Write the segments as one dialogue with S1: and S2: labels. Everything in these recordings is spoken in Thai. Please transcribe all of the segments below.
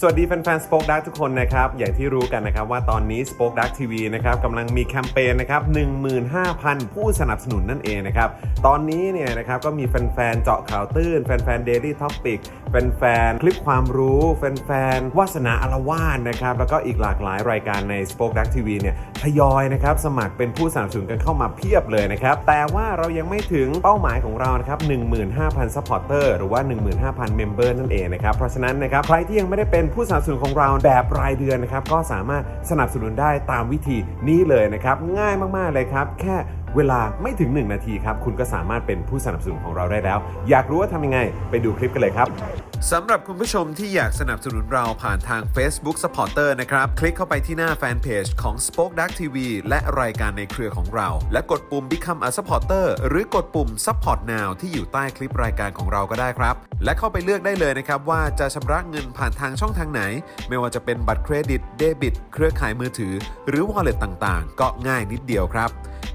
S1: สวัสดีแฟนๆ Spoke Dark ทุกคนนะครับ อย่างที่รู้กันนะครับว่าตอนนี้ Spoke Dark TV นะครับกำลังมีแคมเปญนะครับ15,000 ผู้สนับสนุนนั่นเองนะครับ ตอนนี้เนี่ยนะครับก็มีแฟนๆ เจาะข่าวตื้น แฟนๆ Daily Topic แฟนๆ คลิปความรู้ แฟนๆ วาสนาอารวาสนะครับ แล้วก็อีกหลากหลายรายการใน Spoke Dark TV เนี่ยทยอยนะครับสมัครเป็นผู้สนับสนุนกันเข้ามาเพียบเลยนะครับ แต่ว่าเรายังไม่ถึงเป้าหมายของเรานะครับ15,000 supporter หรือว่า 15,000 member นั่นเองนะครับ เพราะฉะนั้นนะครับใครที่ยังไม่ได้เป็นผู้สนับสนุนของเราแบบรายเดือนนะครับ ก็สามารถสนับสนุนได้ตามวิธีนี้เลยนะครับ ง่ายมากๆเลยครับ แค่เวลาไม่ถึง 1 นาทีครับ คุณก็สามารถเป็นผู้สนับสนุนของเราได้แล้ว อยากรู้ว่าทำยังไง ไปดูคลิปกันเลยครับ สำหรับคุณผู้ชมที่อยากสนับสนุนเราผ่านทาง Facebook Supporter นะครับ คลิกเข้าไปที่หน้าแฟนเพจของ Spoke Dark TV และรายการในเครือของเรา และกดปุ่ม Become a Supporter หรือกดปุ่ม Support Now ที่อยู่ใต้คลิปรายการของเราก็ได้ครับ และเข้าไปเลือกได้เลยนะครับว่าจะชำระเงินผ่านทางช่องทางไหน ไม่ว่าจะเป็นบัตรเครดิตเดบิต เครือข่ายมือถือ หรือ Wallet ต่างๆ ก็ง่ายนิดเดียวครับ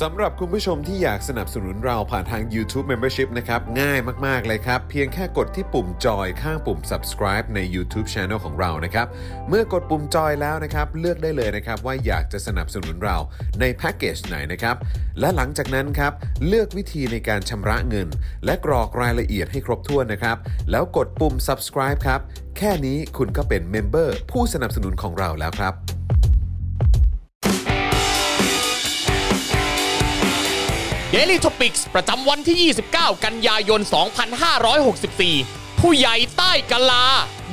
S1: สำหรับคุณผู้ชมที่อยากสนับสนุนเราผ่านทาง YouTube Membership นะครับ ง่ายมาก ๆ เลยครับ เพียงแค่กดที่ปุ่มจอยข้างปุ่ม subscribe ใน YouTube Channel ของเรานะครับ เมื่อกดปุ่มจอยแล้วนะครับ เลือกได้เลยนะครับ ว่าอยากจะสนับสนุนเราในแพ็กเกจไหนนะครับ และหลังจากนั้นครับ เลือกวิธีในการชำระเงิน และกรอกรายละเอียดให้ครบถ้วนนะครับ แล้วกดปุ่ม subscribe ครับ แค่นี้คุณก็เป็นเมมเบอร์ผู้สนับสนุนของเราแล้วครับ
S2: Daily Topics ประจำวันที่ 29 กันยายน 2564 ผู้ใหญ่ใต้กะลา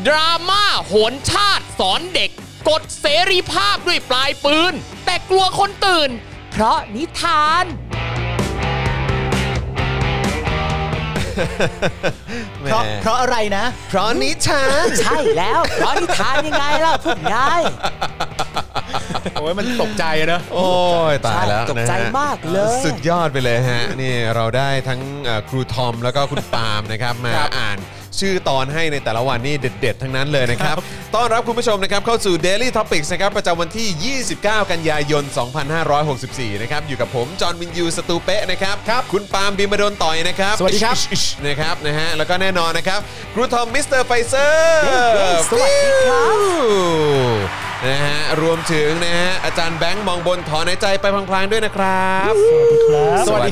S2: ดราม่าโหนชาติสอนเด็ก กดเสรีภาพด้วยปลายปืน แต่กลัวคนตื่ น เพราะนิทาน
S3: เพราะเพราะอะไรนะ
S4: เพราะนิชา
S3: ใช่แล้วเพราะนิทานยังไงล่ะพูดง่าย
S4: โอ้ยมันตกใจนะโอ้ยตายแล้ว
S3: ตก
S4: นะ
S3: ใจ
S4: ฮะ
S3: มากเลย
S4: สุดยอดไปเลยฮะ นี่เราได้ทั้งเอ่อครูทอมแล้วก็คุณปาล์มนะครับมาอ่านชื่อตอนให้ในแต่ละวันนี่เด็ด ๆ ทั้งนั้นเลยนะครับ ต้อนรับคุณผู้ชมนะครับเข้าสู่ Daily Topics นะครับประจำวันที่ 29 กันยายน 2564 นะครับ อยู่กับผมจอห์นวินยูสตูเปะนะครับครับ คุณปาล์มบิมบดนต่อยนะครับ
S3: สวัสดีครับ
S4: อิ๊ชๆๆนะครับนะฮะแล้วก็แน่นอนนะครับครูทอมมิสเตอร์ไฟเซอร์
S3: สวัสดีครับ
S4: นะฮะรวมถึงนะฮะอาจารย์แบงค์มองบนถอนหายใจไปพลางๆด้วยนะครับ
S5: สวัสดีค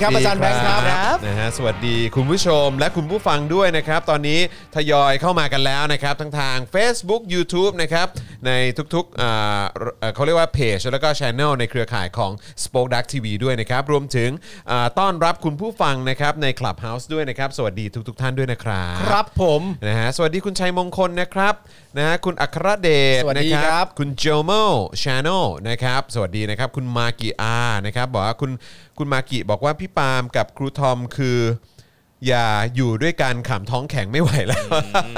S5: รับอาจารย์แบงค์ครับ
S3: ครับ
S4: นะฮะสวัสดีคุณผู้ชมและคุณผู้ฟังด้วยนะครับ ตอนนี้ทยอยเข้ามากันแล้วนะครับทั้งทาง Facebook YouTube นะครับในทุกๆอ่าเอ่อเขาเรียกว่าเพจแล้วก็ช ANNEL ในเครือข่ายของ Spoke Dark TV ด้วยนะครับ รวมถึงอ่าต้อนรับคุณผู้ฟังนะครับใน Clubhouse ด้วยนะครับ สวัสดีทุก ๆ ท่านด้วยนะครับ
S5: ครับผม
S4: นะฮะสวัสดีคุณชัยมงคลนะครับนะฮะคุณอัครเดช
S5: สวัส
S4: นะ
S5: ดีครับ
S4: คุณโจโมชา n นลนะครับ สวัสดีนะครับ คุณมากิอานะครับบอกว่าคุณคุณมากิบอกว่าพี่ปาล์มกับครูทอมคือ อย่าอยู่ด้วยการขำท้องแข็งไม่ไหวแล้ว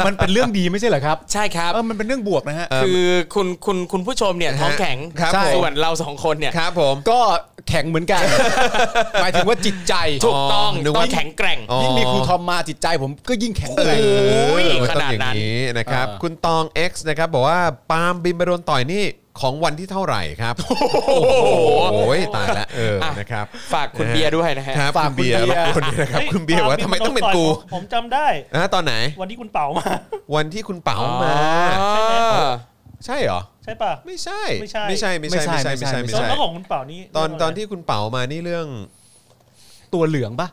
S5: มันเป็นเรื่องดีไม่ใช่เหรอครับ
S2: ใช่ครับ
S5: เออมันเป็นเรื่องบวกนะฮะ
S2: คือคุณคุณคุณผู้ชมเนี่ยท้องแข็ง
S4: ครับผม
S2: ส่วนเราสองคนเนี่ย
S4: ครับผม
S5: ก็แข็งเหมือนกัน หมายถึงว่าจิตใจ
S2: ถูกต้อง
S4: นึ
S2: ต้องแข็งแกร่ง
S4: อ๋อ
S5: ยิ่งมีครูทอมมาจิตใจผมก็ยิ่งแข็งแก
S4: เอ
S5: ร่ง
S4: อ
S2: โอ้ย
S4: ต้อง
S2: ขนาดนั้น
S4: อย่งนะครับ
S5: อ่า
S4: คุณตอง X นะครับบอกว่าปาล์มบินไปโดนต่อยนี่ของวันที่เท่าไหร่ครับ โอ้โหตายละเออนะครับ
S2: ฝากคุณเบียร์ด้วยนะฮะ
S4: ครับ
S5: ฝาก
S4: คุณเบียร์
S5: คุณ
S4: รบกวนด้ว
S5: เบียร์
S4: ยนะครับ คุณเบียร์
S6: ฮ้
S4: ว่าทำไมต้องเป็นกู
S6: ผมผมจำได้
S4: นะตอนไหน
S6: วันที่คุณเป๋ามา
S4: วันที่คุณเป๋ามา ใช่เหรอ
S6: ใช่ปะ
S4: ไม่ใช่
S6: ไม่ใช่
S4: ไม่ใช่ ไม่ใช่ ไม่ใช่ ไม่ใช่
S5: ไม่
S4: ไม่
S5: ใช่
S4: ใช่
S6: แล้วของคุณเป๋านี่
S4: ตอน
S6: เรื่งะไร
S4: ตอนที่คุณเป๋ามานี่เรื่อง
S5: ตัวเหลืองปะ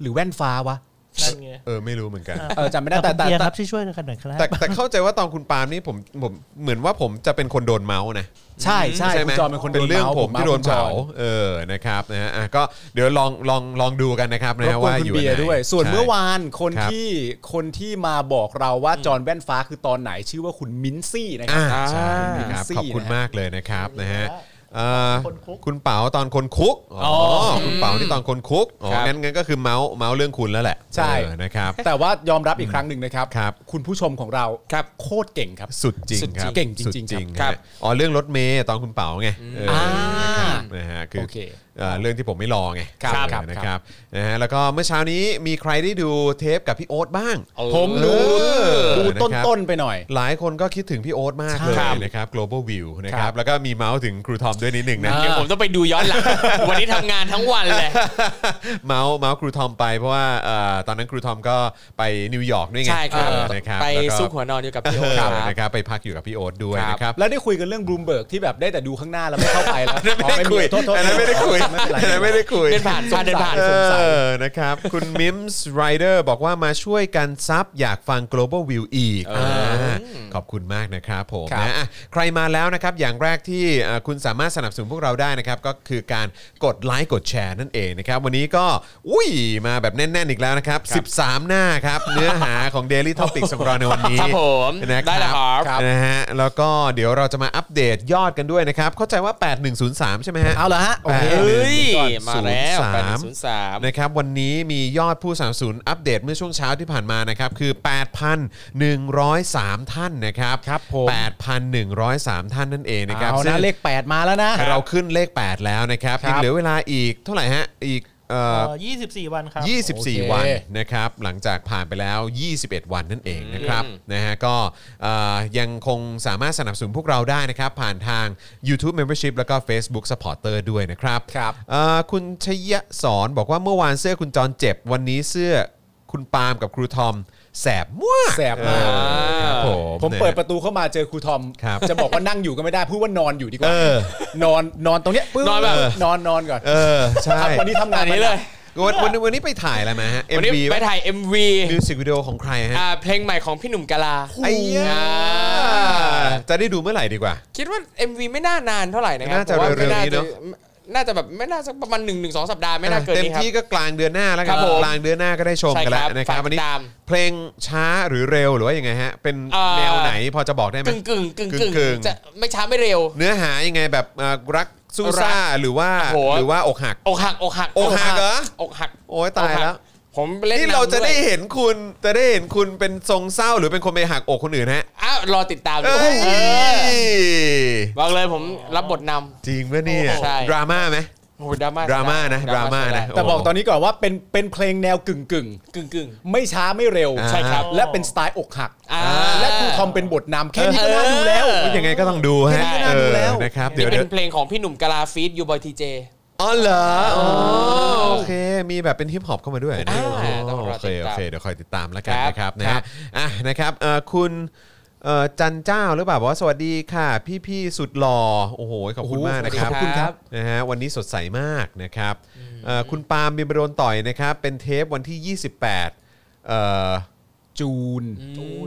S5: หรือแว่นฟ้าวะ
S6: นั่นไง
S4: เออ ไม่รู้เหมือนกัน
S5: เออจำไม่ได้แต่แต่
S7: เบียร์ค
S5: แต่
S7: รับช่วยช่วยกันหน่อยครับ
S4: แต่แต่เข้าใจว่าตอนคุณปาล์มนี่ผมผมเหมือนว่าผมจะเป็นคนโดนเมาส์นะ
S5: ใช่ใช่
S4: ใช่
S5: คุณจอมเป็นคน
S4: เป็นเรื่องผมที่โดนเผา
S5: ส์
S4: เออ นะครับนะฮะอ่ะก็เดี๋ยวลองลองลองดูกันนะครับนะ
S5: รบ
S4: ฮะ
S5: กวน
S4: ว่าอ
S5: คุณ
S4: ยู่
S5: เบียร์
S4: ไห
S5: ด้วย ส่วน
S4: ใช่
S5: เมื่อวานคน
S4: ครับ
S5: ที่คนที่มาบอกเราว่าจอห์นแว่นฟ้าคือตอนไหนชื่อว่าคุณมินซี่นะครั
S4: อ่า
S5: บ
S4: ใช่นะครับ
S5: ซี่
S4: ขอบคุณ
S5: นะฮะ
S4: มากเลยนะครับนะฮะเอ่อ
S6: คนคุก
S4: คุณเป๋าตอนคนคุกอ๋ออคุณเป๋าที่ตอนคนคุกอ๋อ
S2: ครับ
S4: งั้นงั้นก็คือเมาส์เมาส์เรื่องคุณแล้วแหละ
S5: ใช่
S4: เออนะครับ
S5: แต่ว่ายอมรับอีกครั้งหนึ่งนะครับ
S4: ครับ
S5: คุณผู้ชมของเราครับโคตรเก่งครับ
S4: สุดจริงครับ
S5: เก่งจริงๆ
S4: สุดจริง
S5: ครับ
S4: นะฮะอ๋อเรื่องรถเมย์ตอนคุณเป๋าไงเออ
S5: อ่า
S4: ครับ นะฮะคือ
S2: โอเค
S4: เอ่อเรื่องที่ผมไม่รอไง
S2: ครับ
S4: เออ
S2: ครับ
S4: นะครับนะฮะแล้วก็เมื่อเช้านี้มีใครได้ดูเทปกับพี่โอ๊ตบ้าง
S2: เออ
S5: ผมดู
S4: เออ
S5: ดูต้
S4: ะ
S5: น
S4: ครับ
S5: ต้นๆไปหน่อย
S4: หลายคนก็คิดถึงพี่โอ๊ตมากเลย
S5: ใช่
S4: นะครับ global view นะครับ
S5: ครับ
S4: แล้วก็มีเมาส์ถึงครูทอมด้วยนิดหนึ่งนะ
S2: เดี๋ยวผมต้องไปดูย้อนหลัง วันนี้ทำงานทั้งวันเลย
S4: เมาส์เมาส์ครูทอมไปเพราะว่าเอ่อตอนนั้นครูทอมก็ไปนิวยอร์กด้วยไง
S3: ใช่ครับ
S4: เออนะครับ
S3: ไป
S4: แล้วก็
S3: ซุกหัวนอนอยู่กับพี่โอ๊ต
S4: เอ
S3: ครับ
S4: อนะครับไปพักอยู่กับพี่โอ๊ตด้วย
S3: ครับ
S4: นะครับ
S5: แล้วได้คุยกันเรื่องบลูมเบิร์กที่แบบได้แต่ดูข้างหน้าแล้วไม่เข้าไปแล้ว
S4: ไม่ได้คุย
S5: อ๋อโทษโทษ
S4: อันนั้นไม่ได้คุย
S5: ไม่เป็นไร
S4: อันนั้นไม่ได้คุย
S2: เดินผ่านเดินผ่าน
S4: เอ
S2: สงสัย
S4: อนะครับ คุณมิมส์ไรเดอร์บอกว่ามาช่วยกันซับอยากฟัง global view อีกาขอบคุณมากนะครับผม
S5: ครับ
S4: นะอ่ะใครมาแล้วนะครับ อย่างแรกที่เอ่อคุณสามารถสนับสนุนพวกเราได้นะครับ ก็คือการกดไลค์กดแชร์นั่นเองนะครับ วันนี้ก็อุ้ยมาแบบแน่น ๆ อีกแล้วนะครับ 13 หน้าครับ เนื้อหาของ Daily Topic ของเราในวันนี้
S2: ครับผม
S4: นะ
S2: ได้แล้วครับ
S4: ครับ นะฮะแล้วก็เดี๋ยวเราจะมาอัปเดตยอดกันด้วยนะครับ เข้าใจว่า 8103 ใช่ไหมฮะ
S5: เอาเหรอฮะโอเค
S4: แปด
S2: เฮ้ย
S4: มา
S2: มา
S4: แล้
S2: แล้ว วศูนย์สาม
S4: นะครับวันนี้มียอดผู้สนับสนุนอัปเดตเมื่อช่วงเช้าที่ผ่านมานะครับ คือ 8,103 ท่านนะครับ
S5: ครับผม
S4: 8,103 ท่านนั่นเองนะครับ
S5: เอา
S4: ซึ่ง
S5: นะเลข 8 มาแล้วนะ
S4: เราขึ้นเลข 8 แล้วนะครับ
S5: ครับ
S4: ยังเหลือเวลาอีกเท่าไหร่ฮะอีกเอ่อ
S6: เอ่อ24 วันครั
S4: 24
S6: บ
S5: โอเค
S4: วันนะครับหลังจากผ่านไปแล้ว 21 วันนั่นเองนะครับนะฮะก็เอ่อยังคงสามารถสนับสนุนพวกเราได้นะครับ ผ่านทาง YouTube Membership แล้วก็ Facebook Supporter ด้วยนะครับ
S5: ครับ
S4: เอ่อคุณชยสอนบอกว่าเมื่อวานเสื้อคุณจรเจ็บ วันนี้เสื้อคุณปาล์มกับครูทอมแสบมั่ว
S5: แสบมาก
S4: ครับผม
S5: ผมเปิดประตูเข้ามาเจอครูทอม
S4: ครับ
S5: จะบอกว่านั่งอยู่ก็ไม่ได้พูดว่านอนอยู่ดีกว่า
S4: เออ
S5: นอนนอนตรงเนี้ยปึ๊บ
S2: นอนแบบ
S5: นอนนอนก่อน
S4: เออ ใช่
S5: ครับวันนี้ทำงาน
S2: อันนี้เลย
S4: วันวันวันนี้ไปถ่ายอะไรมาฮะ
S2: วันนี้
S4: MV
S2: ไปถ่าย MV
S4: มิวสิกวิดีโอของใครฮะ
S2: อ่าเพลงใหม่ของพี่หนุ่มกะลา
S4: ไอ้เหี้ย
S2: อ่า
S4: จะได้ดูเมื่อไหร่ดีกว่า
S2: คิดว่า MV ไม่น่านานเท่าไหร่นะครับ
S4: น่าจะ
S2: พว่
S4: เร็วๆ
S2: ไม่
S4: นี้เนอะ
S2: น่าจะแบบไม่น่าสักประมาณ1นถึงสสัปดาห์ไม่น่าเกิน
S4: เต็ม
S2: นี้ครับ
S4: ที่ก็กลางเดือนหน้าแล้วกั
S2: ครั
S4: น
S2: บผม
S4: กลางเดือนหน้าก็ได้ชมกันแล้ว
S2: ใช่ครับ
S4: นะครับ
S2: ฝาก
S4: วันนี้
S2: ติดตาม
S4: เพลงช้าหรือเร็วหรือว่ายังไงฮะ เป็น
S2: เอ่อ
S4: แนวไหนพอจะบอกได้ไหม
S2: กึ่งกึ่งกึ่ง
S4: กึ่
S2: กึ่
S4: ง
S2: ง
S4: ๆ
S2: จะไม่ช้าไม่เร็ว
S4: เนื้อหายังไงแบบเอ่อรักสู้ซ่าหรือว่า
S2: โอ้โห
S4: หรือว่าอกหัก
S2: อกหักอกหัก
S4: อกหักเหรอ
S2: อกหัก
S4: โอ้ยตาย
S2: อกหัก
S4: แล้ว
S2: ผมเล่น
S4: นี่
S2: หง
S4: เราจะได้
S2: วย
S4: เห็นคุณจะได้เห็นคุณเป็นทรงเศร้าหรือเป็นคนไปหักอกคนอื่นฮะ
S2: อ้าวรอติดตามดู
S4: เอ้ย
S2: เออบอกเลยผมรับบทน
S4: จริงปะเนี่ย
S2: ใช่
S4: ดราม่าไหม
S2: ำโอ้โหดราม่า
S4: ดราม่านะดราม่านะ
S5: แต่บอกตอนนี้ก่อนว่าเป็นเป็นเพลงแนวกึ่งกึ่ง
S2: กึ่งกึ่ง
S5: ๆไม่ช้าไม่เร็ว
S4: ใช่ครับ
S5: และเป็นสไตล์อกหัก
S2: อ่า
S5: และครูทอมเป็นบทนำแค่นี้ก็น่าดูแล้ว
S2: เออ
S4: ยังไงก็ต้องดูฮะ
S5: ยังไงก็ต้องดูแล้ว
S4: เออนะครับ
S2: นี่
S4: เดี๋ยว
S2: เป็
S4: เดี๋ยวน
S2: เพลงของพี่หนุ่มกะลาฟีดยูบอยทีเจ
S4: อ๋อเหรออ๋อโอเค มีแบบเป็นฮิปฮอปเข้ามาด้วยนะ
S2: อ่าต้องร
S4: โอ
S2: อ
S4: เค
S2: ติ
S4: โอ
S2: ดตาม
S4: เคเดี๋ยวคอยติดตามแล้วกัน
S2: ครับ
S4: นะครับนะ
S2: ครั
S4: ฮะ
S2: บ
S4: อ่ะนะครับเอ่อคุณเอ่อจันเจ้าหรือเปล่าบอกว่าสวัสดีค่ะ พี่พี่ๆสุดหล่อโอ้โหขอบคุณมากนะครับ
S2: ขอบคุณครับ
S4: นะฮะวันนี้สดใสมากนะครับเอ่อคุณปาล์มบิมโดนต่อยนะครับ เป็นเทปวันที่ 28เอ่อ
S5: จูน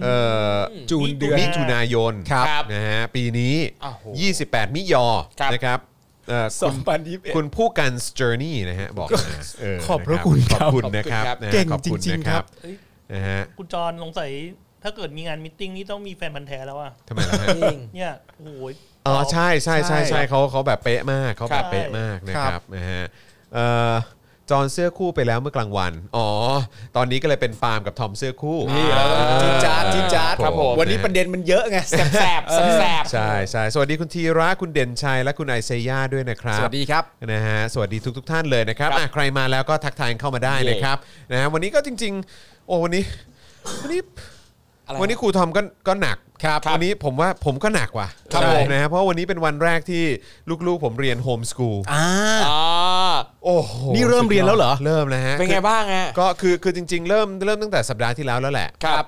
S4: เอ่อ
S5: จูนเดือน
S4: มิถุนายน
S5: ครับ
S4: นะฮะปีนี้
S2: อ้าวโห
S4: 28 มิยอ
S2: ครับ
S4: นะครับเอ่อ
S5: ส
S4: คุ
S5: อง
S4: ณ
S5: พันยี่สิบเอ็ด
S4: คุณผู้กันสเจอร์นี่นะฮะบอกมา เ
S5: ขอบพระคุณ
S4: น
S5: ครับ
S4: ขอบคุณนะครับนะฮะ
S5: เก่ง
S4: ขอบคุณ
S5: จริง
S4: นะ
S5: ๆครับ
S6: เอ้ย
S4: นะฮะ
S6: คุณจรสงสัยถ้าเกิดมีงานมิทติ้งนี่ต้องมีแฟนพันธ์แท้แล้วอ่ะ
S4: ทำไมล่ะฮะ
S3: จริง
S6: เนี่ย โอ้ย
S4: อ๋อใช่ใช่ใช่
S5: ใช่
S4: ใช่เขาเขาแบบเป๊ะมากเขาแบบ
S6: ครับ
S4: เป๊ะมากนะค
S5: ค
S4: รั
S5: รั
S4: บบ นะฮะเอ่อจอนเสื้อคู่ไปแล้วเมื่อกลางวัน อ๋อ ตอนนี้ก็เลยเป็นปาล์มกับทอมเสื้อคู่
S5: นี่เราต้องจีดจาดจีดจาด
S2: ครับผม
S5: วันนี้ประเด็นมันเยอะไง
S2: แสบแสบแสบ
S4: ใช่ใช่สวัสดีคุณธีระคุณเด่นชัยและคุณไอเซย่าด้วยนะครับ
S5: สวัสดีครับ
S4: นะฮะสวัสดีทุกทท่านเลยนะครับ
S2: ครับ
S4: อ่ะใครมาแล้วก็ทักทายเข้ามาได้
S2: เย่
S4: นะครับนะฮะวันนี้ก็จริง ๆ โอ้วันนี้วันนี้
S2: อะไร
S4: วันนี้ครูทอมก็ก็หนัก
S5: ครับ
S4: วันนี้ผมว่าผมก็หนักว่ะ
S5: ครับ
S4: ใช่
S5: ผม
S4: นะฮะเพราะวันนี้เป็นวันแรกที่ลูกๆ ผมเรียนโฮมสกูล
S5: อ่า
S2: อ่า
S4: โอ้โห
S5: นี่เริ่มเรียนแล้วเหรอ
S4: เริ่มแล้วฮะ
S2: เป็นไงบ้างอะ
S4: ก็คือคือจริง ๆ เริ่มเริ่มตั้งแต่สัปดาห์ที่แล้วแล้วแหละ
S2: ครับ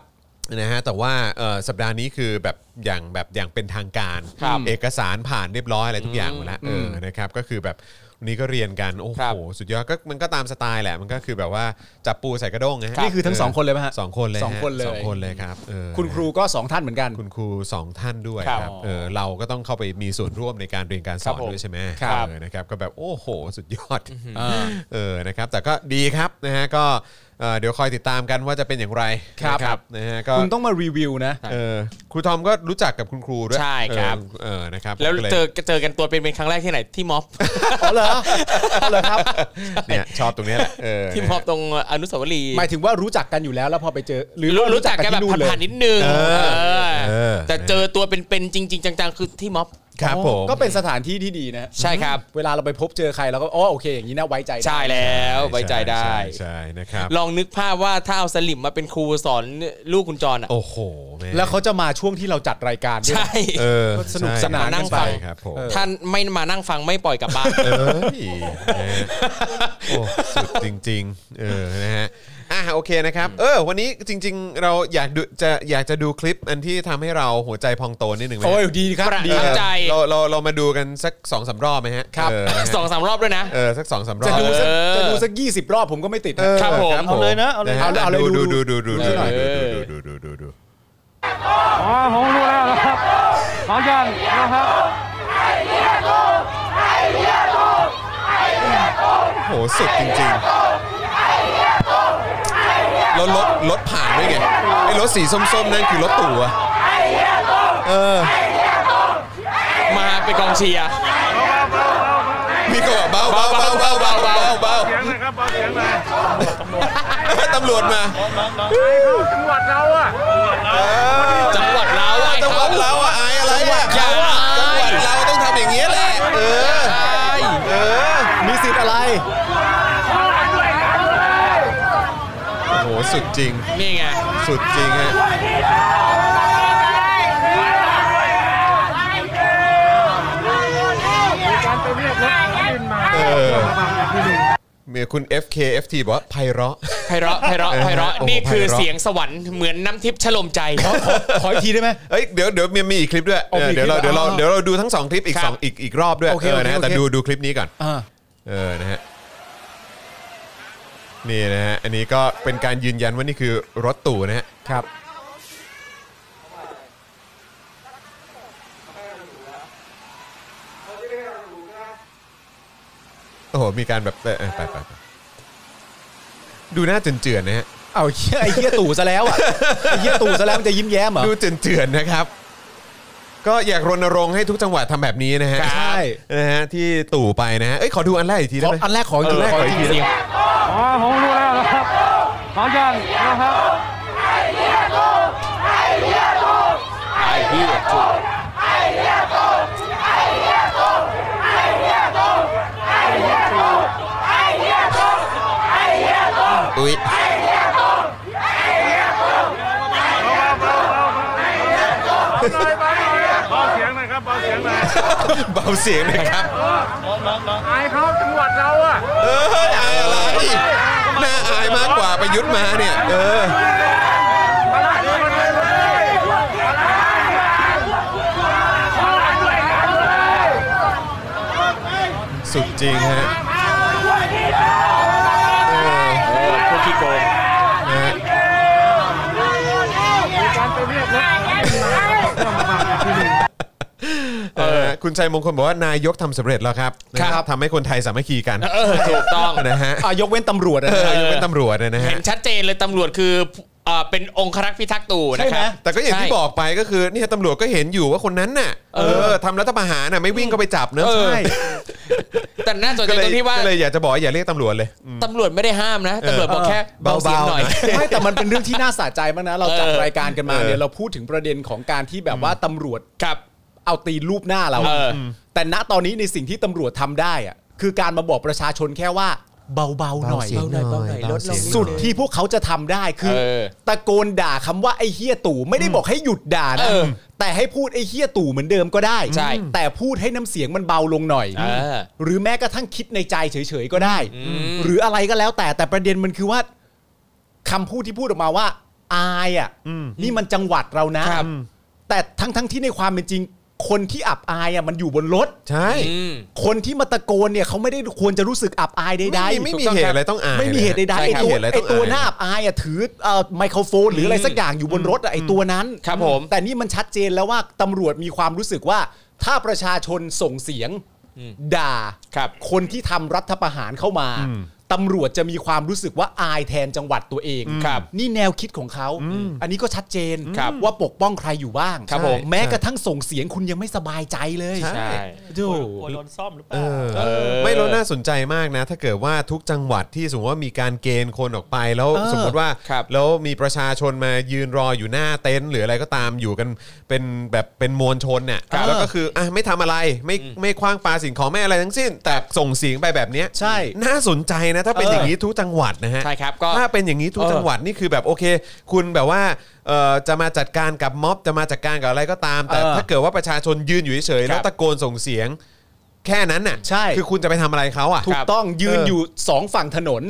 S4: นะฮะแต่ว่าเอ่อสัปดาห์นี้คือแบบอย่างแบบอย่างเป็นทางการ
S2: ครับ
S4: เอกสารผ่านเรียบร้อยอะไรทุกอย่างหมดแล้วเออนะครับก็คือแบบวันนี้ก็เรียนกันโอ้
S2: ครั
S4: โห
S2: บ
S4: สุดยอดก็มันก็ตามสไตล์แหละมันก็คือแบบว่าจับปูใส่กระด้งนะฮะ
S5: นี่คือทั้งสองคนเลยไหมฮะ
S4: สองคนเลยฮะ
S5: สองคนเลย
S4: สองคนเลยครับเออ
S5: คุณครูก็สองท่านเหมือนกัน
S4: คุณครูสองท่านด้วย
S2: ครับ
S4: ครับเออเราก็ต้องเข้าไปมีส่วนร่วมในการเรียนการสอน
S2: ครับผม
S4: ด้วยใช่ไหม
S5: ครับ
S4: เออนะครับก็แบบโอ้โห สุดยอดเออนะครับแต่ก็ดีครับนะฮะก็เอ่อเดี๋ยวคอยติดตามกันว่าจะเป็นอย่างไรนะนะฮะก็
S5: คุณต้องมารีวิวนะ
S4: เออครูทอมก็รู้จักกับคุณครูด้วย
S2: ใช่ครับ
S4: เออเออนะครับ
S2: แล้ว
S4: ก็ย
S2: เจอเจอกันตัวเป็นเป็นครั้งแรกที่ไหนที่ม็อบ
S5: อ๋อเหรออ๋อเหรอครับ
S4: เนี่ยชอบตรงเนี้ยแหละเออ
S2: ที่ม็อบตรงอนุสาวรีย์
S5: หมายถึงว่ารู้จักกันอยู่แล้วแล้วพอไปเจอ หรือ
S2: รู้
S5: ว่า
S2: รู้จักกันแบบ
S5: ที่เลย
S2: ผ่านๆนิดนึงเออ
S4: เออ
S2: แต่เจอตัวเป็นๆจริง ๆ จังๆ คือที่ม็อบ
S4: ครับผม
S5: ก็เป็นสถานที่ที่ดีนะ
S2: ใช่ครับ
S5: เวลาเราไปพบเจอใครเราก็อ๋อโอเคอย่างนี้น่าไว้ใจได้
S2: ใช่แล้วไว้ใจได้
S4: ช่ใช่นะครับ
S2: ลองนึกภาพว่าถ้าเอาสลิมมาเป็นครูสอนลูกคุณจรอ่ะ
S4: โอ้โหแม่
S5: แล้วเขาจะมาช่วงที่เราจัดรายการด้วย
S2: ใช่
S4: เออ
S5: ก็สนุกสนาน
S4: ใช่
S2: นั่งฟัง
S4: ใช่ครับผม
S2: ท่านไม่มานั่งฟังไม่ปล่อยกลับบ้าน
S4: เอ้ยนะโอ้สุดจริง ๆ เออนะฮะอ่ะโอเคนะครับ เออ วันนี้จริง ๆ เราอยากดูจะอยากจะดูคลิปอันที่ทำให้เราหัวใจพองโตนิดหนึ่งไหม
S5: โอ้ยดีครับ
S2: ประ
S5: ดี
S2: ทับใจ
S4: เราเราเรามาดูกันสักสองสามรอบไหมฮะ
S5: ครับ
S4: เออนะฮะ
S2: สองสามรอบด้วยนะ
S4: เออสักสองสามรอบ
S5: จะดูสัก
S2: เออ
S5: จะดูสักยี่สิบรอบผมก็ไม่ติดนะ
S4: เออ
S2: ครับผม
S6: เอาเลยนะเอาเลย
S4: ฮ
S5: เอาเลย
S4: ดู
S5: ดู
S4: ดู
S5: ดู
S4: ดูดู
S5: ดูหน่อย
S4: ดูดูดูดูดู
S7: อ๋อผมรู้แล้วนะครับขอยังนะครับ
S4: โหสุดจริงๆแล้วรถรถผ่านด้วยไงไอ้รถสีส้มๆนั่นคือรถตู่อะเออ
S2: มาเป็นกองเชียร์
S4: มีก็แบบเบาเบาเบาเบาเบาเบาเบา
S7: เสียงหนะครับเบาเสียงหน่อย
S4: ตำรวจมา
S7: จังหวัดเราอะ
S2: จังหวัดเราอะ
S4: จังหวัดเราอะอายอะไรอะ
S2: อย่า
S4: จังห
S2: อาย
S4: วัดเราต้องทำอย่างเงี้ยแหละเออเออ
S5: มีสิทธิ์อะไร
S4: โอ้โหสุดจริง
S2: นี่ไง
S4: สุดจริงฮะ
S7: การไปเรียกรถขึ้นมา
S4: เออ
S7: ฟังที่หนึ่ง
S4: เมียคุณ FK FT บอกว่าไพเราะ
S2: ไพเราะไพเราะไพเราะ
S4: โอ้โห
S2: นี่คือ
S4: ไพเราะ
S2: เสียงสวรรค์เหมือนน้ำทิพย์ฉลมใจ
S5: ขออีกทีได้ไหม
S4: เอ้ยเดี๋ยวเดี๋ยวมีมีอีกคลิปด้วย
S5: อ๋อ
S4: เออ
S5: มีอีก
S4: เดี๋ยวเรา
S5: คลิ
S4: เดี๋ยว
S5: ป
S4: เรา
S5: อ๋อ
S4: เดี๋ยวเราดูทั้งสองคลิปอีก
S2: ครับ
S4: สองอีกอีกรอบด้วย
S5: โอเค
S4: เออนะฮะ
S5: โอเคโอเค
S4: แต่ดูดูคลิปนี้ก่อน
S5: อ่า
S4: เออนะฮะนี่นะฮะอันนี้ก็เป็นการยืนยันว่านี่คือรถตู่นะฮะ
S5: ครับ
S4: โอ้โหมีการแบบเออเออไปไปไปดูหน้าเจือนๆนะฮะ
S5: เอาเหี้ยไอ้เหี้ยตู่ซะแล้วอ่ะไอ้เหี้ยตู่ซะแล้วมันจะยิ้มแย้มเหรอ
S4: ดูเจือนๆนะครับ ก็อยากรณรงค์ให้ทุกจังหวัดทำแบบนี้นะฮะ
S5: ใช่
S4: นะฮะที่ตู่ไปนะฮะเอ้ยขอดูอันแรกอีกที
S5: ข
S4: ได้
S5: อ
S4: ไหม
S5: อันแรกขออีกที
S4: เ
S5: ขออีกที
S2: เสียง
S7: อ๋อผมรู้แล้วนะครับขอยังนะครับ
S2: ไอ้พี่
S4: อุ้ย
S7: เบาเสียงหนะครับเบาเสียงหน่
S4: เบาเสีย
S7: อย
S4: งนะครับ
S7: อายเขาจังหวัดเราอะ
S4: เอออายอะไรน่าอายมากกว่าประยุทธ์มาเนี่ย เออ สุดจริงฮะเออ
S2: พวกขี้โกง
S4: นะฮะ
S7: การไปเรียกรถขึ้นมาต้องฟังที่หนึ่ง
S4: เออคุณชัยมงคลบอกว่านายกทำสำเร็จแล้วครับนะครับทำให้คนไทยสามัคคีกัน
S2: เออถูกต้อง
S4: นะฮะ
S5: อ่ะยกเว้นตำรวจอะ
S4: เอ
S5: นะ
S4: อยังเป็นตำรวจนะฮะ
S2: เห็นชัดเจนเลยตำรวจคืออ่าเป็นองครักษ์พิทักษ์ตู่นะ
S5: ใช่
S2: ค
S5: ไหม
S2: รับ
S4: แต่ก็อย่างที่
S2: ใช่
S4: บอกไปก็คือเนี่ยตำรวจก็เห็นอยู่ว่าคนนั้นน่ะเออทำรัฐประหารน่ะไม่วิ่งก็ไปจับเนอะ
S2: เออ
S4: ใช่
S2: แต่น่าสนใจ
S4: ก็เล
S2: ตร
S4: ย
S2: งที่ว่า
S4: ก็เลยอยากจะบอกว่าอย่าเรียกตำรวจเลย
S2: ตำรวจไม่ได้ห้ามนะตำรวจบอกแค่เบาเสียงหน่อย
S5: ไม่แต่มันเป็นเรื่องที่น่าสะใจมากนะ เราจัด
S2: เออ
S5: รายการกันมา
S4: เอ
S5: เนี่
S4: ยอ
S5: เราพูดถึงประเด็นของการที่แบบว่าตำรวจ
S2: ครับ
S5: เอาตีนรูปหน้าเรา
S2: เออ
S5: แต่ณตอนนี้ในสิ่งที่ตำรวจทำได้อะคือการมาบอกประชาชนแค่ว่าเบาๆหน่อย
S2: เบาหน่อยเบาหน่อยลดลง
S5: สุดที่พวกเขาจะทำได้คือ
S2: เออ
S5: ตะโกนด่าคำว่าไอ้เฮียตู่ไม่ได้บอกให้หยุดด่านะ
S2: เออ
S5: แต่ให้พูดไอ้เฮียตู่เหมือนเดิมก็ได้
S2: ใช่
S5: แต่พูดให้น้ำเสียงมันเบาลงหน่อย
S2: เออ
S5: หรือแม้กระทั่งคิดในใจเฉยๆก็ได้ หรืออะไรก็แล้วแต่แต่ประเด็นมันคือว่าคำพูดที่พูดออกมาว่า อายอ่ะนี่มันจังหวัดเรานะครับ แต่ทั้งๆที่ในความเป็นจริง คนที่อับอายอ่ะมันอยู่บนรถ
S4: ใช่
S2: อืม
S5: คนที่มาตะโกนเนี่ยเขาไม่ได้ควรจะรู้สึกอับอายใด
S4: ไม่
S5: ๆ
S4: ไม่มีเหตุอะไรต้องอ่าน
S5: ไม่มีเหตุใดๆไอตัวไอตัวหน้าอับอายอะถือเอ่อไมโครโฟน หรืออะไรสักอย่างอยู่บนรถอะไอตัวนั้น
S2: ครับผม
S5: แต่นี่มันชัดเจนแล้วว่าตำรวจมีความรู้สึกว่า ถ้าประชาชนส่งเสียงด่า
S2: ครับ
S5: คนที่ทำรัฐประหารเข้ามา ตำรวจจะมีความรู้สึกว่าอายแทนจังหวัดตัวเอง
S2: ครับ
S5: นี่แนวคิดของเขาอันนี้ก็ชัดเจน
S2: ครับ
S5: ว่าปกป้องใครอยู่บ้าง
S2: ครับผม
S5: แม้กระทั่งส่งเสียงคุณยังไม่สบายใจเลย
S4: ใช่
S5: ดู
S6: กลัวโดนซ่อมหรือเป
S4: เอ
S6: ล่า
S4: อ
S2: เออ
S4: ไม่แล้วน่าสนใจมากนะ ถ้าเกิดว่าทุกจังหวัดที่สมมติว่ามีการเกณฑ์คนออกไปแล้ว
S5: เออ
S4: สมมติว่า
S2: ครับ
S4: แล้วมีประชาชนมายืนรออยู่หน้าเต็นท์หรืออะไรก็ตามอยู่กันเป็นแบบเป็นมวลชนเนี่ย
S2: ครับ
S4: แล้วก็คืออ่ะไม่ทำอะไรไม่ไม่คว้างปาสิ่งของไม่อะไรทั้งสิ้น แต่ส่งเสียงไปแบบเนี้ย
S5: ใช่
S4: น่าสนใจนะถ้าเป็น
S2: เออ
S4: อ
S2: อย่าง
S4: นี้ทุกจังหวัดนะฮะ
S2: ใช่ครับก็
S4: ถ้าเป็นอย่างนี้ทุก
S2: เออ
S4: จังหวัดนี่คือแบบโอเค คุณแบบว่าเอ่อจะมาจัดการกับม็อบจะมาจัดการกับอะไรก็ตาม แต่
S5: เออ
S4: ถ้าเกิดว่าประชาชนยืนอยู่เฉยๆแล้ว
S2: ครับ
S4: ตะโกนส่งเสียง แค่นั้นน่ะ
S5: ใช่
S4: คือคุณจะไปทำอะไรเขาอ่ะ
S5: ถู
S2: ครั
S5: ก
S2: บ
S5: ต้องยืน
S4: เออ
S5: อ
S4: อ
S5: ยู่สองฝั่งถนน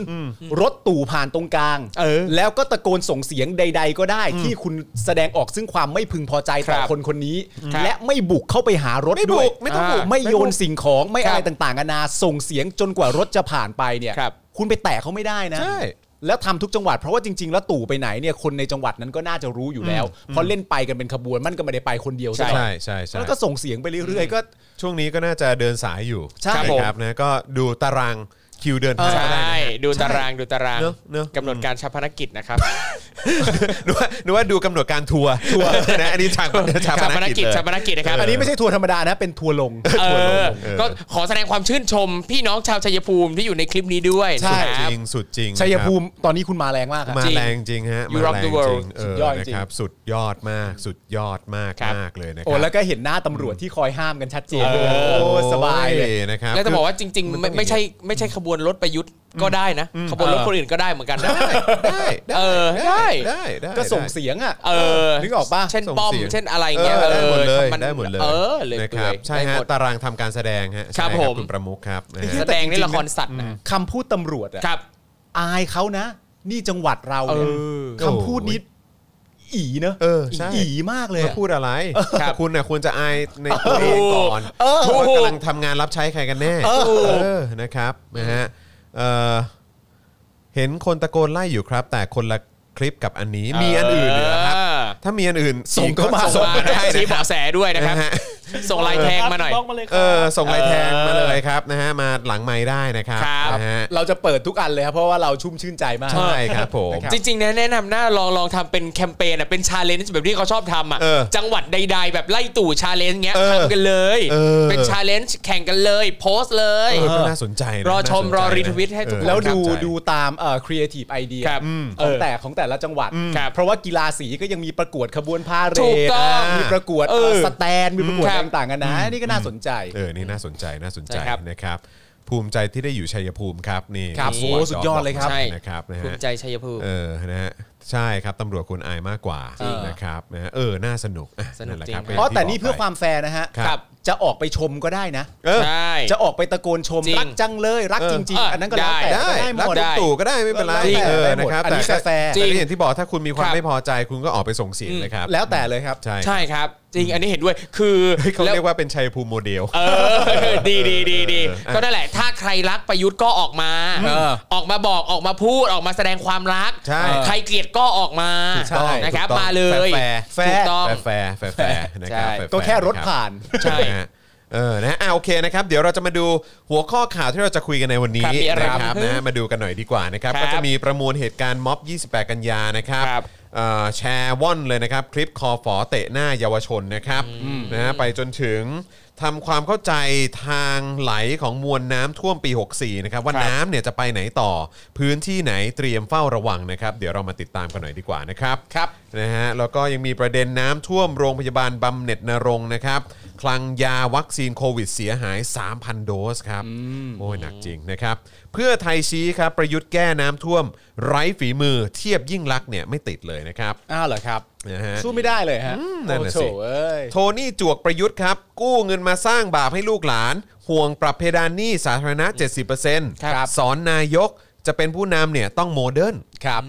S5: รถตู่ผ่านตรงกลาง
S2: เออ
S5: แล้วก็ตะโกนส่งเสียงใด ๆ ก็ได้ ที่คุณแสดงออกซึ่งความไม่พึงพอใจต่อ
S2: ครับ
S5: คนคนนี้
S2: ครับ
S5: และไม่บุกเข้าไปหารถ
S4: ไม่
S5: ด้
S4: บุ
S5: วย
S4: กไม่ต้องบุก
S2: อ่า
S5: ไม่โยนสิ่งของไม่อะไร
S2: ครับ
S5: ต่างๆนานาส่งเสียงจนกว่ารถจะผ่านไปเนี่ย
S2: ครับ
S5: คุณไปแตะเขาไม่ได้นะ
S4: ใช่
S5: แล้วทำทุกจังหวัดเพราะว่าจริง ๆ แล้วตู่ไปไหนเนี่ยคนในจังหวัดนั้นก็น่าจะรู้อยู่แล้วเพราะเล่นไปกันเป็นขบวนมันก็ไม่ได้ไปคนเดียว
S2: ใช่
S5: ซะหน่อย
S4: ใช่ใช่ใช่
S5: แล้วก็ส่งเสียงไปเรื่อยๆก็
S4: ช่วงนี้ก็น่าจะเดินสายอยู่
S5: ใช่
S4: ครับนะก็ดูตารางคิวเดินทาง
S2: ใช
S4: ก็ได้
S2: ่
S4: นะ
S2: ดูตารางดูตาราง
S4: เนอะเนอะ
S2: กำหนดการชาพนกิจนะครับ
S4: นึกว่านึกว่าดูกำหนดการทัวร์ทัวร์นะอันนี้ฉากเดินชา
S2: ชา
S4: ป
S2: พน
S4: น
S2: กิ
S4: กิ
S2: จ
S4: จเลย
S2: ชาพนกิจนะครับ
S5: อันนี้ไม่ใช่ทัวร์ธรรมดานะเป็นทัวร์ลง
S2: เอ
S4: ทัวร์ล
S2: อง
S4: เออ
S2: ก็ขอแสดงความชื่นชมพี่น้องชาวชัยภูมิที่อยู่ในคลิปนี้ด้วย
S5: ใช่
S2: นะค
S4: จ
S2: รับ
S4: ริงสุดจริง
S5: ชัยภู
S4: ค
S5: มิตอนนี้คุณมาแรงมากค
S4: รั
S5: รั
S4: บบ มา
S2: จริง
S4: แรงจริงฮะ
S2: อยู่
S4: มา
S2: rock
S4: แรงจ
S2: the
S4: ริ
S2: world
S4: งเออ
S5: สุดยอดจริ
S4: นะ
S5: ง
S4: ครับสุดยอดมาก สุดยอดมาก
S2: ครับ
S4: มากเลยนะค
S5: โอ้
S4: รั
S5: แล้วก็เห็นหน้าตำรวจที่คอยห้ามกันชัดเจนด้วยนะ
S4: โอ้
S5: โอ้สบายเลย
S4: นะครับ
S2: แล้วจะบอกว่าจริง
S4: มัน
S2: ๆ
S4: ต้
S2: ไม่
S4: อง
S2: ไม่ใช่ไม่ใช่ขบวนรถประยุทธ์ก็ได้นะ ขบวนรถ
S5: เออ
S2: คนอื่นก็ได้เหมือนกันนะ
S4: ได้ได้
S2: เออได้
S4: ได้ได้
S5: ก็ส่ง
S4: ได้
S5: เสียงอ่ะ
S2: เออ
S5: นึกออกปะ
S2: เช่น
S4: ส่ง
S2: ป้อม
S4: เสียง
S2: เช่นอะไรอย่างเงี้ย
S4: ออได้หมดเลย
S2: ทำน
S4: ได้หมดเลย
S2: เออเลย
S4: นะครับ
S2: เปื่อย
S4: ใช่
S2: ได้
S4: ฮะ
S2: หมด
S4: ตารางทำการแสดงฮะ
S2: ครับ
S4: ใช่
S2: ผม
S4: คุณประมุขครับนะฮะ
S2: แสดงในละครสัตว์นะ
S5: คำพูดตำรวจอ่ะ
S2: ครับ
S5: อายเขานะ นี่จังหวัดเราเนี่ย
S2: เออ
S5: คำพูดนี้อีเนอะ
S4: เออใช่
S5: อีมากเลย
S4: มา
S5: อะ
S4: พูดอะไร
S2: ครับ
S4: คุณน่ะควรจะอายในตัวเองก่อน
S2: เออ
S4: ว่ากำลังทำงานรับใช้ใครกันแน่เออนะครับนะฮะเอ่อเห็นคนตะโกนไล่อยู่ครับ แต่คนละคลิปกับอันนี้มีอันอื่นเหรอครับ
S2: เอ
S4: ถ้ามีอันอื่น
S5: ส่งเข้ามา
S4: ส่งมาได้
S2: ชี้
S4: นะครั
S2: เบาะ
S4: บ
S2: แสด้วยนะครับ
S4: นะฮะ
S2: ส่งลายแทงมาหน่อย
S6: ครับบล็อกมาเลยค
S4: เอ
S6: รับ
S4: อส่งลายแทงมาเลยครับนะฮะมาหลังไม้ได้นะครับ
S2: ครับ
S4: นะฮะ
S5: เราจะเปิดทุกอันเลยครับเพราะว่าเราชุ่มชื่นใจมาก
S4: ใช่ครับผม
S2: จริงๆนะแนะนำหน้าลองลองทำเป็นแคมเปญอ่ะเป็นชาเลนจ์แบบที่เขาชอบทำอ่ะ
S4: เออ
S2: จังหวัดใด ๆ แบบไล่ตู่ชาเลนจ์เงี้ย
S4: เออ
S2: ทำกันเลย
S4: เออ
S2: เป็นชาเลนจ์แข่งกันเลย โพสต์เลย
S4: เออก็น่าสนใจนะ
S2: รอชม
S4: น่าสนใจ
S2: รอ
S4: นะ
S2: รีทวิตให้ทุกคน
S5: แล้ว
S4: น่า
S5: ดู
S4: สนใจ
S5: ดูตามเอ่อครีเอทีฟไอเดีย
S2: ครับอืม
S5: ของแต่ของแต่ละจังหวัด
S2: ครับ
S5: เพราะว่ากีฬาสีก็ยังมีประกวดขบวนพาเหร
S2: ถูก
S5: ด
S2: ต้อง
S5: มีประกวด
S2: เออ
S5: เอ่อสแตนด์มีประกวด
S2: ครับ
S5: ต่างๆกันนะนี่ก็น่าสนใจ
S4: เออ นี่น่าสนใจ น่าสนใจ
S2: ใช่ครับ
S4: นะครับ ภูมิใจที่ได้อยู่ชัยภูมิครับ นี่
S5: ครับ
S4: นี่
S5: โอ้สุดยอดเลยครับ
S2: ใช่
S4: นะครับนะ
S2: ภู
S4: ฮะ
S2: มิใจชัยภูมิ
S4: เออ นะฮะ ใช่ครับ ตำรวจคุณอายมากกว่า
S2: จริง
S4: นะครับนะฮะเออ น่าสนุกอ่ะ
S2: สนุก
S4: แหละ
S2: จริง
S4: ครับเป็
S5: อ๋อแต่
S4: ที่
S5: นี่เพื่อบ
S4: กไป
S5: ความแฟร์นะฮะ
S4: ครับ
S5: จะออกไปชมก็ได้นะ
S4: เออ
S2: ใช่
S5: จะออกไปตะโกนชม
S2: จริง
S5: รักจังเลยรัก
S4: เออ
S5: จริง
S2: เออ
S5: ๆ อันนั้นก็แล้วแต่
S2: ได้
S4: ได้
S5: ก็ได้หม
S4: รัก
S5: ด
S4: ลุงตู่ก็ได้ไม่เป็นไร
S5: จริง
S4: เออ นะครับ
S5: อันนี้
S4: ก็
S5: แฟร์ๆ
S4: แต่ก็อย่างที่บอกถ้าคุณมีความ
S2: ครับ
S4: ไม่พอใจคุณก็ออกไปส่งเสียงเลยครับ
S5: แล้วแต่เลยครับ
S4: ใช่
S2: ใช่ครับ จริงอันนี้เห็นด้วยคือ
S4: เฮ้ยเขา
S2: แล้ว
S4: เรียกว่าเป็นชัยภูมิโมเดล
S2: เออ ดีดีดีดี
S4: เออเออ
S2: ก็นั่นแหละ ถ้าใครรักประยุทธ์ก็ออกมา
S5: เออ
S2: ออกมาบอก ออกมาพูด ออกมาแสดงความรัก
S4: ใช่
S2: ใครเกลียดก็ออกมา
S4: ถูกต้อง
S2: นะครับ
S4: ถูกต้อง
S2: มาเลย
S4: แฟร์
S5: แฟร์
S2: ถูกต้อง
S4: แฟร์แฟร์แฟร์แฟร์นะครับฟ
S2: ใช่
S4: ร์
S5: ก็แค่รถ
S4: นะรับ
S5: ผ่าน
S2: ใช่
S4: นะฮะเออนะอ่ะโอเคนะครับ เดี๋ยวเราจะมาดูหัวข้อข่าวที่เราจะคุยกันในวันนี้
S2: ครับมีอะไร
S4: นะครับ
S2: ครับ
S4: นะฮะมาดูกันหน่อยดีกว่านะครับ
S2: ครับ
S4: ก็จะมีประมวลเหตุการณ์ม็อบ 28 กันยานะครับ
S2: ครับ
S4: เอ่อแชร์ว่อนเลยนะครับ คลิปคอฝอเตะหน้าเยาวชนนะครับนะฮะไปจนถึงทำความเข้าใจทางไหลของมวลน้ำท่วมปี 64 นะครับ ว่า
S2: ครับ
S4: น้ำเนี่ยจะไปไหนต่อ พื้นที่ไหนเตรียมเฝ้าระวังนะครับ เดี๋ยวเรามาติดตามกันหน่อยดีกว่านะครับ
S2: ครับ
S4: นะฮะแล้วก็ยังมีประเด็นน้ำท่วมโรงพยาบาลบำเหน็จนรงค์นะครับคลังยาวัคซีนโควิดเสียหาย 3,000 โดสครับ โอ้ยหนักจริงนะครับ เพื่อไทยชี้ครับ ประยุทธ์แก้น้ำท่วม ไร้ฝีมือเทียบยิ่งลักษณ์เนี่ยไม่ติดเลยนะครับ
S5: อ้าวเหรอครับ
S4: นะฮะ
S5: สู้ไม่ได้เลยฮะ
S4: นั่นน่ะ
S5: โอ้โถ
S4: สิ
S5: เอ้ย
S4: โทนี่จวกประยุทธ์ครับ กู้เงินมาสร้างบาปให้ลูกหลาน ห่วงปรับเพดานหนี้สาธารณะ 70%
S2: ครับ
S4: สอนนายกจะเป็นผู้นำเนี่ยต้องโมเดิร์นครับ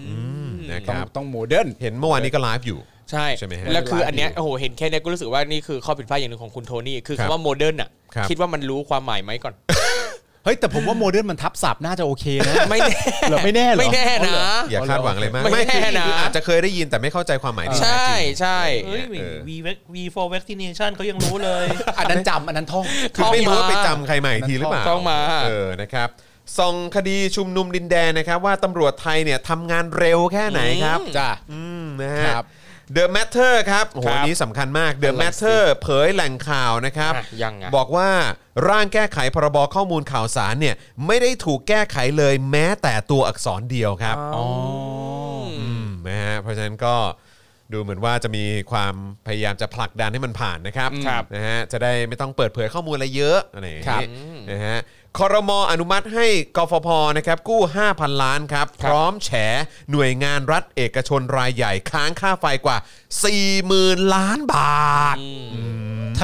S4: นะค
S5: ต้อง
S4: รับ
S5: ต้องโมเดิร์น
S4: เห็นเมื่อวานนี้ก็ไลฟ์อยู่
S2: ใช่
S4: ใช่ไหมฮะ
S2: แล้วคืออันเนี้ย โอ้โห เห็นแค่เนี้ยก็รู้สึกว่านี่คือข้อผิดพลาดอย่างหนึ่งของคุณโทนี่ คือ
S4: ครับ
S2: คำว่าโมเดิร์นอ่ะ
S4: ครับ
S2: คิดว่ามันรู้ความหมายไหมก่ อน
S5: เฮ้ยแต่ผมว่าโมเดิร์นมันทับศัพท์น่าจะโอเคนะ
S2: ไม่แน่
S5: เหรอไม่แน่เหรอ
S2: ไม่แน่นะ
S4: อย่าคาดหวังอะไรมาก
S2: ไม่
S4: คือ
S2: แน่นะ
S4: คืออาจจะเคยได้ยินแต่ไม่เข้าใจความหมายที่แท้
S2: ใช่
S4: จริง
S2: ใช่
S6: เฮ้ย
S4: เออ
S6: V V for vaccination เขายังรู้เลย
S5: อันนั้นจำอันนั้นท่อง
S4: คือไม่รู้ว่าไปจำใครมาอีกทีหรือเปล่า
S2: ต้องมา
S4: เออนะครับ ส่องคดีชุมนุมดินแดนนะครับ ว่าตำรวจไทยเนี่ยทำงานเร็วแค่ไหนครับ
S5: จ้า
S4: อืมนะฮะ
S5: ครับ
S4: The Matter ครับโอ้โห
S2: ครับ
S4: อันนี้สำคัญมาก The
S2: อะไรสิ
S4: Matter เผยแหล่งข่าวนะครับ
S2: อ่ะยังไง
S4: บอกว่าร่างแก้ไขพรบข้อมูลข่าวสารเนี่ย ไม่ได้ถูกแก้ไขเลยแม้แต่ตัวอักษรเดียวครับ
S5: อ๋อ
S4: อืมนะฮะเพราะฉะนั้นก็ดูเหมือนว่าจะมีความพยายามจะผลักดันให้มันผ่านนะครับ
S2: ครับ
S4: นะฮะจะได้ไม่ต้องเปิดเผยข้อมูลอะไรเยอะอะไรอย่าง
S2: ครับ
S4: นี้นะฮะคอรมออนุมัติให้กฟพนะครับกู้ 5,000 ล้านครับ พร้อมแฉหน่วยงานรัฐเอกชนรายใหญ่ค้างค่าไฟกว่า 40,000 ล้านบาท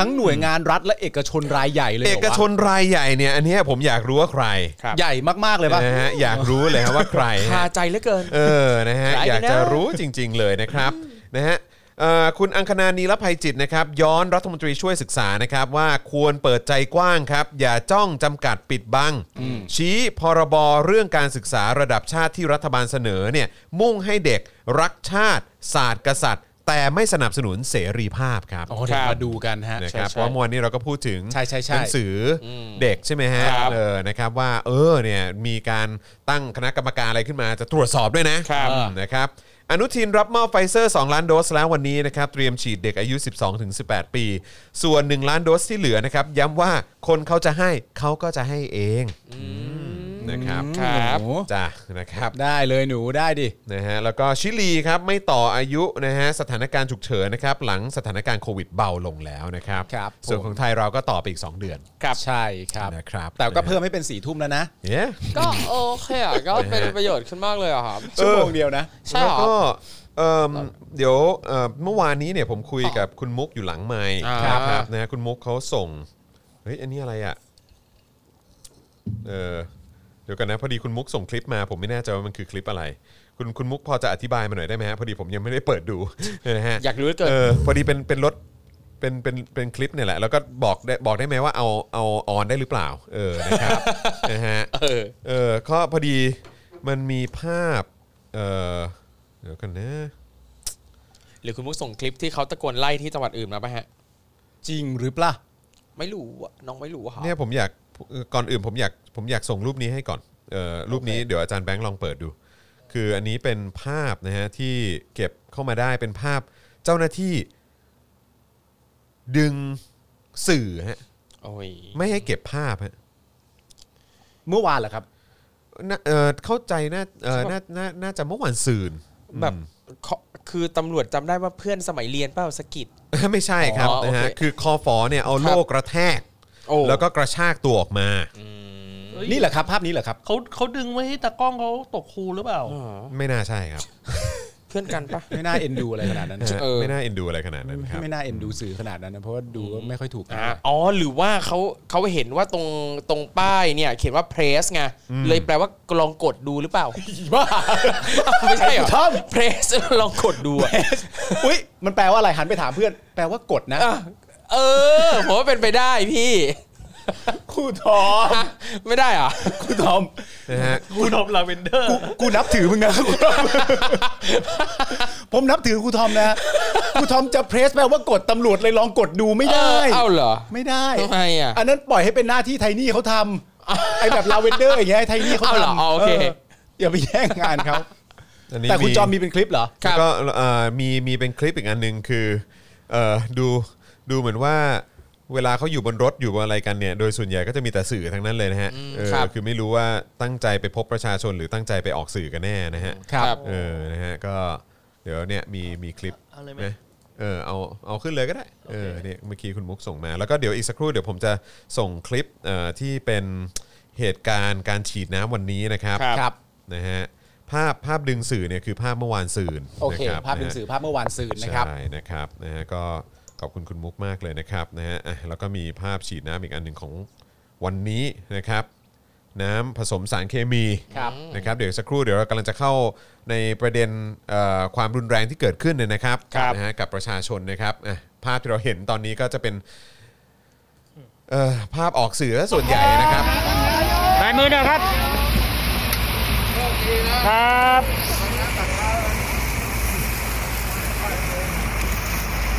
S5: ทั้งหน่วยงานรัฐและเอกชนรายใหญ่เลยหร
S4: เอ
S5: วะ
S4: กชนรายใหญ่เนี่ยอันเนี้ยผมอยากรู้ว่าใคร
S2: ครับ
S5: ใหญ่มากๆเลยป่ะ
S4: นะฮะอยากรู้เลยครับว่าใครฮะ
S3: คาใจเหลือเกิน
S4: เออ นะฮะ
S3: ใครกันนะ
S4: อยากจะรู้จริง ๆ เลยนะครับ นะฮะเอ่อคุณอังคณานีรภัยจิตนะครับ ย้อนรัฐมนตรีช่วยศึกษานะครับ ว่าควรเปิดใจกว้างครับ อย่าจ้องจำกัดปิดบัง ชี้พรบรเรื่องการศึกษาระดับชาติที่รัฐบาลเสนอเนี่ย มุ่งให้เด็กรักชาติ ศาสตร์กษัตริย์ แต่ไม่สนับสนุนเสรีภาพครับ
S5: อ๋อเดี๋ยวมาดูกันฮะ
S4: นะครับเพราะเมื่อวานนี้เราก็พูดถึง
S5: ใช่ใช่ใช่
S4: หนังสืออเด็กใช่ไหมฮะ
S2: ครับ
S4: เออนะครับว่าเออเนี่ยมีการตั้งคณะกรรมการอะไรขึ้นมาจะตรวจสอบด้วยนะครับ อืมนะครับอนุทินรับมอบไฟเซอร์ 2 ล้านโดสแล้ววันนี้นะครับเตรียมฉีดเด็กอายุ 12-18 ปี ส่วน 1 ล้านโดสที่เหลือนะครับย้ำว่าคนเขาจะให้เขาก็จะให้เองนะครับ
S2: ครับ
S5: โอ้
S4: จ้ะนะครับ
S5: ได้เลยหนูได้ดิ
S4: นะฮะแล้วก็ชิลีครับไม่ต่ออายุนะฮะสถานการณ์ฉุกเฉินนะครับหลังสถานการณ์โควิดเบาลงแล้วนะครับ
S5: ครับผม
S4: ส่วนของไทยเราก็ต่อไปอีก 2 เดือน
S2: ครับ
S5: ใช่ครับ
S4: นะครับ
S5: แต่ก็เพิ่มให้เป็นสี่ทุ่มแล้วนะ
S4: เย้
S2: ก็โอเคอ่ะก็เป็นประโยชน์ขึ้นมากเลยอ่ะครับ
S5: ชั่วโมงเดียวนะ
S2: ใช่
S4: แล้ว
S2: เหรอ
S4: ก็เอิ่มเดี๋ยวเอ่อเมื่อวานนี้เนี่ยผมคุยกับคุณมุกอยู่หลังไมค์
S2: อ่า
S4: ครับครับนะฮะคุณมุกเขาส่งเฮ้ยอันนี้อะไรอ่ะเออเดี๋ยวกันนะพอดีคุณมุกส่งคลิปมา ผมไม่แน่ใจว่ามันคือคลิปอะไร คุณคุณมุกพอจะอธิบายมาหน่อยได้ไหมฮะพอดีผมยังไม่ได้เปิดดู นะฮะ
S2: อยากรู้เหลือเกิน
S4: เออพอดีเป็นเป็นรถเป็นเป็นเป็นคลิปเนี่ยแหละ แล้วก็บอกได้บอกได้ไหมว่าเอาเอาออนได้หรือเปล่า เออนะครับ นะฮะ
S2: เออ
S4: เออก็พอดีมันมีภาพเออเดี๋ยวกันนะ
S2: หรือคุณมุกส่งคลิปที่เขาตะโกนไล่ที่จังหวัดอื่นมาป่ะฮะ
S5: จริงหรือเปล่า
S2: ไม่รู้อะน้องไม่รู้อะครับ
S4: เนี่ยผมอยากเอ่อก่อนอื่นผมอยากผมอยากส่งรูปนี้ให้ก่อนเออรูปนี้เดี๋ยวอาจารย์แบงค์ลองเปิดดู คืออันนี้เป็นภาพนะฮะที่เก็บเข้ามาได้เป็นภาพเจ้าหน้าที่ ดึงสื่อฮะ
S2: โอ้ย
S4: ไม่ให้เก็บภาพฮะ
S5: เมื่อวานเหรอครับ
S4: น่าเออเข้าใจน่าเออน่าน่าน่าจะเมื่อวันซืน
S2: แบบเขาคือตำรวจจำได้ว่าเพื่อนสมัยเรียนเปล่าสะกิด
S4: ไม่ใช่ครับ
S2: อ๋อ
S4: นะฮะ
S2: โอเค
S4: คือคอฟอเนี่ยเอาโลกกระแทก
S2: โอ้
S4: แล้วก็กระชากตัวออกมา
S6: เฮ้ย
S5: นี่แหละครับ ภาพนี้เหรอครับ
S6: เขาเขาดึงไว้ให้ตากล้องเขาตกครูหรือเปล่า
S4: ไม่น่าใช่ครับ
S2: เพื่อนกันปะ
S5: ไม่น่าเอ็นดูอะไรขนาดนั้น
S4: นะฮะ
S2: เออ
S4: ไม่น่าเอ็นดูอะไรขนาดนั้นครับ
S5: ไม่น่าเอ็นดูสื่อขนาดนั้นนะเพราะว่าดูก็ไม่ค่อยถูกกัน
S2: อ่ะอ๋อ หรือว่าเขาเขาเห็นว่าตรงตรงป้ายเนี่ย เขียนว่าเพรสไง เลยแปลว่าลองกดดูหรือเปล่า
S5: บ้า
S2: ไม่ใช่เหรอ
S5: ทอม
S2: เพรส ลองกดดูอะ
S5: อุ้ยมันแปลว่าอะไรหันไปถามเพื่อน แปลว่ากดนะ
S2: อ่ะเออ ผมว่าเป็นไปได้พี่
S5: ครูทอม
S2: อ่ะไม่ได้เหรอ่ะ
S5: ครูทอม
S4: นะฮะ
S6: กูดอมลาเวนเดอร์
S5: กูนับถือมึงนะ ครูทอมผมนับถือครูทอมนะครูทอมจะเพรสแปลว่ากดตำรวจเลยลองกดดูไม่
S2: เอ
S5: ได้
S2: อเอ้าเหรอ
S5: ไม่ได้
S2: ทำไมอ่ะ
S5: อันนั้นปล่อยให้เป็นหน้าที่ไทนี่เขาทำไอแบบลาเวนเดอร์อย่างเงี้ยไทนี่เขา
S2: เอาเหรอ
S5: ทำ
S2: อ๋อโอเค
S5: อย่าไปแย่งงานเขา
S4: อันนี้
S5: แต่คุณจอมมีเป็นคลิปเหรอ
S2: ครั
S4: แล้ว
S2: บ
S4: ก็เอ่อมีมีเป็นคลิปอีกอันหนึ่งคือเอ่อดูดูเหมือนว่าเวลาเขาอยู่บนรถอยู่บนอะไรกันเนี่ย โดยส่วนใหญ่ก็จะมีแต่สื่อทั้งนั้นเลยนะฮะเออ
S2: ครับ
S4: คือไม่รู้ว่าตั้งใจไปพบประชาชนหรือตั้งใจไปออกสื่อกันแน่นะฮะ เออ นะฮะ ก็เดี๋ยวเนี่ยมีมีคลิป
S6: เอาเลยไหม
S4: นะเออ เอา เอาขึ้นเลยก็ได้ เออ เนี่ยเมื่อกี้คุณมุกส่งมา แล้วก็เดี๋ยวอีกสักครู่เดี๋ยวผมจะส่งคลิปเอ่อที่เป็นเหตุการณ์การฉีดน้ำวันนี้นะครับ
S2: ครับครับ
S4: นะฮะ ภาพภาพดึงสื่อเนี่ยคือภาพเมื่อวานสื่น
S5: โอเค
S4: นะครับ
S5: ภาพเป็นสื่อภาพเมื่อวานสื่อ
S4: นะ
S5: นะครับ
S4: ฮะใช่นะครับ นะฮะ ก็ขอบคุณคุณมุกมากเลยนะครับ นะฮะอ่ะแล้วก็มีภาพฉีดน้ำอีกอันหนึ่งของวันนี้นะครับ น้ำผสมสารเคมี
S5: ครับ
S4: นะครับเดี๋ยวสักครู่เดี๋ยวเรากำลังจะเข้าในประเด็นเอ่อความรุนแรงที่เกิดขึ้นเนี่ยนะครับ
S2: ครับ
S4: นะฮะกับประชาชนนะครับอ่ะภาพที่เราเห็นตอนนี้ก็จะเป็นเอ่อภาพออกสื่อซะส่วนใหญ่นะครับ
S7: แบมือหน่อยครับ ครับ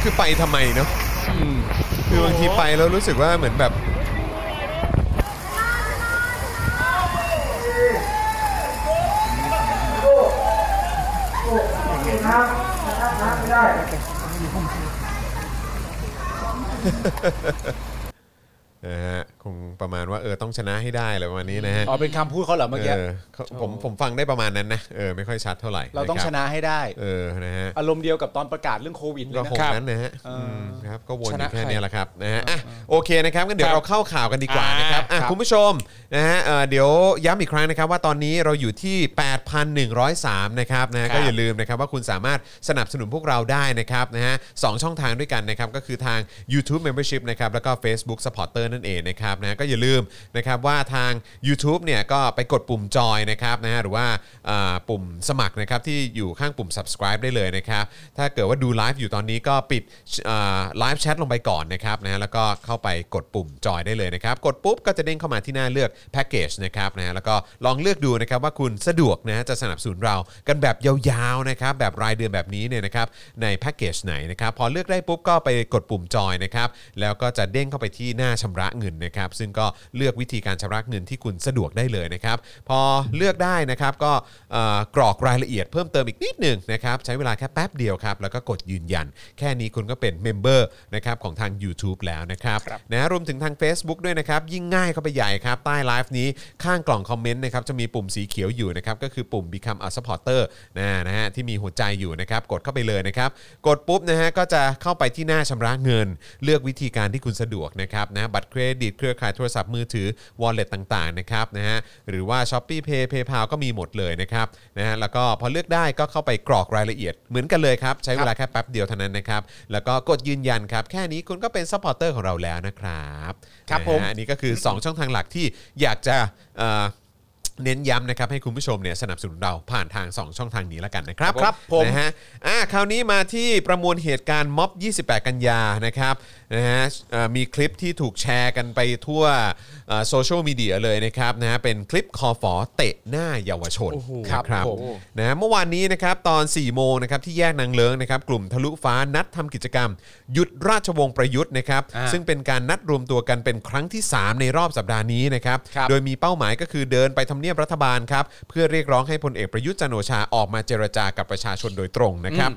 S4: คือไปทำไมเนาะคือบางทีไปแล้วรู้สึกว่าเหมือนแบบ นะฮะคงประมาณว่าเออต้องชนะให้ได้อะไรประมาณนี้นะฮะ
S5: อ๋อเป็นคำพูดเขาเหรอเมื่อกี้
S4: เออเขาผมผมฟังได้ประมาณนั้นนะเออไม่ค่อยชัดเท่าไหร่
S5: เราต้อง
S4: คบ
S5: ชนะให้ได้
S4: เออนะฮะ
S5: อารมณ์เดียวกับตอนประกาศเรื่องโควิดเล
S4: ก็
S5: ยนะ
S4: คง
S2: ครับ
S4: นั้นนะฮะมครับก็วนอ
S2: ชนะ
S4: ยู่
S2: ใคร
S4: แค่เนี้ยแหละครับนะฮะอ่ะโอเคนะครับงั้นเดี๋ย
S2: ครั
S4: ว
S2: บ
S4: เราเข้าข่าวกันดีกว่านะครับ
S2: อ่า
S4: อ่ะ
S2: ครับ
S4: คุณผู้ชมนะฮะเอ่อเดี๋ยวย้ำอีกครั้งนะครับว่าตอนนี้เราอยู่ที่ 8,103 นะครับนะฮะ
S2: ครับ
S4: ก็อย่าลืมนะครับว่าคุณสามารถสนับสนุนพวกเราได้นะครับนะฮะสองช่องทางด้วยกันนะครับก็คือทาง YouTube Membership นะครับแล้วก็ Facebook Supporter นั่นเองนะครับนะฮะก็อย่าลืมนะครับว่าทาง u t u b e เนี่ยก็ไปกดปุ่มจอยนะครับนะฮะหรือว่าอ่าปุ่มสมัครนะครับที่อยู่ข้างปุ่ม subscribe ได้เลยนะครับถ้าเกิดว่าดูไลฟ์อยู่ตอนนี้ก็ปิดไลฟ์แชทลงไปก่อนนะครับนะฮะแล้วก็เข้าไปกดปุ่มจอยได้เลยนะครับ กดปุ๊บก็จะเด้งเข้ามาที่หน้าเลือกแพ็กเกจนะครับนะฮะแล้วก็ลองเลือกดูนะครับว่าคุณสะดวกนะฮะจะสนับสนุนเรากันแบบยาวๆนะครับแบบรายเดือนแบบนี้เนี่ยนะครับในแพ็กเกจไหนนะครับพอเลือกได้ปุ๊บก็ไปกดปุ่มจอยนะครับแล้วก็จะเด้งเข้าไปที่หน้าชำระเงินนะครับซึ่งก็เลือกวิธีการชำระเงินที่คุณสะดวกได้เลยนะครับพอเลือกได้นะครับก็เอ่อกรอกรายละเอียดเพิ่มเติมอีกนิดหนึ่งนะครับใช้เวลาแค่แป๊บเดียวครับแล้วก็กดยืนยัน แค่นี้คุณก็เป็นเมมเบอร์นะครับของทาง YouTube แล้วนะครับ
S2: ครับ
S4: นะรวมถึงทาง Facebook ด้วยนะครับยิ่งง่ายเข้าไปใหญ่ครับ ใต้ไลฟ์นี้ข้างกล่องคอมเมนต์นะครับจะมีปุ่มสีเขียวอยู่นะครับก็คือปุ่ม Become a supporter นะนะฮะที่มีหัวใจอยู่นะครับกดเข้าไปเลยนะครับกดปุ๊บนะฮะก็จะเข้าไปที่หน้าชำระเงิน เลือกวิธีการที่คุณสะดวกนะครับนะบัตรเครดิตเครือข่ายโทรศัพท์มือถือ wallet ต่างๆนะครับนะฮะหรือว่า s h o p e e Pay PayPal ก็มีหมดเลยนะครับนะฮะแล้วก็พอเลือกได้ก็เข้าไปกรอกรายละเอียดเหมือนกันเลยครับใช้เวลาแค่แป๊บเดียวเท่านั้นนะครับแล้วก็กดยืนยันครับแค่นี้คุณก็เป็นซัพพอร์เตอร์ของเราแล้วนะครับ
S5: ครับ
S4: นะฮะ
S5: ผม
S4: อันนี้ก็คือ 2 ช่องทางหลักที่อยากจะเอ่อเน้นย้ำนะครับให้คุณผู้ชมเนี่ยสนับสนุนเราผ่านทาง 2 ช่องทางนี้แล้วกันนะครับ
S5: ครับผม
S4: นะฮะ นะฮะอ่ะคราวนี้มาที่ประมวลเหตุการณ์ม็อบ 28 กันยานะครับนะฮะเอ่อมีคลิปที่ถูกแชร์กันไปทั่วโซเชียลมีเดียเลยนะครับนะฮะเป็นคลิปคอฝอเตะหน้าเยาวชนครับครับนะฮะเมื่อวานนี้นะครับตอน 4 โมงนะครับที่แยกนางเลิ้งนะครับกลุ่มทะลุฟ้านัดทำกิจกรรม หยุดราชวงศ์ประยุทธ์นะครับซึ่งเป็นการนัดรวมตัวกันเป็นครั้งที่ 3 ในรอบสัปดาห์นี้นะครับ
S5: ครับ
S4: โดยมีเป้าหมายก็คือเดินไปทำเนียบรัฐบาลครับเพื่อเรียกร้องให้พลเอกประยุทธ์จันทร์โอชาออกมาเจรจากับประชาชนโดยตรงนะครับ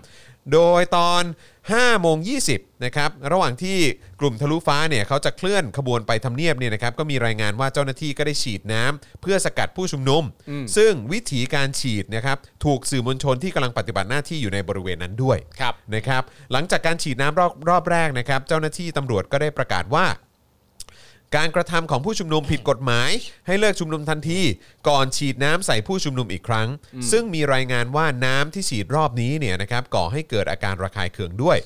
S4: โดยตอน 5 โมง 20 นะครับ ระหว่างที่กลุ่มทะลุฟ้าเนี่ยเขาจะเคลื่อนขบวนไปทำเนียบเนี่ยนะครับ ก็มีรายงานว่าเจ้าหน้าที่ก็ได้ฉีดน้ำเพื่อสกัดผู้ชุมนุม ซึ่งวิถีการฉีดนะครับ ถูกสื่อมวลชนที่กำลังปฏิบัติหน้าที่อยู่ในบริเวณนั้นด้วย
S2: ครับ
S4: นะครับ หลังจากการฉีดน้ำรอบรอบแรกนะครับ เจ้าหน้าที่ตำรวจก็ได้ประกาศว่า การกระทำของผู้ชุมนุมผิดกฎหมาย ให้เลิกชุมนุมทันทีก่อนฉีดน้ำใส่ผู้ชุมนุมอีกครั้ง ซึ่งมีรายงานว่าน้ำที่ฉีดรอบนี้เนี่ยนะครับก่อให้เกิดอาการระคายเคืองด้วย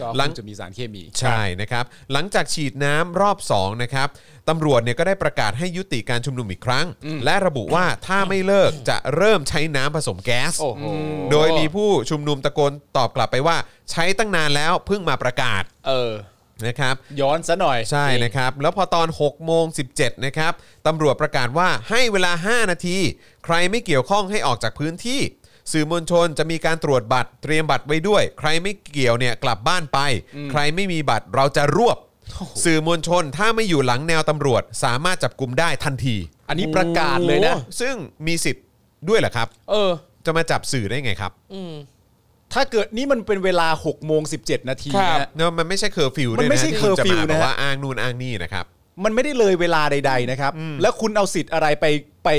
S5: ก็
S4: หลั
S5: ค
S4: ง
S5: งจะมีสารเคมี
S4: ใช่นะครับหลังจากฉีดน้ำรอบ2นะครับตำรวจเนี่ยก็ได้ประกาศให้ยุติการชุมนุมอีกครั้ง และระบุว่าถ้าไม่เลิกจะเริ่มใช้น้ำผสมแก๊ส
S2: โอ้โห
S4: โดยมีผู้ชุมนุมตะโกนตอบกลับไปว่า ใช้ตั้งนานแล้วเพิ่งมาประกาศ
S2: เออ
S4: นะครับ
S5: ย้อนซะหน่อย
S4: ใช่นะครับ แล้วพอตอน 6 โมง 17 นะครับตำรวจประกาศว่าให้เวลา 5 นาที ใครไม่เกี่ยวข้องให้ออกจากพื้นที่ สื่อมวลชนจะมีการตรวจบัตรเตรียมบัตรไว้ด้วย ใครไม่เกี่ยวเนี่ยกลับบ้านไป ใครไม่มีบัตรเราจะรวบ สื่อมวลชนถ้าไม่อยู่หลังแนวตำรวจ สามารถจับกลุ่มได้ทันที
S5: อันนี้ประกาศเลยนะ
S4: ซึ่งมีสิทธิ์ด้วยเหรอครับ
S2: เออ
S4: จะมาจับสื่อได้ไงครับ
S5: ถ้าเกิดนี่มันเป็นเวลา6โมง17 นาที
S2: ครับ
S5: นะฮะ
S4: เนอะมันไม่ใช่เคอร์ฟิว
S5: มันไม่ใช่
S4: ที่ณจะมา
S5: เคอร์ฟิวนะ
S4: แบบว่าอ้างนู่นอ้างนี่นะครับ
S5: มันไม่ได้เลยเวลาใด ๆ นะครับ แล้วคุณเอาสิทธิ์อะไรไปไป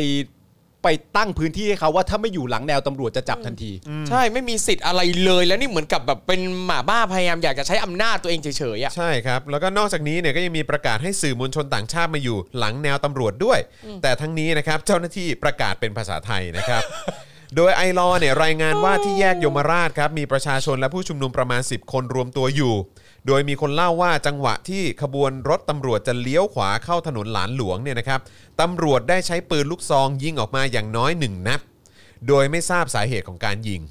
S5: ไปตั้งพื้นที่ให้เขาว่าถ้าไม่อยู่หลังแนวตำรวจจะจับทันที
S2: ใช่ไม่มีสิทธิ์อะไรเลยแล้วนี่เหมือนกับแบบเป็นหมาบ้าพยายามอยากจะใช้อำนาจตัวเองเฉยๆอ่ะ
S4: ใช่ครับ แล้วก็นอกจากนี้เนี่ยก็ยังมีประกาศให้สื่อมวลชนต่างชาติมาอยู่หลังแนวตำรวจด้วย แต่ทั้งนี้นะครับเจ้าหน้าที่ประกาศเป็นภาษาไทยนะครับ โดยไอรอว์เนี่ยรายงานว่าที่แยกยมราชครับมีประชาชนและผู้ชุมนุมประมาณ 10 คนรวมตัวอยู่ โดยมีคนเล่าว่าจังหวะที่ขบวนรถตำรวจจะเลี้ยวขวาเข้าถนนหลานหลวงเนี่ยนะครับตำรวจได้ใช้ปืนลูกซองยิงออกมาอย่างน้อยหนึ่งนัดโดยไม่ทราบสาเหตุของการยิง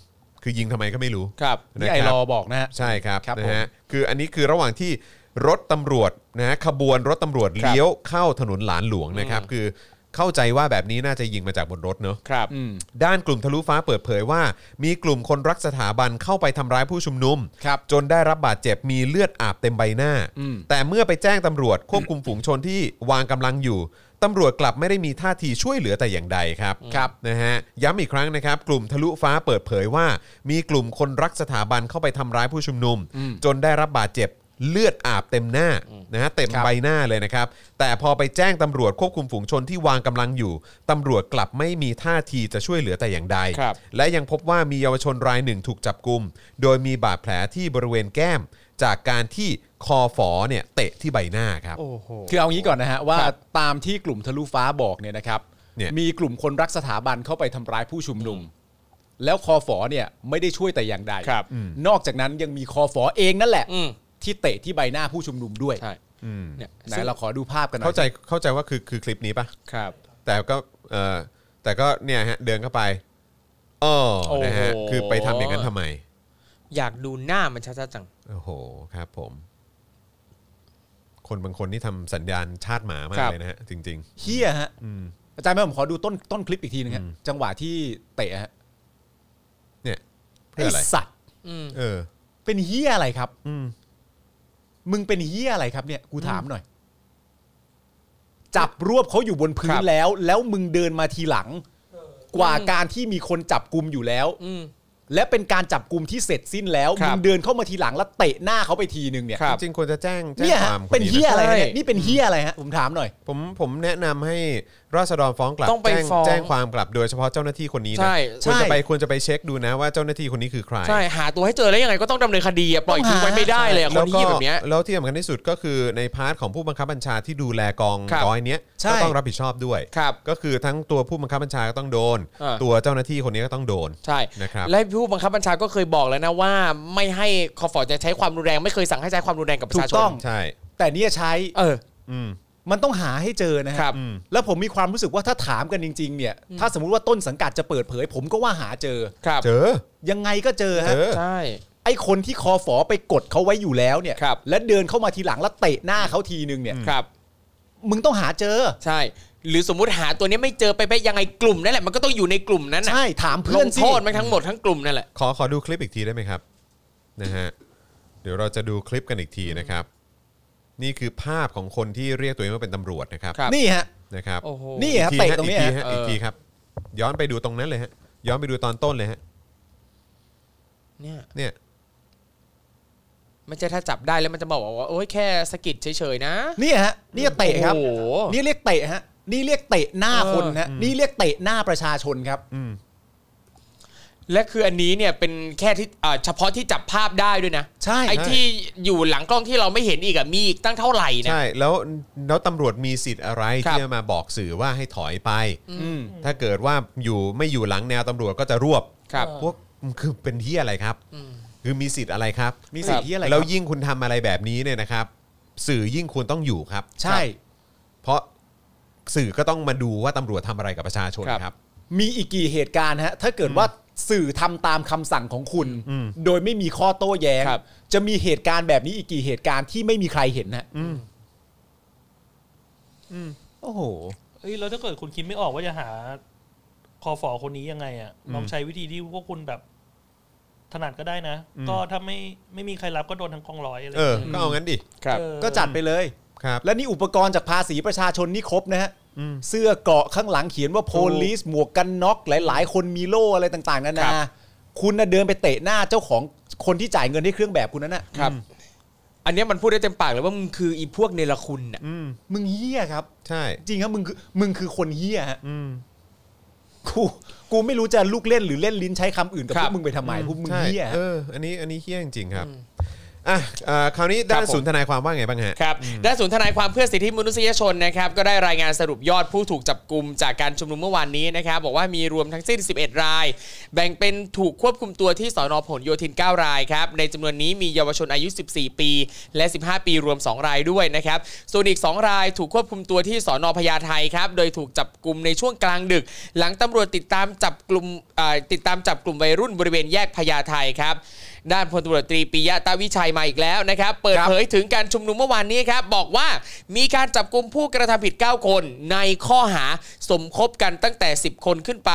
S4: คือยิงทำไมก็ไม่รู้
S2: ครับ
S4: นะ
S5: นี่
S4: ค
S5: ไอ
S4: รับ
S5: รอบอกนะฮะ
S4: ใช่ครับ
S5: ครับ
S4: นะฮะคืออันนี้คือระหว่างที่รถตำรวจนะฮะขบวนรถตำรวจเลี้ยวเข้าถนนหลานหลวงนะครับ คือเข้าใจว่าแบบนี้น่าจะยิงมาจากบนรถเนอะ
S2: ครับ
S4: ด้านกลุ่มทะลุฟ้าเปิดเผยว่า มีกลุ่มคนรักสถาบันเข้าไปทำร้ายผู้ชุมนุม
S5: ครับ
S4: จนได้รับบาดเจ็บมีเลือดอาบเต็มใบหน้า แต่เมื่อไปแจ้งตำรวจควบคุมฝูงชนที่วางกำลังอยู่ ตำรวจกลับไม่ได้มีท่าทีช่วยเหลือแต่อย่างใดครับครับนะฮะย้ำอีกครั้งนะครับ กลุ่มทะลุฟ้าเปิดเผยว่า มีกลุ่มคนรักสถาบันเข้าไปทำร้ายผู้ชุมนุม จนได้รับบาดเจ็บเลือดอาบเต็มหน้านะฮะเต็มใบหน้าเลยนะครับ แต่พอไปแจ้งตำรวจควบคุมฝูงชนที่วางกำลังอยู่ตำรวจกลับไม่มีท่าทีจะช่วยเหลือแต่อย่างใด
S2: ครับ
S4: และยังพบว่ามีเยาวชนรายหนึ่งถูกจับกุม โดยมีบาดแผลที่บริเวณแก้ม จากการที่คอฝอเนี่ยเตะที่ใบหน้าครับ
S2: โอ้โห
S5: คือเอางี้ก่อนนะฮะว่า
S2: ครับ
S5: ตามที่กลุ่มทะลุฟ้าบอกเนี่ยนะครับ
S4: เนี่ย
S5: มีกลุ่มคนรักสถาบันเข้าไปทำร้ายผู้ชุมนุม แล้วคอฝอเนี่ยไม่ได้ช่วยแต่อย่างใด
S2: ครับ
S5: นอกจากนั้นยังมีคอฝอเองนั่นแหละ
S2: อืม
S5: ที่เตะที่ใบหน้าผู้ชุมนุมด้วย
S2: ใช่
S4: อืม
S2: เนี่ย
S5: ไหนเราขอดูภาพกันหน่อย
S4: เข้าใจเข้าใจว่าคือคือคลิปนี้ปะ
S2: ครับ
S4: แต่ก็เออแต่ก็เนี่ยฮะเดินเข้าไปอ๋อ
S2: โอ้โห
S4: นะฮะคือไปทำอย่างนั้นทำไม
S2: อยากดูหน้ามันชัดๆจัง
S4: โอ้โหครับผม คนบางคนนี่ทำสัญญาณชาติหมามาก
S2: ครับ
S4: เลยนะฮะจริง
S5: เฮียฮะ
S4: ๆ อืม
S5: อาจารย์แม่ผมขอดูต้นต้นคลิปอีกทีนึงฮะ
S4: อืม
S5: จังหวะที่เตะฮะ
S4: เนี่ยเพื่
S5: ไอ
S4: ออะไร
S5: สัตว์
S2: อืม
S4: เออ
S5: เป็นเฮียอะไรครับ
S4: อืม
S5: มึงเป็นเฮียอะไรครับเนี่ยกูถามหน่อย จับรวบเขาอยู่บนพื้นแล้ว แล้วมึงเดินมาทีหลัง กว่าการที่มีคนจับกลุมอยู่แล้ว
S2: อืม
S5: และเป็นการจับกลุมที่เสร็จสิ้นแล้ว
S2: ครับ
S5: มึงเดินเข้ามาทีหลังแล้วเตะหน้าเขาไปทีนึงเนี่ย
S2: ครับ
S4: จริงๆควรจะแจ้งแจ้ง
S5: เนี่ย
S4: ค
S5: ฮะ
S4: วามค
S5: เป็น
S4: นนี้
S5: เฮียอะไรนะเนี่
S2: ใช่
S5: ยนี่เป็นเฮียอะไรฮะผมถามหน่อย
S4: ผมผมแนะนำให้ราษฎรฟ้องกลับ
S2: ต้องไป
S4: แจ้
S2: ฟ้อง
S4: แจ้งความกลับโดยเฉพาะเจ้าหน้าที่คนนี้นะ
S2: ใช่
S4: ควรจะ
S5: ใช่
S4: ไปควรจะไปเช็คดูนะว่าเจ้าหน้าที่คนนี้คือใคร
S2: ใช่หาตัวให้เจอแล้วยังไงก็ต้องดำเนินคดีอะปล่อยทิ้งไว้ไม่ได้เลยอะคน
S4: ก็
S2: เหี้ยแบบเนี้ย
S4: แล้วที่สำคัญที่สุดก็คือในพาร์ทของผู้บังคับบัญชาที่ดูแลกอง
S2: ครับ
S4: ร้อยเนี้ย
S5: ใช่
S4: ก็ต้องรับผิดชอบด้วย
S2: ครับ
S4: ก็คือทั้งตัวผู้บังคับบัญชาก็ต้องโดน
S2: เออ
S4: ตัวเจ้าหน้าที่คนนี้ก็ต้องโดน
S2: ใช่
S4: นะครับ
S2: และผู้บังคับบัญชาก็เคยบอกแล้วนะว่า ไม่ให้คอฟอร์จะใช้ความรุนแรงไม่เคยสั่งให้ใช้ความรุนแรงกับประ
S5: ถู
S2: ชาก ชน
S5: ต้อง
S4: ใช่
S5: แต่เนี่ยใช้
S2: เออ
S4: อืม
S5: มันต้องหาให้เจอนะฮะ
S2: ครับ
S4: อืม
S5: แล้วผมมีความรู้สึกว่าถ้าถามกันจริง ๆ เนี่ย ถ้าสมมติว่าต้นสังกัดจะเปิดเผย ผมก็ว่าหาเจอ
S2: ครับ
S4: เจอ
S5: ยังไงก็เจอ
S4: เจ
S5: ฮะ
S4: อ
S2: ใช่
S5: ไอ้คนที่คอฝอไปกดเขาไว้อยู่แล้วเนี่ย
S2: ครับ
S5: และเดินเข้ามาทีหลังแล้วเตะหน้าเขาทีนึงเนี่ย
S2: ครับ
S5: มึงต้องหาเจอ
S2: ใช่ หรือสมมุติหาตัวเนี้ยไม่เจอไปไปยังไงกลุ่มนั่นแหละมันก็ต้องอยู่ในกลุ่มนั้นน่ะ
S5: ใช่ ถามเพื่อน
S2: ลง
S5: สิ
S2: โทษมันทั้งหมดทั้งกลุ่มนั่นแหละ
S4: ขอขอดูคลิปอีกทีได้ไหมครับนะฮะเดี๋ยวเราจะดูคลิปกันอีกทีนะครับ นี่คือภาพของคนที่เรียกตัวเองว่าเป็นตำรวจนะครับ
S2: ครับ
S5: นี่ฮะ
S4: นะครับ
S2: โอ้โห
S5: นี่ฮะ
S4: อีกที
S5: เตะตรงเนี้ย
S4: อีกที
S5: ฮะ
S4: ฮะอีกทีครับ ย้อนไปดูตรงนั้นเลยฮะ ย้อนไปดูตอนต้นเลยฮะ
S2: เนี่ย
S4: เนี่ย
S2: ไม่ใช่ถ้าจับได้แล้วมันจะบอกว่าโอ้ยแค่สะกิดเฉยๆนะ
S5: นี่ฮะ นี่เตะครับ
S2: โอ้โห
S5: นี่เรียกเตะฮะ นี่เรียกเตะหน้า
S2: เออ
S5: คนฮะ นี่เรียกเตะหน้าประชาชนครับ
S4: อืม
S2: และคืออันนี้เนี่ยเป็นแค่ที่อ่าเฉพาะที่จับภาพได้ด้วยนะ
S5: ใช่
S2: ไอ้ที่อยู่หลังกล้องที่เราไม่เห็นอีกอะมีอีกตั้งเท่าไหร่นะ
S4: ใช่ แล้วแล้วตำรวจมีสิทธิ์อะไร
S2: ครับ
S4: ที่จะมาบอกสื่อว่าให้ถอยไป
S5: อืม
S4: ถ้าเกิดว่าอยู่ไม่อยู่หลังแนวตำรวจก็จะรวบ
S2: ครับ
S4: พวกคือเป็นที่อะไรครับ คือมีสิทธิ์อะไรครับ
S5: มีสิทธิ์ที่อะไรค
S4: แล้
S5: รั
S4: ว
S5: บ
S4: ยิ่งคุณทำอะไรแบบนี้เนี่ยนะครับ สื่อยิ่งควรต้องอยู่ครับ
S5: ใช่
S4: เพราะสื่อก็ต้องมาดูว่าตำรวจทำอะไรกับประชาชน
S2: ครับ
S4: ครับ
S5: มีอีกกี่เหตุการณ์ฮะ ถ้าเกิดว่าสื่อทำตามคำสั่งของคุณ โดยไม่มีข้อโต้แย้ง
S2: ครับ
S5: จะมีเหตุการณ์แบบนี้อีกกี่เหตุการณ์ที่ไม่มีใครเห็นฮะโอ้โห
S6: เอ้ยแล้วถ้าเกิดคุณคิดไม่ออกว่าจะหาคอฟอคนนี้ยังไงอ่ะลองใช้วิธีที่พวกคุณแบบ ถนัดก็ได้นะ ก็ถ้าไม่ไม่มีใครรับก็โดนทั้งกองร้อยอะไร
S4: เออ ก็เอางั้นดิ
S2: ครับ
S6: เออ
S5: ก็จัดไปเลย
S4: ครับ
S5: และนี่อุปกรณ์จากภาษีประชาชนนี่ครบนะฮะ เสื้อเกราะข้างหลังเขียนว่า police หมวกกันน็อกหลาย ๆ คนมีโล่อะไรต่างๆนา
S2: ครั
S5: นา
S2: บ
S5: คุณน่ะเดินไปเตะหน้าเจ้าของคนที่จ่ายเงินให้เครื่องแบบคุณนั่นน่ะ
S2: ครับ อันเนี้ยมันพูดได้เต็มปากเลยว่ามึงคืออีพวกเนรคุณน่ะ
S4: อืม
S5: มึงเฮี้ยครับ
S4: ใช่
S5: จริงครับมึงคือมึงคือคนเฮี้ยฮะ
S4: อืม
S5: กูกูไม่รู้จะลูกเล่นหรือเล่นลิ้นใช้คำอื่นกับ
S2: ครั
S5: พ
S2: บ
S5: วกมึงไปทำไมพวกมึง
S4: ใช่
S5: เฮี้ยฮะ
S4: เออ อันนี้ อันนี้เฮี้ยจริงๆครับ อ่ะเอ่อคราวนี้ด้าน
S2: ครับผม
S4: ศูนย์ทนายความว่าไงบ้างฮะ
S2: ครับด้านศูนย์ทนายความเพื่อสิทธิมนุษยชนนะครับก็ได้รายงานสรุปยอดผู้ถูกจับกลุ่มจากการชุมนุมเมื่อวานนี้นะครับบอกว่ามีรวมทั้งสิ้น 11 ราย แบ่งเป็นถูกควบคุมตัวที่สอนอผลโยธิน 9 รายครับในจำนวนนี้มีเยาวชนอายุ 14 ปี และ 15 ปีรวม 2 รายด้วยนะครับส่วนอีก 2 รายถูกควบคุมตัวที่สอนอพญาไทครับโดยถูกจับกลุ่มในช่วงกลางดึก หลังตำรวจติดตามจับกลุ่มอ่าติดตามจับกลุ่มวัยรุ่นบริเวณแยกพญาไทครับด้านพลตำรวจตรีปิยะตาวิชัยมาอีกแล้วนะครับเปิด
S5: ครับ
S2: เผย เปิดเผยถึงการชุมนุมเมื่อวานนี้ครับบอกว่ามีการจับกลุ่มผู้กระทำผิด 9 คน ในข้อหาสมคบกันตั้งแต่ 10 คนขึ้นไป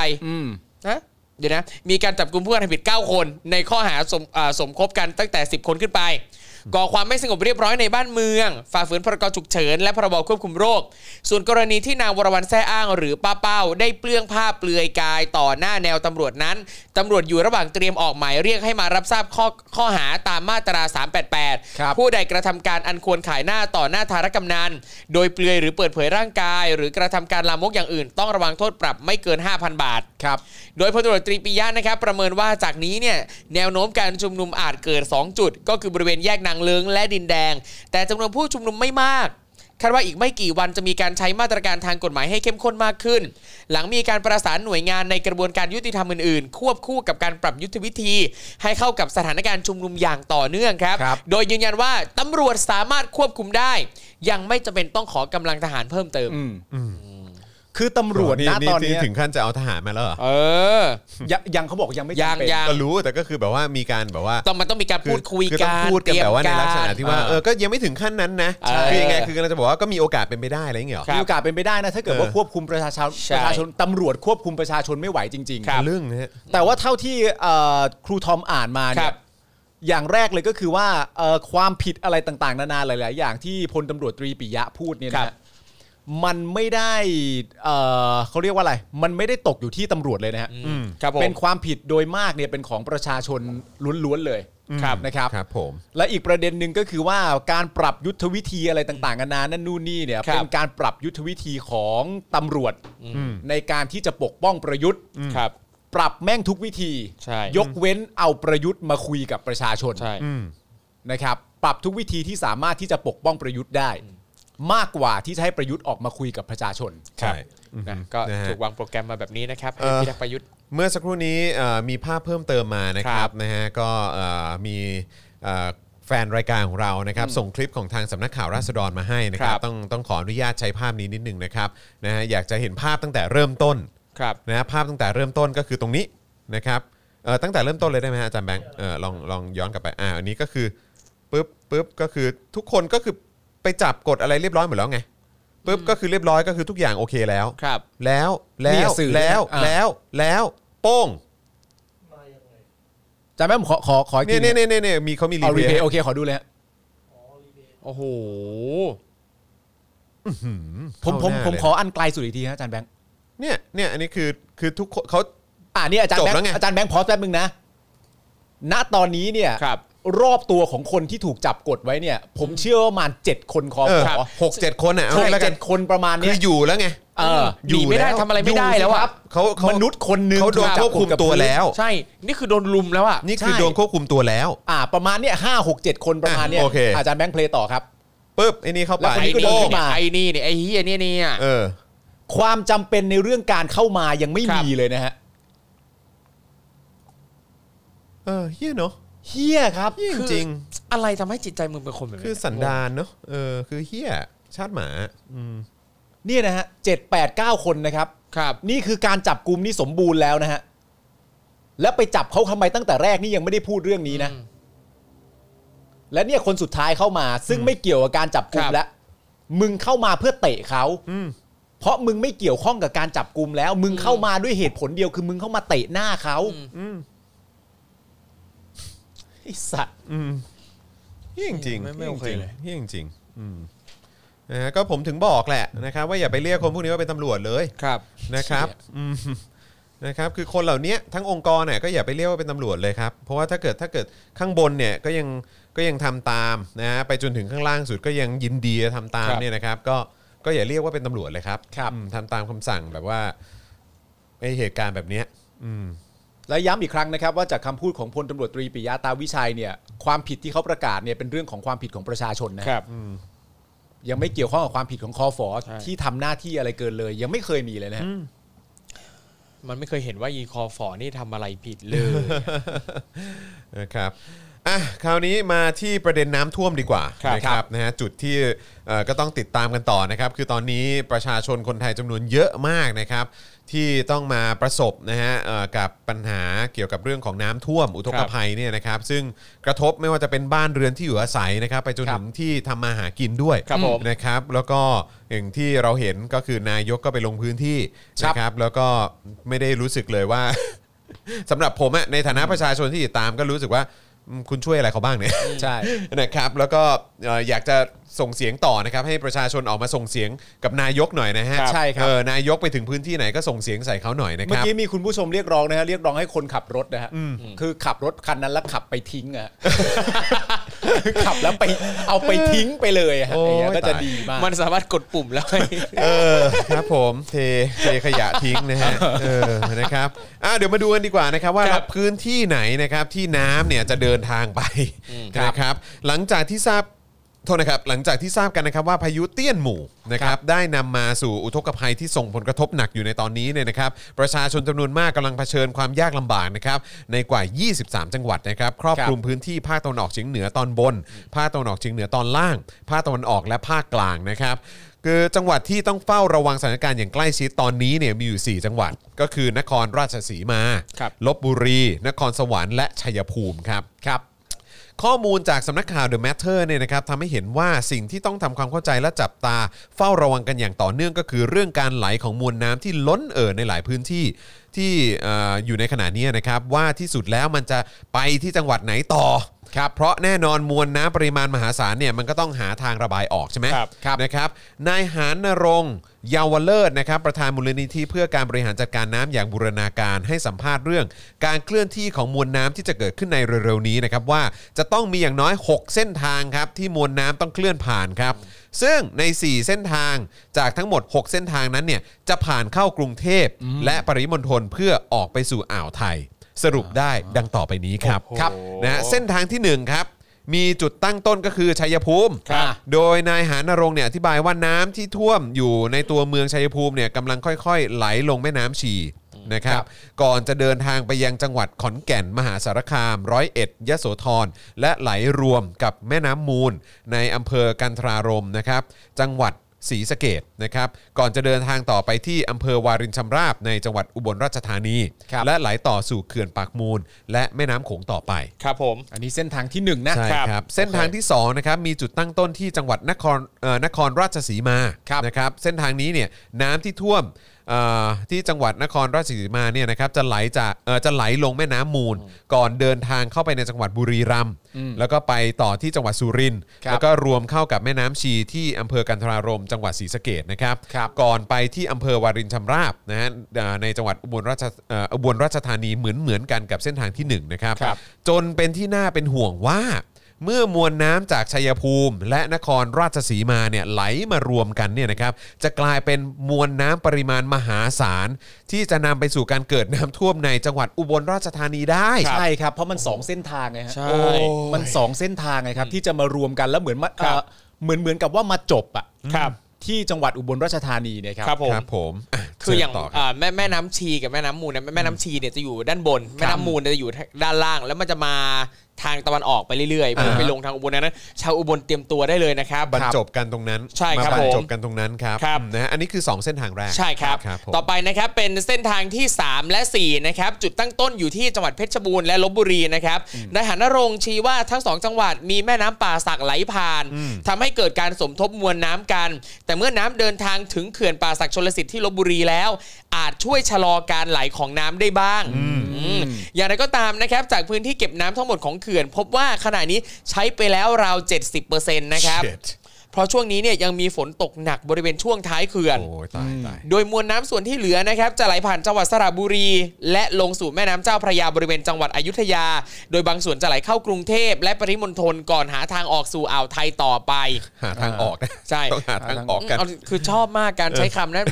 S2: นะเดี๋ยวนะ มีการจับกลุ่มผู้กระทำผิด 9 คน ในข้อหาสมอ่าสมคบกันตั้งแต่ 10 คนขึ้นไป ก่อความไม่สงบเรียบร้อยในบ้านเมือง ฝ่าฝืนพรกฉุกเฉินและพรบควบคุมโรค ส่วนกรณีที่นางวรวรรณแซ่อ้างหรือป้าเป้าได้เปลื้องผ้าเปลือยกายต่อหน้าแนวตำรวจนั้นตำรวจอยู่ระหว่างเตรียมออกหมายเรียกให้มารับทราบข้อข้อหาตามมาตรา 388
S5: ครับ
S2: ผู้ใดกระทำการอันควรขายหน้าต่อหน้าธารกำนันโดยเปลือยหรือเปิดเผยร่างกาย หรือกระทำการลามกอย่างอื่น ต้องระวังโทษปรับไม่เกิน 5,000 บาท
S5: ครับ
S2: โดยพลตำรวจตรีปิยะนะครับประเมินว่าจากนี้เนี่ยแนวโน้มการชุมนุมอาจเกิด 2 จุด ก็คือบริเวณแยกนางเลิงและดินแดง แต่จำนวนผู้ชุมนุมไม่มาก คาดว่าอีกไม่กี่วันจะมีการใช้มาตรการทางกฎหมายให้เข้มข้นมากขึ้น หลังมีการประสานหน่วยงานในกระบวนการยุติธรรมอื่นๆ ควบคู่กับการปรับยุทธวิธี ให้เข้ากับสถานการณ์ชุมนุมอย่างต่อเนื่องครับ
S5: ครับ
S2: โดยยืนยันว่าตำรวจสามารถควบคุมได้ ยังไม่จำเป็นต้องขอกำลังทหารเพิ่มเติม
S5: อืมคือตำรวจนะตอนเนี้ย
S4: ถึงขั้นจะเอาทหารมาแล้วเหรอ
S2: เออ
S5: ยังยังเขาบอกยังไม่
S2: ยัง
S5: จำเป็น
S2: ยัง
S4: ก็รู้แต่ก็คือแบบว่ามีการแบบว่า
S2: ต้องมันต้องมีการพูดคุย
S4: อ
S2: กั
S4: ต้อน งพูดกันแบบว่าในลักษณะ
S2: เตรีย
S4: ที่
S2: มกร
S4: ว่าเออก็ยังไม่ถึงขั้นนั้นนะ
S2: เออ
S4: คือยังไงคือกำลังจะบอกว่าก็มีโอกาสเป็นไปได้อะไรอย่างเงี้ยเหรอ
S2: ครับ
S5: มีโอกาสเป็นไปได้นะ ถ้าเกิดว่าควบคุมประชาชน
S2: ใช่
S5: ประชาชนตำรวจควบคุมประชาชนไม่ไหวจริง
S2: ครับ
S4: เรื่องนะฮะ
S5: ๆ แต่ว่าเท่าที่เอ่อครูทอมอ่านมา
S2: ค
S5: เนี่
S2: รั
S5: ย
S2: บ
S5: อย่างแรกเลยก็คือว่าเอ่อความผิดอะไรต่างๆ นานาหลาย ๆ อย่างที่พลตำรวจตรีปิยะพูดเนี่ย
S2: ครั
S5: นะ
S2: บ
S5: มันไม่ได้เอ่อเขาเรียกว่าอะไร มันไม่ได้ตกอยู่ที่ตำรวจเลยนะฮะ
S2: ครับผม
S5: เป็นความผิดโดยมากเนี่ยเป็นของประชาชนล้วนๆเลย
S2: ครับ
S5: นะครับ
S4: ครับผม
S5: และอีกประเด็นหนึ่งก็คือว่าการปรับยุทธวิธีอะไรต่างๆกันานานั่นนู่นนี่เนี่
S2: ค
S5: ย
S2: รับ
S5: เป็นการปรับยุทธวิธีของตำรวจในการที่จะปกป้องประยุทธ์
S2: ครับ
S5: ปรับแม่งทุกวิธี
S2: ใช่
S5: ยกเว้นเอาประยุทธ์มาคุยกับประชาชน
S2: ใช่
S5: นะครับปรับทุกวิธีที่สามารถที่จะปกป้องประยุทธ์ได้ มากกว่าที่จะให้ประยุทธ์ออกมาคุยกับประชาชน
S4: ใช่
S2: นะก็
S4: นะฮะ
S2: ถูกวางโปรแกรมมาแบบนี้นะครับ
S4: เอ่อ
S2: ให้พิทักษ์ประยุทธ์
S4: เมื่อสักครู่นี้เอ่อมีภาพเพิ่มเติมมานะค
S2: ค
S4: รั
S2: รั
S4: บบ นะฮะก็เอ่อมีเอ่อแฟนรายการของเรานะครับส่งคลิปของทางสำนักข่าวราษฎรมาให้นะครับ
S2: ครับ
S4: ต้องต้องขออนุญาตใช้ภาพนี้นิดนึงนะครับนะฮะอยากจะเห็นภาพตั้งแต่เริ่มต้น
S2: ครับ
S4: นะฮะภาพตั้งแต่เริ่มต้นก็คือตรงนี้นะครับเอ่อตั้งแต่เริ่มต้นเลยได้ไหมฮะอาจารย์แบงค์เอ่อลองลองย้อนกลับไปอ่าอันนี้ก็คือปุ๊บปุ๊บก็คือทุกคนก็คือไปจับกดอะไรเรียบร้อยหมดแล้วไงปุ๊บก็คือเรียบร้อยก็คือทุกอย่างโอเคแล้ว
S2: ครับ
S4: แล้ว
S5: เนี่
S4: แล้ว
S5: ยสื่อ
S4: แล้ว
S5: อ่ะ
S4: แล้วแล้วโป้ง
S5: จำไหมผมขอขอขออีก
S4: เนี่
S5: ที
S4: ยเนี่ยเนี่ยเนี่ยมีเขามีรี
S5: เอารี
S4: วิ
S5: เพย์
S4: ว
S5: โอเคขอดูเลยฮะ
S2: โอ้โห
S5: ผมผมผมขออันไกลสุดอีกทีฮะอาจารย์แบงค์
S4: เนี่ยเนี่ยอันนี้คือคือทุกคนเขา
S5: อ่านี่อาจารย์แบง
S4: จบแล้วไง
S5: ค์อาจารย์แบงค์พอสแป๊บนึงนะ ณตอนนี้เนี่ย
S2: ครับ
S5: รอบตัวของคนที่ถูกจับกดไว้เนี่ย ผมเชื่อว่าประมาณเจ็ดคนคอ
S4: เออ
S5: ขอ
S4: หกเจ็ดคนอ่ะเอา
S5: หก
S4: แล้วกั
S5: เจ็
S4: น
S5: ดคนประมาณ
S4: คื
S5: เนี้
S4: อย อยู่แล้วไง
S5: เออ
S2: หนีไม่ได้ทำอะไรไม่ได้แล้วอะ
S4: เขาเขา
S5: มนุษย์คนหนึง
S4: เขาโดนควบคุมตัวแล้ว
S2: ใช่ นี่คือโดนลุมแล้วอะ
S4: นี่คือโดนควบคุมตัวแล้ว
S5: อ่า ประมาณเนี่ยห้าหกเจ็ดคนประมาณเนี่ย
S4: อ่ะโอเค
S5: อาจารย์แบงค์เพลย์ต่อครับ
S4: ปุ๊บไอ้นี่เข้าไป
S5: แล้วคนนี้ก็โด
S2: ไอ้นี่
S5: นเข้า
S2: เนี่ย
S5: มา
S2: ไอ้นี่เนี่ยไอ้เฮียเนี่ยเนี่ย
S4: เออ
S5: ความจำเป็นในเรื่องการเข้ามายังไม่
S2: ครับ
S5: มีเลยนะฮะ
S4: เออเฮี้ยเนาะ
S5: เฮียครับ
S4: เฮี้ยจริง
S2: อะไรทำให้จิตใจมึงเป็นคนแบบ
S4: ๆ
S2: นี้
S4: คือสันดานเนาะเออคือเฮี้ยชาติหมา
S5: เนี่ยนะฮะเจ็ดแปดเก้าคนนะครับ
S2: ครับ
S5: นี่คือการจับกลุ่มนี่สมบูรณ์แล้วนะฮะ แล้วไปจับเขาทำไมตั้งแต่แรกนี่ยังไม่ได้พูดเรื่องนี้นะ
S2: อืม
S5: และเนี่ยคนสุดท้ายเข้ามา ซึ่งไม่เกี่ยวกับการจับกลุ่ม
S2: ครับ
S5: แล้วมึงเข้ามาเพื่อเตะเขาเพราะมึงไม่เกี่ยวข้องกับการจับกลุ่มแล้ว มึงเข้ามาด้วยเหตุผลเดียวคือมึงเข้ามาเตะหน้าเขาไอสัตว์
S4: อืมเฮี้ยจริงๆ
S2: ไม่ไม่โอเคเลย
S4: เฮี้ยจริงๆอืมนะฮะก็ผมถึงบอกแหละนะครับ ว่าอย่าไปเรียกคนพวกนี้ว่าเป็นตำรวจเลย
S2: ครับ
S4: นะครับอืมนะครับคือคนเหล่าเนี้ยทั้งองค์กรเนี่ยก็อย่าไปเรียกว่าเป็นตำรวจเลยครับ เพราะว่าถ้าเกิดถ้าเกิดข้างบนเนี่ยก็ยังก็ยังทำตามนะฮะไปจนถึงข้างล่างสุดก็ยังยินดีจะทำตาม
S2: ครับ
S4: เนี่ยนะครับ ก็ก็อย่าเรียกว่าเป็นตำรวจเลยครับ
S5: ครับ
S4: อืมทำตามคำสั่งแบบว่าไอเหตุการณ์แบบเนี้ยอืม
S5: และย้ำอีกครั้งนะครับ ว่าจากคำพูดของพลตำรวจตรีปิยะตาวิชัยเนี่ย ความผิดที่เขาประกาศเนี่ยเป็นเรื่องของความผิดของประชาชนนะยังไม่เกี่ยวข้องกับความผิดของคอฟอ
S2: ใช่
S5: ที่ทำหน้าที่อะไรเกินเลย ยังไม่เคยมีเลยนะฮะ
S2: มันไม่เคยเห็นว่ายีคอฟอนี่ทำอะไรผิดเลย
S4: นะครับอ่ะคราวนี้มาที่ประเด็นน้ำท่วมดีกว่า
S2: ครับ
S4: นะครับนะฮะจุดที่เอ่อก็ต้องติดตามกันต่อนะครับ คือตอนนี้ประชาชนคนไทยจำนวนเยอะมากนะครับ ที่ต้องมาประสบนะฮะเอ่อกับปัญหาเกี่ยวกับเรื่องของน้ำท่วมอุทกภัยเนี่ยนะครับ ซึ่งกระทบไม่ว่าจะเป็นบ้านเรือนที่อยู่อาศัยนะครับ ไปจนถึงที่ทำมาหากินด้วย
S2: ครับผม
S4: นะครับ แล้วก็อย่างที่เราเห็นก็คือนายกก็ไปลงพื้นที่นะครับ แล้วก็ไม่ได้รู้สึกเลยว่า สำหรับผมอะในฐานะประชาชนที่ติดตามก็รู้สึกว่า อืมคุณช่วยอะไรเขาบ้างเนี่ย
S5: ใช่
S4: นะครับแล้วก็เอ่ออยากจะส่งเสียงต่อนะครับ ให้ประชาชนออกมาส่งเสียงกับนายกหน่อยนะฮะ
S5: ครับใช่ครับ
S4: เออนายกไปถึงพื้นที่ไหนก็ส่งเสียงใส่เขาหน่อยนะค
S5: เมื่อ
S4: รับ
S5: กี้มีคุณผู้ชมเรียกร้องนะฮะเรียกร้องให้คนขับรถนะฮะคือขับรถคันนั้นแล้วขับไปทิ้งอะ ขับแล้วไปเอาไปทิ้งไปเลยอะฮะ
S4: โอ้
S5: อย ย่างเงี้ยก็จะ
S4: ตาย
S5: ดีมาก
S2: มันสามารถกดปุ่มแล้วให้
S4: เออครับผมเทเทขยะทิ้งนะฮะเออนะครับอ่ะเดี๋ยวมาดูกันดีกว่านะครับว่า
S2: ครับ
S4: พื้นที่ไหนนะครับที่น้ำเนี่ยจะเดินทางไปนะครับหลังจากที่ทราบโทษนะครับหลังจากที่ทราบกันนะครับว่าพายุเตี้ยนหมู่นะครับได้นำมาสู่อุทกภัยที่ส่งผลกระทบหนักอยู่ในตอนนี้เนี่ยนะครับประชาชนจำนวนมากกำลังเผชิญความยากลำบากนะครับในกว่า 23 จังหวัดนะครับครอบคลุมพื้นที่ภาคตะวันออกเฉียงเหนือตอนบน ภาคตะวันออกเฉียงเหนือตอนล่าง ภาคตะวันออกและภาคกลางนะครับ คือจังหวัดที่ต้องเฝ้าระวังสถานการณ์อย่างใกล้ชิดตอนนี้เนี่ยมีอยู่ 4 จังหวัด ก็คือนครราชสีมาลบบุรี นครสวรรค์และชัยภูมิครับครับ ข้อมูลจากสำนักข่าว The Matter เนี่ยนะครับทำให้เห็นว่าสิ่งที่ต้องทำความเข้าใจและจับตา เฝ้าระวังกันอย่างต่อเนื่องก็คือเรื่องการไหลของมวลน้ำที่ล้นเอ่อในหลายพื้นที่ที่เอออยู่ในขณะนี้นะครับว่าที่สุดแล้วมันจะไปที่จังหวัดไหนต่อครับเพราะแน่นอนมวลน้ำปริมาณมหาศาลเนี่ยมันก็ต้องหาทางระบายออกใช่ไหม
S2: ครับ
S4: นะครับนายหานนรงค์เยาวเลิศนะครับประธานมูลนิธิเพื่อการบริหารจัดการน้ำอย่างบูรณาการให้สัมภาษณ์เรื่อง การเคลื่อนที่ของมวลน้ำที่จะเกิดขึ้นในเร็วๆนี้นะครับว่าจะต้องมีอย่างน้อย 6 เส้นทางครับที่มวลน้ำต้องเคลื่อนผ่านครับ ซึ่งใน 4 เส้นทางจากทั้งหมด 6 เส้นทางนั้นเนี่ยจะผ่านเข้ากรุงเทพและปริมณฑลเพื่อออกไปสู่อ่าวไทย สรุปได้ดังต่อไปนี้ครับครับนะฮะเส้นทางทีหนึ่1ครับ มีจุดตั้งต้นก็คือชัยภูมิ
S2: ครับ
S4: โดยนายหานรงค์เนี่ยอธิบายว่าน้ำที่ท่วมอยู่ในตัวเมืองชัยภูมิเนี่ยกำลังค่อยๆ ไหลลงแม่น้ำชีนะครับ ก่อนจะเดินทางไปยังจังหวัดขอนแก่น มหาสารคาม ร้อยเอ็ดยโสธร และไหลรวมกับแม่น้ำมูล ในอำเภอกันทรารมนะครับ จังหวัด ศรีสะเกดนะครับก่อนจะเดินทางต่อไปที่อำเภอวารินชำราบในจังหวัดอุบลราชธานี และไหลต่อสู่เขื่อนปากมูล และแม่น้ำโขงต่อไป
S2: ครับผม
S5: อันนี้เส้นทางที่หนึ่งนะ
S4: ใช่ครับเส้นทางที่2นะครับมีจุดตั้งต้นที่จังหวัดนครเอ่อนครราชสีมา
S5: ครับ
S4: นะครับเส้นทางนี้เนี่ยน้ำที่ท่วมเอ่อที่จังหวัดนครราชสีมาเนี่ยนะครับจะไหลจากเอ่อจะไหลลงแม่น้ำมูล ก่อนเดินทางเข้าไปในจังหวัดบุรีรัมย์แล้วก็ไปต่อที่จังหวัดสุรินทร์
S5: ครับ
S4: แล้วก็รวมเข้ากับแม่น้ำชีที่อำเภอกันทรารมจังหวัดศรีสะเกดนะครับ
S5: ครับ
S4: ก่อนไปที่อำเภอวารินชำราบนะฮะเอ่อในจังหวัดอุบลราชเอ่ออุบลราชธานีเหมือนเหมือนกันกับเส้นทางที่หนึ่งนะครับ
S5: ครับ
S4: จนเป็นที่น่าเป็นห่วงว่า เมื่อมวลน้ำจากชัยภูมิ และนครราชสีมาเนี่ยไหลมารวมกันเนี่ยนะครับ จะกลายเป็นมวลน้ำปริมาณมหาศาล ที่จะนำไปสู่การเกิดน้ำท่วมในจังหวัดอุบลราชธานีได้
S5: ใช่ครับ เพราะมันสองเส้นทางไงฮะ
S2: ใช่
S5: โอ้มันสองเส้นทางไงครับที่จะมารวมกันแล้วเหมือนมาเอ่อเหมือนเหมือนกับว่ามาจบอ่ะ
S2: ครับ
S5: ที่จังหวัดอุบลราชธานีเนี่ยครั
S2: ครับผม
S4: ครับผมะ
S2: คืออย่าง
S4: เชิญต่อครับ
S2: อ่าแม่แม่น้ำชีกับแม่น้ำมูลเนี่ยแม่แม่น้ำชีเนี่ยจะอยู่ด้านบน แม่น้ำมูลเนี่ยจะอยู่ด้านล่าง แล้วมันจะมาทางตะวันออกไปเรื่อยๆเพื่อ
S4: อ่าฮะ
S2: ไปลงทางอุบลดังนั้น ชาวอุบลเตรียมตัวได้เลยนะครับ
S4: บรรจบกันตรงนั้น
S2: ใช่ครับ
S4: มาบรรจบ
S2: ผม
S4: กันตรงนั้นครับ
S2: ครับ
S4: นะฮะอันนี้คือ 2 เส้นทางแรก
S2: ใช่ครับ
S4: ครับผม
S2: ต่อไปนะครับเป็นเส้นทางที่ 3 และ 4 นะครับ จุดตั้งต้นอยู่ที่จังหวัดเพชรบูรณ์และลบบุรีนะครับนายหานรงค์ชี้ว่าทั้งสองจังหวัดมีแม่น้ำป่าสักไหลผ่านทำให้เกิดการสมทบมวลน้ำกัน แต่เมื่อน้ำเดินทางถึงเขื่อนป่าสักชนลสิทธิ์ที่ลบบุรีแล้ว อาจช่วยชะลอการไหลของน้ำได้บ้างอืมอย่างไรก็ตามนะครับ จากพื้นที่เก็บน้ำทั้งหมดของเขื่อน พบว่าขณะนี้ใช้ไปแล้วราว 70%นะครับ
S4: Shit
S2: เพราะช่วงนี้เนี่ยยังมีฝนตกหนักบริเวณช่วงท้ายเขื่อน
S4: โอ้ยตายตาย
S2: โดยมวลน้ำส่วนที่เหลือนะครับ จะไหลผ่านจังหวัดสระบุรี และลงสู่แม่น้ำเจ้าพระยาบริเวณจังหวัดอยุธยา โดยบางส่วนจะไหลเข้ากรุงเทพและปริมณฑลก่อนหาทางออกสู่อ่าวไทยต่อไป
S4: หาทางออกนะ
S2: ใช่
S4: ต้องหาทางออกกัน
S2: เอาคือชอบมากการใช้คำนั้น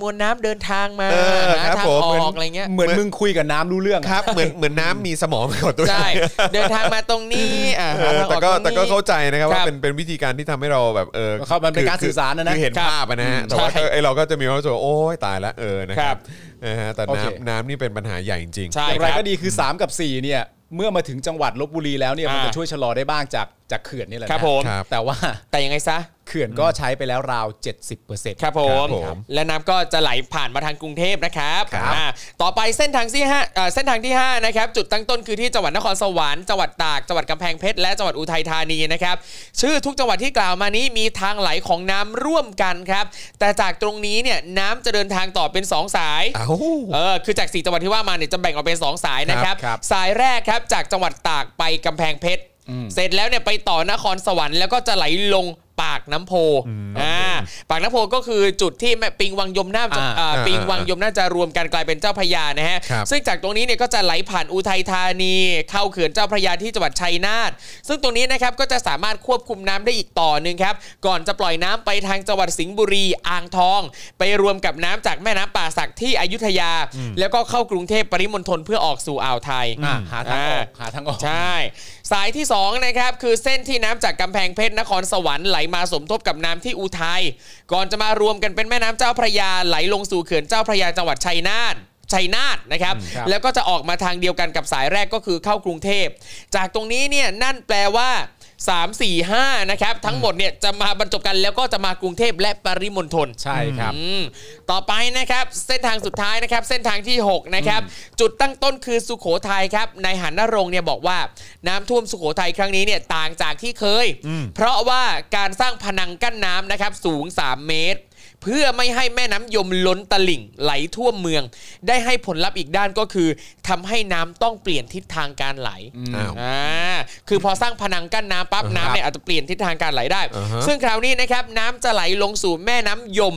S2: มวลน้ำเดินทางมา
S4: เออ
S2: หา
S4: ครับ
S2: ทาง
S4: ผม
S2: ออกอะไรเงี้ย
S5: เหมือนมึงคุยกับน้ำรู้เรื่องอะ
S4: ครับเหมือนเหมือนน้ำมีสมองของตัวเอง
S2: ใช่เดินทางมาตรงนี้อ่ะ
S4: เอ
S2: หา
S4: อ
S2: ทางอ
S4: แต่
S2: อก
S4: ก็
S2: ตรงนี้
S4: แต่ก็เข้าใจนะครับ
S2: ค
S4: ว่า
S2: รับ
S4: เป็นเป็นวิธีการที่ทำให้เราแบบเออ
S5: เขามันเป็น
S4: คือ
S5: การสื่อสารนะนะ
S4: คือเห็น
S2: ครับ
S4: ภาพอะนะฮะแต่ว่า
S2: ใช่
S4: ก็ไอเราก็จะมีความรู้สึกว่าโอ๊ยตายละเออนะค
S2: ครั
S4: รับบ นะฮะแต่
S5: โอเค
S4: น้ำน้ำนี่เป็นปัญหาใหญ่จริงๆ
S2: ใช่
S5: อย่าง
S2: ค
S5: ไร
S2: รับ
S5: ก็ดีคือ 3 กับ 4 เนี่ย เมื่อมาถึงจังหวัดลบบุรีแล้วเนี่ยมัน
S2: อ่า
S5: จะช่วยชะลอได้บ้างจากจากเขื่อนนี่แหละนะครับ
S2: ผม
S4: ครับ
S5: แต่ว่า
S2: แต่ยังไงซะ
S5: ขื่อนก็ใช้ไปแล้วราว 70%
S2: ครับผม
S4: ครับผม
S2: และน้ำก็จะไหลผ่านมาทางกรุงเทพนะครับ
S4: ครับ
S2: อ่าต่อไปเส้นทางที่ห้าเอ่อเส้นทางที่ห้านะครับ จุดตั้งต้นคือที่จังหวัดนครสวรรค์จังหวัดตากจังหวัดกำแพงเพชรและจังหวัดอุทัยธานีนะครับ ชื่อทุกจังหวัดที่กล่าวมานี้มีทางไหลของน้ำร่วมกันครับ แต่จากตรงนี้เนี่ยน้ำจะเดินทางต่อเป็นสองสาย
S4: เอ้า
S2: เออคือจากสี่จังหวัดที่ว่ามาเนี่ยจะแบ่งออกเป็นสองสายนะครับ
S4: ครับ
S2: สายแรกครับจากจังหวัดตากไปกำแพงเพชร เสร็จแล้วเนี่ยไปต่อนครสวรรค์แล้วก็จะไหลลงปากน้ำโพอ่าปากน้ำโพก็คือจุดที่แม่ปิงวังยมน่าจะ
S5: อ่า
S2: อ่า
S4: อ่า
S2: ปิงวังยมน่าจะรวมกันกลายเป็นเจ้าพระยานะฮะ
S4: ครับ
S2: ซึ่งจากตรงนี้เนี่ยก็จะไหลผ่านอุทัยธานี เข้าเขื่อนเจ้าพระยาที่จังหวัดชัยนาทซึ่งตรงนี้นะครับก็จะสามารถควบคุมน้ำได้อีกต่อหนึ่งครับ ก่อนจะปล่อยน้ำไปทางจังหวัดสิงห์บุรี อ่างทอง ไปรวมกับน้ำจากแม่น้ำป่าสักที่อยุธยา แล้วก็เข้ากรุงเทพปริมณฑลเพื่อออกสู่อ่าวไทย
S5: อ่ะหาทางออกหาทางออก
S2: ใช่ สายที่ 2 นะครับ คือเส้นที่น้ำจากกำแพงเพชรนครสวรรค์ไหลมาสมทบกับน้ำที่อุทัยก่อนจะมารวมกันเป็นแม่น้ำเจ้าพระยาไหลลงสู่เขื่อนเจ้าพระยาจังหวัดชัยนาทชัยนาทนะครับ
S5: ครับ
S2: แล้วก็จะออกมาทางเดียวกันกับสายแรกก็คือเข้ากรุงเทพ จากตรงนี้เนี่ยนั่นแปลว่า 3 4 5 นะครับ ทั้งหมดเนี่ยจะมาบรรจบกันแล้วก็จะมากรุงเทพและปริมณฑล
S5: ใช่ครับ
S2: อืมต่อไปนะครับเส้นทางสุดท้ายนะครับ เส้นทางที่ 6 นะครับ จุดตั้งต้นคือสุโขทัยครับนายหันนรงค์เนี่ยบอกว่าน้ำท่วมสุโขทัยครั้งนี้เนี่ยต่างจากที่เคย เพราะว่าการสร้างพนังกั้นน้ำนะครับสูง 3 เมตร เพื่อไม่ให้แม่น้ำยมล้นตลิ่งไหลท่วมเมือง ได้ให้ผลลัพธ์อีกด้านก็คือทำให้น้ำต้องเปลี่ยนทิศทางการไหล
S4: อ้าว
S2: อ่าคือพอสร้างพนังกั้นน้ำปั๊บน้ำเนี่ยอาจจะเปลี่ยนทิศทางการไหลได้
S4: อ่าฮะ
S2: ซึ่งคราวนี้นะครับน้ำจะไหลลงสู่แม่น้ำยม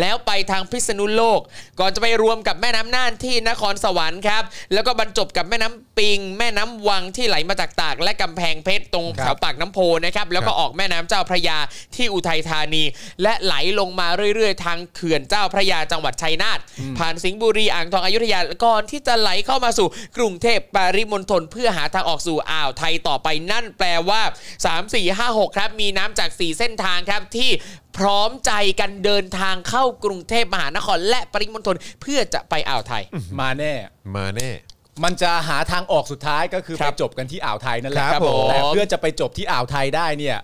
S2: แล้วไปทางพิษณุโลก ก่อนจะไปรวมกับแม่น้ำน่านที่นครสวรรค์ครับ แล้วก็บรรจบกับแม่น้ำปิง แม่น้ำวังที่ไหลมาจากตาก และกำแพงเพชรตรงแถวปากน้ำโพนะครับ แล้วก็ออกแม่น้ำเจ้าพระยาที่อุทัยธานี และไหลลงมาเรื่อยๆ ทางเขื่อนเจ้าพระยาจังหวัดชัยนาทผ่านสิงห์บุรีอ่างทองอยุธยาก่อนที่จะไหลเข้ามาสู่กรุงเทพปริมณฑลเพื่อหาทางออกสู่อ่าวไทยต่อไปนั่นแปลว่า 3 4 5 6 ครับ มีน้ำจาก 4 เส้นทางครับที่พร้อมใจกันเดินทางเข้ากรุงเทพมหานครและปริมณฑลเพื่อจะไปอ่าวไทย
S5: มาแน่
S4: มาแน่
S5: มันจะหาทางออกสุดท้ายก็คือ
S2: ค
S5: ไป
S2: รับ
S5: จบกันที่อ่าวไทยนั่นแหละ
S2: ครับผม
S5: แต่เพื่อจะไปจบที่อ่าวไทยได้เนี่ย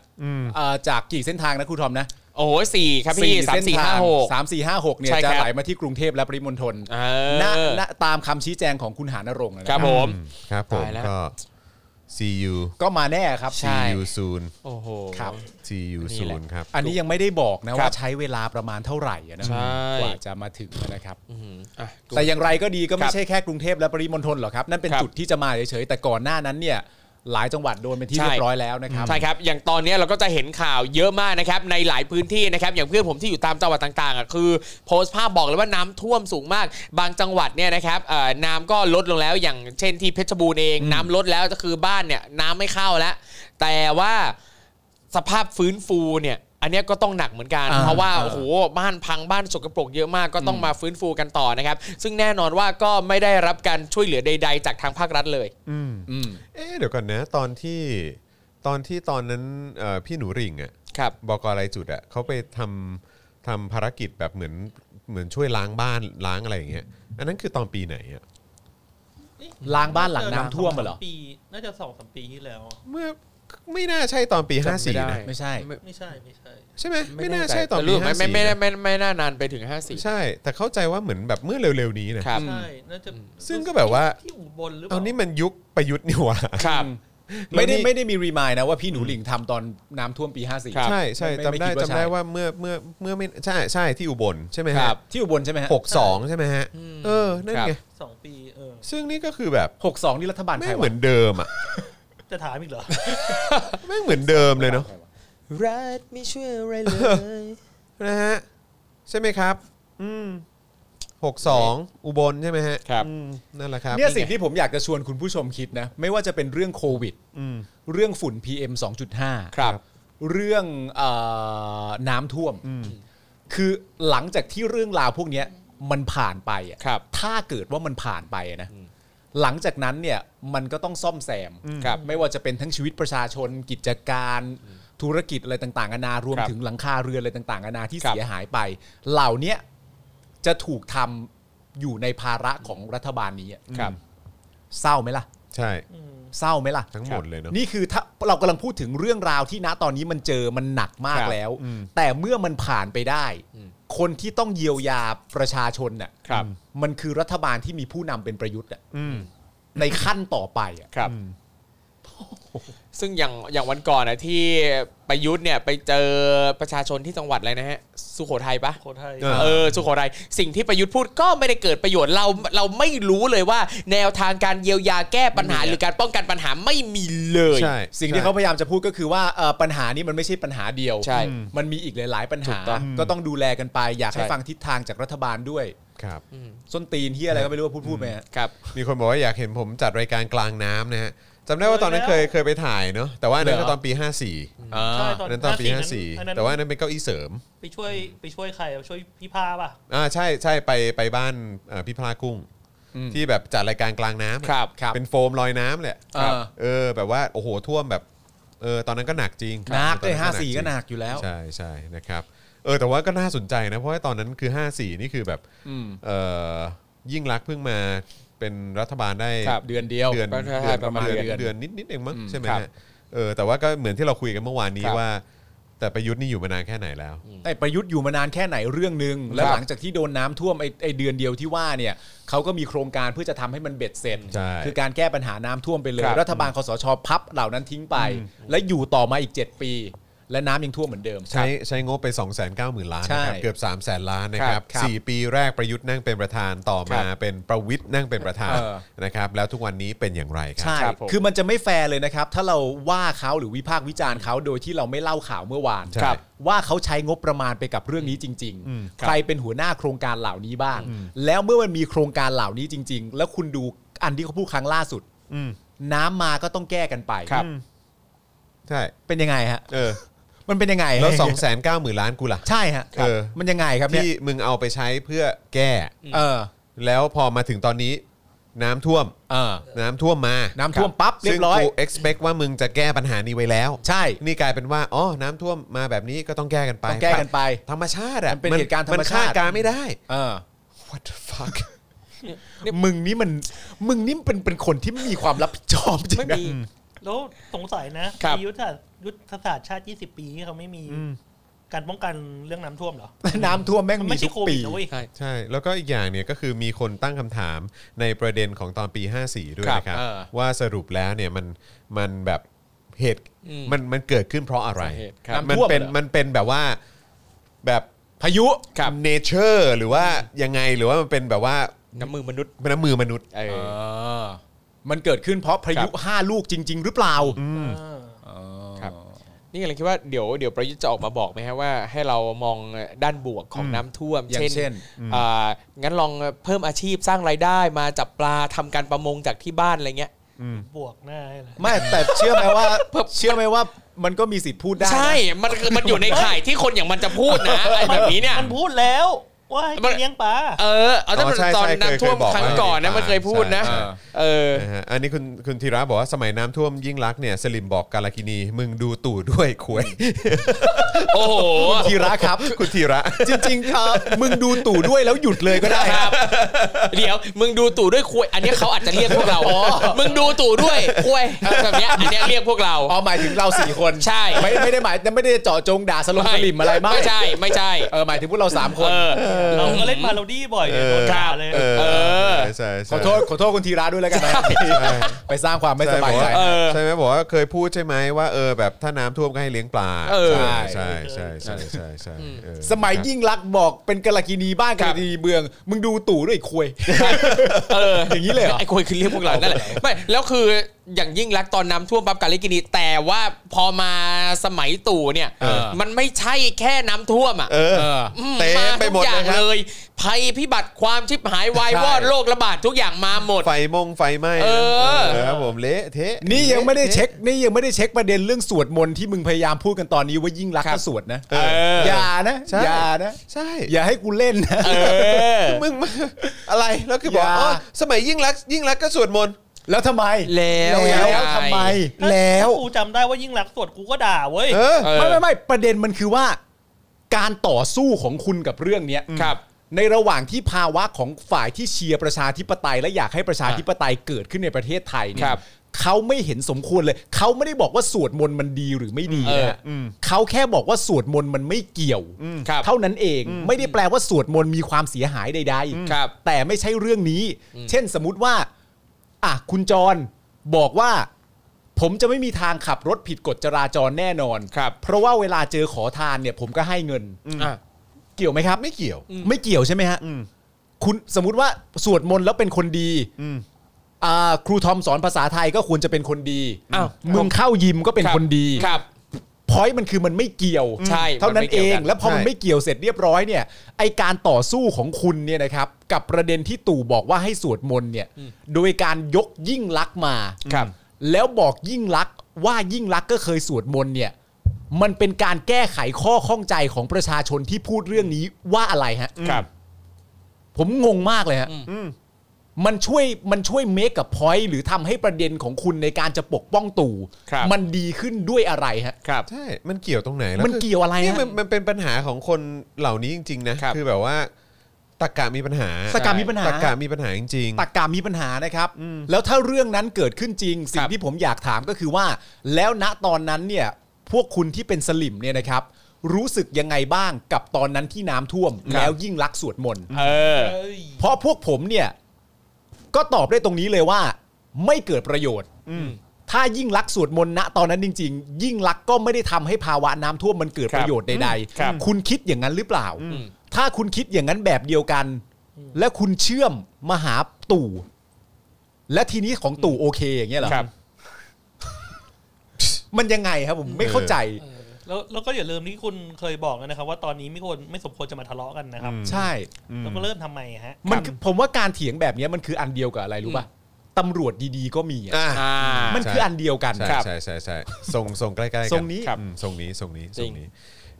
S5: เอ่อจากกี่เส้นทางนะครูทอมนะ
S2: โอ้โหสี่ครับพี่สามสี่ห้าหก
S5: สามสี่ห้าหกเนี่ย
S2: ใช่ครั
S5: จะ
S2: บ
S5: ไหลมาที่กรุงเทพและปริมณฑล
S2: เอ
S5: ณ
S2: อ
S5: ณตามคำชี้แจงของคุณหานรงค์นะครับ
S2: ผม
S4: ครับผม
S2: ตายแล้ว
S4: ก็ see you
S5: ก็มาแน่ครับ
S2: ใช่
S4: see you soon
S2: โอ้โห
S5: ครับ
S4: see you
S2: นี่แหละ
S4: soon ครับ
S5: อันนี้ยังไม่ได้บอกนะ
S2: ครั
S5: ว่า
S2: บ
S5: ใช้เวลาประมาณเท่าไหร่อะนะ
S2: ใช่
S5: กว่าจะมาถึงนะครับ
S2: อืมอ่ะ
S5: แต่อย่างไรก็ดี
S2: ค
S5: ก็ไม่
S2: รับ
S5: ใช่แค่กรุงเทพและปริมณฑลหรอกครับ นั่นเป็น
S2: ครับ
S5: จุดที่จะมาเฉยๆแต่ก่อนหน้านั้นเนี่ยหลายจังหวัดโดนเป็นที่
S2: ใช่
S5: เรียบร้อยแล้วนะครับ
S2: ใช่ครับ อย่างตอนนี้เราก็จะเห็นข่าวเยอะมากนะครับในหลายพื้นที่นะครับ อย่างเพื่อนผมที่อยู่ตามจังหวัดต่างๆอ่ะคือ โพสต์ภาพบอกเลยว่าน้ำท่วมสูงมาก บางจังหวัดเนี่ยนะครับเอ่อน้ำก็ลดลงแล้ว อย่างเช่นที่เพชรบูรณ์เอง น้ำลดแล้วก็คือบ้านเนี่ยน้ำไม่เข้าแล้ว แต่ว่าสภาพฟื้นฟูเนี่ย อันเนี้ยก็ต้องหนักเหมือนกัน
S5: อ่า
S2: เพราะว่า
S5: อ่า
S2: โอ้โหบ้านพังบ้านสกปรกเยอะมากก็ต้องมาฟื้นฟูกันต่อนะครับ ซึ่งแน่นอนว่าก็ไม่ได้รับการช่วยเหลือใด ๆ จากทางภาครัฐเลย
S5: อืม
S4: เอ๊ะเดี๋ยวก่อนนะ ตอนที่ตอนที่ตอนนั้นเอ่อพี่หนูหริ่งอะ
S2: ครับ
S4: บอกอะไรจุดอะเขาไปทำทำภารกิจแบบเหมือนเหมือนช่วยล้างบ้านล้างอะไรอย่างเงี้ยอันนั้นคือตอนปีไหนอะ
S5: ล้างบ้านหลังน้ำท่วมอะเหรอ
S6: ปีน่าจะสองสามปีที่แล้ว
S4: เมื่อไม่น่าใช่ตอนปี 54 นะ
S5: ไม่ใช่
S6: ไม่ใช่ไม่ใช่
S4: ใช่ไหมไม่น่าใช่ตอน
S2: แต่
S4: ปี
S2: รู้ไหมไม่
S4: 54
S2: ไม่
S4: นะ
S2: ไม่ไม่ไม่น่านานไปถึง 54
S4: ใช่ แต่เข้าใจว่าเหมือนแบบเมื่อเร็วๆนี้นะ
S2: ครับ
S6: ใช่ น่าจะ
S4: ซึ่งก็แบบว่า
S6: ที่อุบลหรือเปล่า
S4: เอานี่มันยุคประยุทธ์นี่หว่า
S2: ครับ
S5: ไม่
S4: แล้ว
S5: ได้
S4: นี่
S5: ไม่ได้มีรีมายนะว่าพี่หนูหลิงทำตอนน้ำท่วมปี 54
S2: ครับ
S4: ใช่ใช่
S5: ม่
S4: จำได้
S5: ม่คิ
S4: จำได้
S5: ใช่
S4: ว่าเมื่อเมื่อเมื่อไม่ใช่ใช่ที่อุบลใช่ไหมฮะ
S5: ที่อุบลใช่ไหมฮะ
S4: หกสองใช่ไหมฮะเออนั่นไง
S6: สองปีเออ
S4: ซึ่งนี่ก็คือแบบ
S5: หกสองนี่รัฐบาลใค
S4: ไม่
S5: ร
S4: ง
S5: วะ
S4: เหมือนเดิมอ่ะ
S6: จะถามอีกเหรอ
S4: ไม่งเหมือนเดิมเลยเนาะ
S3: รัฐไม่ช่วยอะไรเลย
S4: นะฮะใช่ไหมครับ อืมหกสองอุบลใช่ไหมฮะ
S2: ครับ
S4: อืมนั่นแหละครับ
S5: เนี่ยสิ่งที่ผมอยากจะชวนคุณผู้ชมคิดนะ ไม่ว่าจะเป็นเรื่องโควิด เรื่องฝุ่น PM 2.5
S2: ครับ
S5: เรื่องเออน้ำท่วม คือหลังจากที่เรื่องราวพวกเนี้ยมันผ่านไปอะ
S2: ครับ
S5: ถ้าเกิดว่ามันผ่านไปอะนะหลังจากนั้นเนี่ยมันก็ต้องซ่อมแซม
S2: ครับ
S5: ไม่ว่าจะเป็นทั้งชีวิตประชาชน กิจการธุรกิจอะไรต่างๆนานารวม
S2: ครับ
S5: ถึงหลังคาเรือนอะไรต่างๆนานาที่
S2: ครับ
S5: เสียหายไป เหล่าเนี้ยจะถูกทำอยู่ในภาระของรัฐบาลนี้อะ
S2: ครับ
S5: เศร้าไหมล่ะ
S4: ใช่
S6: อืม
S5: เศร้าไหมล่ะ
S4: ทั้งหมดเลยเนาะ
S5: นี่คือถ้าเรากำลังพูดถึงเรื่องราวที่ณตอนนี้มันเจอมันหนักมาก
S4: ครับ
S5: แล้ว
S4: อืม
S5: แต่เมื่อมันผ่านไปได้ คนที่ต้องเยียวยาประชาชนน่ะ
S4: ครับ
S5: มันคือรัฐบาลที่มีผู้นำเป็นประยุทธ์อะ
S4: อืม
S5: ในขั้นต่อไปอะ
S2: ครับ ซึ่งอย่างอย่างวันก่อนนะที่ประยุทธ์เนี่ยไปเจอประชาชนที่จังหวัดอะไรนะฮะ สุโขทัยปะ
S6: โคไทย
S4: เออ
S2: เออสุโขทัยสิ่งที่ประยุทธ์พูดก็ไม่ได้เกิดประโยชน์เราเราไม่รู้เลยว่า แนวทางการเยียวยาแก้ปัญหาหรือการป้องกันปัญหาไม่มีเลย
S4: ใช่
S5: สิ่งที่เขาพยายามจะพูดก็คือว่าเอ่อปัญหานี้มันไม่ใช่ปัญหาเดียว
S2: ใช่อืม
S5: มันมีอีกหลาย ๆ ปัญ
S2: ถู
S5: หาก
S2: ต้อง
S5: ก็ต้องดูแลกันไป อยากให้
S2: ใช่
S5: ฟังทิศทางจากรัฐบาลด้วย
S4: ครับ
S5: ส้นตีนเฮียอะไรก็ไม่รู้ว่าพูดพูดไปฮะ
S2: ครับ
S4: มีคนบอกว่าอยากเห็นผมจัดรายการกลางน้ำนะฮะจำได้ว่าตอนนั้น
S6: เค
S4: เคย
S6: ยแล้ว
S4: เคยไปถ่ายเนาะแต่ว่าอันนั้น
S5: เหร
S4: ก็
S5: อ
S4: ตอนปี 54
S6: ใช่
S4: อัน
S6: นั้
S4: นั้น นตอนปี
S6: อัน
S4: 54
S6: นั้น
S4: แต่ว่าอันนั้นเป็นเก้าอี้เสริม
S6: ไปช่วยไปช่วยใครอะช่วยพี่พาป่ะ
S4: อ่าใช่ใช่ไปไปบ้านเอ่อพี่พลากุ้ง ที่แบบจัดรายการกลางน้ำอะ
S2: ครับ
S4: เป็นโฟมลอยน้ำแหละ
S5: อ่า
S4: เออแบบว่าโอ้โหท่วมแบบเออตอนนั้นก็หนักจริง
S5: หนัก
S4: ตอ
S5: เลยห้า
S4: จ
S5: สี่
S4: ริง
S5: ก็หนักอยู่แล้ว
S4: ใช่ใช่นะครับเออแต่ว่าก็น่าสนใจนะ เพราะว่าตอนนั้นคือ 54 นี่คือแบบเออยิ่งรักษณ์เพิ่งมาเป็นรัฐบาลได้
S2: ครับ
S5: เดือนเดียว
S4: เดือน
S2: ประมาณ
S4: เดือนประมาณ
S5: เดือน
S4: เดือน
S5: เดื
S4: เดือ
S5: อน น
S4: นิดนิดๆเองมั้งใช่ไหม
S2: ครับ
S4: ฮะเออแต่ว่าก็เหมือนที่เราคุยกันเมื่อวานนี้
S2: ครับ
S4: ว่า แต่ประยุทธ์นี่อยู่มานานแค่ไหนแล้ว
S5: ไอ้ประยุทธ์อยู่มานานแค่ไหนเรื่องหนึ่งแล้วหลังจากที่โดนน้ำท่วมไอ้ไอ้เดือนเดียวที่ว่าเนี่ยเขาก็มีโครงการเพื่อจะทำให้มันเบ็ดเสร็จ
S4: ใช่
S5: คือการแก้ปัญหาน้ำท่วมไปเลย
S2: ครับ
S5: รัฐบาลคสชพับเหล่านั้นทิ้งไป และอยู่ต่อมาอีก 7 ปี และน้ำยังท่วมเหมือนเดิม
S4: ใช้ใช้งบไป 2 9 0 0 0 0 ล้านนะครับ
S5: ใช่
S4: เกือบ 3 0 0 0 0 0 ล้านนะครั
S5: ครับ บครับ
S4: สี่ปีแรกประยุทธ์นั่งเป็นประธานต่อมา
S5: ครับ
S4: เป็นประวิทย์นั่งเป็นประธาน
S5: เออ
S4: นะครับแล้วทุกวันนี้เป็นอย่างไรครั
S5: ใช่
S4: ครับผม
S5: คือมันจะไม่แฟร์เลยนะครับ ถ้าเราว่าเขาหรือวิพากษ์วิจารณ์เขาโดยที่เราไม่เล่าข่าวเมื่อวาน
S4: ใช่ครับ
S5: ว่าเขาใช้งบประมาณไปกับเรื่องนี้จริง ๆ ใครเป็นหัวหน้าโครงการเหล่านี้บ้าง แล้วเมื่อมันมีโครงการเหล่านี้จริง ๆ แล้วคุณดูอันที่เขาพูดครั้งล่าสุด
S4: อืม
S5: น้ำมาก็ต้องแก้กันไป
S2: ครับ
S4: ใช่
S5: เป็นยังไงฮะ
S4: เออ
S5: มันเป็นยังไงฮะ
S4: แล้ว 2 9 0 0 0 0 ล้านกูล่ะ
S5: ใช่ฮะ
S4: เออ
S5: มันยังไงครับเนี่ย
S4: ที่มึงเอาไปใช้เพื่อแก้
S5: เออ
S4: แล้วพอมาถึงตอนนี้น้ำท่วม
S5: เออ
S4: น้ำท่วมมา
S5: น้ำท่วมปั๊บเรียบร้อย
S4: ซึ่งกู expect ว่ามึงจะแก้ปัญหานี้ไว้แล้ว
S5: ใช่
S4: นี่กลายเป็นว่าอ๋อน้ำท่วมมาแบบนี้ก็ต้องแก้กันไป
S5: ต้องแก้กันไป
S4: ธรรมชาติอะ
S5: มันเป็นเหตุการณ์ธรรมชาติ
S4: นคดการณ์ไม่ได้
S5: เออ
S4: what the fuck
S5: มึงนี่มันมึงนี่เป็นเป็นคนที่ไม่มีความรับผิดชอบจริง
S2: ไม่
S5: นะ
S2: มี
S6: แล้วสงสัยนะครับ มียุทธศาสตร์ยุทธศาสตร์ชาติ 20 ปีที่เขาไม่มีการป้องกันเรื่องน้ำท่วมเหรอ
S5: น้ำท่วมแม่ง
S6: มัน
S5: มี
S6: ไม่ใช่
S5: ทุก
S6: โควิ
S5: ปี
S6: ดนะเว้ย
S2: ใช่
S4: ใช่ แล้วก็อีกอย่างเนี่ยก็คือมีคนตั้งคำถามในประเด็นของตอนปี 54 ด้วยนะครับ
S5: ครับเออ
S4: ว่าสรุปแล้วเนี่ยมันมันแบบเหตุ
S2: อืม
S4: มันมันเกิดขึ้นเพราะอะไร
S2: สาเหตุครับ
S4: มัน
S5: น้ำท่วม
S4: เป็น
S5: เหรอ
S4: มันเป็นแบบว่าแบบ
S5: พายุ
S2: ครับ
S4: เนเจอร์หรือว่ายังไงหรือว่ามันเป็นแบบว่า
S2: น้ำมือมนุษย์
S4: น้ำมือมนุษย์
S2: เออ
S5: มันเกิดขึ้นเพราะพา
S2: ครั
S5: ยุ
S2: บ
S5: 5 ลูกจริง ๆ หรือเปล่า
S2: ครับนี่กำลังคิดว่าเดี๋ยวเดี๋ยวประยุทธ์จะออกมาบอกไหมฮะว่าให้เรามองด้านบวกของน้ำท่วม
S5: อย่างเช่น
S2: อ่างั้นลองเพิ่มอาชีพสร้างรายได้มาจับปลาทำการประมงจากที่บ้านอะไรเงี้ย
S6: บวกหน้าให้เลย
S5: ไม่แต่เชื่อไหมว่า
S2: เพิ่ม
S5: เชื่อไหมว่ามันก็มีสิทธิ์พูดได้นะ
S2: ใช่ มันคือมันอยู่ในข่ายที่คนอย่างมันจะพูดนะไอ้แบบนี้เนี่ย
S6: มันพูดแล้วว่าให้
S2: มัน
S6: เลี้ยงปลา
S2: เออเอาแต่
S4: อ๋อใช่
S2: ตอน
S4: ใช่เคย
S2: น้ำท่วม
S4: เคยบอก
S2: ครั้งก่อนนะ
S4: ว่า
S2: มันเคยพูดนะ
S4: ใช่
S2: เออ
S4: นะฮะอันนี้คุณคุณธีระบอกว่าสมัยน้ำท่วมยิ่งรักษณ์เนี่ยสลิมบอกกาลกินี มึงดูตู่ด้วย คุย
S2: โอ้โห
S5: ทีระครับ
S4: คุณธีระ
S5: จริงๆเอ่อมึงดูตู่ด้วยแล้วหยุดเลยก็ได้
S2: ครับ เดี๋ยว มึงดูตู่ด้วยคุย อันนี้เขาอาจจะเรียกพวกเรา มึงดูตู่ด้วยคุยแบบเนี้ยอันเนี้ยเรียกพวกเรา
S5: อ๋อหมายถึงเราสี่คน
S2: ใช่
S5: ไม่ไม่ได้หมายไม่ได้เจาะจงด่าสลบสลิมอะไรไม่
S2: ไม่ใช่ ไม่ใช่
S5: เออหมายถึงพวกเราสามคน
S2: เออ
S6: เราก็เล่นมาเราดีบ่อยเนี่ยโดนด่าเลย
S4: เออ
S2: เออ
S4: ใช่ใช่
S5: ขอโทษขอโทษคุณธีระด้วยแล้วกันนะไปสร้างความไม่ส
S4: ใช่
S5: บาย
S4: บอก
S5: ใจ
S4: ว่า
S2: เออ
S4: ใช่ไหมบอกว่าเคยพูดใช่ไหมว่าเออแบบถ้าน้ำท่วมก็ให้เลี้ยงปลา
S2: เออ
S4: ใช่ใช่ใช่ใช่ใช่ใช่เออ
S5: สมัยยิ่งรักษณ์บอกเป็นกาลกินีบ้าน
S2: ครั
S5: กา
S2: บ
S5: ลกินีเมือง มึงดูตู่ด้วยไอ้คุย
S2: เออ
S5: อย่างนี้เลยเหรอ
S2: ไอ้คุยคือเรียกพวกเรานั่นแหละไม่แล้วคืออย่างยิ่งรักษณ์ตอนน้ำท่วมปั๊บการเล่นกินีแต่ว่าพอมาสมัยตู่เนี่ย
S5: เออ
S2: มันไม่ใช่แค่น้ำท่วมอ่ะ
S4: เออ
S5: เออ
S2: ม
S4: เต็มไปหมด
S2: าทุกอย่าง
S4: เลยครับ
S2: เลย ภัยพิบัติความชิบหายวาย
S5: ใช่
S2: วอดโรคระบาดทุกอย่างมาหมด
S4: ไฟมงไฟไหม้
S2: เออ
S4: เครับผมเละเทะ
S5: นี่ยังไม่ได้เช็ค นี่ยังไม่ได้เช็คประเด็นเรื่องสวดมนต์ที่มึงพยายามพูดกันตอนนี้ว่ายิ่งรักษ
S2: ค
S5: ณ์
S2: รับ
S5: ก็สวดนะ
S2: เออ
S5: อย่านะ
S4: ใช่
S5: อย่านะ
S4: ใช่
S5: อย่าให้กูเล่นนะ
S2: เออ
S4: มึงมา อะไรแล้วคือบอก
S5: อย่า
S4: อ๋อสมัยยิ่งรักษณ์ยิ่งรักษณ์ก็สวดมนต์
S5: แล้วทำไม
S2: แล้ว
S5: แล้วทำไม
S6: ถ้า
S5: แล้ว
S6: ถ้ากูจำได้ว่ายิ่งรักษณ์สวดกูก็ด่าเว้ย
S4: เออ
S2: เออ
S5: ไม่ไม่ไม่ประเด็นมันคือว่า การต่อสู้ของคุณกับเรื่องเนี้ย
S2: ครับ
S5: ในระหว่างที่ภาวะของฝ่ายที่เชียร์ประชาธิปไตย และอยากให้ประชาธิปไตยเกิดขึ้นในประเทศไทยเนี่
S2: ครั
S5: ย
S2: บ
S5: เขาไม่เห็นสมควรเลย เขาไม่ได้บอกว่าสวดมนต์มันดีหรือไม่ดี
S2: เออ
S5: นะฮะเขาแค่บอกว่าสวดมนต์มันไม่เกี่ยว
S2: ครับ
S5: เท่านั้นเองไม่ได้แปลว่าสวดมนต์มีความเสียหายใด
S2: ครับ
S5: ๆ แต่ไม่ใช่เรื่องนี้ เช่นสมมติว่า อ่ะคุณจรบอกว่า ผมจะไม่มีทางขับรถผิดกฎจราจรแน่นอน
S2: ครับ
S5: เพราะว่าเวลาเจอขอทานเนี่ย ผมก็ให้เงิน
S2: อ่ะ
S5: เกี่ยวไหมครับ ไม่เกี่ยว ไม่เกี่ยวใช่ไหมฮะคุณสมมติว่าสวดมนต์แล้วเป็นคนดีอ่าครูทอมสอนภาษาไทยก็ควรจะเป็นคนดี
S2: อ้าว
S5: มึงเข้ายิมก็เป็นคนดี
S2: ครับ
S5: พอยต์มันคือมันไม่เกี่ยว
S2: ใช่
S5: เท่า
S2: มั
S5: นั้น น
S2: ไม่เกี่
S5: เอ
S2: ยวกั
S5: ง
S2: น
S5: แล้วพอมัน
S4: ใช่
S5: ไม่เกี่ยวเสร็จเรียบร้อยเนี่ยไอการต่อสู้ของคุณเนี่ยนะครับ กับประเด็นที่ตู่บอกว่าให้สวดมนต์เนี่ย โดยการยกยิ่งลักษณ์มา
S2: ครับ
S5: แล้วบอกยิ่งลักษณ์ว่ายิ่งลักษณ์ก็เคยสวดมนต์เนี่ย มันเป็นการแก้ไขข้อข้องใจของประชาชนที่พูดเรื่องนี้ว่าอะไรฮะ
S2: ครับ
S5: ผมงงมากเลยฮะมันช่วยมันช่วยเมคกับพอยต์หรือทำให้ประเด็นของคุณในการจะปกป้องตู่
S2: ครับ
S5: มันดีขึ้นด้วยอะไรฮะ
S2: ครับ
S4: ใช่ มันเกี่ยวตรงไหนแล้ว
S5: มันเกี่ยวอะไร
S4: เนี่ย
S5: ฮะ
S4: มันมันเป็นปัญหาของคนเหล่านี้จริง ๆ นะครับ อแบบว่าตะกกะมีปัญหา
S5: สกกามีปัญหา
S4: ตะกกะมีปัญหาจริง
S5: ตักกามีปัญหานะครับ แล้วถ้าเรื่องนั้นเกิดขึ้นจริง สิ่
S2: ค
S5: ง
S2: รับ
S5: ที่ผมอยากถามก็คือว่า แล้วณตอนนั้นเนี่ย พวกคุณที่เป็นสลิมเนี่ยนะครับ รู้สึกยังไงบ้างกับตอนนั้นที่น้ำท่วม
S2: ครับ
S5: แล้วยิ่งรักษณ์สวดมนต์
S2: เออ
S6: เอ้ย
S5: เพราะพวกผมเนี่ย ก็ตอบได้ตรงนี้เลยว่า ไม่เกิดประโยชน์ถ้ายิ่งรักษณ์สวดมนต์ณตอนนั้นจริง ๆ ยิ่งรักษณ์ก็ไม่ได้ทำให้ภาวะน้ำท่วมมันเกิด
S2: ครับ
S5: ประโยชน์ใด
S2: ครับ
S5: คุณคิดอย่างนั้นหรือเปล่า
S2: อืม
S5: ถ้าคุณคิดอย่างนั้นแบบเดียวกัน และคุณเชื่อมมาหาตู่ และทีนี้ของตู่โอเคอย่างเงี้ยเหรอ
S2: ครับ
S5: มันยังไงครับผมไม่เข้าใจ
S6: แล้วแล้วก็อย่าลืมที่คุณเคยบอกนะครับ ว่าตอนนี้ไม่ควรไม่สมควรจะมาทะเลาะกันนะครับ
S5: ใช่
S6: แล้วก็เริ่มทำไมฮะ
S5: มันคือผมว่าการเถียงแบบเนี้ยมันคืออันเดียวกับอะไรรู้ป่ะตำรวจดีๆ ก็มีอะ
S4: ๆ อ่ะ
S2: อ่า
S5: มันคืออันเดียวกัน
S4: ใช่ใช่ใช่ใช่ทรงทรงใกล้ๆกัน
S5: ทรงนี้
S4: ครับอืมทรงนี้ทรงนี้
S2: จ
S4: ท
S2: ริ
S4: รง งนี้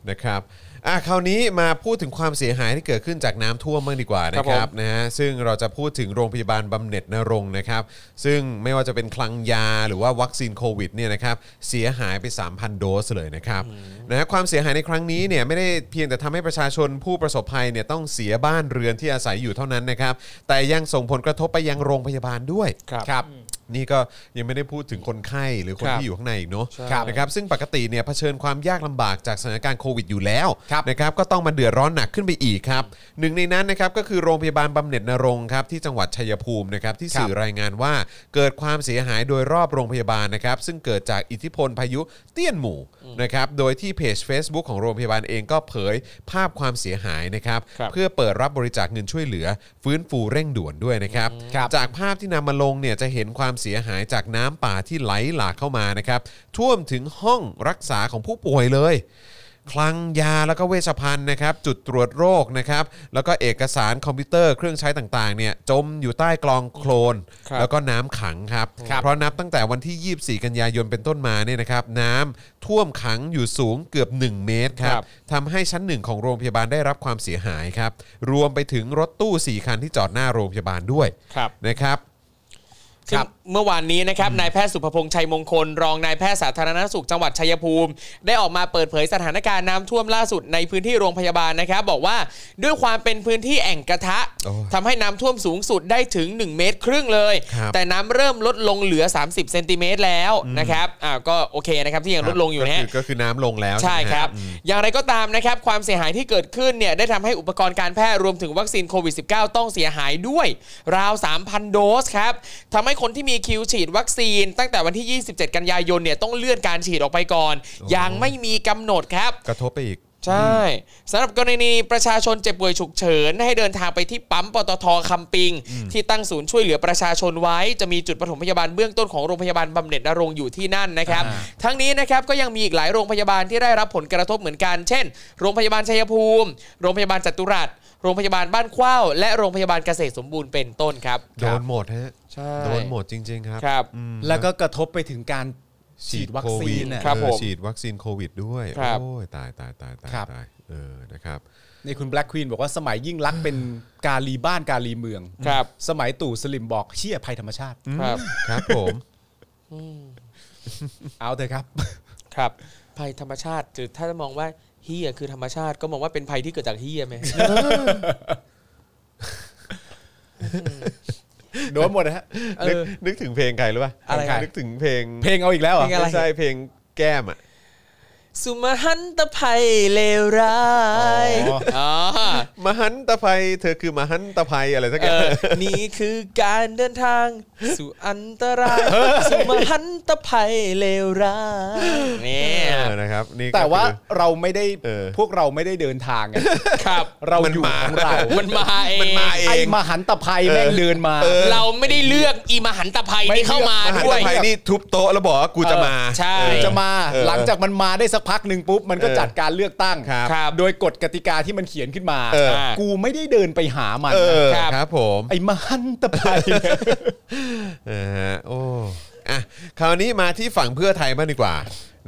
S4: นะครับอ่ะคราวนี้มาพูดถึงความเสียหายที่เกิดขึ้นจากน้ำท่วมบ้างดีกว่านะครับนะฮะซึ่งเราจะพูดถึงโรงพยาบาลบำเหน็จนรงค์นะครับ ซึ่งไม่ว่าจะเป็นคลังยาหรือว่าวัคซีนโควิดเนี่ยนะครับเสียหายไป 3,000 โดสเลยนะครับนะฮะความเสียหายในครั้งนี้เนี่ยไม่ได้เพียงแต่ทำให้ประชาชนผู้ประสบภัยเนี่ยต้องเสียบ้านเรือนที่อาศัยอยู่เท่านั้นนะครับ แต่ยังส่งผลกระทบไปยังโรงพยาบาลด้วย
S2: ครับ
S5: ครับ
S4: นี่ก็ยังไม่ได้พูดถึงคนไข้หรือคน
S2: ครับ
S4: ที่อยู่ข้างในอีกเนาะ
S5: ครับ
S4: นะครับซึ่งปกติเนี่ยเผชิญความยากลำบากจากสถานการณ์โควิดอยู่แล้ว
S5: ครับ
S4: นะครับก็ต้องมาเดือดร้อนหนักขึ้นไปอีกครับหนึ่งในนั้นนะครับก็คือโรงพยาบาลบำเหน็จนรงค์ครับที่จังหวัดชัยภูมินะครับที่สื่อรายงานว่าเกิดความเสียหายโดยรอบโรงพยาบาลนะครับซึ่งเกิดจากอิทธิพลพายุเตี้ยนหมู่นะครับโดยที่เพจ Facebook ของโรงพยาบาลเองก็เผยภาพความเสียหายนะครับ
S2: ครับ
S4: เพื่อเปิดรับบริจาคเงินช่วยเหลือ ฟื้นฟูเร่งด่วนด้วยนะครับ
S5: ครับ
S4: จากภาพที่นำมาลงเนี่ยจะเห็นความเสียหายจากน้ำป่าที่ไหลหลากเข้ามานะครับท่วมถึงห้องรักษาของผู้ป่วยเลย คลังยาแล้วก็เวชภัณฑ์นะครับ จุดตรวจโรคนะครับ แล้วก็เอกสารคอมพิวเตอร์เครื่องใช้ต่างๆเนี่ยจมอยู่ใต้กลองโคลน
S2: ครับ
S4: แล้วก็น้ำขังครับ เพราะนับตั้งแต่วันที่ 24 กันยายนเป็นต้นมาเนี่ยนะครับ น้ำท่วมขังอยู่สูงเกือบ 1 เมตรครั
S2: ครับ บ
S4: ทำให้ชั้นหนึ่งของโรงพยาบาลได้รับความเสียหายครับ รวมไปถึงรถตู้ 4 คันที่จอดหน้าโรงพยาบาลด้วย
S2: ครับ
S4: นะครับ
S2: ซึ่งเมื่อวานนี้นะครับนายแพทย์สุภพงษ์ชัยมงคล รองนายแพทย์สาธารณสุขจังหวัดชัยภูมิ ได้ออกมาเปิดเผยสถานการณ์น้ำท่วมล่าสุดในพื้นที่โรงพยาบาลนะครับ บอกว่าด้วยความเป็นพื้นที่แอ่งกระทะ
S4: โอ้ย
S2: ทำให้น้ำท่วมสูงสุดได้ถึง 1 เมตรครึ่งเลย
S4: ครับ
S2: แต่น้ำเริ่มลดลงเหลือ 30เซนติเมตรแล้วนะครับอ่าก็โอเคนะครับที่ยังลดลงอยู่นะ
S4: ก็
S2: ฮะ
S4: คืก็คือน้ำลงแล้ว
S2: ใช่
S4: ไหม
S2: ครับ
S4: อืม
S2: อย่างไรก็ตามนะครับ ความเสียหายที่เกิดขึ้นเนี่ยได้ทำให้อุปกรณ์การแพทย์รวมถึงวัคซีนโควิด -19 ต้องเสียหายด้วย ราว 3,000 โดสครับทำให้คนที่มีคิวฉีดวัคซีน ตั้งแต่วันที่ 27 กันยายนเนี่ยต้องเลื่อนการฉีดออกไปก่อน
S4: โอ้
S2: อย่างไม่มีกำหนดครับ
S4: กระทบไปอีก
S2: ใช่สำหรับกรณีประชาชนเจ็บป่วยฉุกเฉิน ให้เดินทางไปที่ปั๊มปตทคำปิง ที่ตั้งศูนย์ช่วยเหลือประชาชนไว้ จะมีจุดปฐมพยาบาลเบื้องต้นของโรงพยาบาลบำเหน็จนรงค์อยู่ที่นั่นนะครับ ทั้งนี้นะครับก็ยังมีอีกหลายโรงพยาบาลที่ได้รับผลกระทบเหมือนกัน เช่น โรงพยาบาลชัยภูมิ โรงพยาบาลจตุรัสโรงพยาบาลบ้านขว้าวและโรงพยาบาลเกษตรสมบูรณ์เป็นต้นครับ
S4: โดนหมดฮะ
S2: ใช่
S4: โดนหมดจริง ๆ ครับ
S2: ครับ
S4: อืม
S5: แล้วก็กระทบไปถึงการฉีดวัคซีน
S4: โด
S5: น่ะ
S2: ครับ
S4: เออ
S2: ผม
S4: ฉีดวัคซีนโควิดด้วย
S2: ครับ
S4: โอ้ยตายตายตายตาย
S5: ครับ
S4: ตายเออนะครับ
S5: นี่คุณแบล็กควีนบอกว่าสมัยยิ่งรักษณ์เป็นกาลีบ้านกาลีเมือง
S2: ครับ
S5: สมัยตู่สลิมบอกเชี่ยภัยธรรมชาติ
S2: ครับ
S4: ครับผม
S5: เอาเถอะครับ
S2: ครับภัยธรรมชาติหรือถ้ามองว่าเฮียคือธรรมชาติก็มองว่าเป็นภัยที่เกิดจากเฮียไหม
S5: โดนหมดนะฮะ
S3: เอ
S4: นึก
S3: อ
S4: นึกถึงเพลงใครรู้ป่ะ
S3: อะไรครับ
S4: นึกถึงเพลง
S5: เพลงเอาอีกแล้วเหรอ
S3: เพลงอะไร
S4: ม่ใช่เพลงแก้มอ่ะ
S3: สุมหันตภัยเลวร้าย
S5: อ๋อ
S2: อ่า
S4: มหันตภัยเธอคือมหันตภัยอะไรสักอย่าง
S3: นี่คือการเดินทาง สู่อันตราย สุมหันตภัยเลวร้าย
S2: นี่
S4: เออนะครับนี่ก็
S5: แต่ว่า
S4: คือ
S5: เราไม่ได้
S4: เออ
S5: พวกเราไม่ได้เดินทางไง
S2: ครับ
S5: เราอยู่ของเรา
S2: มันมาเอง
S4: มันมาเอ
S5: ไอ้
S4: ง
S5: มหันตภัยแม่งเดินมา
S4: เออ
S2: เราไม่ได้เลือกอีมหันตภัย
S5: ไม่
S2: นี่เข้ามา
S4: มาหันต
S2: ด้วย
S4: ภัยนี่ทุบโต๊ะแล้วบอกว่ากูจะมา
S2: ใช่
S4: เออ
S5: จะมา
S4: เออ
S5: หลังจากมันมาได้สักพักหนึ่งปุ๊บ มันก็
S4: เออ
S5: จัดการเลือกตั้ง
S4: ครับ
S2: ครับ
S5: โดยกฎกติกาที่มันเขียนขึ้นมา
S4: เออ
S2: อ่า
S5: กูไม่ได้เดินไปหามัน
S4: เออ
S2: ครับ
S4: ครับผม
S5: ไอ้มหันตภัย
S4: เออฮะโอ้อ่ะคราวนี้มาที่ฝั่งเพื่อไทยบ้างดีกว่า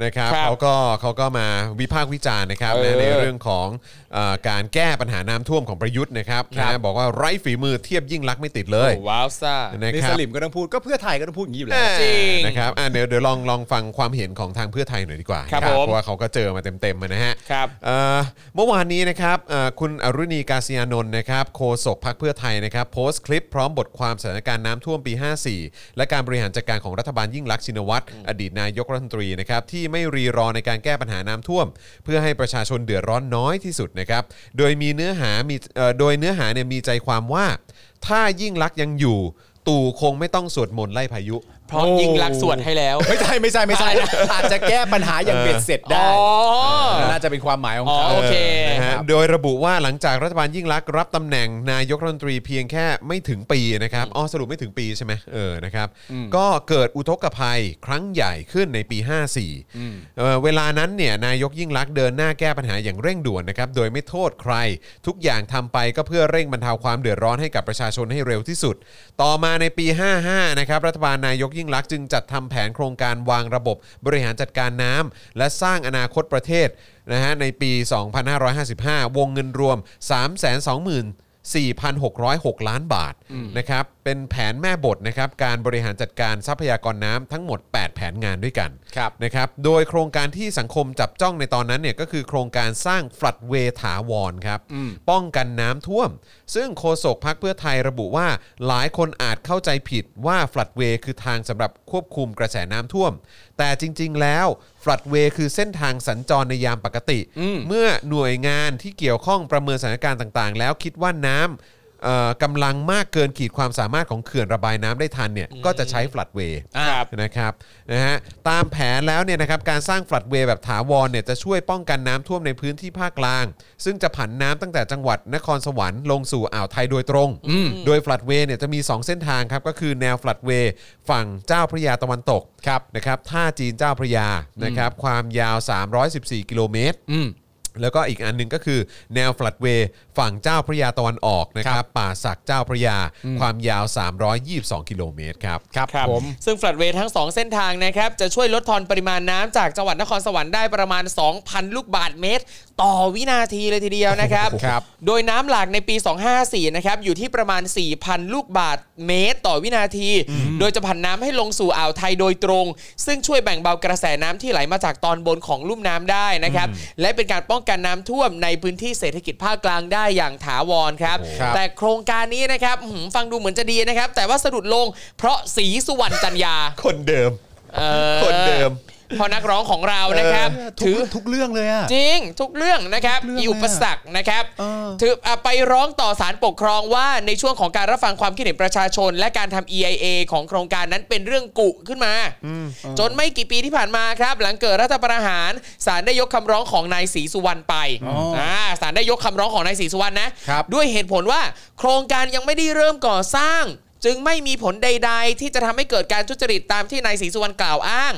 S4: นะครับ
S2: ครับ
S4: เขาก็เขาก็มาวิพากษ์วิจารณ์นะครับ
S2: เออ
S4: นะในเรื่องของเออการแก้ปัญหาน้ำท่วมของประยุทธ์นะครับ
S2: ครับ
S4: นะบอกว่าไร้ฝีมือเทียบยิ่งลักษณ์ไม่ติดเล
S2: โอ้
S4: ย
S2: ว้าวซ่า
S4: นะ
S5: ใน
S4: ค
S5: ส
S4: รับ
S5: ลิมก็ต้องพูดก็เพื่อไทยก็ต้องพูดอย่างนี้อยู่แล้ว
S2: จริง
S4: นะครับอ่ะเดี๋ยวเดี๋ยวลองลองฟังความเห็นของทางเพื่อไทยหน่อยดีกว่า
S2: ครับ
S4: นะ
S2: ผม
S4: เพราะว่าเขาก็เจอมาเต็มๆมานะฮะ
S2: ครับ
S4: เอ่อเมื่อวานนี้นะครับเอ่อคุณอรุณีกาศยานนท์นะครับโฆษกพักเพื่อไทยนะครับโพสต์คลิปพร้อมบทความสถานการณ์น้ำท่วมปี 54 และการบริหารจัดการของรัฐบาลยิ่งลักษณ์ชินวัตรอดีตนายกรัฐมนตรีนะครับที่ไม่รีรอในการแก้ปัญหาน้ำท่วม เพื่อให้ประชาชนเดือดร้อนน้อยที่สุดนะครับโดยมีเนื้อหามีเอ่อโดยเนื้อหาเนี่ยมีใจความว่า ถ้ายิ่งลักษณ์ยังอยู่ ตู่คงไม่ต้องสวดมนต์ไล่พายุ
S2: เพราะยิ่งรักษณ์สวดให้แล้ว
S5: ไม่ใช่ไม่ใช่ไม่ใช่อาจจะแก้ปัญหาอย่างเบ็ดเสร็จ
S2: อ๋
S5: ได้
S2: อ
S5: น่าจะเป็นความหมายของ
S2: อ๋อ
S5: เขา
S2: โอเค
S4: นะฮะโดยระบุว่าหลังจากรัฐบาลยิ่งลักษณ์รับตำแหน่งนายกรัฐมนตรีเพียงแค่ไม่ถึงปีนะครับอ๋อสรุปไม่ถึงปีใช่ไหมเออนะครับ ก็เกิดอุทกภัยครั้งใหญ่ขึ้นในปี 54เอ่อเวลานั้นเนี่ยนายกยิ่งลักษณ์เดินหน้าแก้ปัญหาอย่างเร่งด่วนนะครับโดยไม่โทษใคร ทุกอย่างทำไปก็เพื่อเร่งบรรเทาความเดือดร้อนให้กับประชาชนให้เร็วที่สุด ต่อมาในปี 55นะครับรัฐบาลนายกยิ่งลักษณ์จึงจัดทำแผนโครงการวางระบบบริหารจัดการน้ำและสร้างอนาคตประเทศ นะฮะในปี 2555 วงเงินรวม 324,606 ล้านบาทนะครับเป็นแผนแม่บทนะครับการบริหารจัดการทรัพยากรน้ำทั้งหมด 8 แผนงานด้วยกัน
S5: ครับ
S4: นะครับโดยโครงการที่สังคมจับจ้องในตอนนั้นเนี่ยก็คือโครงการสร้างฟลัดเวย์ถาวรครับ ป้องกันน้ำท่วม ซึ่งโฆษกพักเพื่อไทยระบุว่าหลายคนอาจเข้าใจผิดว่าฟลัดเวย์คือทางสำหรับควบคุมกระแสน้ำท่วม แต่จริง ๆ แล้ว ฟลัดเวย์คือเส้นทางสัญจรในยามปกติ เมื่อหน่วยงานที่เกี่ยวข้องประเมินสถานการณ์ต่างๆ แล้วคิดว่าน้ำเอ่อกำลังมากเกินขีดความสามารถของเขื่อนระบายน้ำได้ทันเนี่ยก็จะใช้ฟลัดเวย์
S2: ครับ
S4: นะครับนะฮะตามแผนแล้วเนี่ยนะครับการสร้างฟลัดเวย์แบบถาวรเนี่ยจะช่วยป้องกันน้ำท่วมในพื้นที่ภาคกลาง ซึ่งจะผันน้ำตั้งแต่จังหวัดนครสวรรค์ลงสู่อ่าวไทยโดยตรง โดยฟลัดเวย์เนี่ยจะมี 2 เส้นทางครับ ก็คือแนวฟลัดเวย์ฝั่งเจ้าพระยาตะวันตกนะครับท่าจีนเจ้าพระยานะครับความยาว 314 กิโลเมตร แล้วก็อีกอันหนึ่งก็คือแนวฟลัดเวย์ฝั่งเจ้าพระยาตะวันออกนะครับป่าสักเจ้าพระยา ความยาว 322 กิโลเมตรครับ
S5: ครับ
S2: ครับ
S5: ผม
S2: ซึ่งฟลัดเวย์ทั้ง 2 เส้นทางนะครับ จะช่วยลดทอนปริมาณน้ำจากจังหวัดนครสวรรค์ได้ประมาณ 2,000 ลูกบาทเมตร ต่อวินาทีเลยทีเดียวนะครับ
S4: ครับ
S2: โดยน้ำหลากในปี 254 นะครับ อยู่ที่ประมาณ 4,000 ลูกบาทเมตร ต่อวินาที โดยจะผันน้ำให้ลงสู่อ่าวไทยโดยตรง ซึ่งช่วยแบ่งเบากระแสน้ำที่ไหลมาจากตอนบนของลุ่มน้ำได้นะครับ และเป็นการป้องกันน้ำท่วมในพื้นที่เศรษฐกิจภาคกลางได้อย่างถาวรครับ แต่โครงการนี้นะครับอื้อหือฟังดูเหมือนจะดีนะครับ แต่ว่าสะดุดลงเพราะสีสุวรรณจันยา
S4: คนเดิม
S2: เอ่อ
S4: คนเดิม
S2: พอนักร้องของเรานะครับ
S5: ทุกทุกเรื่องเลยอะ
S2: จริง ทุกเรื่องนะครับ
S5: ทุกเรื่อง
S2: มีอุปสรรคนะครับ
S5: เออ
S2: ถืออ่ะไปร้องต่อศาลปกครองว่าในช่วงของการรับฟังความคิดเห็นประชาชน และการทำ EIA ของโครงการนั้นเป็นเรื่องกุขึ้นมา จนไม่กี่ปีที่ผ่านมาครับ หลังเกิดรัฐประหารศาลได้ยกคำร้องของนายศรีสุวรรณไปาศาลได้ยกคำร้องของนายศรีสุวรรณนะ ด้วยเหตุผลว่าโครงการยังไม่ได้เริ่มก่อสร้าง จึงไม่มีผลใด ๆ ที่จะทำให้เกิดการทุจริตตามที่นายศรีสุวรรณกล่าวอ้าง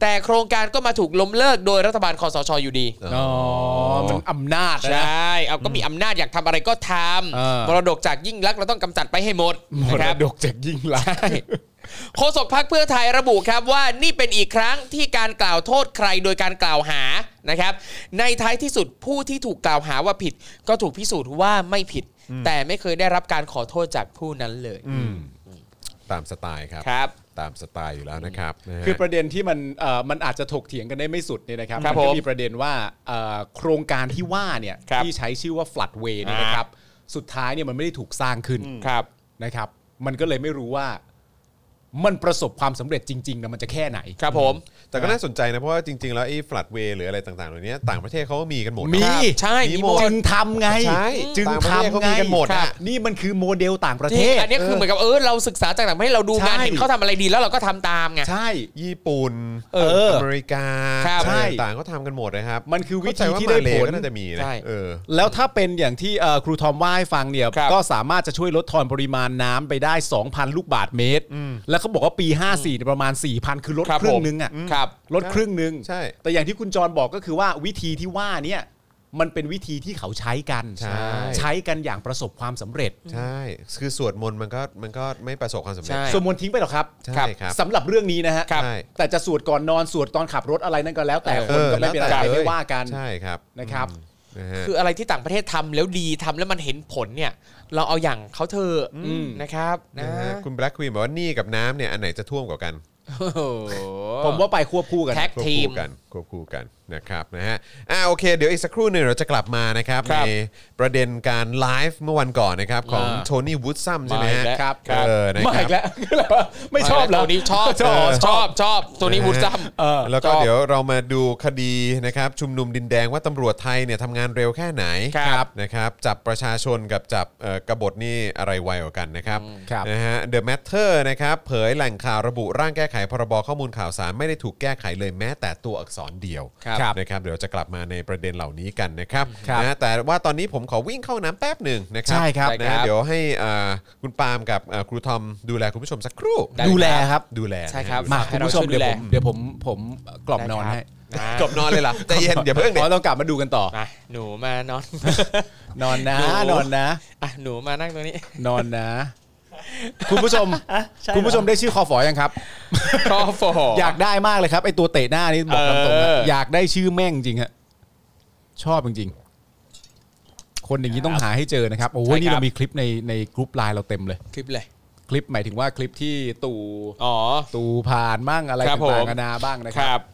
S2: แต่โครงการก็มาถูกล้มเลิกโดยรัฐบาลคอสชอยู่ดี
S5: อ๋อมันอำนาจ
S2: ใช
S5: นะ
S2: ่ เอาก็มีอำนาจอยากทำอะไรก็ท
S5: เออ
S2: ำมรดกจากยิ่งลักษณ์เราต้องกำจัดไปให้หมด
S5: ม
S2: นะค
S5: ร
S2: รับ
S5: ดกจากยิ่งลักษณ์
S2: ใช่โฆษกพักเพื่อไทยระบุครับว่านี่เป็นอีกครั้งที่การกล่าวโทษใครโดยการกล่าวหานะครับ ในท้ายที่สุดผู้ที่ถูกกล่าวหาว่าผิด ก็ถูกพิสูจน์ว่าไม่ผิด แต่ไม่เคยได้รับการขอโทษจากผู้นั้นเลย
S4: ตามสไตล์ครับ
S2: ครับ
S4: ตามสไตล์อยู่แล้วนะครับนะฮะ
S5: คือประเด็นที่มันเอ่อมันอาจจะถกเถียงกันได้ไม่สุดเนี่ยนะครับ
S2: ครับ
S5: ก็
S2: ผม
S5: มีประเด็นว่าเอ่อโครงการที่ว่าเนี่ย
S2: ครับ
S5: ที่ใช้ชื่อว่า Floodway เนี่ยนะครับ สุดท้ายเนี่ยมันไม่ได้ถูกสร้างขึ้น
S2: ครับ
S5: นะครับ มันก็เลยไม่รู้ว่า มันประสบความสำเร็จจริงๆนะมันจะแค่ไหน
S2: ครับผม
S4: แต่ก็น่าสนใจนะ เพราะว่าจริง ๆ แล้วไอ้ฟลัดเวย์หรืออะไรต่างๆเหล่านี้ต่างประเทศเขาก็มีกันหมดค
S5: มี
S4: รับ
S2: ใช่
S4: มี
S2: มี
S4: ห
S2: ห
S4: มด
S2: มด
S5: จึงทำไง
S4: ใช่
S5: จึง
S4: ต่างประเทศ
S5: ทำ
S4: เขา
S5: ไง
S4: มีกันหมด
S2: ครั
S4: อะ
S2: บ
S5: นี่มันคือโมเดลต่างประเท
S2: ที่
S5: ศ
S2: อันเนี้ยคือเหมือนกับเออเราศึกษาจากต่างประเทศเราดูงาน
S5: ใช่
S2: เห็นเขาทำอะไรดีแล้วเราก็ทำตามไง
S5: ใช่
S4: ญี่ปุ่น
S5: เออ
S4: เมริกา
S2: ครับ
S4: อะไรต่างๆก็ทำกันหมดนะครับ
S5: มันคือวิธี
S4: เข้าใจา
S5: ที่ได้
S4: มาเล
S5: ผล
S4: ก็น่าจะมีนะ
S2: ใช่
S4: เออ
S5: แล้วถ้าเป็นอย่างที่เอ่อครูทอมว่าให้ฟังเนี่ย
S2: ครับ
S5: ก็สามารถจะช่วยลดทอนปริมาณน้ำไปได้ 2,000 ลูกบาทเมตร แล้วเขาบอกว่าปี 54เนี่ยประมาณ 4,000 คือลด
S2: ครับ
S5: ครึ่
S2: ผ
S5: ง
S2: ม
S5: นึงอ่ะ
S2: ครับ
S5: ลดครึ่งนึง
S4: ใช่
S5: แต่อย่างที่คุณจรบอกก็คือว่าวิธีที่ว่าเนี่ยมันเป็นวิธีที่เขาใช้กัน
S4: ใช่
S5: กันอย่างประสบความสำเร็จ
S4: ใช่คือสวดมนต์มันก็มันก็ไม่ประสบความสำเร็จ
S2: ใช่
S5: ส่วนมนต์ทิ้งไปหรอครับ
S4: ใช่ครับ
S5: สำหรับเรื่องนี้นะฮะ
S2: ครับ
S4: ใช่
S5: แต่จะสวดก่อนนอนสวดตอนขับรถอะไรนั่นก็แล้ว แต่
S2: เออ
S5: คนก็ไม่เป็นไร
S4: แล้วแต่
S5: ไม่
S4: เลย
S5: ว่ากัน
S4: ใช่ครับ
S5: นะครับ
S4: อืมนะฮะ
S2: คืออะไรที่ต่างประเทศทำแล้วดีทำแล้วมันเห็นผลเนี่ย เราเอาอย่างเขาเธอะนะครับนะ
S4: นะฮะคุณแบล็กควีนบอกว่าหนี่กับน้ำเนี่ยอันไหนจะท่วมกว่ากัน
S2: โอ้โห
S5: ผมว่าไปควบคู่กัน
S2: แท็ก
S4: ควบ
S2: ทีม
S4: คู่กันควบคู่กันนะครับนะฮะอ่าโอเค เดี๋ยวอีกสักครู่หนึ่งเราจะกลับมานะครับ
S2: ครับ
S4: ในประเด็นการไลฟ์เมื่อวันก่อนนะครับของโทนี่วูดซัมใช่ไหมฮะ
S2: มาอีกแล้วครับ
S4: เออนะ
S5: มา
S4: ครั
S5: อี
S4: บ
S5: กแล้ว อะไรวะไม่ชอบเหรอ
S2: ตัวนี้ชอบชอบชอบชอบตัวนี้
S4: นะฮะ
S2: วูดซัม
S5: เออ
S4: แล้วก็
S2: ชอบ
S4: เดี๋ยวเรามาดูคดีนะครับชุมนุมดินแดงว่าตำรวจไทยเนี่ยทำงานเร็วแค่ไหน
S2: ครับ
S4: นะครับจับประชาชนกับจับเอ่อกบฏนี่อะไรไวกว่ากันนะครับ
S5: ครับ
S4: นะฮะ The Matter นะครับเผยแหล่งข่าวระบุร่างแก้ไขพรบข้อมูลข่าวสารไม่ได้ถูกแก้ไขเลยแม้แต่ตัวอักษรเดียว
S2: ครับ
S4: นะครับเดี๋ยวจะกลับมาในประเด็นเหล่านี้กันนะครับ
S5: ครับ
S4: นะแต่ว่าตอนนี้ผมขอวิ่งเข้าน้ำแป๊บหนึ่งนะครั
S5: ใช่ครับ
S4: นะฮะเดี๋ยวให้อ่าคุณปาล์มกับอ่าครูทอมดูแลคุณผู้ชมสักครู่
S2: ได้
S5: ดูแลครับ
S4: ดูแลนะฮะ
S2: ใช่ครับ
S4: ดูแล
S5: มาคุณผู้ชม
S2: ให้เราช่วยดู
S5: เดี๋ยว
S2: แล
S5: ผมเดี๋ยวผมผมกล่อมนอนให้
S4: จบนอนเลยล่ะใจเย็นอย่าเพิ่งเด็
S5: อ๋
S4: ก
S5: อเรากลับมาดูกันต่อ
S2: มาหนู มานอน
S5: นอนนะ
S2: หนู
S5: นอนนะ
S2: อ่ะหนูมานั่งตรงนี้
S5: นอนนะ คุณผู้ชม
S6: อ่ะใช่เหรอ
S5: คุณผู้ชมได้ชื่อคอฝอยัง ครับ
S2: คอฟอ
S5: อยากได้มากเลยครับไอตัวเตะหน้านี่บอกตรงๆ
S2: เอ
S5: นะ
S2: อ
S5: อ
S2: อ
S5: ยากได้ชื่อแม่งจริงฮะชอบจริงๆคนอย่างนี้ต้องหาให้เจอนะครับโอ้โหนี่เรามีคลิปในในกรุ๊ปไลน์เราเต็มเลย
S2: คลิปเลย
S5: คลิปหมายถึงว่าคลิปที่ตู่
S2: อ๋อ
S5: ตู่ผ่านบ้างอะไร
S2: ครั
S5: ต่า
S2: บผม
S5: งๆนานาบ้างนะค
S2: ค
S5: รั
S2: รับ บ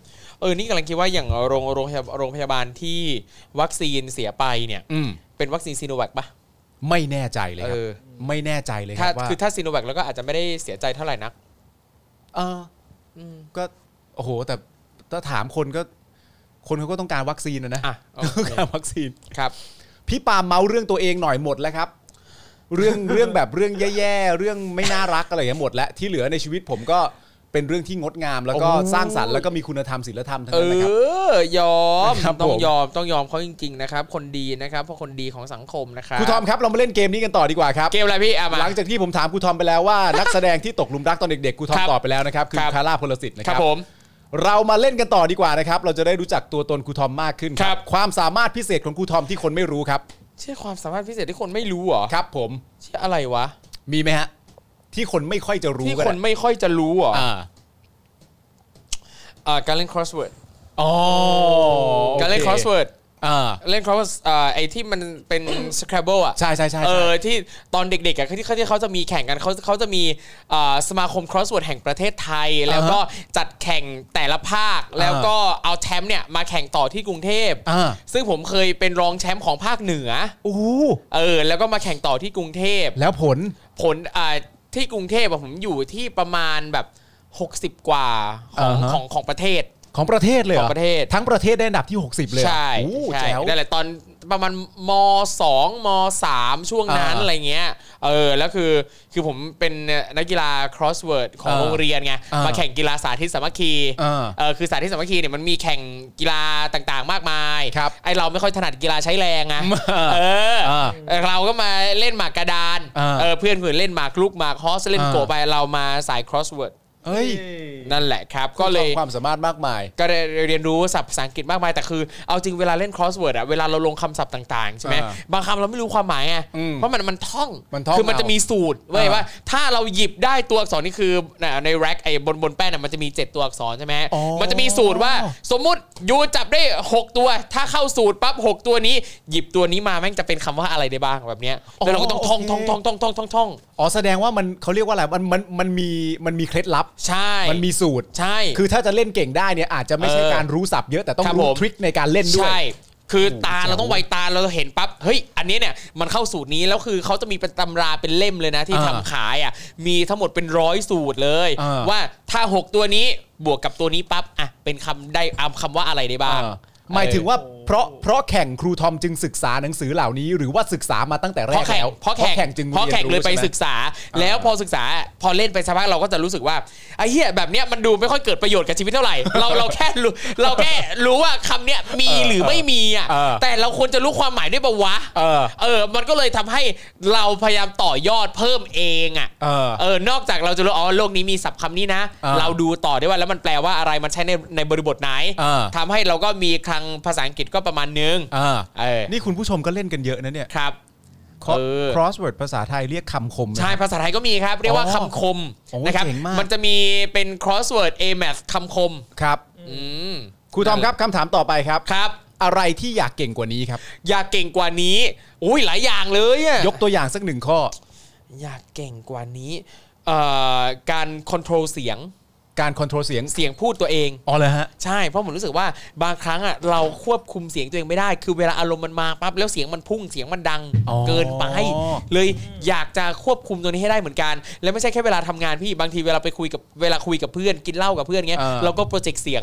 S2: เออ นี่กำลังคิดว่าอย่างโรงโรงพยาบาลโรงพยาบาลที่วัคซีนเสียไปเนี่ย
S5: อืม
S2: เป็นวัคซีนซีโนแวคปะ
S5: ไม่แน่ใจเลยครับ
S2: เออ
S5: ไม่แน่ใจเลยค
S2: ถ้า
S5: รับว่า
S2: คือถ้าซีโนแวคแล้วก็อาจจะไม่ได้เสียใจเท่าไหร่นัก
S5: เอออก็โอ้โห แต่ถ้าถามคนก็ คนเขาก็ต้องการวัคซีนนะนะ
S2: อ่ะโอเค
S5: ต้องการวัคซีน
S2: ครับ
S5: พี่ปาล์มเมาเรื่องตัวเองหน่อยหมดแล้วครับ เรื่อง เรื่องแบบเรื่องแย่ๆเรื่องไม่น่ารักอะไรอย่างเงี้ยหมดแล้วที่เหลือในชีวิตผมก็เป็นเรื่องที่งดงาม แล้วก็
S2: โอ้
S5: สร้างสรรค์แล้วก็มีคุณธรรมศีลธรรมทั้ง
S2: เอ
S5: นั้นนะครับ
S2: อยอม
S5: ครับ
S2: ต้อ
S5: ผ
S2: ง
S5: ม
S2: ยอมต้องยอมเขาจริงๆนะครับ คนดีนะครับเพราะคนดีของสังคมนะครับ
S5: ครูทอมครับเรามาเล่นเกมนี้กันต่อดีกว่าครับ
S2: เกมอะไรพี่อ่ะมา
S5: หลังจากที่ผมถามครูทอมไปแล้วว่า นักแสดงที่ตกหลุมรักตอนเด็กๆครูทอม
S2: ครับ
S5: ตอบไปแล้วนะครับคือ
S2: ครับ
S5: คาร่าพลสิทธิ์นะ
S2: ค
S5: ค
S2: รั
S5: รั
S2: บบ ผม
S5: เรามาเล่นกันต่อดีกว่านะครับ เราจะได้รู้จักตัวตนครูทอมมากขึ้น
S2: ครับ
S5: ความสามารถพิเศษของครูทอมที่คนไม่รู้ครับ
S2: เชื่อความสามารถพิเศษที่คนไม่รู้เหรอ
S5: ครับ ผม
S2: เชื่ออะไรวะ
S5: มีไหมฮะที่คนไม่ค่อยจะรู้
S2: ที่
S5: กั
S2: คนไม่ค่อยจะรู้เหรอ
S5: อ่า
S2: อ่าการเล่น crossword
S5: อ๋อโอค
S2: การเล่น crossword
S5: อ่า
S2: เล่น cross อ่าไอที่มันเป็น scrabble อ่ะ
S5: ใช่ใช่ใช่
S2: เอ
S5: ใช่
S2: อที่ตอนเด็กๆอ่ะที่เขาที่เขาจะมีแข่งกันเขาเขาจะมีอ่าสมาคม crossword แห่งประเทศไทย แล้วก็จัดแข่งแต่ละภาค แล้วก็เอาแชมป์เนี่ยมาแข่งต่อที่กรุงเทพ
S5: อ่า
S2: ซึ่งผมเคยเป็นรองแชมป์ของภาคเหนือ
S5: โอ้โห
S2: เออ แล้วก็มาแข่งต่อที่กรุงเทพ
S5: แล้วผล
S2: ผลอ่าที่กรุงเทพอะผมอยู่ที่ประมาณแบบ 60 กว่าของ
S5: อ่าฮะ
S2: ของของประเทศ
S5: ของประเทศเลยห
S2: ของประเทศ
S5: ทั้งประเทศได้อันดับที่ 60 เลยเหรอ
S2: ใช่
S5: โอ้โห
S2: ใช่
S5: แจ๋ว
S2: นั่นแหละตอนประมาณมสองมสามช่วงนั้น
S5: อ่า
S2: อะไรเงี้ยเออแล้วคือคือผมเป็นนักกีฬา crossword ของ
S5: อ่า
S2: โรงเรียนไง
S5: อ่าม
S2: มาแข่งกีฬาสาธิตสามัคคี
S5: อ่า
S2: เออคือสาธิตสามัคคีเนี่ยมันมีแข่งกีฬาต่างๆ มากมาย
S5: ครับ
S2: ไอเราไม่ค่อยถนัดกีฬาใช้แรงไงเอออาเราก็มาเล่นหมากกระดาน
S5: อ่า
S2: เออเพื่อนคนอื่นเล่นหมากลุกหมากฮอสเล่น
S5: อ่า
S2: โกะไปเรามาสาย crossword
S5: เอ้ย
S2: นั่นแหละครับ ก็เลย
S5: ความสามารถมากมาย
S2: ก็ได้เรียนรู้ศัพท์ภาษาอังกฤษมากมาย แต่คือเอาจริงเวลาเล่น crossword อะเวลาเราลงคำศัพท์ต่างๆ ใช่ไหม
S5: อ่า
S2: บางคำเราไม่รู้ความหมายไง
S5: อืม
S2: เพราะมันมันท่อง
S5: มันท่อง
S2: คือมันจะมีสูตรเว้ย
S5: อ่า
S2: ว่า ถ้าเราหยิบได้ตัวอักษรนี่คือน่ะในแร็กไอ้บนบนแป้นน่ะมันจะมี 7 ตัวอักษรใช่ไหม
S5: อ๋อ
S2: มันจะมีสูตรว่าสมมุติยูจับได้ 6 ตัว ถ้าเข้าสูตรปั๊บ6ตัวนี้ หยิบตัวนี้มาแม่งจะเป็นคำว่าอะไรได้บ้างแบบเนี้ยแล้วเราก็ต้องท่องท่องท่องท่องท่องท่องท่อง
S5: อ๋อแสดงว่ามันเขาเรียกว่าอะไรมันมันมันมีมันมีเคล็ดลับ
S2: ใช่
S5: มันมีสูตร
S2: ใช่
S5: คือถ้าจะเล่นเก่งได้เนี่ยอาจจะไม่ใช่
S2: เออ
S5: การรู้ศัพท์เยอะแต่ต้อง
S2: ครับ
S5: รู้
S2: ผม
S5: ทริคในการเล่นด้วย
S2: ใช่ คือตาเราต้องไวตาเราเห็นปั๊บเฮ้ยอันนี้เนี่ยมันเข้าสูตรนี้แล้วคือเขาจะมีเป็นตำราเป็นเล่มเลยนะ ที่
S5: อ่า
S2: ทำขายอ่ะมีทั้งหมดเป็นร้อยสูตรเลย
S5: อ่า
S2: ว่าถ้า 6 ตัวนี้บวกกับตัวนี้ปั๊บอ่ะเป็นคำได้อามคำว่าอะไรได้บ้าง
S5: เออหมายถึงว่าเพราะเพราะแข่งครูทอมจึงศึกษาหนังสือเหล่านี้ หรือว่าศึกษามาตั้งแต่แร
S2: เพราะ
S5: ก
S2: แข่ง
S5: แล้ว
S2: เพราะแข่ง
S5: จึง
S2: เพราะแข่งเลยไป
S5: ใช่หม
S2: ศึกษา แล้วพอศึกษาพอเล่นไปสักพักเราก็จะรู้สึกว่าไอ้เหี้ยแบบเนี้ยมันดูไม่ค่อยเกิดประโยชน์กับชีวิตเท่าไหร่ เราเราแค่รู้เราแค่รู้ว่าคำเนี้ยมีหรือไม่มีอ่ะ
S5: เออ
S2: แต่เราควรจะรู้ความหมายด้วยปะวะ
S5: เออ
S2: เออ มันก็เลยทำให้เราพยายามต่อยอดเพิ่มเองอ่ะ
S5: เออ
S2: เออนอกจากเราจะรู้อ๋อโลกนี้มีศัพท์คำนี้นะ
S5: เออ
S2: เราดูต่อได้วยว่าแล้วมันแปลว่าอะไรมันใช้ในในบริบทไหน
S5: เออ
S2: ทำให้เราก็มีคลังภาษาอังกฤษก็ประมาณนึง
S5: เออ
S2: เออ
S5: นี่คุณผู้ชมก็เล่นกันเยอะนะเนี่ย
S2: ครับ เออ
S5: crossword ภาษาไทยเรียกคำคมนะ
S2: ใช่ ภาษาไทยก็มีครับ เรียกว่า
S5: อ๋อ
S2: คำคม
S5: โอ้ย
S2: นะครับ
S5: เจ๋งมาก
S2: มันจะมีเป็น crossword a m a t คำคม
S5: ครับ
S2: อืม
S5: ครูทอมครับคำถามต่อไปครับ
S2: ครับ
S5: อะไรที่อยากเก่งกว่านี้ครับ
S2: อยากเก่งกว่านี้ อุ้ยหลายอย่างเลยอะ
S5: ยกตัวอย่างสักหนึ่งข้อ
S2: อยากเก่งกว่านี้เอ่อการ control เสียง
S5: การควบคุมเสียง
S2: เสียงพูดตัวเอง
S5: อ๋อเลยฮะ
S2: ใช่ เพราะผมรู้สึกว่าบางครั้งอ่ะเราควบคุมเสียงตัวเองไม่ได้ คือเวลาอารมณ์มันมาปั๊บแล้วเสียงมันพุ่งเสียงมันดัง
S5: อ๋อ
S2: เกินไป เลยอยากจะควบคุมตัวนี้ให้ได้เหมือนกัน และไม่ใช่แค่เวลาทำงานพี่บางทีเวลาไปคุยกับเวลาคุยกับเพื่อนกินเหล้ากับเพื่อนเงี้ย
S5: เออ
S2: เราก็โปรเจกต์เสียง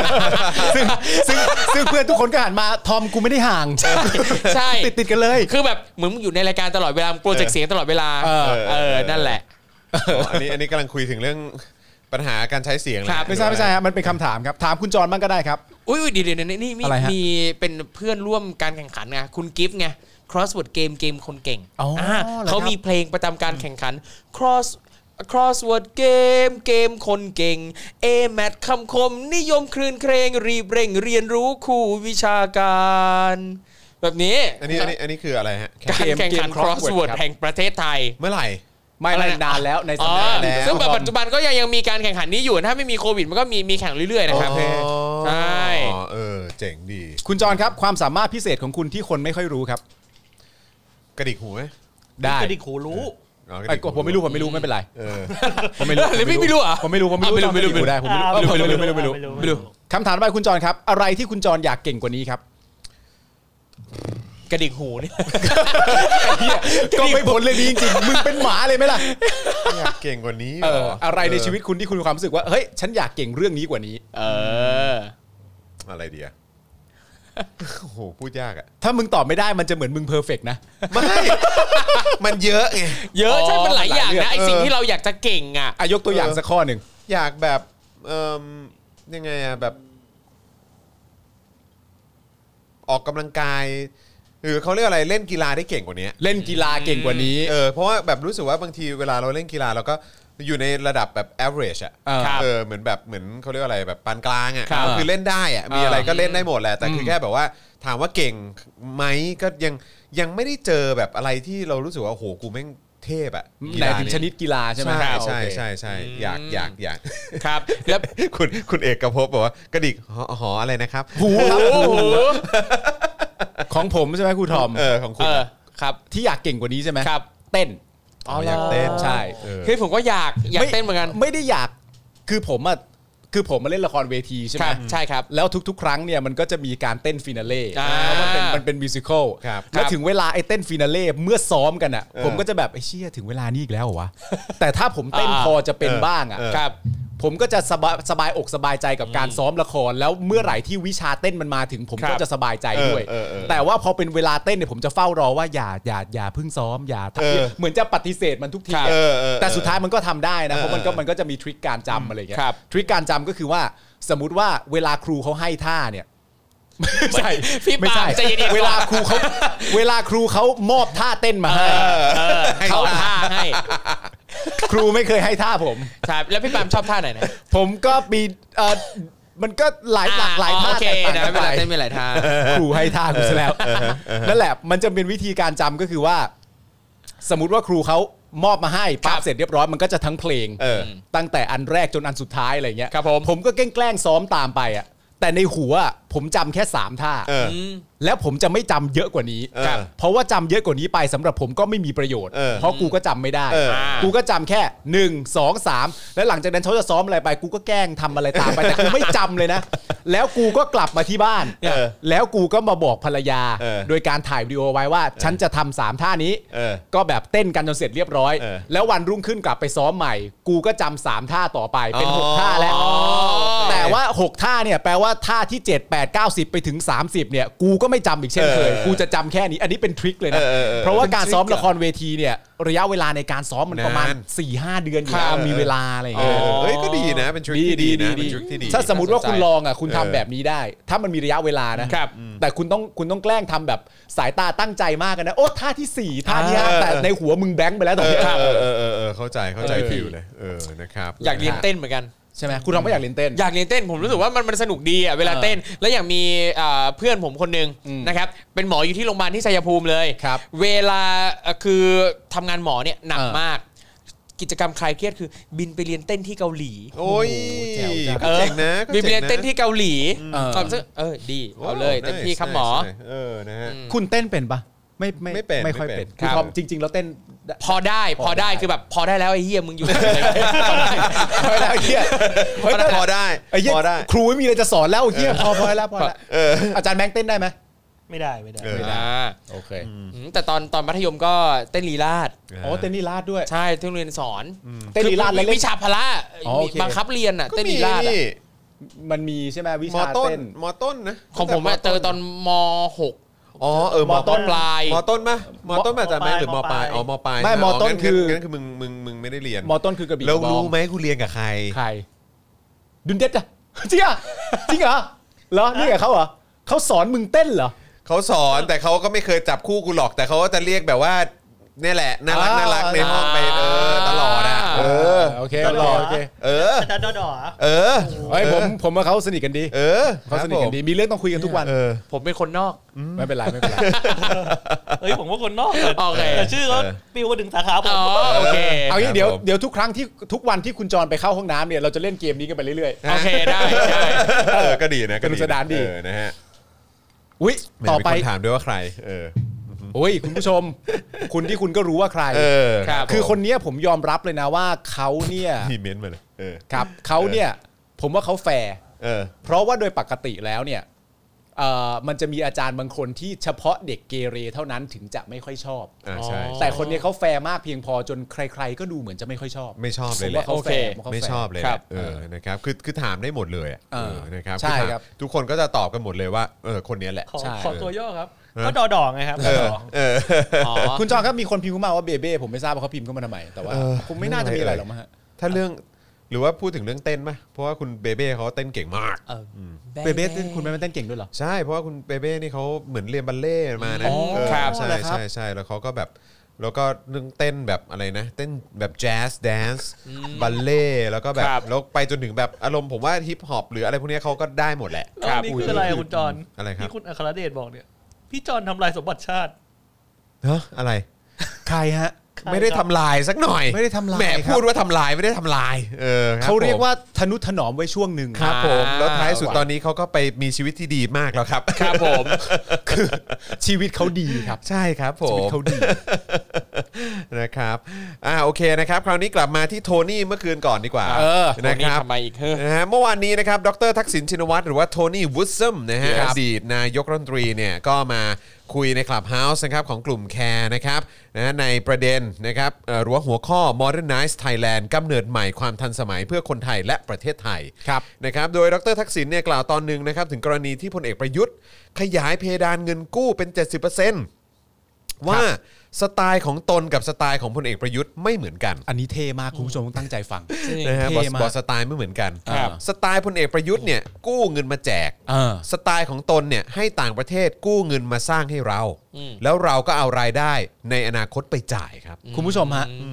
S5: ซึ่งซึ่งซึ่งเพื่อนทุกคนก็หันมาทอมกูไม่ได้ห่าง
S2: ใช่
S5: ติดติดกันเลย
S2: คือแบบเหมือนมึงอยู่ในรายการตลอดเวลาโปรเจกต์เสียงตลอดเวลา
S5: เออ
S2: เออนั่นแหละ
S4: อ๋ออันนี้อันนี้กำลังคุยถึงเรื่องปัญหาการใช้เสียงเลย
S2: ครับ
S5: ไม่ใช่ไม่ใช่ฮะมันเป็นคำถามครับ ถามคุณจรบ้างก็ได้ครับ
S2: อุ้ยอุ๊ยเดี๋ยวเดี๋ยวนี่นี่มี
S5: อะไรฮะ
S2: มีเป็นเพื่อนร่วมการแข่งขันไงคุณกิฟต์ไง crossword game เกมคนเก่ง
S5: อ๋ออ่
S2: า
S5: เหรอครับ
S2: เขามีเพลงประจำการแข่งขัน cross crossword game เกมคนเก่ง a m a t คำคม นิยมคลืนเครงรีบเร่งเรียนรู้คู่วิชาการ แบบนี้
S4: อันนี้อันนี้อันนี้คืออะไรฮะแค่
S2: การแข่งขัน
S5: เกม crossword
S2: crossword
S5: ครับ
S2: แห่งประเทศไทย
S4: เมื่อไหร่
S5: ไม่
S2: อะไร
S5: ไม่
S2: นะ
S5: นานแล้วในสั
S2: อ๋
S5: ป
S2: อ
S5: ดาห์แล้ว
S2: ซึ่งแบบปัจจุบันก็ยังยังมีการแข่งขันนี้อยู่ถ้าไม่มีโควิดมันก็มีมีแข่งเรื่อยๆนะครับ
S4: อ๋อ
S2: ใช่
S4: เออ เจ๋งดี
S5: คุณจรครับความสามารถพิเศษของคุณที่คนไม่ค่อยรู้ครับ
S4: กระดิกหูไหม
S5: ได้
S6: กระดิกหูรู้
S4: อ๋อ
S5: ไอ้ยผมไม่รู้ผมไม่รู้ไม่เป็นไร
S4: เออ
S5: ผมไม่รู้
S2: หรือพี่ไม่ รู้เหรอ
S5: ผมไม่รู้ผมไม่รู้
S2: อ่ะไม่รู้ไม่
S5: จำ
S2: รู้
S5: ผิดอยู่ได้ผมไม่รู้
S6: อ่า
S5: ผมไม่รู้ไม่รู้
S6: ไม่
S5: ไม่รู้
S6: รู้
S5: ไม่รู้
S2: ไม่รู้
S5: คำถามต่อไปคุณจรครับ อะไรที่คุณจรอยากเก่งกว่านี้ครับ
S2: กระดิ่งหูเนี่ย
S5: ก็ไม่พ้นเลยดีจริงๆมึงเป็นหมาเลยไหมล่ะ
S4: อยากเก่งกว่านี้เห
S5: เอ
S4: ร
S5: ออะไรในชีวิตคุณที่คุณมีความรู้สึกว่าเฮ้ยฉันอยากเก่งเรื่องนี้กว่านี้
S2: เออ
S4: อะไรเดียโอ้โห พูดยากอ่ะ
S5: ถ้ามึงตอบไม่ได้มันจะเหมือนมึงเพอร์เฟกนะ
S4: ไม่ มันเยอะไง
S2: เยอะใช่ มันหลายอย่าง
S5: หลาย
S2: นะ
S5: เรื่อง
S2: ไอสิ่งที่เราอยากจะเก่งอ่ะ
S5: อายกตัวอย่าง
S4: เออ
S5: สักข้อหนึ่ง
S4: อยากแบบ เอ่มยังไงอ่ะ แบบ ออกกำลังกาย หรือเขาเรียกอะไร เล่นกีฬาได้เก่งกว่านี้
S5: เล่นกีฬาเก่งกว่านี้
S4: เออเพราะว่าแบบรู้สึกว่าบางทีเวลาเราเล่นกีฬาเราก็อยู่ในระดับแบบ average อ่ะ
S5: อ่า
S2: ครับ
S4: เออเหมือนแบบเหมือนเขาเรียกว่าอะไรแบบปานกลางอ่ะ
S5: ครับ
S4: คือเล่นได้อ่ะมีอะไรก็เล่นได้หมดแหละแต่คือ
S5: ม
S4: แค่แบบว่าถามว่าเก่งไหมก็ยังยังไม่ได้เจอแบบอะไรที่เรารู้สึกว่าโอ้โหกูแม่งเทพอ่ะกี
S5: ใน
S4: ฬา
S5: ถึงชนิดกีฬาใช่ไหม
S4: ใช่
S5: ครับ
S4: ใช่
S5: โอเค
S4: ใช่ใช่
S2: อืม
S4: อยากอยากอยาก
S2: ครับ แล้ว
S4: คุณคุณเอกภพบอกว่ากระดิกหอหออะไรนะครับ
S5: หูค
S2: โอ้
S5: รับ
S2: โห
S5: ของผมใช่ไหมครูทอม
S4: เออของคุ
S2: เอ
S4: ณ
S2: อ
S4: อะ
S2: ครับ
S5: ที่อยากเก่งกว่านี้ใช่ไหม
S2: ครับ
S5: เต้น
S2: อ๋อ
S4: อ
S2: เหร
S4: ยากเต้น
S5: ใช่
S4: เออ
S2: คือผมก็อยากอยากเต้นเหมือนกัน
S5: ไม่ได้อยากคือผมอะคือผมมาเล่นละครเวทีใช่ไห
S2: ค
S5: ม
S2: รับใช่ครับ
S5: แล้วทุกๆ ครั้งเนี่ยมันก็จะมีการเต้นฟินาเล่
S2: อ่า
S5: เพราะมันเป็นมันเป็นมิวสิควล
S4: ครับ
S5: แล้วถึงเวลาไอ้เต้นฟินาเล่เมื่อซ้อมกันอ่ะ
S4: เออ
S5: ผมก็จะแบบไอ้เชี่ยถึงเวลานี้อีกแล้วเหรอวะ แต่ถ้าผมเต้น
S2: อ่า
S5: พอจะเป็นบ้างอ่ะ
S2: ครับ
S5: ผมก็จะสบายสบายอกสบายใจกับการซ้อมละคร แล้วเมื่อไหร่ที่วิชาเต้นมันมาถึงผม
S2: ครับ
S5: ก็จะสบายใจด้วย
S4: เออเออเออ
S5: แต่ว่าพอเป็นเวลาเต้นเนี่ยผมจะเฝ้ารอว่าอย่าอย่าอย่าเพิ่งซ้อมอย่าทำ
S4: เออ
S5: เหมือนจะปฏิเสธมันทุกที
S4: เออเออ
S5: แต่สุดท้ายมันก็ทำได้นะ
S4: เออ
S5: เพราะมันก็
S4: เออ
S5: มันก็จะมีทริคการจำอะไรอย่างเงี้ย
S2: ครับ
S5: ทริคการจำก็คือว่าสมมติว่าเวลาครูเขาให้ท่าเนี่ย ไม่ใช่
S2: พี่
S5: ไม่
S2: ปาล์
S5: ใช่
S2: มใจเย็นๆก่อน
S5: เวลาครูเขาเวลาครูเขามอบท่าเต้นมาให้
S2: เออเขาท่าให้
S5: ครูไม่เคยให้ท่าผม
S2: ครับแล้วพี่ปาล์มชอบท่าไหนนะ
S5: ผมก็มีเออมันก็หลายหลากหลาย
S2: อ่
S5: ท่า
S2: โอเค
S5: แตกต่าง
S2: นะ
S5: กั
S2: ไม่
S5: น
S2: เป็นไร
S5: ไป
S2: เต้นไม่หลายท่า
S5: ครูให้ท่ากูซะแล้วนั่นแหละ มันจะเป็นวิธีการจำก็คือว่า สมมติว่าครูเขามอบมาให้ปั๊
S2: ครับ บ
S5: เสร็จเรียบร้อยมันก็จะทั้งเพลง
S4: เออ
S5: ตั้งแต่อันแรกจนอันสุดท้ายอะไรเงี้ย
S2: ครับผม
S5: ผมก็แกล้งๆซ้อมตามไปอ่ะ แต่ในหัวอะผมจำแค่สามท่า
S4: เออ
S5: แล้วผมจะไม่จำเยอะกว่านี้
S4: เออ
S5: ครับเพราะว่าจำเยอะกว่านี้ไปสำหรับผมก็ไม่มีประโยชน์
S4: เออ
S5: เพราะกูก็จำไม่ได้
S4: เออ
S5: กูก็จำแค่หนึ่งสองสามแล้วหลังจากนั้นเขาจะซ้อมอะไรไป กูก็แกล้งทำอะไรตามไปแต่กูไม่จำเลยนะ แล้วกูก็กลับมาที่บ้าน
S4: เออ
S5: แล้วกูก็มาบอกภรรยา
S4: เออ
S5: โดยการถ่ายวิดีโอไว้ว่า ฉันจะทำสามท่านี้
S4: เออ
S5: ก็แบบเต้นกันจนเสร็จเรียบร้อย
S4: เออ
S5: แล้ววันรุ่งขึ้นกลับไปซ้อมใหม่ กูก็จำสามท่าต่อไปเป็น
S4: อ๋อ
S5: 6 ท่าแล้ว แต่ว่า 6 ท่าเนี่ยแปลว่าท่าที่ 7 8 9 0 ไปถึง 30 เนี่ย กูก็ไม่จำอีกเช่นเคย
S4: เออ
S5: กูจะจำแค่นี้ อันนี้เป็นทริคเลยนะ
S4: เออเออเออ
S5: เพราะว่าการซ้อม
S4: เป็นทริ
S5: ละ
S4: คอะ
S5: ครเวทีเนี่ย ระยะเวลาในการซ้อมมันประมาณ
S4: นาน
S5: 4-5 เดือนอยู่แล้ว
S4: ครับ
S5: มีเวลาอะไรอย่าง
S4: เอ
S5: เงี้ย
S4: อเฮ้ยก็ดีนะเป็นทริคที่ดีนะเป็นทริคที่ดี
S5: ถ้าสมมติว่าคุณลองอ่ะคุณทำ
S4: เออ
S5: แบบนี้ได้ ถ้ามันมีระยะเวลานะแต่คุณต้องคุณต้องแกล้งทำแบบสายตาตั้งใจมากกันนะ โอ้ท่าที่สี่ท่าที่ห้า
S4: เออ
S5: แต่ในหัวมึงแบงค์ไปแล้วตอน
S4: เอ
S5: เนี้
S4: อย เออเออเออเออเข้าใจเข้าใจฟิลเลยเออนะครับ
S3: อยากเรียนเต้นเหมือนกัน
S5: ใช่ไหมคุณลองไม่อยากเล่นเต้น
S3: อยากเรียนเต้นผมรู้สึกว่ามันมันสนุกดีอ่ะเวลาเต้น แล้วอย่างมีเอ่อเพื่อนผมคนหนึ่ง
S5: อืม
S3: นะครับเป็นหมออยู่ที่โรงพยาบาลที่ชัยภูมิเลย
S5: ครับ
S3: เวลาเอ่อคือทำงานหมอเนี่ยหนัก
S5: เออ
S3: มาก กิจกรรมคลายเครียดคือบินไปเรียนเต้นที่เกาหลี
S4: โอ้ย
S5: แจ๋วจัง
S4: ก็เจ๋งนะก็
S3: บินไป
S4: จ๋
S3: เรี
S4: งะ
S3: ยนเต้นที่เกาหลี
S5: เออ
S3: เอาซึ่งเออดี
S4: โ
S3: เอาเลยเต็มที่ครับหมอ
S4: ใช่ใช่เออนะฮะ
S5: คุณเต้นเป็นปะไม่ไม่
S4: ไม่เป็น
S5: ไม่ค่อย
S4: ไม่เป็
S5: เป็น
S4: น
S5: คุณทอมจริง ๆ แล้วเต้น
S3: พอได้พอได้
S5: พอได้
S3: คือแบบพอได้แล้วไอ้เฮียมึงอยู่
S5: พอแล้วเฮียเฮ้ย
S4: พอได้
S5: ไอ้เฮีย
S4: พอได้
S5: ครูไม่มีอะไรจะสอนแล้วเฮียพอพอแล้วพอแล้ว
S4: เออ
S5: อาจารย์แบงค์เต้นได้ไหม
S6: ไม่ได้ไม่ได้
S4: เออ
S5: โอเค
S3: อืมแต่ตอนตอนมัธยมก็เต้นลีลาด
S5: โอ้เต้นลีลาดด้วย
S3: ใช่ที่โรงเรียนสอน
S5: เต้นลีลาดแล้วเล่น
S3: วิชาพละ
S5: อ๋อโอเค
S3: บังคับเรียนอ่ะ
S4: ก็
S3: เต้น
S4: มี
S3: ลีลาดอะ
S4: นี่
S5: มันมีใช่ไหมวิ
S4: มอ
S5: ชา
S4: ต้น
S5: เต้น
S4: มอต้นนะ
S3: ของผมอะเจอตอนม
S4: อ๋อเออ
S3: มต้นปลาย
S4: มอต้นปะมอต้นมาจากไหมหรือม
S6: ม
S4: อ
S6: อ
S4: ป
S6: ป
S4: ลา
S6: ลายย
S4: อ๋อมอปลาย
S5: ไม่มอต้น
S4: งั้
S5: คือ
S4: งั้นคือมึงมึงมึงไม่ได้เรียน
S5: มอต้นคือกระบี่
S4: แล้ว
S5: กระบอ
S4: รู้
S5: ง
S4: ไหมกูเรียนกับใคร
S5: ใครดุนเด็ดอะ จริงเหรอะจริงเหรอเหรอนี่กับเขาเหรอเขาสอนมึงเต้นเหรอ
S4: เขาสอนแต่เขาก็ไม่เคยจับคู่กูหรอกแต่เขาก็จะเรียกแบบว่าเนี่ยแหละน่ารัก
S5: อ่า
S4: น่ารักในห้องไปเออตลอดอ่ะเออ
S5: โอเค
S6: ตลอด
S5: โอเค
S4: เออ
S6: แต่ดอดอ
S4: เออ
S5: เฮ้ยผมผมกับเขาสนิทกันดี
S4: เออ
S5: เขาสนิทกันดีมีเรื่องต้องคุยกันทุกวัน
S4: เออ
S3: ผมเป็นคนนอก
S5: ไม่ เป็นไรไม่เป็นไร
S6: เอ้ยผมว่าคนนอกแต่
S3: โอเค
S6: แต่ชื่อเขาปิวมาถึงสาขาผม
S3: อ๋อโอเค
S5: เอา
S4: ครั
S5: งี้
S4: บ
S5: เดี๋ยว
S4: ผม
S5: เดี๋ยวทุกครั้งที่ทุกวันที่คุณจรไปเข้าห้องน้ำเนี่ยเราจะเล่นเกมนี้กันไปเรื่อย
S4: ะ
S3: โอเคได้ได้
S4: เออ ก็ดีนะก็
S5: สนุกสนานดี
S4: เออนะฮะ
S5: ๆอุ้ย
S4: แหม่
S5: ต่อไป
S4: มีคนถามด้วยว่าใคร เออ
S5: อุ้ยคุณผู้ชม คุณที่คุณก็รู้ว่าใคร
S4: เออ
S3: ครับ
S5: คือคนเนี้ยผมยอมรับเลยนะว่าเขาเนี่ย
S4: พีเม้นต์มาเลยเออ
S5: ครับเขาเนี่ยผมว่าเขาแฟร์
S4: เออ
S5: เพราะว่าโดยปกติแล้วเนี่ยเอ่อมันจะมีอาจารย์บางคนที่เฉพาะเด็กเกเรเท่านั้นถึงจะไม่ค่อยชอบ
S4: อ่าใช่
S3: อ๋อ
S5: แต่คนเนี้ยเขาแฟร์มากเพียงพอจนใคร ๆ ก็ดูเหมือนจะไม่ค่อยชอบ
S4: ไม่ชอบเล
S5: ผ
S4: ย
S5: ม
S4: แห
S5: ว่า
S4: ละ
S5: เขาแฟร์ผว่าเขาแฟร์
S4: ไม่ชอบเลยแห
S5: ครั
S4: ละ
S5: บ
S4: เออนะครับคือคือถามได้หมดเลยอะ
S5: เออ
S4: นะครับ
S5: ใช่
S4: อถาม
S5: ครับ
S4: ทุกคนก็จะตอบกันหมดเลยว่าเออคนเนี้ยแหละ
S6: ขอ
S5: ใช่
S6: ขอตัวย่อครับ
S4: ฮะ
S6: ก็ดอดอไงครับ
S4: เอ
S6: ดอ
S4: อ
S6: ดอ
S4: เออ
S3: อ๋อ
S5: คุณจองครับมีคนพิมพ์เข้ามาว่าเบเบ้ผมไม่ทราบว่าเขาพิมพ์เข้ามาทำไมแต่ว่า
S4: เออ
S5: คงไม่น่าจะมีอะไรหรอกมั้งฮะ
S4: ถ้าเรื่องหรือว่าพูดถึงเรื่องเต้นไหมเพราะว่าคุณเบเบ้เขาเต้นเก่งมาก
S3: เอออ
S5: เบเบ้เต้นคุณไม่เต้นเก่งด้วยเหรอ
S4: ใช่ เพราะว่าคุณเบเบ้นี่เขาเหมือนเรียนบัลเล่ต์มานะ
S5: อ๋อ
S4: เออ
S5: ครับ
S4: ใช่
S5: เหรอครับ
S4: ใช่ใช่แล้วเขาก็แบบแล้วก็เรื่องเต้นแบบอะไรนะ เต้นแบบแจ๊สแดนซ์บัลเล่ต์แล้วก็แบบ
S3: ครับ
S4: แล้วไปจนถึงแบบอารมณ์ผมว่าฮิปฮอปหรืออะไรพวกเนี้ยเขาก็ได้หมดแหละ
S6: รอบนี้คืออะไรอะคุณจอน
S4: อะไรครับ
S6: ที่คุณอัครเดชบอกเนี่ย พี่จอนทำลายสมบัติชาติ
S4: ฮะอะไร
S5: ใครฮะ
S4: ไม่ได้ทำลายสักหน่อย
S5: ไม่ได้ทำลาย
S4: แหม
S5: ครับ
S4: พูดว่าทำลายไม่ได้ทำลาย เออคบ
S5: เขาเรียก
S4: ผม
S5: ว่าทนุถนอมไว้ช่วงหนึ่ง
S4: ครับผม
S3: อ่า
S4: แล้วท้ายสุดตอนนี้เขาก็ไปมีชีวิตที่ดีมากแล้วครับ
S3: ครับผม
S5: ชีวิตเขาดีครับ
S4: ใช่ครับผ
S5: ชีวิต
S4: ม
S5: เขาดี
S4: นะครับ อ่าโอเคนะครับ คราวนี้กลับมาที่โทนี่เมื่อคืนก่อนดีกว่า
S3: เออ
S4: นะ
S3: โทนี่
S4: ครับ
S3: ทำไมอีกเฮ้อ
S4: นะฮะเมื่อวานนี้นะครับ ดรทักษิณชินวัตรหรือว่าโทนี่วูดซัมนะฮะ
S3: ค
S4: อ
S3: รับ
S4: ดีตนายกรัฐมนตรีเนี่ย ก็มาคุยในคลับเฮาส์นะครับของกลุ่มแคร์นะครับนะฮะในประเด็นนะครับเอ่อหรือว่าหัวข้อ Modernize Thailand กำเนิดใหม่ความทันสมัยเพื่อคนไทยและประเทศไทย
S5: ครับ
S4: นะครับโดยดรทักษิณเนี่ยกล่าวตอนหนึ่งนะครับถึงกรณีที่พลเอกประยุทธ์ ขยายเพดานเงินกู้เป็น 70%ว่าสไตล์ของตนกับสไตล์ของพลเอกประยุทธ์ไม่เหมือนกัน
S5: อันนี้เท่มากคุณผู้ชมต้องตั้งใจฟัง
S3: จริง
S4: นะฮะบอส
S5: เท่มาก
S4: บอกสไตล์ไม่เหมือนกัน
S5: ครับ
S4: สไตล์พลเอกประยุทธ์เนี่ยกู้เงินมาแจก
S5: เออ
S4: สไตล์ของตนเนี่ยให้ต่างประเทศกู้เงินมาสร้างให้เรา
S3: อืม
S4: แล้วเราก็เอารายได้ในอนาคตไปจ่ายครับ
S5: คุณผู้ชมฮะ
S3: อื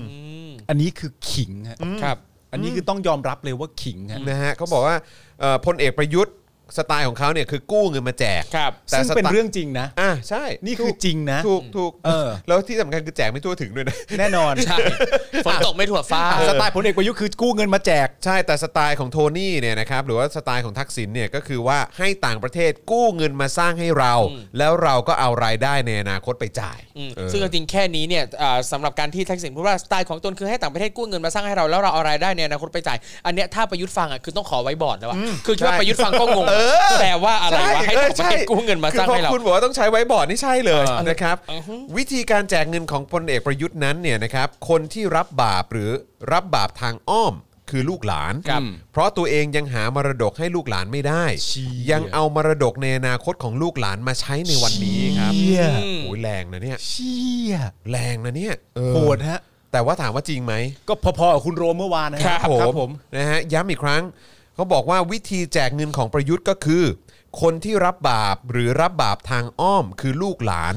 S3: ม
S5: อันนี้คือขิงฮะ
S3: ครับ
S5: อันนี้คือต้องยอมรับเลยว่าขิงฮะ
S4: นะฮะเขาบอกว่าเอ่อพลเอกประยุทธ์ สไตล์ของเขาเนี่ยคือกู้เงินมาแจก
S2: ครับ
S4: แต่
S5: ซึ่ง
S4: สไตล์
S5: เป็นเรื่องจริงนะ
S4: อ่ะใช่
S5: นี่คือจริงนะ
S4: ถูกถูก
S5: เออ
S4: แล้วที่สำคัญคือแจกไม่ทั่วถึง ด้วยนะ
S5: แน่นอน
S2: ใช่ฝนตกไม่ถั่วฟ้า
S5: สไตล์พลเอกประยุทธ์คือกู้เงินมาแจก
S4: ใช่แต่สไตล์ของโทนี่เนี่ยนะครับหรือว่าสไตล์ของทักษิณเนี่ยก็คือว่าให้ต่างประเทศกู้เงินมาสร้างให้เรา แล้วเราก็เอารายได้ในอนาคตไปจ่าย
S2: อืม
S4: เออ
S2: ซึ่งจริงๆแค่นี้เนี่ยอ่าสำหรับการที่ทักษิณพูดว่าสไตล์ของตนคือให้ต่างประเทศกู้เงินมาสร้างให้เราแล้วเราเอารายได้ในอนาคตไปจ่าย อันเนี้ยถ้าประยุทธ์ฟังอ่ะคือต้องขอไว้บอร์ดแล้วอ่ะคือคิดว่า
S4: ใช่
S2: ประยุทธ์ฟังก็งง
S4: เออ
S2: แปลว่าอะไรวะให้ต่างประเทศ
S4: ออ
S2: กู้เงินมาสร้างให้เรา
S4: คือพอคุณบอกว่าต้องใช้ไว้บอร์ดนี่ใช่เลย
S2: เออ
S4: นะครับ
S2: อือฮึ
S4: วิธีการแจกเงินของพลเอกประยุทธ์นั้นเนี่ยนะครับคนที่รับบาปหรือรับบาปทางอ้อมคือลูกหลาน เพราะตัวเองยังหามรดกให้ลูกหลานไม่ได้ ยังเอามรดกในอนาคตของลูกหลานมาใช้ในวันนี้ครับ
S5: เชี่ย
S4: โอ้ยแรงนะเนี่ย
S5: เชี่ย
S4: แรงนะเนี่ยเออ
S5: โหดฮะ
S4: แต่ว่าถามว่าจริงไหม
S5: ก็พอๆกับคุณโรมเมื่อวานนะฮะ
S4: นะฮะย้ำอีกครั้งเขาบอกว่าวิธีแจกเงินของประยุทธ์ก็คือ คนที่รับบาปหรือรับบาปทางอ้อมคือลูกหลาน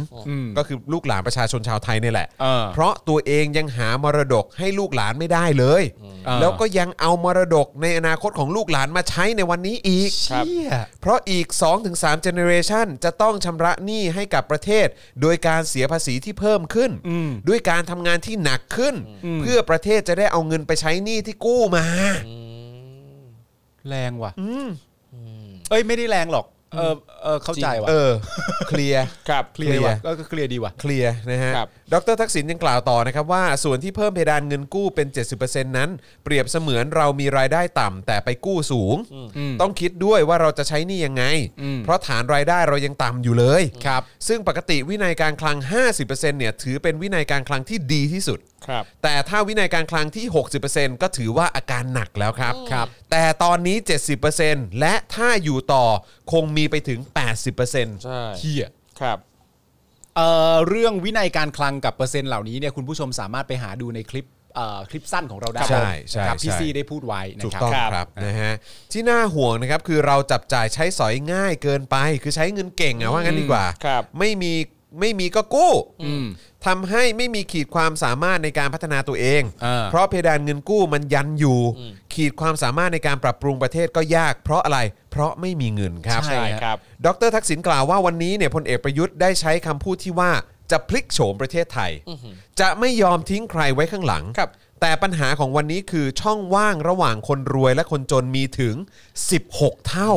S4: ก็คือลูกหลานประชาชนชาวไทยเนี่ยแหละ
S5: เออ
S4: เพราะตัวเองยังหามรดกให้ลูกหลานไม่ได้เลย
S5: เออ
S4: แล้วก็ยังเอามรดกในอนาคตของลูกหลานมาใช้ในวันนี้อีก
S5: เชี่ย
S4: เพราะอีก 2-3 generation จะต้องชำระหนี้ให้กับประเทศ โดยการเสียภาษีที่เพิ่มขึ้น
S5: อืม
S4: ด้วยการทำงานที่หนักขึ้น เพื่อประเทศจะได้เอาเงินไปใช้หนี้ที่กู้มา
S5: แรงว่ะเอ้ยไม่ได้แรงหรอก เออเออเข้าใจว่ะ
S4: เออ เคลียร์
S2: ครับ
S5: เคลียร์ว่ะก็ก็เคลียร์ดีว่ะ
S4: เคลียร์นะฮะ
S2: ครับ
S4: ดรทักษิณยังกล่าวต่อนะครับว่า ส่วนที่เพิ่มเพดานเงินกู้เป็น 70%นั้น เปรียบเสมือนเรามีรายได้ต่ำแต่ไปกู้สูง ต้องคิดด้วยว่าเราจะใช้หนี่ยังไง เพราะฐานรายได้เรายังต่ำอยู่เลยครับซึ่งปกติวินัยการคลัง 50%เนี่ยถือเป็นวินัยการคลังที่ดีที่สุด
S2: ครับ
S4: แต่ถ้าวินัยการคลังที่ 60%ก็ถือว่าอาการหนักแล้วครับครับ แต่ตอนนี้ 70%และถ้าอยู่ต่อคงมีไปถึง 80%
S2: ใช่
S4: เฮีย
S2: ครับ
S5: เอ่อเรื่องวินัยการคลังกับเปอร์เซ็นต์เหล่านี้เนี่ยคุณผู้ชมสามารถไปหาดูในคลิปเอ่อคลิปสั้นของเราได้
S4: ใช่ใช่
S5: นะครับพี่
S4: ใช่
S5: ซีได้พูดไว้นะ
S4: ถูก
S5: ครับ
S4: ต้อง
S2: ครับ
S4: ครับนะฮะที่น่าห่วงนะครับคือเราจับจ่ายใช้สอยง่ายเกินไป คือใช้เงินเก่งอะว่างั้นดีกว่า
S2: ครับ
S4: ไม่มีไม่มีก็กู้
S5: อืม
S4: ทำให้ไม่มีขีดความสามารถในการพัฒนาตัวเอง
S5: อ่า
S4: เพราะเพดานเงินกู้มันยันอยู่ ขีดความสามารถในการปรับปรุงประเทศก็ยาก เพราะอะไรเพราะไม่มีเงินครับ
S2: ใช่ครับ
S4: ดรทักษิณกล่าวว่าวันนี้เนี่ยพลเอกประยุทธ์ได้ใช้คำพูดที่ว่าจะพลิกโฉมประเทศไทย จะไม่ยอมทิ้งใครไว้ข้างหลัง
S2: ครับ
S4: แต่ปัญหาของวันนี้คือช่องว่างระหว่างคนรวยและคนจนมีถึง 16 เท่า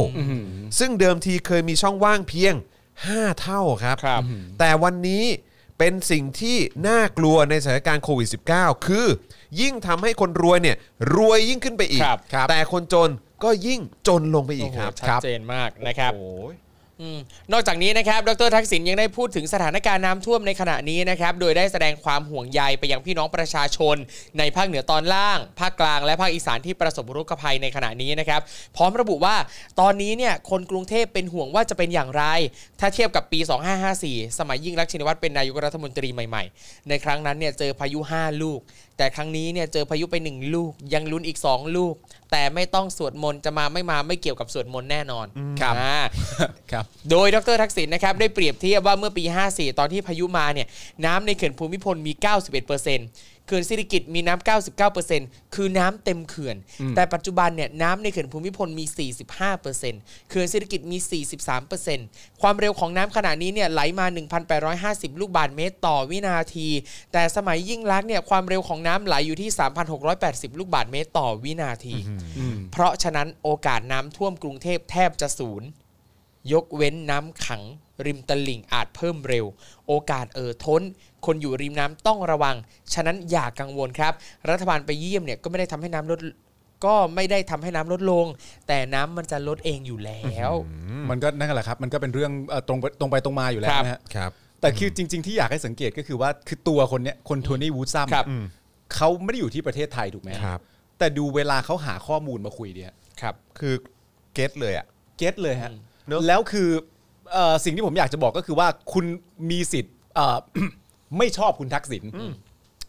S4: ซึ่งเดิมทีเคยมีช่องว่างเพียง 5 เท่าครับ
S2: ครับ
S4: แต่วันนี้เป็นสิ่งที่น่ากลัวในสถานการณ์โควิด -19 คือ ยิ่งทำให้คนรวยเนี่ยรวยยิ่งขึ้นไปอีก
S2: ครับครับ
S4: แต่คนจนก็ยิ่งจนลงไปอีกครับ
S2: ชัดเจนมากนะครับ
S4: โอ้โห
S2: อืมนอกจากนี้นะครับ ดรทักษิณยังได้พูดถึงสถานการณ์น้ำท่วมในขณะนี้นะครับ โดยได้แสดงความห่วงใยไปยังพี่น้องประชาชน ในภาคเหนือตอนล่าง ภาคกลาง และภาคอีสานที่ประสบอุทกภัยในขณะนี้นะครับ พร้อมระบุว่า ตอนนี้เนี่ยคนกรุงเทพเป็นห่วงว่าจะเป็นอย่างไร ถ้าเทียบกับปี 2554 สมัยยิ่งรักษณ์ชินวัตรเป็นนายกรัฐมนตรีใหม่ๆ ในครั้งนั้นเนี่ยเจอพายุ 5 ลูก แต่ครั้งนี้เนี่ยเจอพายุไป 1 ลูก ยังลุ้นอีก 2 ลูก แต่ไม่ต้องสวดมนต์จะมาไม่มาไม่เกี่ยวกับสวดมนต์แน่นอน
S5: ครับ
S2: อ่า
S5: ครับ
S2: โดยดรทักษิณนะครับได้เปรียบเทียบว่าเมื่อปี 54 ตอนที่พายุมาเนี่ยน้ำในเขื่อนภูมิพลมี 91%เขื่อนสิริกิติ์มีน้ำ 99%คือน้ำเต็มเขื่อน แต่ปัจจุบันเนี่ยน้ำในเขื่อนภูมิพลมี 45%เขื่อนสิริกิติ์มี 43%ความเร็วของน้ำขณะนี้เนี่ยไหลมา 1,850 ลูกบาศก์เมตรต่อวินาที แต่สมัยยิ่งลักษณ์เนี่ยความเร็วของน้ำไหลอยู่ที่ 3,680 ลูกบาศก์เมตรต่อวินาที เพราะฉะนั้นโอกาสน้ำท่วมกรุงเทพแทบจะศูนย์ ยกเว้นน้ำขังริมตลิ่งอาจเพิ่มเร็ว โอกาสเอ่อท้น คนอยู่ริมน้ำต้องระวัง ฉะนั้นอย่ากังวลครับ รัฐบาลไปเยี่ยมเนี่ยก็ไม่ได้ทำให้น้ำลดก็ไม่ได้ทำให้น้ำลดลง แต่น้ำมันจะลดเองอยู่แล้ว
S5: มันก็นั่นแหละครับ มันก็เป็นเรื่องเอ่อตรงไปตรงไปตรงมาอยู่แล้วนะฮะ
S4: ครับ
S5: แต่คือจริง ๆ ที่อยากให้สังเกตก็คือว่าคือตัวคนเนี้ยคนโทนี่วูดซัม
S2: ครับ
S5: เขาไม่ได้อยู่ที่ประเทศไทยถูกไหมฮะ
S4: ครับ
S5: แต่ดูเวลาเขาหาข้อมูลมาคุยเนี่ย
S2: ครับ
S4: คือเก็ตเลยอ่ะ
S5: เก็ตเลยฮะ
S4: เนอะ
S5: แล้วคือเอ่อสิ่งที่ผมอยากจะบอกก็คือว่าคุณมีสิทธิ์เอ่อ ไม่ชอบคุณทักษิณ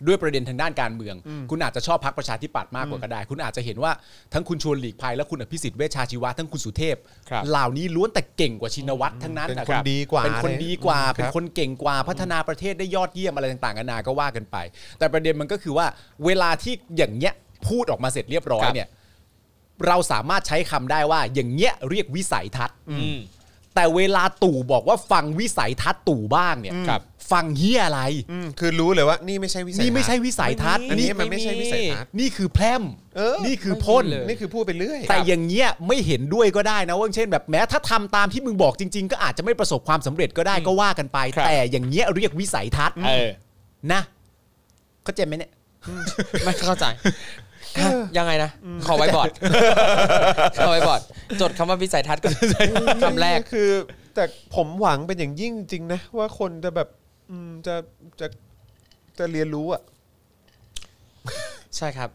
S5: ด้วยประเด็นทางด้านการเมือง คุณอาจจะชอบพักประชาธิปัตย์มากกว่าก็ได้ คุณอาจจะเห็นว่าทั้งคุณชวนหลีกภัยและคุณอภิสิทธิ์เวชชาชีวะทั้งคุณสุเทพ
S2: ครับ
S5: เหล่านี้ล้วนแต่เก่งกว่าชินวัตรทั้งนั้น
S4: เป็น
S5: นะ
S4: ค
S5: รั
S4: น
S5: บ
S4: ดีกว่า
S5: เป็นคน
S4: เลย
S5: ดีกว่า
S4: อืม
S5: เป็น
S4: ครับ
S5: คนเก่งกว่าพัฒนาประเทศได้ยอดเยี่ยมอะไรต่างๆกันานาก็ว่ากันไป แต่ประเด็นมันก็คือว่า เวลาที่อย่างเงี้ยพูดออกมาเสร็จเรียบร้อย
S2: ครับ
S5: เนี่ย เราสามารถใช้คำได้ว่าอย่างเงี้ยเรียกวิสัยทัศน์
S2: อืม
S5: แต่เวลาตู่บอกว่าฟังวิสัยทัศน์ตู่บ้างเนี่ย
S2: ครับ
S5: ฟังเฮียอะไร
S4: อืมคือรู้เลยว่านี่ไม่ใช่วิสัยทัศ
S5: นี่
S4: น์
S5: ไม่ใช่วิสัยทัศน์
S4: อันนี้
S5: นี่
S4: มันไม่ใช่วิสัยทัศน์
S5: นี่คือแพร่ม
S4: เออ
S5: นี่คือพ่น
S3: ไม่มีเลย
S4: นี่คือพูดไปเรื่อย
S5: แต่อย่างเงี้ยไม่เห็นด้วยก็ได้นะว่าเช่นแบบแม้ถ้าทำตามที่มึงบอกจริง ๆ ก็อาจจะไม่ประสบความสำเร็จก็ได้ก็ว่ากันไป
S2: ครับ
S5: แต่อย่างเงี้ยเรียกวิสัยทัศน์
S2: เออ
S5: นะเข้าใจไหมเนี่ย
S3: ไม่เข้าใจฮะยังไงนะ ขอไว้บอร์ด ขอไว้บอร์ดจดคำว่าวิสัยทัศน์ก็ คำแรก
S4: คือ แต่ผมหวังเป็นอย่างยิ่งจริงๆนะ ว่าคนจะแบบอืมจะจะจะเรียนรู้อ่ะ
S3: ใช่ครับ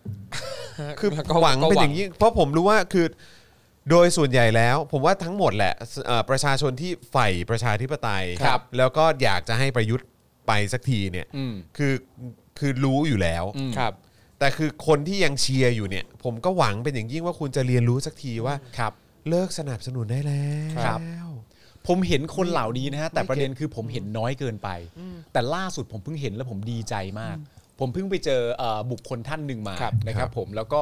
S4: คือ
S3: แล้ว
S4: หวัง
S3: ก็
S4: เป็นอย่างนี้เพราะผมรู้ว่าคือโดยส่วนใหญ่แล้ว ผมว่าทั้งหมดแหละเอ่อประชาชนที่ใฝ่ประชาธิปไตย
S2: ครับ
S4: แล้วก็อยากจะให้ประยุทธ์ไปสักทีเนี่ยคือคือรู้อยู่แล้ว
S2: ครับ
S4: แต่คือคนที่ยังเชียร์อยู่เนี่ย ผมก็หวังเป็นอย่างยิ่งว่าคุณจะเรียนรู้สักทีว่า
S5: ครับ
S4: เลิกสนับสนุนได้แล้ว
S5: ครับ ผมเห็นคนเหล่านี้นะฮะแต่ประเด็นคือผมเห็นน้อยเกินไป แต่ล่าสุดผมเพิ่งเห็นแล้วผมดีใจมาก ผมเพิ่งไปเจอเอ่อบุคคลท่านหนึ่งมา
S2: ครับ
S5: นะครับผมแล้วก็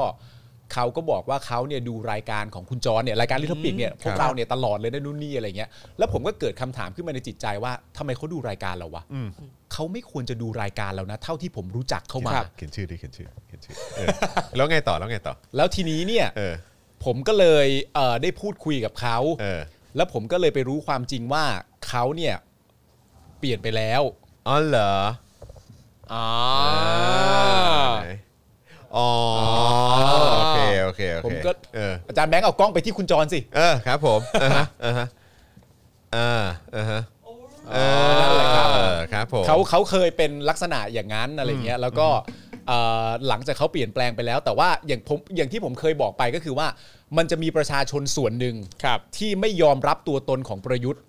S5: เขาก็บอกว่าเขาเนี่ยดูรายการของคุณจรเนี่ยรายการลิทอปิกเนี่ยพวกเราเนี่ยตลอดเลยนะนู่นนี่อะไรเงี้ยแล้วผมก็เกิดคำถามขึ้นมาในจิตใจว่าทำไมเขาดูรายการเราวะ
S4: อืม
S5: เขาไม่ควรจะดูรายการเรานะ เท่าที่ผมรู้จักเขามา
S4: เขียนชื่อดิเขียนชื่อเขียนชื่อเออแล้วไงต่อแล้วไงต่อ
S5: แล้วทีนี้เนี่ย
S4: เออ
S5: ผมก็เลยเอ่อได้พูดคุยกับเขา
S4: เออ
S5: แล้วผมก็เลยไปรู้ความจริงว่าเขาเนี่ยเปลี่ยนไปแล้ว
S4: อ๋อเหรอ
S2: อ๋อ
S4: ไหนอ๋อโอเคโอเคโอเค
S5: ผมก็
S4: เออ
S5: อาจารย์แบงค์เอากล้องไปที่คุณจรสิ
S4: เออครับผมอ่าฮะอ่าฮะอ่าอ่าฮะเอ
S5: นั่นแหละครับ
S4: อครับผม
S5: เขาเขาเคยเป็นลักษณะอย่างนั้นอะไรเงี้ยแล้วก็เอ่อหลังจากเขาเปลี่ยนแปลงไปแล้ว แต่ว่าอย่างผมอย่างที่ผมเคยบอกไปก็คือว่า มันจะมีประชาชนส่วนหนึ่ง
S2: ครับ
S5: ที่ไม่ยอมรับตัวตนของประยุทธ์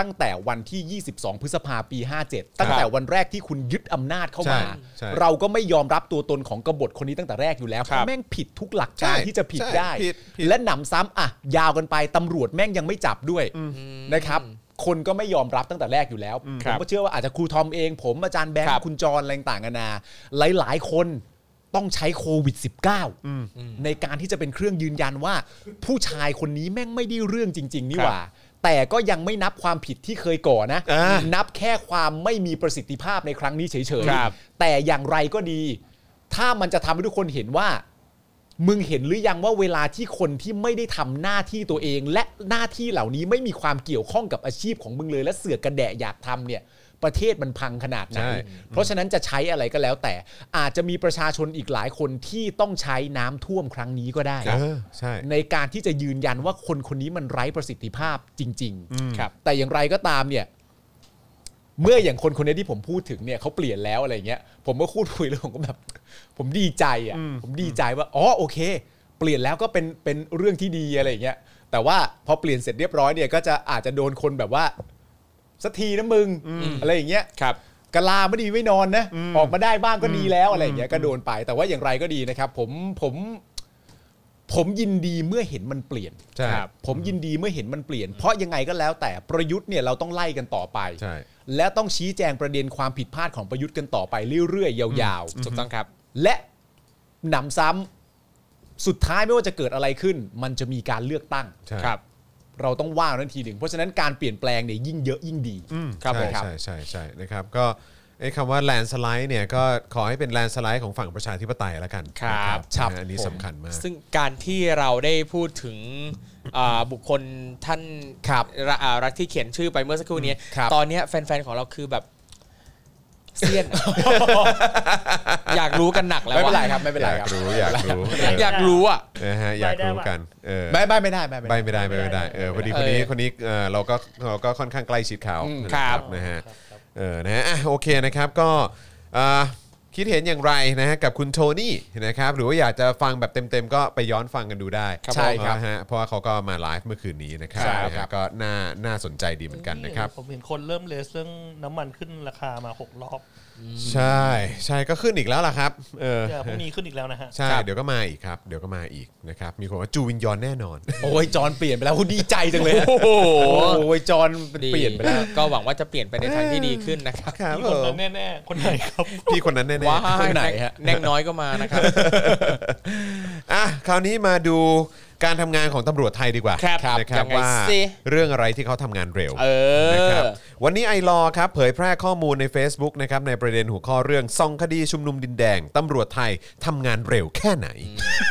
S5: ตั้งแต่วันที่ 22 พฤษภาปี 57 ตั้งแต่วันแรกที่คุณยึดอำนาจเข้า
S4: ใช่
S5: มา
S4: ใช่
S5: เราก็ไม่ยอมรับตัวตนของกบฏคนนี้ตั้งแต่แรกอยู่แล้วเพ
S2: ครั
S5: ราะ
S2: บ
S5: แม่งผิดทุกหลักการ
S4: ใช่
S5: ที่จะผิด
S4: ใช่
S5: ได้
S4: ผิดผิด
S5: และหนำซ้ำอ่ะยาวกันไปตำรวจแม่งยังไม่จับด้วยนะครับ คนก็ไม่ยอมรับตั้งแต่แรกอยู่แล้ว
S2: ค
S5: ผ
S2: รั
S5: ม
S2: บ
S5: ก็เชื่อว่าอาจจะครูทอมเอง ผมอาจารย์แบง
S2: ครั
S5: ค์
S2: บ
S5: คุณจรอะไรต่างกันานาหลาย ๆ คนต้องใช้โควิด -19 ในการที่จะเป็นเครื่องยืนยันว่า ผู้ชายคนนี้แม่งไม่ได้เรื่องจริง ๆ นี่หว่า แต่ก็ยังไม่นับความผิดที่เคยก่อนะ
S4: อ่า
S5: นับแค่ความไม่มีประสิทธิภาพในครั้งนี้เฉย
S2: ครับ
S5: ๆ แต่อย่างไรก็ดี ถ้ามันจะทำให้ทุกคนเห็นว่า มึงเห็นหรือยังว่าเวลาที่คนที่ไม่ได้ทำหน้าที่ตัวเอง และหน้าที่เหล่านี้ไม่มีความเกี่ยวข้องกับอาชีพของมึงเลย และเสือกกระแดะอยากทำเนี่ย ประเทศมันพังขนาดไหน
S4: ใช่
S5: เพราะฉะนั้นจะใช้อะไรก็แล้ว แต่อาจจะมีประชาชนอีกหลายคนที่ต้องใช้น้ำท่วมครั้งนี้ก็ได้
S4: เออใช่
S5: ในการที่จะยืนยันว่าคนคนนี้มันไร้ประสิทธิภาพจริง ๆ
S2: ครับ
S5: แต่อย่างไรก็ตามเนี่ย เมื่ออย่างคนคนนี้ที่ผมพูดถึงเนี่ยเขาเปลี่ยนแล้วอะไรเงี้ย ผมก็พูดคุยแล้วผมก็แบบ ผมดีใจอ่ะ ผมดีใจว่า อ๋อโอเค เปลี่ยนแล้วก็เป็นเป็นเรื่องที่ดีอะไรเงี้ย แต่ว่าพอเปลี่ยนเสร็จเรียบร้อยเนี่ยก็จะอาจจะโดนคนแบบว่าสักทีนะมึงอะไรอย่างเงี้ย
S2: ครับ
S5: กะลาไม่ดีไม่นอนนะออกมาได้บ้างก็ดีแล้วอะไรอย่างเงี้ยก็โดนไป แต่ว่าอย่างไรก็ดีนะครับ ผมผมผมยินดีเมื่อเห็นมันเปลี่ยน
S4: ใช่
S5: ครับผมยินดีเมื่อเห็นมันเปลี่ยน เพราะยังไงก็แล้วแต่ประยุทธ์เนี่ยเราต้องไล่กันต่อไป
S4: ใช่
S5: และต้องชี้แจงประเด็นความผิดพลาดของประยุทธ์กันต่อไปเรื่อยๆ ยาวๆ
S2: ถูกต้องครับ
S5: และหนำซ้ำสุดท้ายไม่ว่าจะเกิดอะไรขึ้น มันจะมีการเลือกตั้ง
S4: ใช่
S2: ครับ
S5: เราต้องว่ากันทันทีหนึ่งเพราะฉะนั้นการเปลี่ยนแปลงเนี่ยยิ่งเยอะยิ่งดี
S4: อืม
S5: ครับผม
S4: ใช่ใช่ใช่ใช่นะครับก็ไอ้คำว่าแลนสไลด์เนี่ยก็ขอให้เป็นแลนสไลด์ของฝั่งประชาธิปไตยละกัน
S2: ครับ
S4: นะ
S5: ครับ
S4: นะอันนี้สำคัญมาก
S2: ซึ่งการที่เราได้พูดถึงอ่าบุคคลท่าน
S5: ครับ
S2: ะอ่ารักที่เขียนชื่อไปเมื่อสักครู่นี้
S5: ครับ
S2: ตอนเนี้ยแฟนๆ ของเราคือแบบเซียน อยากรู้กันหนักแล้ว
S5: ไม่เป็นไร
S2: อะ
S5: ครับไม่เป็น
S4: อ
S5: ไร
S4: ยาก
S5: ครับ
S4: รู้อยากรู้
S2: อยากรู้อ่ะ
S4: เออนะฮะอยากรู้กันเออ
S5: ไม่ไม่ไม่ได้ไม่
S4: ใบ
S5: ไม่ได้
S4: ไม่ได้ใบไม่ได้เออพอดีคนนี้
S2: เออ
S4: คนนี้เออเราก็เราก็ค่อนข้างใกล้ชิดเขา
S5: อืม
S4: นะครับ นะฮะเออนะฮะอ่ะโอเคนะครับก็เอ่อคิดเห็นอย่างไรนะฮะกับคุณโทนี่นะครับหรือว่าอยากจะฟังแบบเต็มๆ ก็ไปย้อนฟังกันดูได้
S5: ครับใช่ครับ
S4: นะฮะเพราะว่าเขาก็มาไลฟ์เมื่อคืนนี้นะครับ
S5: ใช่
S4: นะ
S5: ครั
S4: ฮะ
S5: บ
S4: ก็น่าน่าสนใจดีเหมือนกันนะครับ
S6: ผมเห็นคนเริ่มเลสเรื่องน้ำมันขึ้นราคามาหกรอบ
S4: ใช่ใช่ก็ขึ้นอีกแล้วล่ะครับเออ
S6: เดี๋ยวพรุ่งนี้ขึ้นอีกแล้วนะฮะ
S4: ใช่เดี๋ยวก็มาอีกครับเดี๋ยวก็มาอีกนะครับมีคนว่าจูวินยอนแน่นอน
S5: โอ้ยจอนเปลี่ยนไปแล้วโอ้ดีใจจังเลยนะ
S2: โอ้โห
S5: โอ้ยจอน
S2: ดี
S5: เปลี่ยนไปแล้ว
S2: ก็หวังว่าจะเปลี่ยนไปในทางที่ดีขึ้นนะครับ
S4: ครับ
S6: มี
S4: ผ
S6: คน
S4: ม
S6: นั้นแน่ๆ คนไหนครับ
S4: พี่คนนั้นแน่ๆ
S2: ว้า
S5: คนไหน
S2: แง
S5: ฮะ
S2: แนงน้อยก็มานะครับ
S4: อ่ะคราวนี้มาดูการทำงานของตำรวจไทยดีกว่า
S2: ครับ
S4: นะครับ
S2: ยังไง
S4: ว่า
S2: สิ
S4: เรื่องอะไรที่เขาทำงานเร็ว
S2: เอ
S4: นะครับ
S2: อ
S4: วันนี้ไอรอครับเผยแพร่ข้อมูลใน Facebook นะครับในประเด็นหัวข้อเรื่องซองคดีชุมนุมดินแดงตำรวจไทยทำงานเร็วแค่ไหน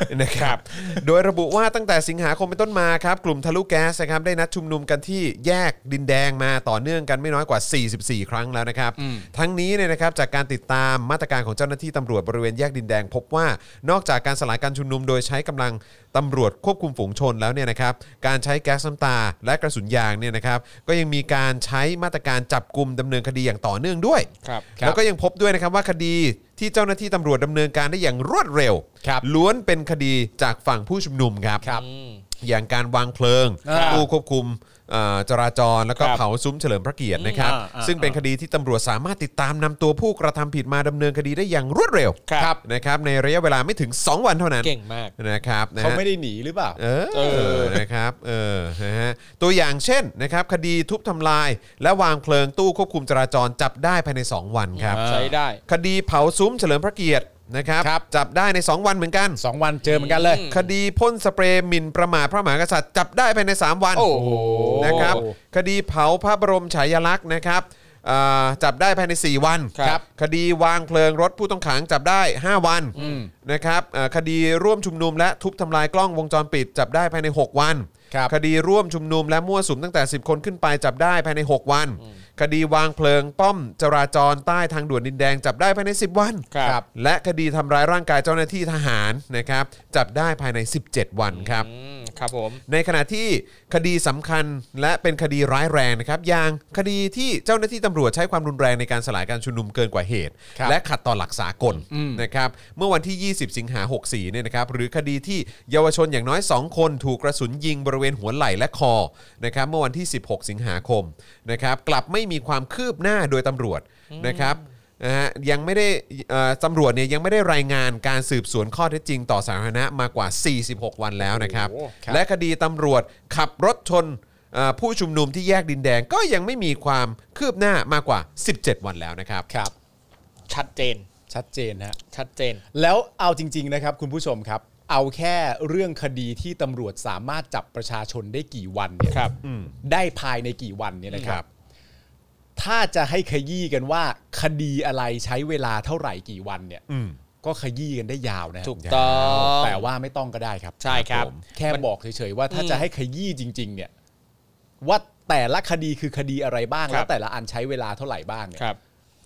S4: นะครับโดยระบุว่าตั้งแต่สิงหาคมเป็นต้นมาครับกลุ่มทะลุแก๊สนะครับได้นัดชุมนุมกันที่แยกดินแดงมาต่อเนื่องกันไม่น้อยกว่า 44 ครั้งแล้วนะครับ ทั้งนี้เนี่ยนะครับจากการติดตามมาตรการของเจ้าหน้าที่ตำรวจบริเวณแยกดินแดง พบว่านอกจากการสลายการชุมนุมโดยใช้กำลัง ตำรวจควบคุมฝูงชนแล้วเนี่ยนะครับการใช้แก๊สน้ำตา และกระสุนยางเนี่ยนะครับก็ยังมีการใช้มาตรการจับกลุ่มดำเนินคดีอย่างต่อเนื่องด้วย
S3: ครับ
S4: แล้วก็ยังพบด้วยนะครับว่าคดีที่เจ้าหน้าที่ตำรวจดำเนินการได้อย่างรวดเร็ว ล้วนเป็นคดีจากฝั่งผู้ชุมนุมครับ อย่างการวางเพลิง
S2: ครับ
S4: ตู้ควบคุมเอ่อจราจรแล้วก็
S2: ครับ
S4: เผาซุ้มเฉลิมพระเกียรตินะครับ
S2: อ่าอ่า
S4: ซึ่งเป็นคดีที่ตำรวจสามารถติดตามนำตัวผู้กระทำผิดมาดำเนินคดีได้อย่างรวดเร็ว
S2: ครับ
S4: นะครับในระยะเวลาไม่ถึง 2 วันเท่านั้น
S3: เก่งมาก
S4: นะครับนะ
S5: เขา
S4: ฮะ
S5: ไม่ได้หนีหรือเปล่า
S4: เออนะครับเออนะฮะตัวอย่างเช่นนะครับคดีทุบทำลาย และวางเพลิงตู้ควบคุมจราจรจับได้ภายใน 2 วันครับ
S3: ใช้ได้
S4: คดีเผาซุ้มเฉลิมพระเกียรตินะครับ
S5: ครับ
S4: จับได้ใน 2 วันเหมือนกัน
S5: สองวันเจอเหมือนกันเลย
S4: คดีพ่นสเปรย์หมิ่นประมาทพระมหากษัตริย์จับได้ภายใน 3 วัน
S3: โอ้โห
S4: นะครับคดีเผาพระบรมฉายาลักษณ์นะครับอ่าจับได้ภายใน 4 วัน
S3: ครับ
S4: คดีวางเพลิงรถผู้ต้องขังจับได้ 5 วันนะครับอ่าคดีร่วมชุมนุมและทุบทำลายกล้องวงจรปิด จับได้ภายใน 6 วัน
S5: ครับ
S4: คดีร่วมชุมนุมและมั่วสุมตั้งแต่ 10 คนขึ้นไปจับได้ภายใน 6 วัน คดีวางเพลิงป้อมจราจรใต้ทางด่วนดินแดงจับได้ภายใน 10 วัน
S3: ครับ
S4: และคดีทำร้ายร่างกายเจ้าหน้าที่ทหารนะครับจับได้ภายใน 17 วันครับ
S3: อืมครับผม
S4: ในขณะที่คดีสำคัญและเป็นคดีร้ายแรงนะครับอย่างคดีที่เจ้าหน้าที่ตำรวจใช้ความรุนแรงในการสลายการชุมนุมเกินกว่าเหตุ
S5: ครับ
S4: และขัดต่อหลักสากลนะครับเมื่อวันที่ 20 สิงหา 64เนี่ยนะครับหรือคดีที่เยาวชนอย่างน้อย 2 คนถูกกระสุนยิงบริเวณหัวไหล่และคอนะครับเมื่อวันที่ 16 สิงหาคมนะครับกลับไม่มีความคืบหน้าโดยตำรวจนะครับ นะฮะยังไม่ได้เอ่อตำรวจเนี่ยยังไม่ได้รายงานการสืบสวนข้อเท็จจริงต่อสาธารณะมากว่า 46 วันแล้วนะครับ และคดีตำรวจขับรถชนเอ่อผู้ชุมนุมที่แยกดินแดงก็ยังไม่มีความคืบหน้ามากกว่า 17 วันแล้วนะครับ
S5: ครับ
S2: ชัดเจน
S5: ชัดเจนฮะ
S2: ชัดเจน
S5: แล้วเอาจริง ๆ นะครับ คุณผู้ชมครับ เอาแค่เรื่องคดีที่ตำรวจสามารถจับประชาชนได้กี่วันเนี่ย
S3: ครับ
S5: ได้ภายในกี่วันเนี่ยนะค
S4: ครั
S5: รับ
S4: บ
S5: ถ้าจะให้ขยี้กันว่า คดีอะไรใช้เวลาเท่าไหร่กี่วันเนี่ยก็ขยี้กันได้ยาวนะ
S3: ถูกต้อง
S5: แต่ว่าไม่ต้องก็ได้ครับ
S2: ใช่ครับ
S5: ผมแค่
S2: มัน
S5: บอกเฉยๆว่าถ้าจะให้ขยี้จริง ๆ เนี่ย ว่าแต่ละคดีคือคดีอะไรบ้าง
S2: ครั
S5: แล้
S2: บ
S5: วแต่ละอันใช้เวลาเท่าไหร่บ้างเนี่ย
S3: ครับ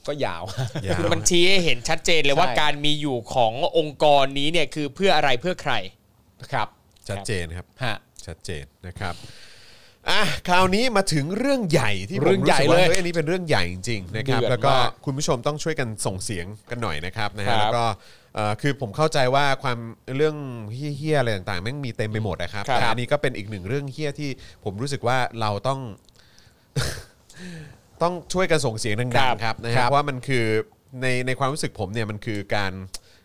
S5: ก็ยาว
S4: ยาว
S2: มันชี้ให้เห็นชัดเจนเลยว่า
S5: ใช่
S2: การมีอยู่ขององค์กรนี้เนี่ยคือเพื่ออะไรเพื่อใคร
S5: ครับ
S4: ชัดเจนครับ
S5: ฮะ
S4: ชัดเจนนะครับ อ่ะ คราวนี้มาถึงเรื่องใหญ่ที่ผม
S5: เรื่องใหญ่
S4: สึกว่า
S5: เลย
S4: ฮ้อันนี้เป็นเรื่องใหญ่จริงๆนะครับ
S5: เดือด
S4: แล้วก็
S5: มาก
S4: คุณผู้ชมต้องช่วยกันส่งเสียงกันหน่อยนะครับนะฮะ
S5: ครับ
S4: แล้วก็เอ่อคือผมเข้าใจว่าความเรื่องเฮี้ยๆอะไรต่างๆแม่งมีเต็มไปหมดนะครับ
S5: ครับ
S4: แต่อันนี้ก็เป็นอีกหนึ่งเรื่องเฮี้ยที่ผมรู้สึกว่าเราต้อง ต้องช่วยกันส่งเสียงดัง
S2: ครับ
S4: ๆครับนะครับว่ามันคือในในความรู้สึกผมเนี่ยมันคือการ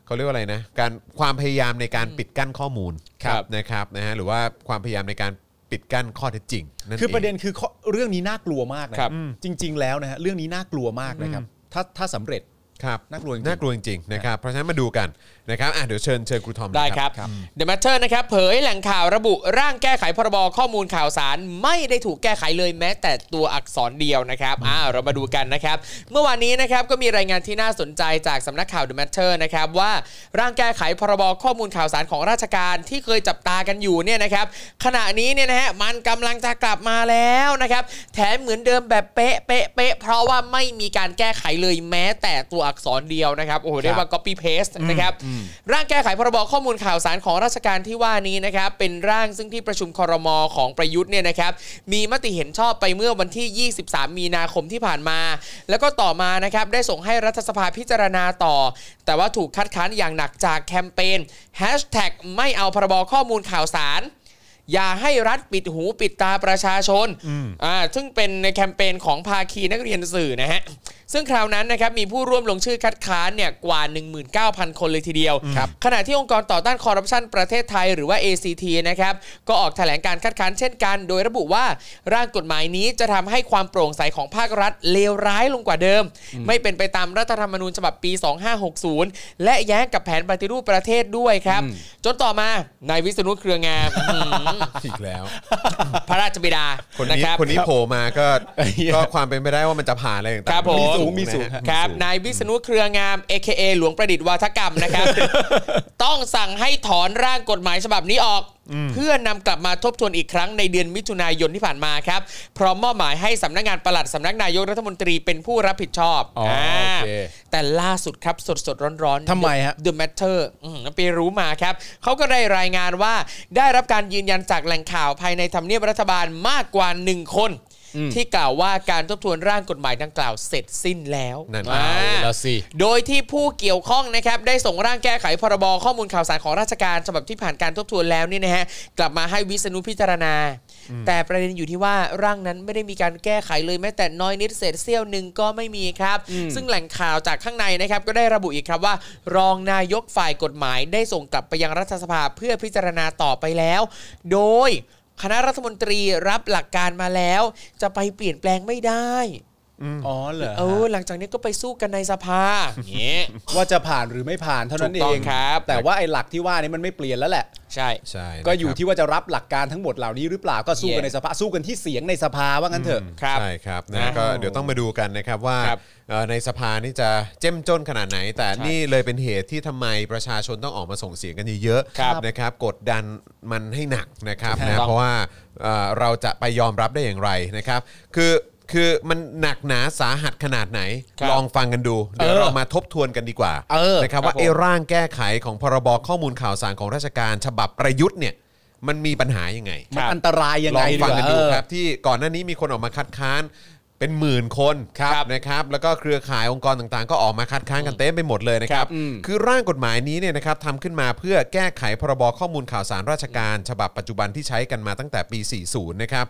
S4: เขาเรียกว่าอะไรนะการความพยายามในการปิดกั้นข้อมูล
S5: ครับ
S4: นะครับนะฮะหรือว่าความพยายามในการปิดกั้นข้อเท็จจริงนั่น
S5: คือประเด็น
S4: ง
S5: คือข้อเรื่องนี้น่ากลัวมากนะครับ อืมจริง ๆ แล้วนะฮะเรื่องนี้น่ากลัวมากนะครับ ถ้าถ้าสำเร็จ
S4: ครับ
S5: น่ากลัวจริง
S4: น่ากลัวจริงๆนะครับเพราะฉะนั้นมาดูกันนะครับอ่ะเดี๋ยวเชิญเชิญครูทอมนะ
S2: ได้ครับ The Matter นะครับ เผยแหล่งข่าวระบุร่างแก้ไขพรบข้อมูลข่าวสาร ไม่ได้ถูกแก้ไขเลยแม้แต่ตัวอักษรเดียวนะครับอ่าเรามาดูกันนะครับ เมื่อวานนี้นะครับก็มีรายงานที่น่าสนใจจากสำนักข่าว The Matter นะครับว่าร่างแก้ไขพรบข้อมูลข่าวสารของราชการที่เคยจับตากันอยู่เนี่ยนะครับขณะนี้เนี่ยนะฮะมันกำลังจะกลับมาแล้วนะครับแถมเหมือนเดิมแบบเป๊ะเป๊ะเป๊ะเพราะว่าไม่มีการแก้ไขเลยแม้แต่ตัวอักษรเดียวนะครับโอ้โหเรียกว่า copy paste นะครับ ร่างแก้ไขพรบข้อมูลข่าวสารของราชการที่ว่านี้นะครับ เป็นร่างซึ่งที่ประชุมครมของประยุทธ์เนี่ยนะครับ มีมติเห็นชอบไปเมื่อวันที่ 23 มีนาคมที่ผ่านมา แล้วก็ต่อมานะครับได้ส่งให้รัฐสภาพิจารณาต่อ แต่ว่าถูกคัดค้านอย่างหนักจากแคมเปญ hashtag ไม่เอาพรบข้อมูลข่าวสาร อย่าให้รัฐปิดหูปิดตาประชาชนอ่าซึ่งเป็นในแคมเปญของภาคีนักเรียนสื่อนะฮะ ซึ่งคราวนั้นนะครับมีผู้ร่วมลงชื่อคัดค้านเนี่ยกว่า 19,000 คนเลยทีเดียว ขณะที่องค์กรต่อต้านคอร์รัปชันประเทศไทยหรือว่า ACT นะครับก็ออกแถลงการคัดค้านเช่นกัน โดยระบุว่าร่างกฎหมายนี้จะทำให้ความโปร่งใสของภาครัฐเลวร้ายลงกว่าเดิม ไม่เป็นไปตามรัฐธรรมนูญฉบับปี 2560 และแย้งกับแผนปฏิรูปประเทศด้วยครับ จนต่อมานายวิษณุเครือ งาม
S4: อีกแล้ว
S2: พระราชบิดา
S4: คน
S2: นะ
S4: นี้
S2: ครับ
S4: คนนี้โผล่มาก็ก็ความเป็นไปได้ว่ามันจะผ่านอะไรต่างๆ
S2: ครับผม
S4: นะฮะ
S5: มีสูง
S2: ครับ
S4: นะ
S2: นายวิษณุเครืองาม AKA หลวงประดิษฐ์วาทกรรมนะครับ ต้องสั่งให้ถอนร่างกฎหมายฉบับนี้ออก เพื่อนำกลับมาทบทวนอีกครั้งในเดือนมิถุนายนที่ผ่านมาครับ พร้อมมอบหมายให้สำนักงานปลัดสำนักนายกรัฐมนตรีเป็นผู้รับผิดชอบ
S5: อ๋ออ่
S2: า
S5: โอเค
S2: แต่ล่าสุดครับสดสดๆร้อนๆ
S5: ทำไมฮะ
S2: The Matter อืมไปรู้มาครับ เขาก็ได้รายงานว่าได้รับการยืนยันจากแหล่งข่าวภายในทำเนียบรัฐบาลมากกว่า 1 คน ที่กล่าวว่าการทบทวนร่างกฎหมายดังกล่าวเสร็จสิ้นแล้ว
S4: นั่น
S2: อ่า
S8: เอาแล้วสิ
S2: โดยที่ผู้เกี่ยวข้องนะครับได้ส่งร่างแก้ไขพรบข้อมูลข่าวสารของราชการฉบับที่ผ่านการทบทวนแล้วเนี่ยนะฮะกลับมาให้วิษณุพิจารณา แต่ประเด็นอยู่ที่ว่าร่างนั้นไม่ได้มีการแก้ไขเลยแม้แต่น้อยนิดเศษเสี้ยวหนึ่งก็ไม่มีครับ ซึ่งแหล่งข่าวจากข้างในนะครับก็ได้ระบุอีกครับว่า รองนายกฝ่ายกฎหมายได้ส่งกลับไปยังรัฐสภาเพื่อพิจารณาต่อไปแล้ว โดยคณะรัฐมนตรีรับหลักการมาแล้ว จะไปเปลี่ยนแปลงไม่ได้
S5: อ๋อเหรอ
S2: เออหลังจากนี้ก็ไปสู้กันในสภาอย่างเงี้ย
S5: ว่าจะผ่านหรือไม่ผ่านเท่านั้น
S2: ถู
S5: เอก
S2: ต้อง
S5: ง
S2: ครับ
S5: แต่ว่าไอ้หลักที่ว่านี้มันไม่เปลี่ยนแล้วแหละ
S2: ใช่
S4: ใช่นะครับ
S5: ก็อยู่ที่ว่าจะรับหลักการทั้งหมดเหล่านี้หรือเปล่าก็สู้กัน
S2: Yeah
S5: ในสภาสู้กันที่เสียงในสภาว่างั้นเถอะ
S2: ครับ
S4: ใช่ครับนะก็เดี๋ยวต้องมาดูกันนะครับว่า
S2: ครับ
S4: เอ่อในสภานี่จะเจ้มจนขนาดไหน แต่นี่เลยเป็นเหตุที่ทำไมประชาชนต้องออกมาส่งเสียงกันเยอะ
S2: ครับ
S4: ๆนะครับกดดันมันให้หนักนะครับ
S2: ถูก
S4: นะ
S2: ต้อง
S4: เพราะว่าเอ่อเราจะไปยอมรับได้อย่างไรนะครับ คือคือมันหนักหนาสาหัสขนาดไหน
S2: ครับ
S4: ลองฟังกันดูเดี๋ยวเรามาทบทวนกันดีกว่า
S2: เออ
S4: นะครับ
S2: ครับ
S4: ว่าไอ้
S2: ผม
S4: ร่างแก้ไขของพรบข้อมูลข่าวสารของราชการ ฉบับประยุทธ์เนี่ยมันมีปัญหายังไง
S5: มันอันตรายยัง
S4: ล
S5: ไง
S4: องฟังกันดู
S5: ว่า
S4: ครับที่ก่อนหน้านี้มีคนออกมาคัดค้านเป็นหมื่นคนครับนะครับแล้วก็เครือข่ายองค์กรต่างๆ ก็ออกมาคัดค้านกันเต็มไปหมดเลยนะครับคือร่างกฎหมายนี้เนี่ยนะครับทำขึ้นมาเพื่อแก้ไขพรบข้อมูลข่าวสารราชการ ฉบับปัจจุบันที่ใช้กันมาตั้งแต่ปี 40 นะครับ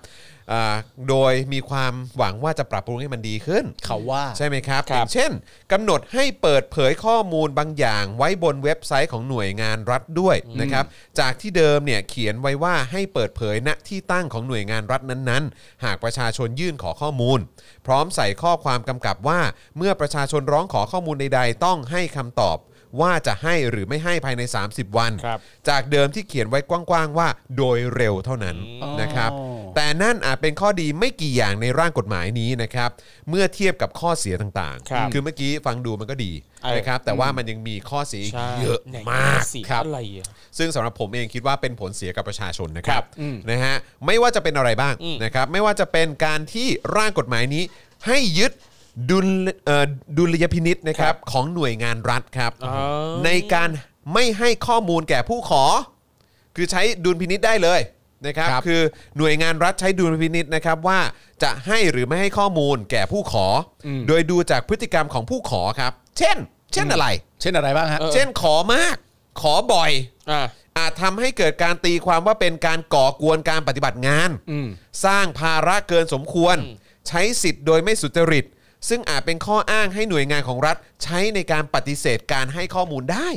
S4: อ่าโดยมีความหวังว่าจะปรับปรุงให้มันดีขึ้น
S5: เขาว่า
S4: ใช่ไหมครับ
S2: ค
S4: อ
S2: รับ
S4: ย่างเช่นกำหนดให้เปิดเผยข้อมูลบางอย่างไว้บนเว็บไซต์ของหน่วยงานรัฐด้วยนะครับจากที่เดิมเนี่ยเขียนไว้ว่าให้เปิดเผยณที่ตั้งของหน่วยงานรัฐนั้นๆ หากประชาชนยื่นขอข้อมูล พร้อมใส่ข้อความกำกับว่า เมื่อประชาชนร้องขอข้อมูลใด ๆ ต้องให้คำตอบ ว่าจะให้หรือไม่ให้ภายใน 30 วัน
S2: ครับ
S4: จากเดิมที่เขียนไว้กว้างๆว่า โดยเร็วเท่านั้นนะครับ
S5: อ๋อ
S4: แต่นั่นอาจเป็นข้อดีไม่กี่อย่างในร่างกฎหมายนี้นะครับ เมื่อเทียบกับข้อเสียต่าง
S2: ครับ
S4: ๆอเมื่อกี้ฟังดูมันก็ดี
S2: เออ
S4: นะครับ แต่ว่ามันยังมีข้อเสียอีกเยอะมากครับ
S2: อะไรอ่ะ
S4: ซึ่งสำหรับผมเองคิดว่าเป็นผลเสียกับประชาชนนะครั
S2: ครับ บ
S4: นะฮะไม่ว่าจะเป็นอะไรบ้าง
S2: อืม
S4: นะครับไม่ว่าจะเป็นการที่ร่างกฎหมายนี้ ให้ยึดดุลเอ่อดุลยพินิษนะครับของหน่วยงานรัฐครับ
S2: อ๋อ
S4: ในการไม่ให้ข้อมูลแก่ผู้ขอ คือใช้ดุลพินิษได้เลยนะครับ
S5: ครับ
S4: คือหน่วยงานรัฐใช้ดุลพินิษนะครับว่าจะให้หรือไม่ให้ข้อมูลแก่ผู้ขออโดยดูจากพฤติกรรมของผู้ขอครับ เช่น เช่นอะไร
S5: เช่นอะไรบ้างฮะ
S2: เออ
S4: เช่นขอมาก ขอบ่อย
S2: อ่า
S4: อาจทำให้เกิดการตีความว่าเป็นการก่อกวนการปฏิบัติงาน สร้างภาระเกินสมควร ใช้สิทธิ์โดยไม่สุจริต ซึ่งอาจเป็นข้ออ้างให้หน่วยงานของรัฐ ใช้ในการปฏิเสธการให้ข้อมูลได้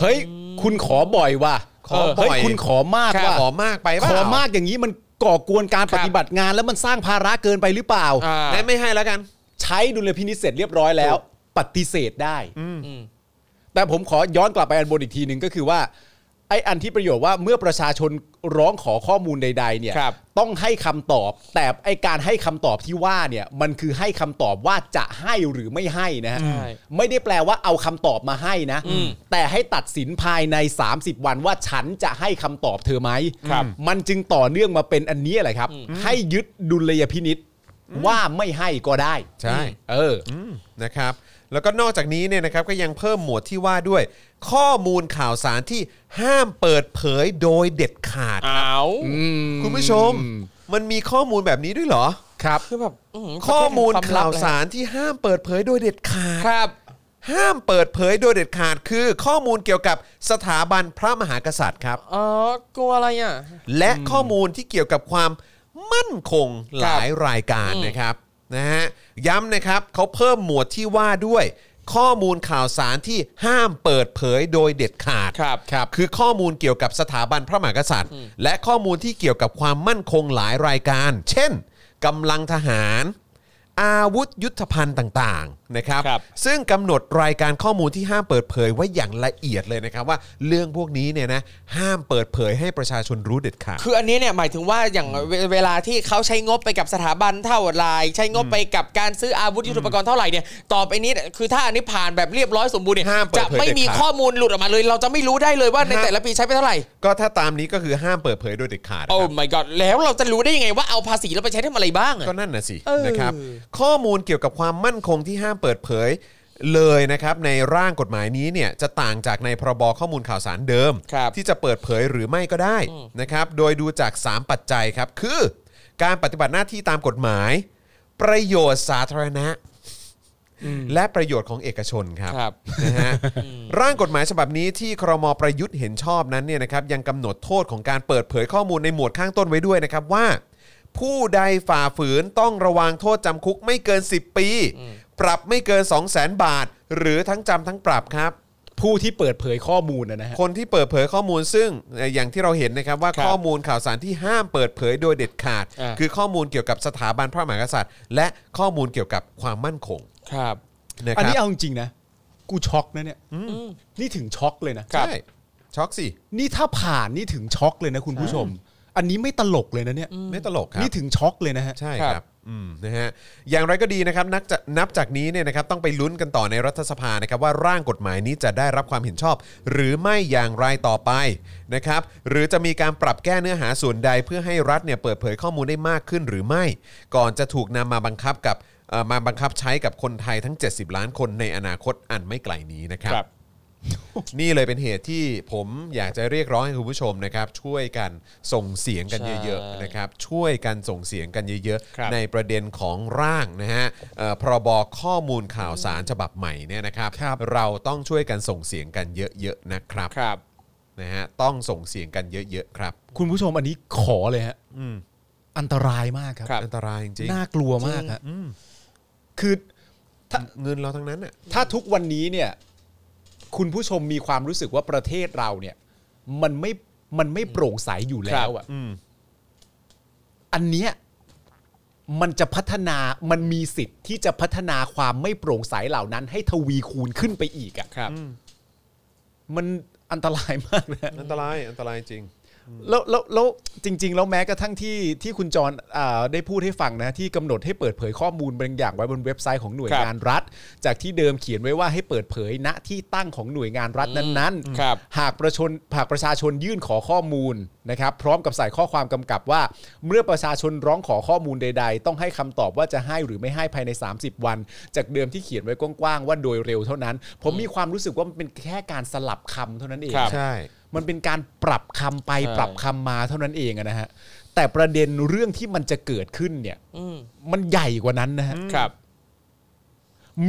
S5: เฮ้ย คุณขอบ่อยว่ะ
S4: ขอบ่อย
S5: เฮ้ยคุณขอมาก
S4: ครับ
S5: ว่ะ
S4: ขอมากไปเปล่
S5: ขอมากอย่างนี้มันก่อกวนการ
S2: ครับ
S5: ปฏิบัติงานแล้วมันสร้างภาระเกินไปหรือเปล่า
S2: อ่า
S4: และไม่ให้แล้วกัน
S5: ใช้ดุลพินิจเสร็จเรียบร้อยแล้ว ปฏิเสธได้
S2: อืม
S5: แต่ผมขอย้อนกลับไปอันบนอีกทีหนึ่งก็คือว่า ไอ้อันที่ประโยชน์ว่าเมื่อประชาชนร้องขอข้อมูลใด ๆ เนี่ย
S2: ครับ
S5: ต้องให้คำตอบ แต่ไอ้การให้คำตอบที่ว่าเนี่ยมันคือให้คำตอบว่าจะให้หรือไม่ให้นะฮะ
S2: ใช่
S5: ไม่ได้แปลว่าเอาคำตอบมาให้นะ
S2: อืม
S5: แต่ให้ตัดสินภายใน 30 วันว่าฉันจะให้คำตอบเธอไหม
S2: ครับ
S5: มันจึงต่อเนื่องมาเป็นอันนี้แหละครับ ให้ยึดดุลยพินิษว่าไม่ให้ก็ได้
S4: ใช่
S5: เออ
S4: นะครับแล้วก็นอกจากนี้เนี่ยนะครับก็ยังเพิ่มหมวดที่ว่าด้วย ข้อมูลข่าวสารที่ห้ามเปิดเผยโดยเด็ดขาด
S2: เอา
S4: คุณผู้ชม มันมีข้อมูลแบบนี้ด้วยเหรอ
S5: ครับ
S2: คือแบบอื้อหื
S4: ข้อมูล
S2: ประเภทแห่ง
S4: ข่าว
S2: ควมลับ
S4: สารที่ห้ามเปิดเผยโดยเด็ดขาด
S2: ครับ
S4: ห้ามเปิดเผยโดยเด็ดขาดคือ ข้อมูลเกี่ยวกับสถาบันพระมหากษัตริย์ครับ
S2: อ๋อกลัวอะไรอ่ะ
S4: และข้อมูลที่เกี่ยวกับความมั่นคงหลายรายการนะครับ นะฮะย้ำนะครับเขาเพิ่มหมวดที่ว่าด้วย ข้อมูลข่าวสารที่ห้ามเปิดเผยโดยเด็ดขาด
S3: ครับ
S4: ครับคือข้อมูลเกี่ยวกับสถาบันพระมหากษัตริย์ และข้อมูลที่เกี่ยวกับความมั่นคงหลายรายการ เช่นกำลังทหาร อาวุธยุทธภัณฑ์ต่างๆนะครับ
S3: ครับ
S4: ซึ่งกำหนดรายการข้อมูลที่ห้ามเปิดเผยไว้อย่างละเอียดเลยนะครับว่าเรื่องพวกนี้เนี่ยนะห้ามเปิดเผยให้ประชาชนรู้เด็ดขาด
S3: คืออันนี้เนี่ยหมายถึงว่าอย่างเวเวลาที่เขาใช้งบไปกับสถาบันเท่าไหรใช้งบไปกับการซื้ออาวุธยุทโธปกรณ์เท่าไหร่เนี่ยต่อไปนี้คือถ้าอันนี้ผ่านแบบเรียบร้อยสมบูรณ์เนี่ย
S4: ห้ามเปิด
S3: จะ
S4: เผย
S3: ไม่มี
S4: เด็ดขาด
S3: ข้อมูลหลุดออกมาเลย เราจะไม่รู้ได้เลยว่าในแต่ละปีใช้ไปเท่าไหร่
S4: ก็ถ้าตามนี้ก็คือห้ามเปิดเผยโดยเด็ดขาดนะ
S3: โอ้
S4: ครับ
S3: my god แล้วเราจะรู้ได้ยังไงว่าเอาภาษีเราไปใช้ทำอะไรบ้างอะ
S4: ก็นั่นน่ะสิ
S3: เออ
S4: นะครับ ข้อมูลเกี่ยวกับความมั่นคงที่ห้ามเปิดเผยเลยนะครับ ในร่างกฎหมายนี้เนี่ยจะต่างจากในพรบข้อมูลข่าวสารเดิม
S3: ครับ
S4: ที่จะเปิดเผยหรือไม่ก็ได้นะครับ โดยดูจาก 3 ปัจจัยครับ คือ การปฏิบัติหน้าที่ตามกฎหมาย ประโยชน์สาธารณะ และประโยชน์ของเอกชนครับ
S3: ครับ
S4: นะฮะร่างกฎหมายฉบับนี้ที่ครมประยุทธ์เห็นชอบนั้นเนี่ยนะครับยังกำหนดโทษของการเปิดเผยข้อมูลในหมวดข้างต้นไว้ด้วยนะครับว่า ผู้ใดฝ่าฝืนต้องระวังโทษจำคุกไม่เกิน 10 ปี ปรับไม่เกิน 2 0 0 0 0 0 บาท หรือทั้งจำทั้งปรับครับ
S5: ผู้ที่เปิดเผยข้อมูลนะนะฮะ
S4: คนที่เปิดเผยข้อมูลซึ่งเอ่ออย่างที่เราเห็นนะครับว่า
S3: ครับ
S4: ข้อมูลข่าวสารที่ห้ามเปิดเผยโดยเด็ดขาด
S3: อ่า
S4: คือข้อมูลเกี่ยวกับสถาบันพระมหากษัตริย์ และข้อมูลเกี่ยวกับความมั่นคง
S3: ครับ
S4: นะค
S5: อัน
S4: รับ
S5: นี้เอาจริงๆนะ กูช็อกนะเนี่ยนี่ถึงช็อกเลยนะ
S4: ใช่ช็อกสิ
S5: นี่ถ้าผ่านนี่ถึงช็อกเลยนะคุณผู้ชม อันนี้ไม่ตลกเลยนะเนี่ย
S4: ไม่ตลกครับ
S5: นี่ถึงช็อกเลยนะฮะ
S4: ใช่
S3: ครับ
S4: ครับอืมนะฮะอย่างไรก็ดีนะครับนับจะนับจากนี้เนี่ยนะครับต้องไปลุ้นกันต่อในรัฐสภานะครับว่าร่างกฎหมายนี้จะได้รับความเห็นชอบ หรือไม่อย่างไรต่อไปนะครับหรือจะมีการปรับแก้เนื้อหาส่วนใดเพื่อให้รัฐเนี่ยเปิดเผยข้อมูลได้มากขึ้นหรือไม่ ก่อนจะถูกนำมาบังคับกับเอ่อมาบังคับใช้กับคนไทยทั้ง 70 ล้านคนในอนาคตอันไม่ไกลนี้นะครับ นี่เลยเป็นเหตุที่ผมอยากจะเรียกร้องให้คุณผู้ชมนะครับ ช่วยกันส่งเสียงกันเยอะๆนะครับ ช่วยกันส่งเสียงกันเยอะ
S3: ครับ
S4: ๆ ในประเด็นของร่างนะฮะเอ่อพรบข้อมูลข่าวสารฉบับใหม่เนี่ยนะครับ เราต้องช่วยกันส่งเสียงกันเยอะๆนะครับ
S3: ครับ
S4: นะฮะต้องส่งเสียงกันเยอะๆครับ
S5: คุณผู้ชมอันนี้ขอเลยฮะอันตรายมากครับ
S3: ครับ
S4: อันตรายจริง
S5: น่ากลัวมากฮะคือ
S4: ๆเงินเราทั้งนั้นอ่ะ
S5: ถ้าทุกวันนี้เนี่ย คุณผู้ชมมีความรู้สึกว่าประเทศเราเนี่ย มันไม่มันไม่โปร่งใสอยู่แล้วอ่ะอันเนี้ยมันจะพัฒนามันมีสิทธิ์ที่จะพัฒนาความไม่โปร่งใสเหล่านั้น ให้ทวีคูณขึ้นไปอีกอ่ะ
S3: ครับ
S5: มันอันตรายมากนะ
S4: อันตรายอันตรายจริง
S5: แล้วแล้วแล้วจริง ๆ แล้วแม้กระทั่งที่ที่คุณจรอ่าได้พูดให้ฟังนะ ที่กำหนดให้เปิดเผยข้อมูลบางอย่างไว้บนเว็บไซต์ของหน่วย
S3: ครับ
S5: งานรัฐ จากที่เดิมเขียนไว้ว่าให้เปิดเผยณที่ตั้งของหน่วยงานรัฐนั้น
S3: อืม
S5: ๆ
S3: ครับ
S5: หากประชนหากประชาชนยื่นขอข้อมูลนะครับ พร้อมกับใส่ข้อความกำกับว่า เมื่อประชาชนร้องขอข้อมูลใด ๆ ต้องให้คำตอบว่าจะให้หรือไม่ให้ภายใน 30 วัน จากเดิมที่เขียนไว้กว้างๆว่าโดยเร็วเท่านั้น ผมมีความรู้สึกว่ามันเป็นแค่การสลับคำเท่านั้นเอง
S3: ครับ
S4: ใช่
S5: มันเป็นการปรับคำไป
S3: ใช่
S5: ปรับคำมาเท่านั้นเองอะนะฮะ แต่ประเด็นเรื่องที่มันจะเกิดขึ้นเนี่ย
S3: อืม
S5: มันใหญ่กว่านั้นนะฮะ
S3: ครับ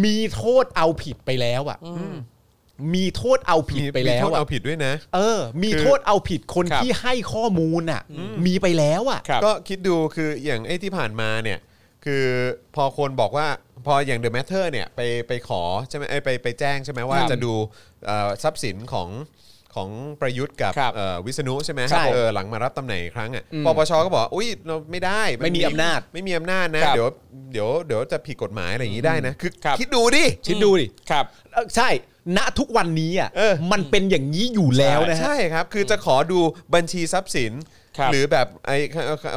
S5: มีโทษเอาผิดไปแล้วอ่ะมีโทษเอาผิด
S4: มี
S5: ไป
S4: มี
S5: แล้ว
S4: โทษ
S5: อะ
S4: เอาผิดด้วยนะ
S5: เออ มีโทษเอาผิดคนที่ให้ข้อมูลอ่ะ มีไปแล้วอ่ะ
S3: ครับ
S4: ก็คิดดูคืออย่างไอ้ที่ผ่านมาเนี่ย คือพอคนบอกว่าพออย่าง The Matter เนี่ยไปไปขอใช่ไหมเอ้ยไปไปแจ้งใช่ไหมว่า
S3: ครับ
S4: จะดูเอ่อทรัพย์สินของของประยุทธ์กับ
S3: ครับ
S4: เอ่อวิษณุใช่ไหม
S5: ใช่
S4: เออหลังมารับตำแหน่งอีกครั้งอ่ะ
S5: อืม
S4: ปปชก็บอกว่าอุ้ยเราไม่ได้น
S5: ไม่มีอำนาจ
S4: ไม่มีอำนาจนะครับ เดี๋ยวเดี๋ยวเดี๋ยวจะผิดกฎหมายอะไรอย่างนี้ได้นะคือ
S3: ครับ
S4: คิดดูดิ
S5: คิดดูดิ
S3: ครับ
S5: เออใช่ ณทุกวันนี้อ่ะ
S4: เออ
S5: มันเป็นอย่างนี้อยู่แล้วนะฮะ
S4: ใช่ครับ คือจะขอดูบัญชีทรัพย์สิน
S3: ครับ
S4: หรือแบบไอ้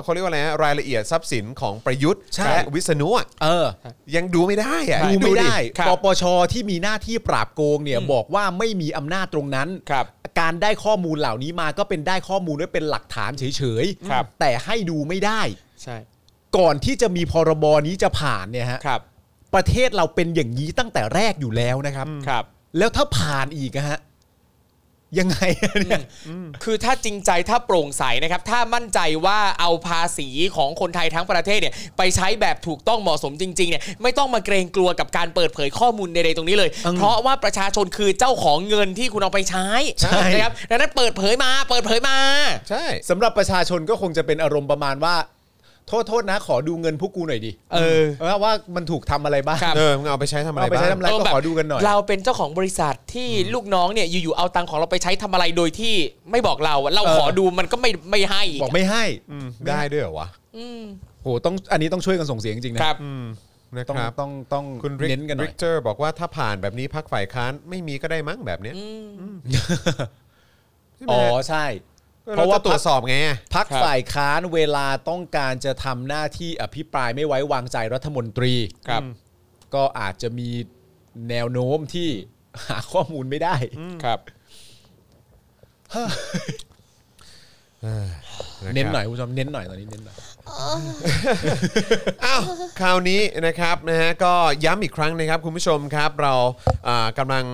S4: เขาเรียกว่าอะไรฮะรายละเอียดทรัพย์สินของประยุทธ์
S5: ใช่
S4: และวิษณุอะ
S5: เออ
S4: ยังดูไม่ได้อะ
S5: ดูไม่ได้
S3: ครับ
S5: ปปชที่มีหน้าที่ปราบโกงเนี่ยบอกว่าไม่มีอำนาจตรงนั้น
S3: ครับ
S5: การได้ข้อมูลเหล่านี้มาก็เป็นได้ข้อมูลไว้เป็นหลักฐานเฉย
S3: ครับ
S5: ๆ แต่ให้ดูไม่ได้
S3: ใช่
S5: ก่อนที่จะมีพรบนี้จะผ่านเนี่ยฮะ
S3: ครับ
S5: ประเทศเราเป็นอย่างนี้ตั้งแต่แรกอยู่แล้วนะครับ
S3: ครับ
S5: แล้วถ้าผ่านอีกอะฮะยังไงอะ เนี่ย
S3: คือถ้าจริงใจถ้าโปร่งใสนะครับ ถ้ามั่นใจว่าเอาภาษีของคนไทยทั้งประเทศเนี่ยไปใช้แบบถูกต้องเหมาะสมจริงๆเนี่ยไม่ต้องมาเกรงกลัวกับการเปิดเผยข้อมูลใดๆตรงนี้เลย
S5: อืม
S3: เพราะว่าประชาชนคือเจ้าของเงินที่คุณเอาไปใช้
S5: ใช่
S3: นะครับดังนั้นเปิดเผยมาเปิดเผยมา
S4: ใช่
S5: สำหรับประชาชนก็คงจะเป็นอารมณ์ประมาณว่า โทษโทษนะ ขอดูเงินพวกกูหน่อยดิ
S3: เออ
S5: เออว่ามันถูกทำอะไรบ้าง
S3: ครับ
S4: เออมึงเอาไปใช้ทำอะไร
S5: เอาไป
S4: บ้า
S5: ใช้
S4: ง
S5: ทำอะไรก็ขอดูกันหน่อย
S3: เราเป็นเจ้าของบริษัทที่ลูกน้องเนี่ยอยู่ๆเอาตังค์ของเราไปใช้ทำอะไรโดยที่ไม่บอกเราอะเรา
S5: เออ
S3: ขอดูมันก็ไม่ไม่ให้อีก
S5: บอกไม่ให้
S4: อืมได้ด้วยเหรอวะ
S3: อืม
S5: โหต้องอันนี้ต้องช่วยกันส่งเสียงจริงๆนะครับ
S4: อืมนะ
S5: ต้อง
S4: ครับ
S5: ต้องต้อง
S4: คุณริก
S5: เน้นกันหน่
S4: ริ
S5: อย
S4: กเตอร์บอกว่าถ้าผ่านแบบนี้พักฝ่ายค้านไม่มีก็ได้มั้งแบบเนี้ยใช่ไหม
S5: อ๋อใช่
S4: เพราะว่าตรวจสอบไง
S5: พัก
S3: ครับ
S5: ฝ่ายค้านเวลาต้องการจะทำหน้าที่อภิปรายไม่ไว้วางใจรัฐมนตรี
S3: ครับ
S5: ก็อาจจะมีแนวโน้มที่ หาข้อมูลไม่ได้
S3: ครับ
S5: เน้นหน่อยคุณผู้ชมเน้นหน่อยตอนนี้เน้นหน่อย
S4: อ้าวคราวนี้นะครับนะฮะก็ย้ำอีกครั้งนะครับคุณผู้ชมครับเราอ่ากำลัง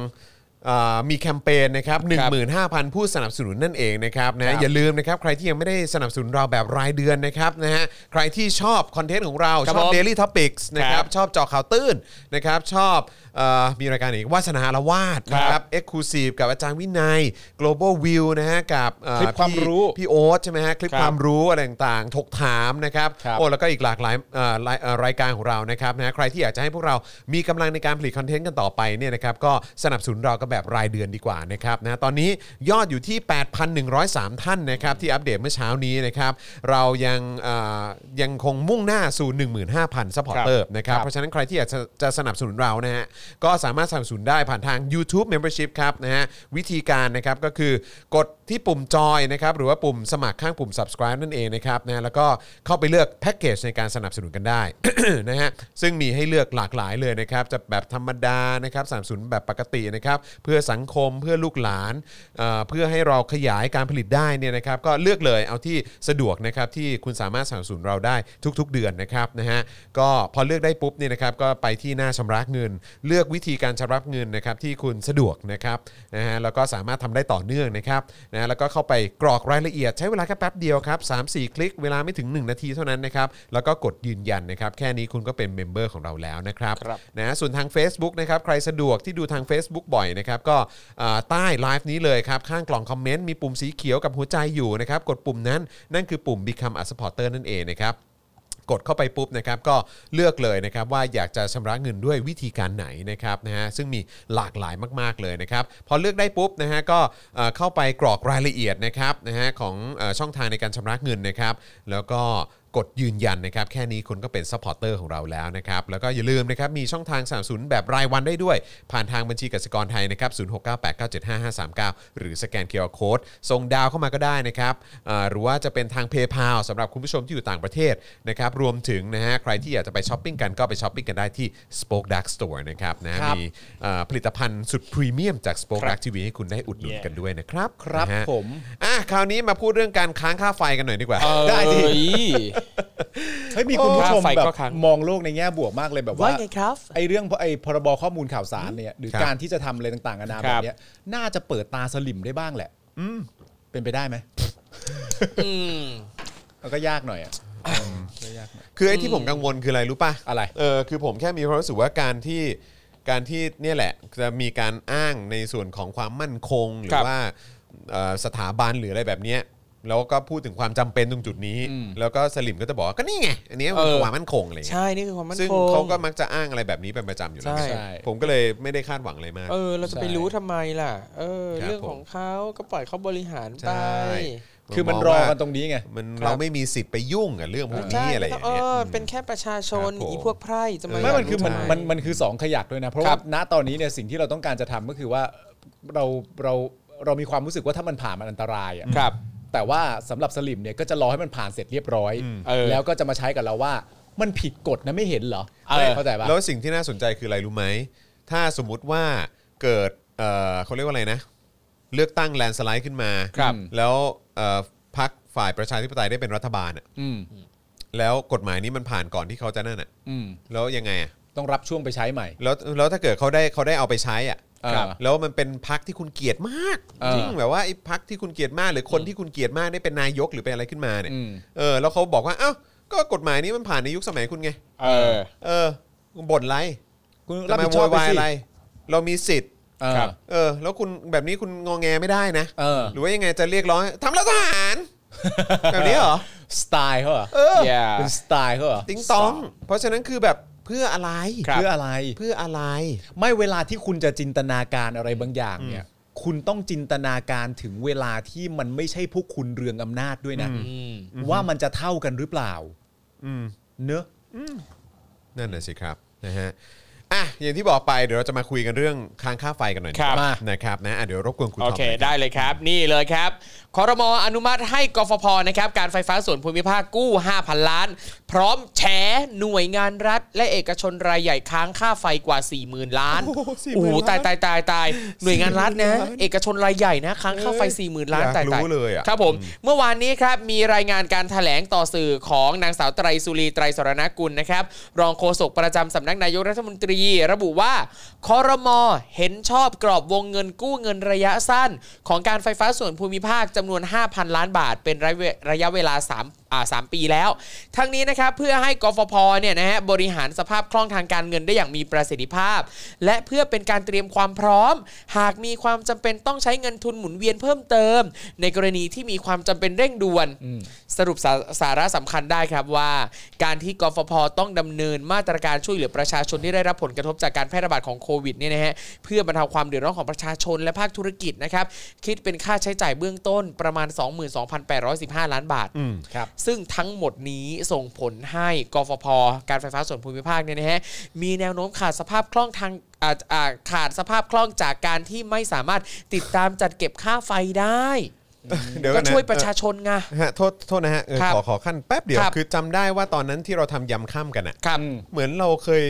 S4: อ่ามีแคมเปญนะครับ15,000 ผู้สนับสนุนนั่นเองนะครับนะฮะอย่าลืมนะครับใครที่ยังไม่ได้สนับสนุนเราแบบรายเดือนนะครับนะฮะใครที่ชอบคอนเทนต์ของเรา
S3: ครับ
S4: ชอบ
S3: ผม
S4: Daily Topics นะค
S3: ค
S4: รั
S3: รั
S4: บบ ชอบเจอข่าวตื้นนะครับชอบเอ่อมีรายการอีกวาสนาละวาดนะค
S3: ครั
S4: รับ
S3: บ
S4: Exclusive กับอาจารย์วินัย Global View นะฮะกับเอ่อ
S5: คลิปความ
S4: พี่
S5: รู้
S4: พี่โอ๊ตใช่ไหมฮะคลิป
S3: ครับ
S4: ความรู้อะไรต่างๆถกถามนะครับ
S5: ครับ
S4: โอ้แล้วก็อีกหลากหลายเอ่อรายเอ่อรายการของเรานะครับนะใครที่อยากจะให้พวกเรามีกำลังในการผลิตคอนเทนต์กันต่อไปเนี่ยนะครับก็สนับสนุนเราก็แบบรายเดือนดีกว่านะครับนะตอนนี้ยอดอยู่ที่ 8,103 ท่านนะครับที่อัปเดตเมื่อเช้านี้นะครับเรายังเอ่อยังคงมุ่งหน้าสู่ 15,000ซัพพอร์เตอร์นะครับเพราะฉะนั้นใครที่อยากจะจะสนับสนุนเรานะฮะก็สามารถสนับสนุนได้ผ่านทาง YouTube Membership ครับนะฮะวิธีการนะครับก็คือกดที่ปุ่มจอยนะครับหรือว่าปุ่มสมัครข้างปุ่ม subscribe นั่นเองนะครับนะแล้วก็เข้าไปเลือกแพ็กเกจในการสนับสนุนกันได้ นะฮะซึ่งมีให้เลือกหลากหลายเลยนะครับจะแบบธรรมดานะครับสนับสนุนแบบปกตินะครับเพื่อสังคมเพื่อลูกหลานเอ่อเพื่อให้เราขยายการผลิตได้เนี่ยนะครับก็เลือกเลยเอาที่สะดวกนะครับที่คุณสามารถสนับสนุนเราได้ทุก ๆ เดือนนะครับนะฮะก็พอเลือกได้ปุ๊บเนี่ยนะครับก็ไปที่หน้าชำระเงิน เลือกวิธีการชำระเงินนะครับที่คุณสะดวกนะครับนะฮะแล้วก็สามารถทำได้ต่อเนื่องนะครับนะฮะแล้วก็เข้าไปกรอกรายละเอียดใช้เวลาแค่แป๊บเดียวครับ3 4 คลิกเวลาไม่ถึง 1 นาทีเท่านั้นนะครับแล้วก็กดยืนยันนะครับแค่นี้คุณก็เป็นเมมเบอร์ของเราแล้วนะครับ
S3: ครับ
S4: นะฮะส่วนทาง Facebook นะครับใครสะดวกที่ดูทาง Facebook บ่อยนะครับก็อ่าใต้ไลฟ์นี้เลยครับข้างกล่องคอมเมนต์มีปุ่มสีเขียวกับหัวใจอยู่นะครับกดปุ่มนั้นนั่นคือปุ่ม Become a supporter นั่นเองนะครับ กดเข้าไปปุ๊บนะครับก็เลือกเลยนะครับว่าอยากจะชำระเงินด้วยวิธีการไหนนะครับนะฮะซึ่งมีหลากหลายมากๆเลยนะครับพอเลือกได้ปุ๊บนะฮะก็เอ่อเข้าไปกรอกรายละเอียดนะครับนะฮะของเอ่อช่องทางในการชำระเงินนะครับแล้วก็กดยืนยันนะครับแค่นี้คุณก็เป็นซัพพอร์ตเตอร์ของเราแล้วนะครับแล้วก็อย่าลืมนะครับมีช่องทางสนับสนุนแบบรายวันได้ด้วย ผ่านทางบัญชีกสิกรไทยนะครับ0698975539 หรือสแกน QR Code ส่งดาวเข้ามาก็ได้นะครับเอ่อหรือว่าจะเป็นทาง PayPal สำหรับคุณผู้ชมที่อยู่ต่างประเทศนะครับรวมถึงนะฮะใครที่อยากจะไปช้อปปิ้งกันก็ไปช้อปปิ้งกันได้ที่ Spoke Dark Store นะครับนะมีเอ่อผลิตภัณฑ์สุดพรีเมียมจาก Spoke Dark TV ให้คุณได้อุดหนุนกันด้วยนะครับ
S5: ครับ
S4: นะฮะ
S5: ผม
S4: อ่ะคราวนี้มาพูดเรื่องการค้างค่าไฟกันหน่อยดีกว่า
S5: ได้สิ
S3: เอ้ย
S5: เฮ้ยมีคุณผู้ชม
S3: โอ้ยไฟ
S5: แบบ
S3: ก็ค้าง
S5: มองโลกในแง่บวกมากเลยแบบว่า
S3: ว่าไงครับ
S5: ไอ้เรื่องไอ้พรบข้อมูลข่าวสารเนี่ยหรือ
S4: ครับ
S5: การที่จะทำอะไรต่างๆนานา
S3: ค
S5: แบ
S3: รั
S5: บบ เนี้ยน่าจะเปิดตาสลิมได้บ้างแหละเป็นไปได้ไหม
S3: อืม
S5: มันก็ยากหน่อยอ่ะก็ยากหน่อย
S4: คือไอ้ที่ผมกังวลคืออะไรรู้ป่ะ
S5: อะไร
S4: เออคือผมแค่มีความรู้สึกว่าการที่การที่เนี่ยแหละจะมีการอ้างในส่วนของความมั่นคง หรือ
S3: ครับ
S4: ว่าเอ่อสถาบันหรืออะไรแบบเนี้ยแล้วก็พูดถึงความจำเป็นตรงจุดนี้ แล้วก็สลิมก็จะบอกว่าก็นี่ไง อันเนี้ยมัน
S3: เออ
S4: ความมั่นคงอะไรอย่างเงี้ย
S3: ใช่นี่คือความมั่นคง
S4: ซึ่งเขาก็มักจะอ้างอะไรแบบนี้เป็นประจำอยู่แล้ว
S3: ใช่
S4: ไงผมก็เลยไม่ได้คาดหวังอะไรมาก
S3: เออ เราจะไปรู้ทำไมล่ะ เออ
S4: ครับ
S3: เรื่อง
S4: ผม
S3: ของเขาก็ปล่อยเขาบริหาร
S4: ใช
S3: ไป
S4: ่
S5: คือมัน
S4: ง
S5: รอ
S4: ว่า
S5: กันตรงนี้ไง
S4: มัน
S3: ครับ
S4: เราไม่มีสิทธิ์ไปยุ่งกับเรื่องพวกนี้อะไรอย่าง
S3: เอ
S4: เงี้ย
S3: อ เป็นแค่ประชาชน
S4: ครับผม
S3: อีพวกไพร่จะมา
S4: เออ
S3: อ
S5: ไม่
S3: ยาก
S5: มันคือ
S3: รู้
S5: มัน
S3: ทำไ
S5: มันมันคือสองขยักด้วยนะ เพราะ
S3: ค
S5: ว่า
S3: รับ
S5: ณตอนนี้เนี่ยสิ่งที่เราต้องการจะทำก็คือว่าเราเราเรามีความรู้สึกว่าถ้ามันผ่านมันอันตรายอ่ะ
S3: ครับ
S5: แต่ว่าสำหรับสลิมเนี่ยก็จะรอให้มันผ่านเสร็จเรียบร้อย
S3: เออ
S5: แล้วก็จะมาใช้กับเราว่ามันผิดกฎนะไม่เห็นเหรอ
S3: เออ
S5: เข้าใจปะ
S4: แล้วสิ่งที่น่าสนใจคืออะไรรู้ไหม ถ้าสมมุติว่าเกิดเอ่อเขาเรียกว่าอะไรนะ เลือกตั้งแลนสไลด์ขึ้นมา
S5: ครับ
S4: แล้วเอ่อพักฝ่ายประชาธิปไตยได้เป็นรัฐบาลอะ
S5: อืม
S4: แล้วกฎหมายนี้มันผ่านก่อนที่เขาจะนั่นอ่ะ
S5: อืม
S4: แล้วยังไงอะ
S5: ต้องรับช่วงไปใช้ใหม่
S4: แล้วแล้วถ้าเกิดเขาได้เขาได้เอาไปใช้อ่ะ
S5: ครับ
S4: แล้วมันเป็นพักที่คุณเกลียดมาก
S5: เออ
S4: จริงแบบว่าไอ้พักที่คุณเกลียดมาก หรือคนที่คุณเกลียดมากได้เป็นนายกหรือเป็นอะไรขึ้นมาเนี่ย
S5: อืม
S4: เออแล้วเขาบอกว่าเอ้าก็กฎหมายนี้มันผ่านในยุคสมัยคุณไง
S3: เออ
S4: เออบ่นไร
S5: คุณ
S4: จะ
S5: รับ
S4: มาโว
S5: ผิดชอบ
S4: ย
S5: ไป
S4: วาย
S5: สิ
S4: อะไร เรามีสิทธิ์
S5: เออ
S3: ครับ
S4: เออ แล้วคุณแบบนี้คุณงองแงไม่ได้นะ
S5: เออ
S4: หรือว่ายังไงจะเรียกร้องทำรัฐประหาร แบบนี้เหรอ
S5: สไตล์เขาเหรอ
S3: อย่า
S5: เป็นสไตล์เขาเหรอ
S4: ติ๊งตอง เพราะฉะนั้นคือแบบเพื่ออะไร
S5: เพื่ออะไร
S4: เพื่ออะไร
S5: ไม่เวลาที่คุณจะจินตนาการอะไรบางอย่างเนี่ย คุณต้องจินตนาการถึงเวลาที่มันไม่ใช่พวกคุณเรืองอำนาจด้วยนะว่ามันจะเท่ากันหรือเปล่าเนอะ
S4: นั่นน่ะสิครับนะฮะอ่ะอย่างที่บอกไปเดี๋ยวเราจะมาคุยกันเรื่องค้างค่าไฟกันหน่อย
S2: ครับ
S4: มานะครับนะอ่ะเดี๋ยวรบกวนคุณท
S2: โอ
S4: อม
S2: เค
S4: หน่อย
S2: ได้เลยครับ นี่เลยครับคอรมออนุมัติให้กฟพนะครับ การไฟฟ้าส่วนภูมิภาคกู้ 5,000 ล้าน พร้อมแฉหน่วยงานรัฐ และเอกชนรายใหญ่ค้างค่าไฟกว่า 40,000 ล้านโอ้โหตายตายตายตายหน่วยงานรัฐนะ เอกชนรายใหญ่นะค้างค่าไฟ 40,000 ล้าน
S4: อยาก
S2: ตายตาย
S4: รู้เลยอ่ะ
S2: ครับผม เมื่อวานนี้ครับ มีรายงานการถแถลงต่อสื่อของนางสาวไตรสุรีไตรสรณกุลนะครับ รองโฆษกประจำสำนักนายกรัฐมนตรี ระบุว่าคอรมอเห็นชอบกรอบวงเงินกู้เงินระยะสั้น ของการไฟฟ้าส่วนภูมิภาคจำนวน 5,000 ล้านบาท เป็นระยะเวระยะเวลา 3 อ่าสามปีแล้ว ทั้งนี้นะครับเพื่อให้กฟพเนี่ยนะฮะบริหารสภาพคล่องทางการเงินได้อย่างมีประสิทธิภาพ และเพื่อเป็นการเตรียมความพร้อม หากมีความจำเป็นต้องใช้เงินทุนหมุนเวียนเพิ่มเติม ในกรณีที่มีความจำเป็นเร่งด่วน สรุปสาสาระสำคัญได้ครับว่า การที่กฟพต้องดำเนินมาตรการช่วยเหลือประชาชนที่ได้รับผลกระทบจากการแพร่ระบาดของโควิดเนี่ยนะฮะเพื่อบรรเทาความเดือดร้อนของประชาชนและภาคธุรกิจนะครับคิดเป็นค่าใช้จ่ายเบื้องต้นประมาณ 22,815 ล้านบาท ซึ่งทั้งหมดนี้ส่งผลให้กฟผการไฟฟ้าส่วนภูมิภาคเนี่ยนะฮะมีแนวโน้มขาดสภาพคล่องทางอ่าอ่าขาดสภาพคล่องจากการที่ไม่สามารถติดตามจัดเก็บค่าไฟได้
S4: เดี๋ยว
S2: ก็
S4: อนน
S2: ช่วยประชาชนไง
S4: เออฮะโทษโทษนะฮะเออ
S2: ครับ
S4: ขอขอขั้นแป๊บเดียว
S2: ครับ
S4: คือจำได้ว่าตอนนั้นที่เราทำยำข้ามกันอ่ะ
S2: ครับ
S4: เหมือนเราเคย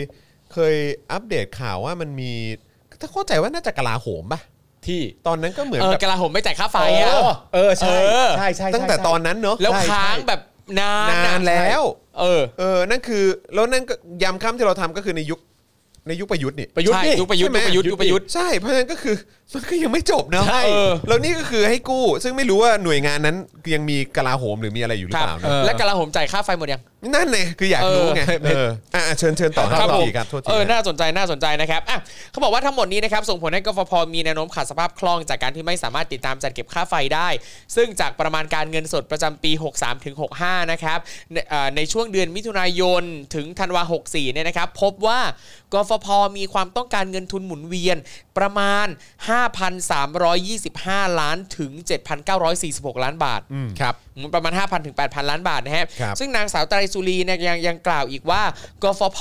S4: เคยอัปเดตข่าวว่ามันมีถ้าเข้าใจว่าน่าจะกลาโหมป่ะ
S5: ที่
S4: ตอนนั้นก็เหมือน
S2: เออ
S4: แบบ
S2: กลาโหมไม่จ่ายค่าไฟอ่ะ
S5: เออใช่
S2: เออ
S5: ใช่ใช่ใช่
S4: ตั้งแต่
S5: ใช่
S4: ตอนนั้นเนอะ
S2: แล้ว
S4: ใช่
S2: ค้างแบบนานอะ
S4: นานแล้ว
S2: เออ
S4: เออ นั่นคือ แล้วนั่นก็ยำข้ามที่เราทำก็คือในยุคในยุคประยุทธ์นี่
S5: ประยุทธ์
S2: ใช่
S5: ดิ
S2: ยุคประยุทธ์
S4: ใช่ไหม
S2: ยุคประยุทธ์ยุคประยุทธ์
S4: ใช่เพราะฉะนั้นก็คือมันก็ยังไม่จบเนาะ
S5: ใช่
S4: เออแล้วนี่ก็คือให้กู้ ซึ่งไม่รู้ว่าหน่วยงานนั้นยังมีกลาโหมหรือมีอะไรอยู่หรือ
S2: ครับ
S4: เปล่านะ
S2: และกลาโหมจ่ายค่าไฟหมดยัง
S4: นั่นเลยคืออยากรู้ไง
S5: เออ
S4: เอออ่ะเชิญเชิญต่อ
S2: ครับ
S4: โทษ
S2: ผม
S4: ทีครับโทษที
S2: เออ
S4: ครับ
S2: น่าสนใจ น่าสนใจนะครับอ่ะเขาบอกว่าทั้งหมดนี้นะครับส่งผลให้กฟพมีแนวโน้มขาดสภาพคล่องจากการที่ไม่สามารถติดตามจัดเก็บค่าไฟได้ ซึ่งจากประมาณการเงินสดประจำปี 63 ถึง 65 นะครับในเอ่อในช่วงเดือนมิถุนายนถึงธันวา 64 เนี่ยนะครับ พบว่ากฟพมีความต้องการเงินทุนหมุนเวียนประมาณ 5,325 ล้านถึง 7,946 ล้านบาท
S4: ครับ
S2: ประมาณ 5,000 ถึง 8,000 ล้านบาทนะฮะ
S4: ครับ
S2: ซึ่งนางสาวไตรสุรีเนี่ยยังยังกล่าวอีกว่า กฟพ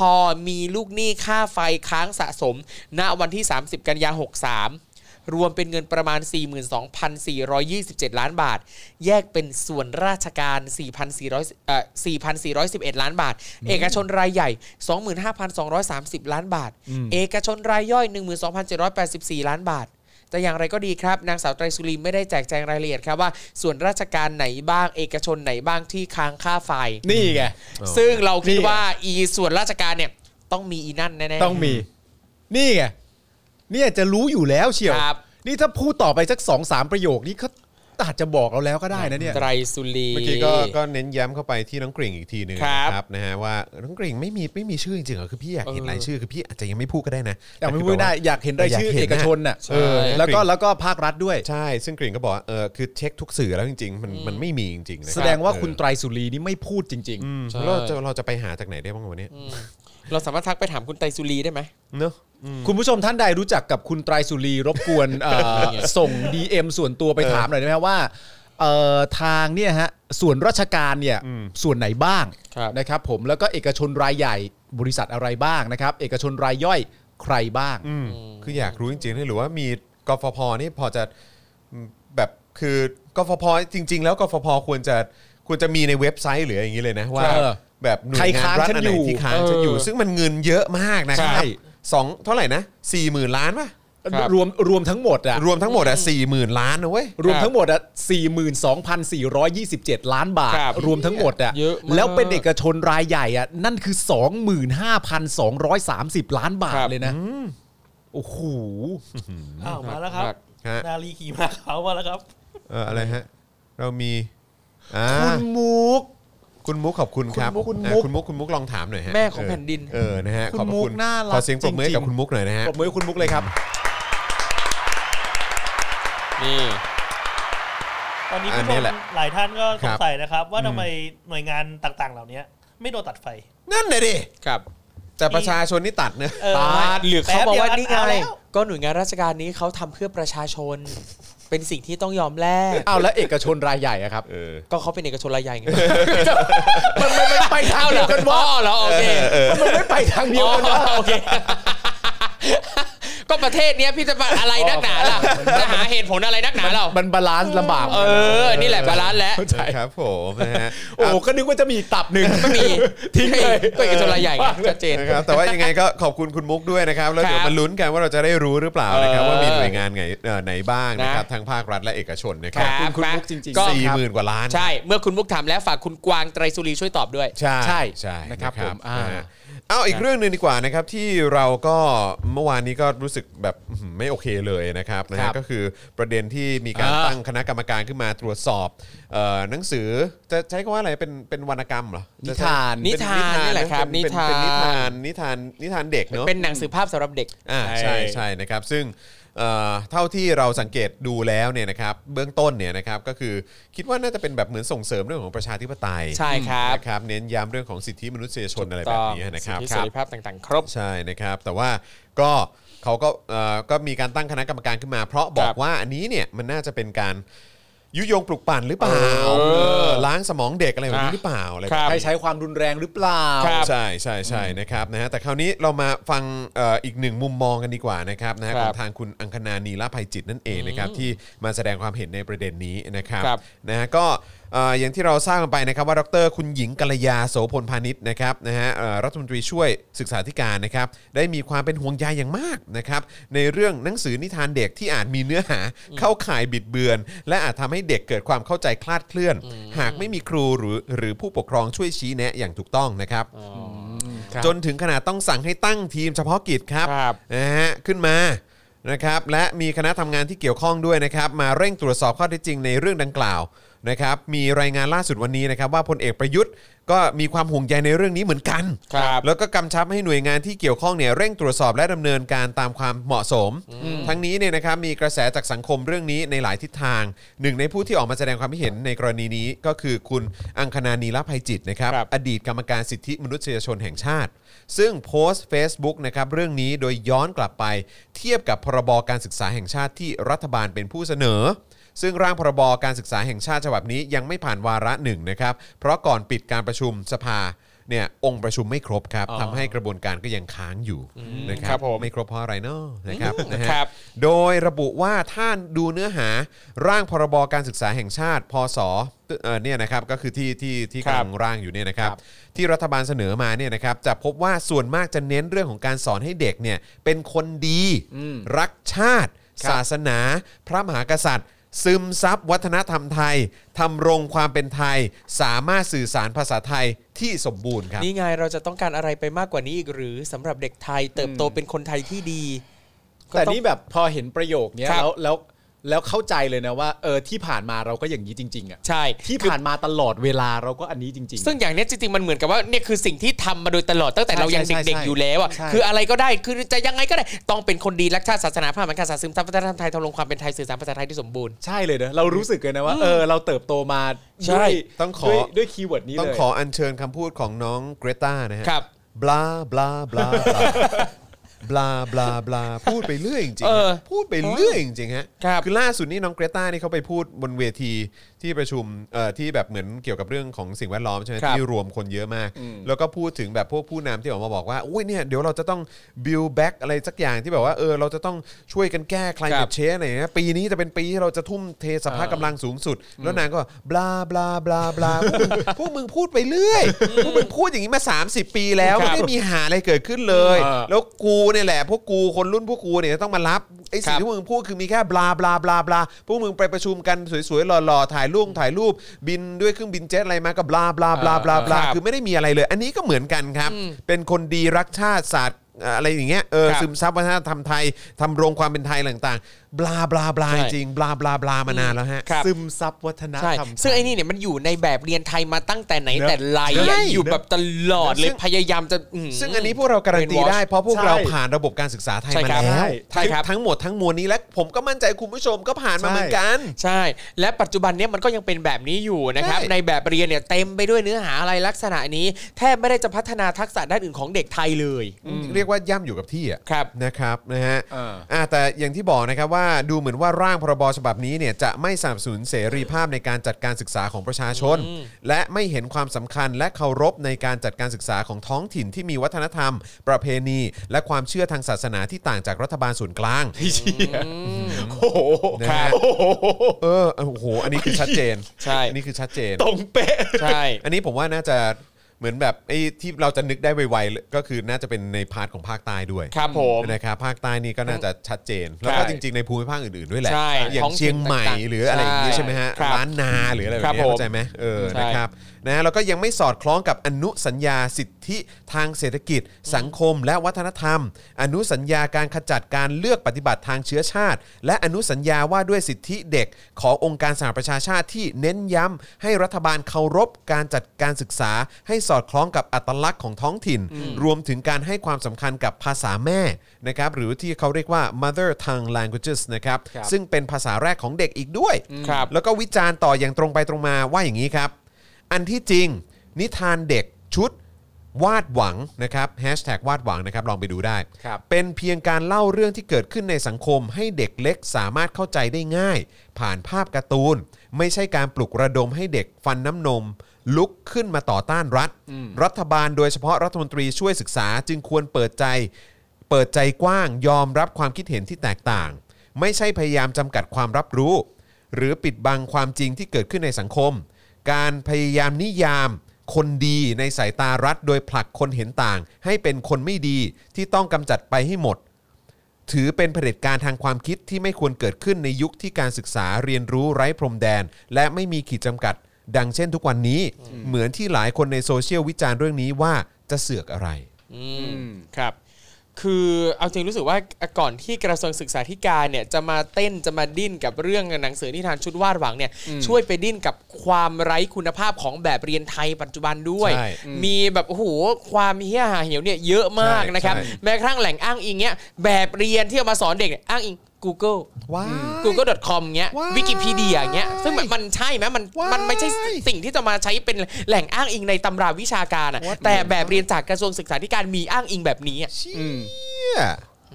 S2: มีลูกหนี้ค่าไฟค้างสะสม ณ วันที่ 30 กันยา 63 รวมเป็นเงินประมาณ 42,427 ล้านบาท แยกเป็นส่วนราชการ 4,400เอ่อ4,411 ล้านบาท เอกชนรายใหญ่ 25,230 ล้านบาท เอกชนรายย่อย 12,784 ล้านบาท แต่อย่างไรก็ดีครับ นางสาวไตรสุรีไม่ได้แจกแจงรายละเอียดครับว่า ส่วนราชการไหนบ้าง เอกชนไหนบ้างที่ค้างค่าไฟ
S5: นี่ไง
S2: ซึ่งเราคิด
S5: นี่ไง
S2: ว่าอีส่วนราชการเนี่ยต้องมีอีนั่นแน่ๆ
S5: ต้องมี นี่ไงเนี่ยจะรู้อยู่แล้วเชียว
S2: ครับ
S5: นี่ถ้าพูดต่อไปสักสองสามประโยคนี้เขาอาจจะบอกเราแล้วก็ได้นะเนี่ย
S2: ไตรสุรี
S4: เมื่อกี้ก็ก็เน้นย้ำเข้าไปที่น้องกริ่งอีกทีหนึ่ง
S2: ครับ
S4: นะครับนะฮะว่าน้องกริ่งไม่มีไม่มีชื่อจริงๆเหรอคือพี่อยากเห็น
S2: เออ
S4: รายชื่อคือพี่อาจจะยังไม่พูดก็ได้นะ
S5: อยากไม่พูดได้อยากเห็นรายชื่อเอกชนน่ะ
S4: ใช่
S5: แล้วก็แล้วก็ภาครัฐด้วย
S4: ใช่ ซึ่งกริ่งก็บอกว่าเออคือเช็คทุกสื่อแล้วจริงๆ มันมันไม่มีจริงๆนะรับ
S5: แสดงว่า
S4: เออ
S5: คุณไตรสุรีนี่ไม่พูดจริง
S4: อืม
S2: ใช่
S4: แล้วเราจะเราจะไปหาจากไหนได้บ้างวันเนี้ย
S2: เราสามารถทักไปถามคุณไตรสุรีได้ไหม
S4: เนอะ
S5: ๆ คุณผู้ชมท่านใดรู้จักกับคุณไตรสุรีรบก วนเอ่อส่ง DM ส่วนตัวไปถามหน่อยได้ไหมว่าเอ่อทางเนี่ยฮะส่วนราชการเนี่ยส่วนไหนบ้าง
S2: ครับ
S5: นะครับผมแล้วก็เอกชนรายใหญ่บริษัทอะไรบ้างนะครับ เอกชนรายย่อยใครบ้าง
S4: อืมคืออยากรู้จริงๆนะหรือว่ามีกฟพนี่พอจะแบบคือกฟพจริง ๆ แล้วกฟพควรจะควรจะมีในเว็บไซต์หรืออย่างนี้เลยนะว่า
S5: เออ
S4: แบบหน่ว
S5: ใคร
S4: ยงาน
S5: ค้าง
S4: รัฐ
S5: ฉัน
S4: อันไหน
S5: อยู่
S4: ที่ค้างฉันอยู่
S2: เออ
S4: ซึ่งมันเงินเยอะมากนะครับ
S5: ใช่
S4: สองเท่าไหร่นะสี่หมื่นล้านป่ะ
S2: ครับ
S5: รวมรวมทั้งหมดอะ
S4: รวมทั้งหมดอ่ะสี่หมื่นล้านนะเว้ย
S5: รวมทั้งหมดอ่ะ42,427 ล้านบาท
S2: ครับ
S5: รวมทั้งหมดอ่ะ
S2: เยอะมาก
S5: แล้วเป็นเอกชนรายใหญ่อ่ะ นั่นคือ 25,230 ล้านบาท
S2: ครับ
S5: เลยนะ โอ้โห
S6: อ้าวมาแล้วครับ
S4: ฮะ
S6: นาลีขี่มาเขาวมาแล้วครับ
S4: เอออะไรฮะ เรามีอ่า
S5: คุณมุก
S4: คุณมุกขอบคุณครับ
S5: คุณมุก
S4: อ่ะคุณมุกคุณมุกลองถามหน่อยฮะ
S2: แม่ของแผ่นดิน
S4: เออนะฮะ
S5: คุณ
S4: ขอบพระ
S5: มุกน่ารัก
S4: ขอเสียงปรบมือให้กับ
S5: จริงๆ
S4: คุณมุกหน่อยนะฮะ
S5: ปรบมือให้คุณมุกเลยครับ
S2: นี่
S6: ตอนนี้ผู้
S4: อัน
S6: ช
S4: นี้
S6: ม
S4: แหละ
S6: หลายท่านก็
S4: ค
S6: ส
S4: รั
S6: ง
S4: บ
S6: สัยนะครับ ว่าทำไมหน่วยงานต่างๆ เหล่านี้ไม่โดนตัดไฟ
S4: นั่นเลยดิ
S3: ครับ
S4: แต่ประชาชนนี่ตัดเนอะ
S6: เออ
S3: ปาดหรือเขาบอกว่านี่ไง
S6: แป๊บเดียวอัดเอาแล้ว
S3: ก็หน่วยงานราชการนี้เขาทำเพื่อประชาชน เป็นสิ่งที่ต้องยอมแลก
S5: เอาแล้วเอกชนรายใหญ่อะครับ
S4: เออ
S3: ก็เขาเป็นเอกชนรายใหญ่ไง
S5: มันมันไม่ไปทางเดียวกันวะ
S3: อ๋อเหรอโอเค
S5: มันไม่ไปทางเดียวกันวะ
S3: อ๋อโอเค ก็ประเทศเนี้ยพี่จะมาอะไรนักหนาล่ะจะหาเหตุผลอะไรนักหนาเราม
S5: มันบาลานซ์ลำบาก
S3: เออ นี่แหละบาลานซ์แล้ว
S5: เข้าใจ
S4: ครับผมนะฮะ
S5: โอ้ก็นึกว่าจะมีอีกตับหนึ่ง
S3: ไม่มีทิ้งเลยก็เอกชนรายใหญ่ไงชัดเจน
S4: นะครับแต่ว่ายังไงก็ขอบคุณคุณมุกด้วยนะครับแล้วเดี๋ยว
S3: ครับ
S4: มาลุ้นกันว่าเราจะได้รู้หรือเปล่านะครับ
S3: เออ
S4: ว่ามีหน่วยงานไหนเอ่อไหนบ้างนะครับ
S3: นะ
S4: ทั้งภาครัฐและเอกชนนะค
S3: ครั
S4: รับบ
S5: คุณมุกจริง
S3: ก็
S4: สี่หมื่นกว่าล้าน
S3: ใช่ เมื่อคุณมุกถามแล้วฝากคุณกวางไตรสุรีช่วยตอบด้วย
S4: ใช่
S5: ใช่
S4: ใช่ใช่
S5: นะครับผมอ่า
S4: นะฮะเอาอีกเรื่องหนึ่งดีกว่านะครับที่เราก็เมื่อวานนี้ก็รู้สึกแบบอื้อหือไม่โอเคเลยนะครับนะฮะก็คือประเด็นที่มีการ
S3: เออ
S4: ตั้งคณะกรรมการขึ้นมาตรวจสอบเอ่อหนังสือจะใช้คำว่าอะไรเป็นเป็นวรรณกรรมเหรอ
S5: นิ
S4: จะใช้
S5: ทาน
S4: เป็
S3: นิทานนี่แหละครับ
S4: เป็เป็เป็
S3: นิ
S4: นิ
S3: ทา
S4: ทาน นนิทานนิทานเด็กเนอะ
S3: เป็นหนังสือภาพสำหรับเด็ก
S4: อ่าใช่ใช่นะครับซึ่งเอ่อเท่าที่เราสังเกตดูแล้วเนี่ยนะครับเบื้องต้นเนี่ยนะครับก็คือคิดว่าน่าจะเป็นแบบเหมือนส่งเสริมเรื่องของประชาธิปไตย
S3: ใช่ครับ
S4: นะครับเน้นย้ำเรื่องของสิทธิมนุษยชนอะไรแบบนี้นะครับ
S3: สิทธิ
S4: ค
S3: เส
S4: รับ
S3: รีภาพต่างๆ ครบ
S4: ใช่นะครับ แต่ว่าก็เขาก็เอ่อก็มีการตั้งคณะกรรมการขึ้นมา เพราะบอกว่าอันนี้เนี่ยมันน่าจะเป็นการยุยงปลุกปั่นหรือเปล่า
S3: เออ
S4: เออล้างสมองเด็กอะไรแบบนี้
S3: นะ
S4: หรือเปล่าอะไรแบบ
S3: ค
S4: นี้
S3: รับ
S5: ใครใช้ความรุนแรงหรือเปล่า
S3: ครับ
S4: ใช่ใช่ใช่นะครับนะฮะแต่คราวนี้เรามาฟังเอ่ออีกหนึ่งมุมมองกันดีกว่านะครับนะฮะ
S3: ครับ
S4: ของทางคุณอังคณานีลภัยจิตนั่นเองนะครับที่มาแสดงความเห็นในประเด็นนี้นะครับ
S3: ครับ
S4: นะฮะก็เอ่ออย่างที่เราทราบกันไปนะครับว่าดรคุณหญิงกัลยาโสพลพาณิชย์นะครับนะฮะเอ่อรัฐมนตรีช่วยศึกษาธิการนะครับได้มีความเป็นห่วงใยอย่างมากนะครับในเรื่องหนังสือนิทานเด็กที่อาจมีเนื้อหาเข้าข่ายบิดเบือน และอาจทำให้เด็กเกิดความเข้าใจคลาดเคลื่อน หากไม่มีครูหรือหรือผู้ปกครองช่วยชี้แนะอย่างถูกต้องนะครับ จนถึงขนาดต้องสั่งให้ตั้งทีมเฉพาะกิจครับ
S3: ครับ
S4: นะฮะขึ้นมานะครับและมีคณะทำงานที่เกี่ยวข้องด้วยนะครับ มาเร่งตรวจสอบข้อเท็จจริงในเรื่องดังกล่าวนะครับ มีรายงานล่าสุดวันนี้นะครับ ว่าพลเอกประยุทธ์ ก็มีความห่วงใยในเรื่องนี้เหมือนกัน
S3: ครับ
S4: แล้วก็กำชับให้หน่วยงานที่เกี่ยวข้องเนี่ยเร่งตรวจสอบและดำเนินการตามความเหมาะสม ทั้งนี้เนี่ยนะครับมีกระแสจากสังคมเรื่องนี้ในหลายทิศทาง หนึ่งในผู้ที่ออกมาแสดงความคิดเห็นในกรณีนี้ก็คือคุณอังคณานีลภัยจิตนะครับ
S3: ครับ
S4: อดีตกรรมการสิทธิมนุษยชนแห่งชาติ ซึ่งโพสต์ Facebook นะครับเรื่องนี้โดยย้อนกลับไปเทียบกับพรบการศึกษาแห่งชาติที่รัฐบาลเป็นผู้เสนอ ซึ่งร่างพรบการศึกษาแห่งชาติฉบับนี้ยังไม่ผ่านวาระหนึ่งนะครับ เพราะก่อนปิดการประชุมสภาเนี่ยองค์ประชุมไม่ครบครับทำให้กระบวนการก็ยังค้างอยู่นะค
S3: ค
S4: รั
S3: รั
S4: บบ
S3: ผม
S4: ไม่ครบเพราะอะไรเนาะนะครับ
S3: อืม
S4: นะฮะ
S3: ครับ
S4: โดยระบุว่าถ้าดูเนื้อหาร่างพรบการศึกษาแห่งชาติ พศเอ่อเนี่ยนะครับก็คือที่ที่ที่
S3: ครั
S4: กำ
S3: บ
S4: ลังร่างอยู่เนี่ยนะครับ ที่รัฐบาลเสนอมาเนี่ยนะครับจะพบว่าส่วนมากจะเน้นเรื่องของการสอนให้เด็กเนี่ยเป็นคนดี รักชาติ ศาสนา พระมหากษัตริย์ ซึมซับวัฒนธรรมไทยทำรงความเป็นไทย สามารถสื่อสารภาษาไทยที่สมบูรณ์ครับ
S3: นี่ไงเราจะต้องการอะไรไปมากกว่านี้อีกหรือสำหรับเด็กไทยเติบโตเป็นคนไทยที่ดี ก็
S5: แต่
S3: ต้อง
S5: นี่แบบพอเห็นประโยคเนี้ย
S3: ครับ
S5: แล้วแล้วแล้วเข้าใจเลยนะว่าเออที่ผ่านมาเราก็อย่างนี้จริง ๆอ่ะ
S3: ใช่
S5: ที่
S3: คือ
S5: ผ่านมาตลอดเวลาเราก็อันนี้จริง ๆ
S3: ซึ่งอย่างเนี้ยจริงๆ มันเหมือนกับว่าเนี่ยคือสิ่งที่ทำมาโดยตลอดตั้งแต่
S4: ใช่
S3: เรายัง
S4: ใช่
S3: เด็ก
S4: ใช่
S3: ๆอยู่แล้วอ่ะ
S4: ใช่
S3: คืออะไรก็ได้คือจะยังไงก็ได้ต้องเป็นคนดีรักชาติศาสนาพระมหากษัตริย์ซึมซับวัฒนธรรมไทยทำรงความเป็นไทยสื่อสารภาษาไทยที่สมบูรณ์
S5: ใช่เลยนะเรารู้สึกเลยนะว่าเออเราเติบโตมา
S3: ใช่
S5: ด้วย
S4: ต้องขอ
S5: ด้วยด้วยคีย์เวิร์ดนี้
S4: ต้อ
S5: เล
S4: ง
S5: ย
S4: ขออัญเชิญคำพูดของน้องเกรตานะฮะ
S3: ครับ
S4: บลาบลาบลาบลา บลาบลาพูดไปเรื่อยจริง
S3: เอ
S4: ๆ
S3: อ
S4: ฮะพูดไปเรื่อยจริงๆฮะ
S3: ครับ
S4: อล่าสุดนี่น้องเกรตานี่เขาไปพูดบนเวทีที่ประชุมเอ่อที่แบบเหมือนเกี่ยวกับเรื่องของสิ่งแวดล้อมใช่ไหม
S3: ครับ
S4: ที่รวมคนเยอะมาก แล้วก็พูดถึงแบบพวกผู้นำที่ออกมาบอกว่าอุ้ยเนี่ยเดี๋ยวเราจะต้อง build back อะไรสักอย่างที่แบบว่าเออเราจะต้องช่วยกันแก้
S3: ครั
S4: climate
S3: บ
S4: change อะไรอย่างเงี้ยปีนี้จะเป็นปีที่เราจะทุ่มเทสภาพกำลังสูงสุด แล้วนางก็บลาบลาบลาบลาพวกมึงพวกมึงพูดไปเรื่อยพวกมึงพูดอย่างนี้มา 30 ปีแล้ว
S3: ครั
S4: ไม่
S3: บ
S4: ได้ ไม่มีหาอะไรเกิดขึ้นเลย
S5: เออ
S4: แล้วกูเนี่ยแหละ พวกกูคนรุ่นพวกกูเนี่ยต้องมารับไอ้สิ่
S3: ค
S4: ง
S3: รับ
S4: ที่พวกมึงพูดคือมีแค่บลาบลาบลาบลาพวกมึงไปประชุมกันสวยๆหล่อๆถ่ายรูปถ่ายรูป บินด้วยเครื่องบินเจ็ตอะไรมาก็บลาบลาบลาบลาบลา
S3: ครับ
S4: คือไม่ได้มีอะไรเลย อันนี้ก็เหมือนกันครับ เป็นคนดีรักชาติศาสตร์ เอ่ออะไรอย่างเงี้ยเออ
S2: ครับ
S4: ซึมซับวัฒนธรรมไทยทำรงความเป็นไทยต่างๆ บลาบลาบลา
S2: ใช่
S4: จริงบลาบลาบลามานานแล้วฮะ
S2: ครับ
S4: ซึมซับวัฒน
S2: ใช่
S4: ธรรมทย
S2: ซึ่งไอ้นี่เนี่ยมันอยู่ในแบบเรียนไทยมาตั้งแต่ไหน
S4: เนอะ
S2: แต่ไร
S4: ใช่
S2: อะอยู่แบบตลอดเลย
S4: ซึ่ง
S2: พยายามจะหืม
S4: ซึ่งอันนี้พวกเราการันตีได้ เพราะพวก
S5: ใช่
S4: เราผ่านระบบการศึกษาไทย
S2: ใช่
S4: มา
S2: ครับ
S4: แล้ว
S2: ใช่ครับ
S4: ทั้งหมดทั้งมวลนี้และผมก็มั่นใจคุณผู้ชมก็ผ่านมา
S5: ใช่
S4: เหมือนกัน
S2: ใช่ และปัจจุบันเนี้ยมันก็ยังเป็นแบบนี้อยู่นะครับ
S4: ใช่
S2: ในแบบเรียนเนี่ยเต็มไปด้วยเนื้อหาอะไรลักษณะนี้ แทบไม่ได้จะพัฒนาทักษะด้านอื่นของเด็กไทยเลย
S4: เรียกว่าย่ำอยู่กับที่อ่ะ
S2: ครับ
S4: นะครับนะฮะ
S5: เออ
S4: อ่ะแต่อย่างที่บอกนะครับว่าดูเหมือนว่าร่างพรบฉบับนี้เนี่ยจะไม่สนับสนุนเสรีภาพในการจัดการศึกษาของประชาชน และไม่เห็นความสำคัญและเคารพในการจัดการศึกษาของท้องถิ่นที่มีวัฒนธรรม ประเพณี และความเชื่อทางศาสนาที่ต่างจากรัฐบาลส่วนกลาง
S5: โอ้โห
S4: นะฮะเออโอ้โห อันนี้คือชัดเจน
S2: ใช่
S4: อันนี้คือชัดเจน
S5: ตรงเป๊ะ
S2: ใช่
S4: อันนี้ผมว่าน่าจะเหมือนแบบไอ้ที่เราจะนึกได้ไวๆ ก็คือน่าจะเป็นในพาร์ทของภาคใต้ด้วย
S2: ครับผม
S4: นะครับภาคใต้นี่ก็น่าจะชัดเจน แล้วก็จริงๆ ในภูมิภาคอื่นๆด้วยแหละ
S2: ใช่
S4: อย่า
S2: ท้
S4: ง
S2: องถิ่น
S4: เชียงใหม่
S2: ต่างๆ
S4: หรืออะไรอย่างนี้ใช่ไหมฮะ
S2: ครับ
S4: ล้านนาหรืออะไรแบบ
S2: ครับ
S4: นี้
S2: ผม
S4: เข้าใจไหมเออ
S2: ใช่
S4: นะครับนะแล้วก็ยังไม่สอดคล้องกับอนุสัญญาสิทธิทางเศรษฐกิจ สังคม และวัฒนธรรม อนุสัญญาการขจัดการเลือกปฏิบัติทางเชื้อชาติ และอนุสัญญาว่าด้วยสิทธิเด็กขององค์การสหประชาชาติที่เน้นย้ำให้รัฐบาลเคารพการจัดการศึกษา ให้สอดคล้องกับอัตลักษณ์ของท้องถิ่น รวมถึงการให้ความสำคัญกับภาษาแม่นะครับหรือที่เขาเรียกว่า mother tongue languages นะครับ
S2: ครับ
S4: ซึ่งเป็นภาษาแรกของเด็กอีกด้วย
S2: ครับ
S4: แล้วก็วิจารณ์ต่ออย่างตรงไปตรงมาว่าอย่างนี้ครับ อันที่จริง นิทานเด็กชุดวาดหวังนะครับแฮชแท็กวาดหวังนะครับ ลองไปดูได้
S2: ครับ
S4: เป็นเพียงการเล่าเรื่องที่เกิดขึ้นในสังคม ให้เด็กเล็กสามารถเข้าใจได้ง่าย ผ่านภาพการ์ตูน ไม่ใช่การปลุกระดมให้เด็กฟันน้ำนม ลุกขึ้นมาต่อต้านรัฐ รัฐบาลโดยเฉพาะรัฐมนตรีช่วยศึกษา จึงควรเปิดใจ เปิดใจกว้างยอมรับความคิดเห็นที่แตกต่าง ไม่ใช่พยายามจำกัดความรับรู้ หรือปิดบังความจริงที่เกิดขึ้นในสังคม การพยายามนิยาม คนดีในสายตารัฐ โดยผลักคนเห็นต่าง ให้เป็นคนไม่ดีที่ต้องกำจัดไปให้หมด ถือเป็นเผด็จการทางความคิดที่ไม่ควรเกิดขึ้นในยุคที่การศึกษาเรียนรู้ไร้พรมแดน และไม่มีขีดจำกัด ดังเช่นทุกวันนี้ เหมือนที่หลายคนในโซเชียลวิจารณ์เรื่องนี้ว่าจะเสือกอะไร
S2: อืมครับ คือเอาจริงรู้สึกว่าก่อนที่กระทรวงศึกษาธิการเนี่ยจะมาเต้นจะมาดิ้นกับเรื่องหนังสือนิทานชุดวาดหวังเนี่ยช่วยไปดิ้นกับความไร้คุณภาพของแบบเรียนไทยปัจจุบันด้วย
S4: ใช่
S2: มีแบบโอ้โหความเหี้ยหาเหี่ยวเนี่ยเยอะมาก
S4: ใช่
S2: นะครับ
S4: ใช่
S2: แม้กระทั่งแหล่งอ้างอิงเนี่ยแบบเรียนที่เอามาสอนเด็กเนี่ยอ้างอิง Google
S4: ว้าย
S2: google.com เงี้ย
S4: ว้าย
S2: วิกิพีเดียเงี้ย ซึ่งมันมันใช่ไหมมัน
S4: ว้าย
S2: มันไม่ใช่สิ่งที่จะมาใช้เป็นแหล่งอ้างอิงในตำราวิชาการอะแต่แบบเรียนจากกระทรวงศึกษาธิการมีอ้างอิงแบบนี้อะ
S4: เชี่ย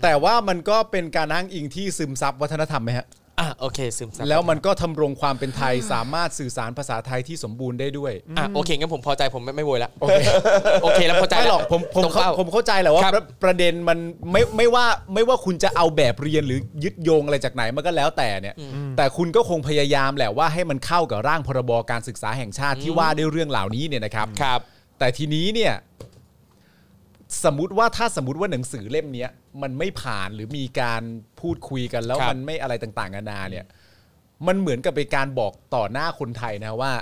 S5: แต่ว่ามันก็เป็นการอ้างอิงที่ซึมซับวัฒนธรรมไหมฮะ
S2: อ่ะโอเคซึมซับ
S5: แล้วมันก็ทำรงความเป็นไทย สามารถสื่อสารภาษาไทยที่สมบูรณ์ได้ด้วย
S2: อ่ะโอเคงั้นผมพอใจผมไม่ไม่โวยละโอเคโอเคแล้วพอใจ
S5: ไม่
S2: แล้ว
S5: หรอกผมผม
S2: ตรงเป้า
S5: ผมเข้าใจแหละว่า
S2: ครับ
S5: ประประเด็นมันไม่ไม่ว่าไม่ว่าคุณจะเอาแบบเรียนหรือยึดโยงอะไรจากไหนมันก็แล้วแต่เนี่ย แต่คุณก็คงพยายามแหละว่าให้มันเข้ากับร่างพรบการศึกษาแห่งชาติที่ว่าด้วยเรื่องเหล่านี้เนี่ยนะครับ
S2: ครับ
S5: แต่ทีนี้เนี่ยสมมติว่าถ้าสมมติว่าหนังสือเล่มเนี้ยมันไม่ผ่านหรือมีการพูดคุยกันแล้ว
S2: ครับ
S5: มันไม่อะไรต่างๆนานาเนี่ย มันเหมือนกับเป็นการบอกต่อหน้าคนไทยนะว่า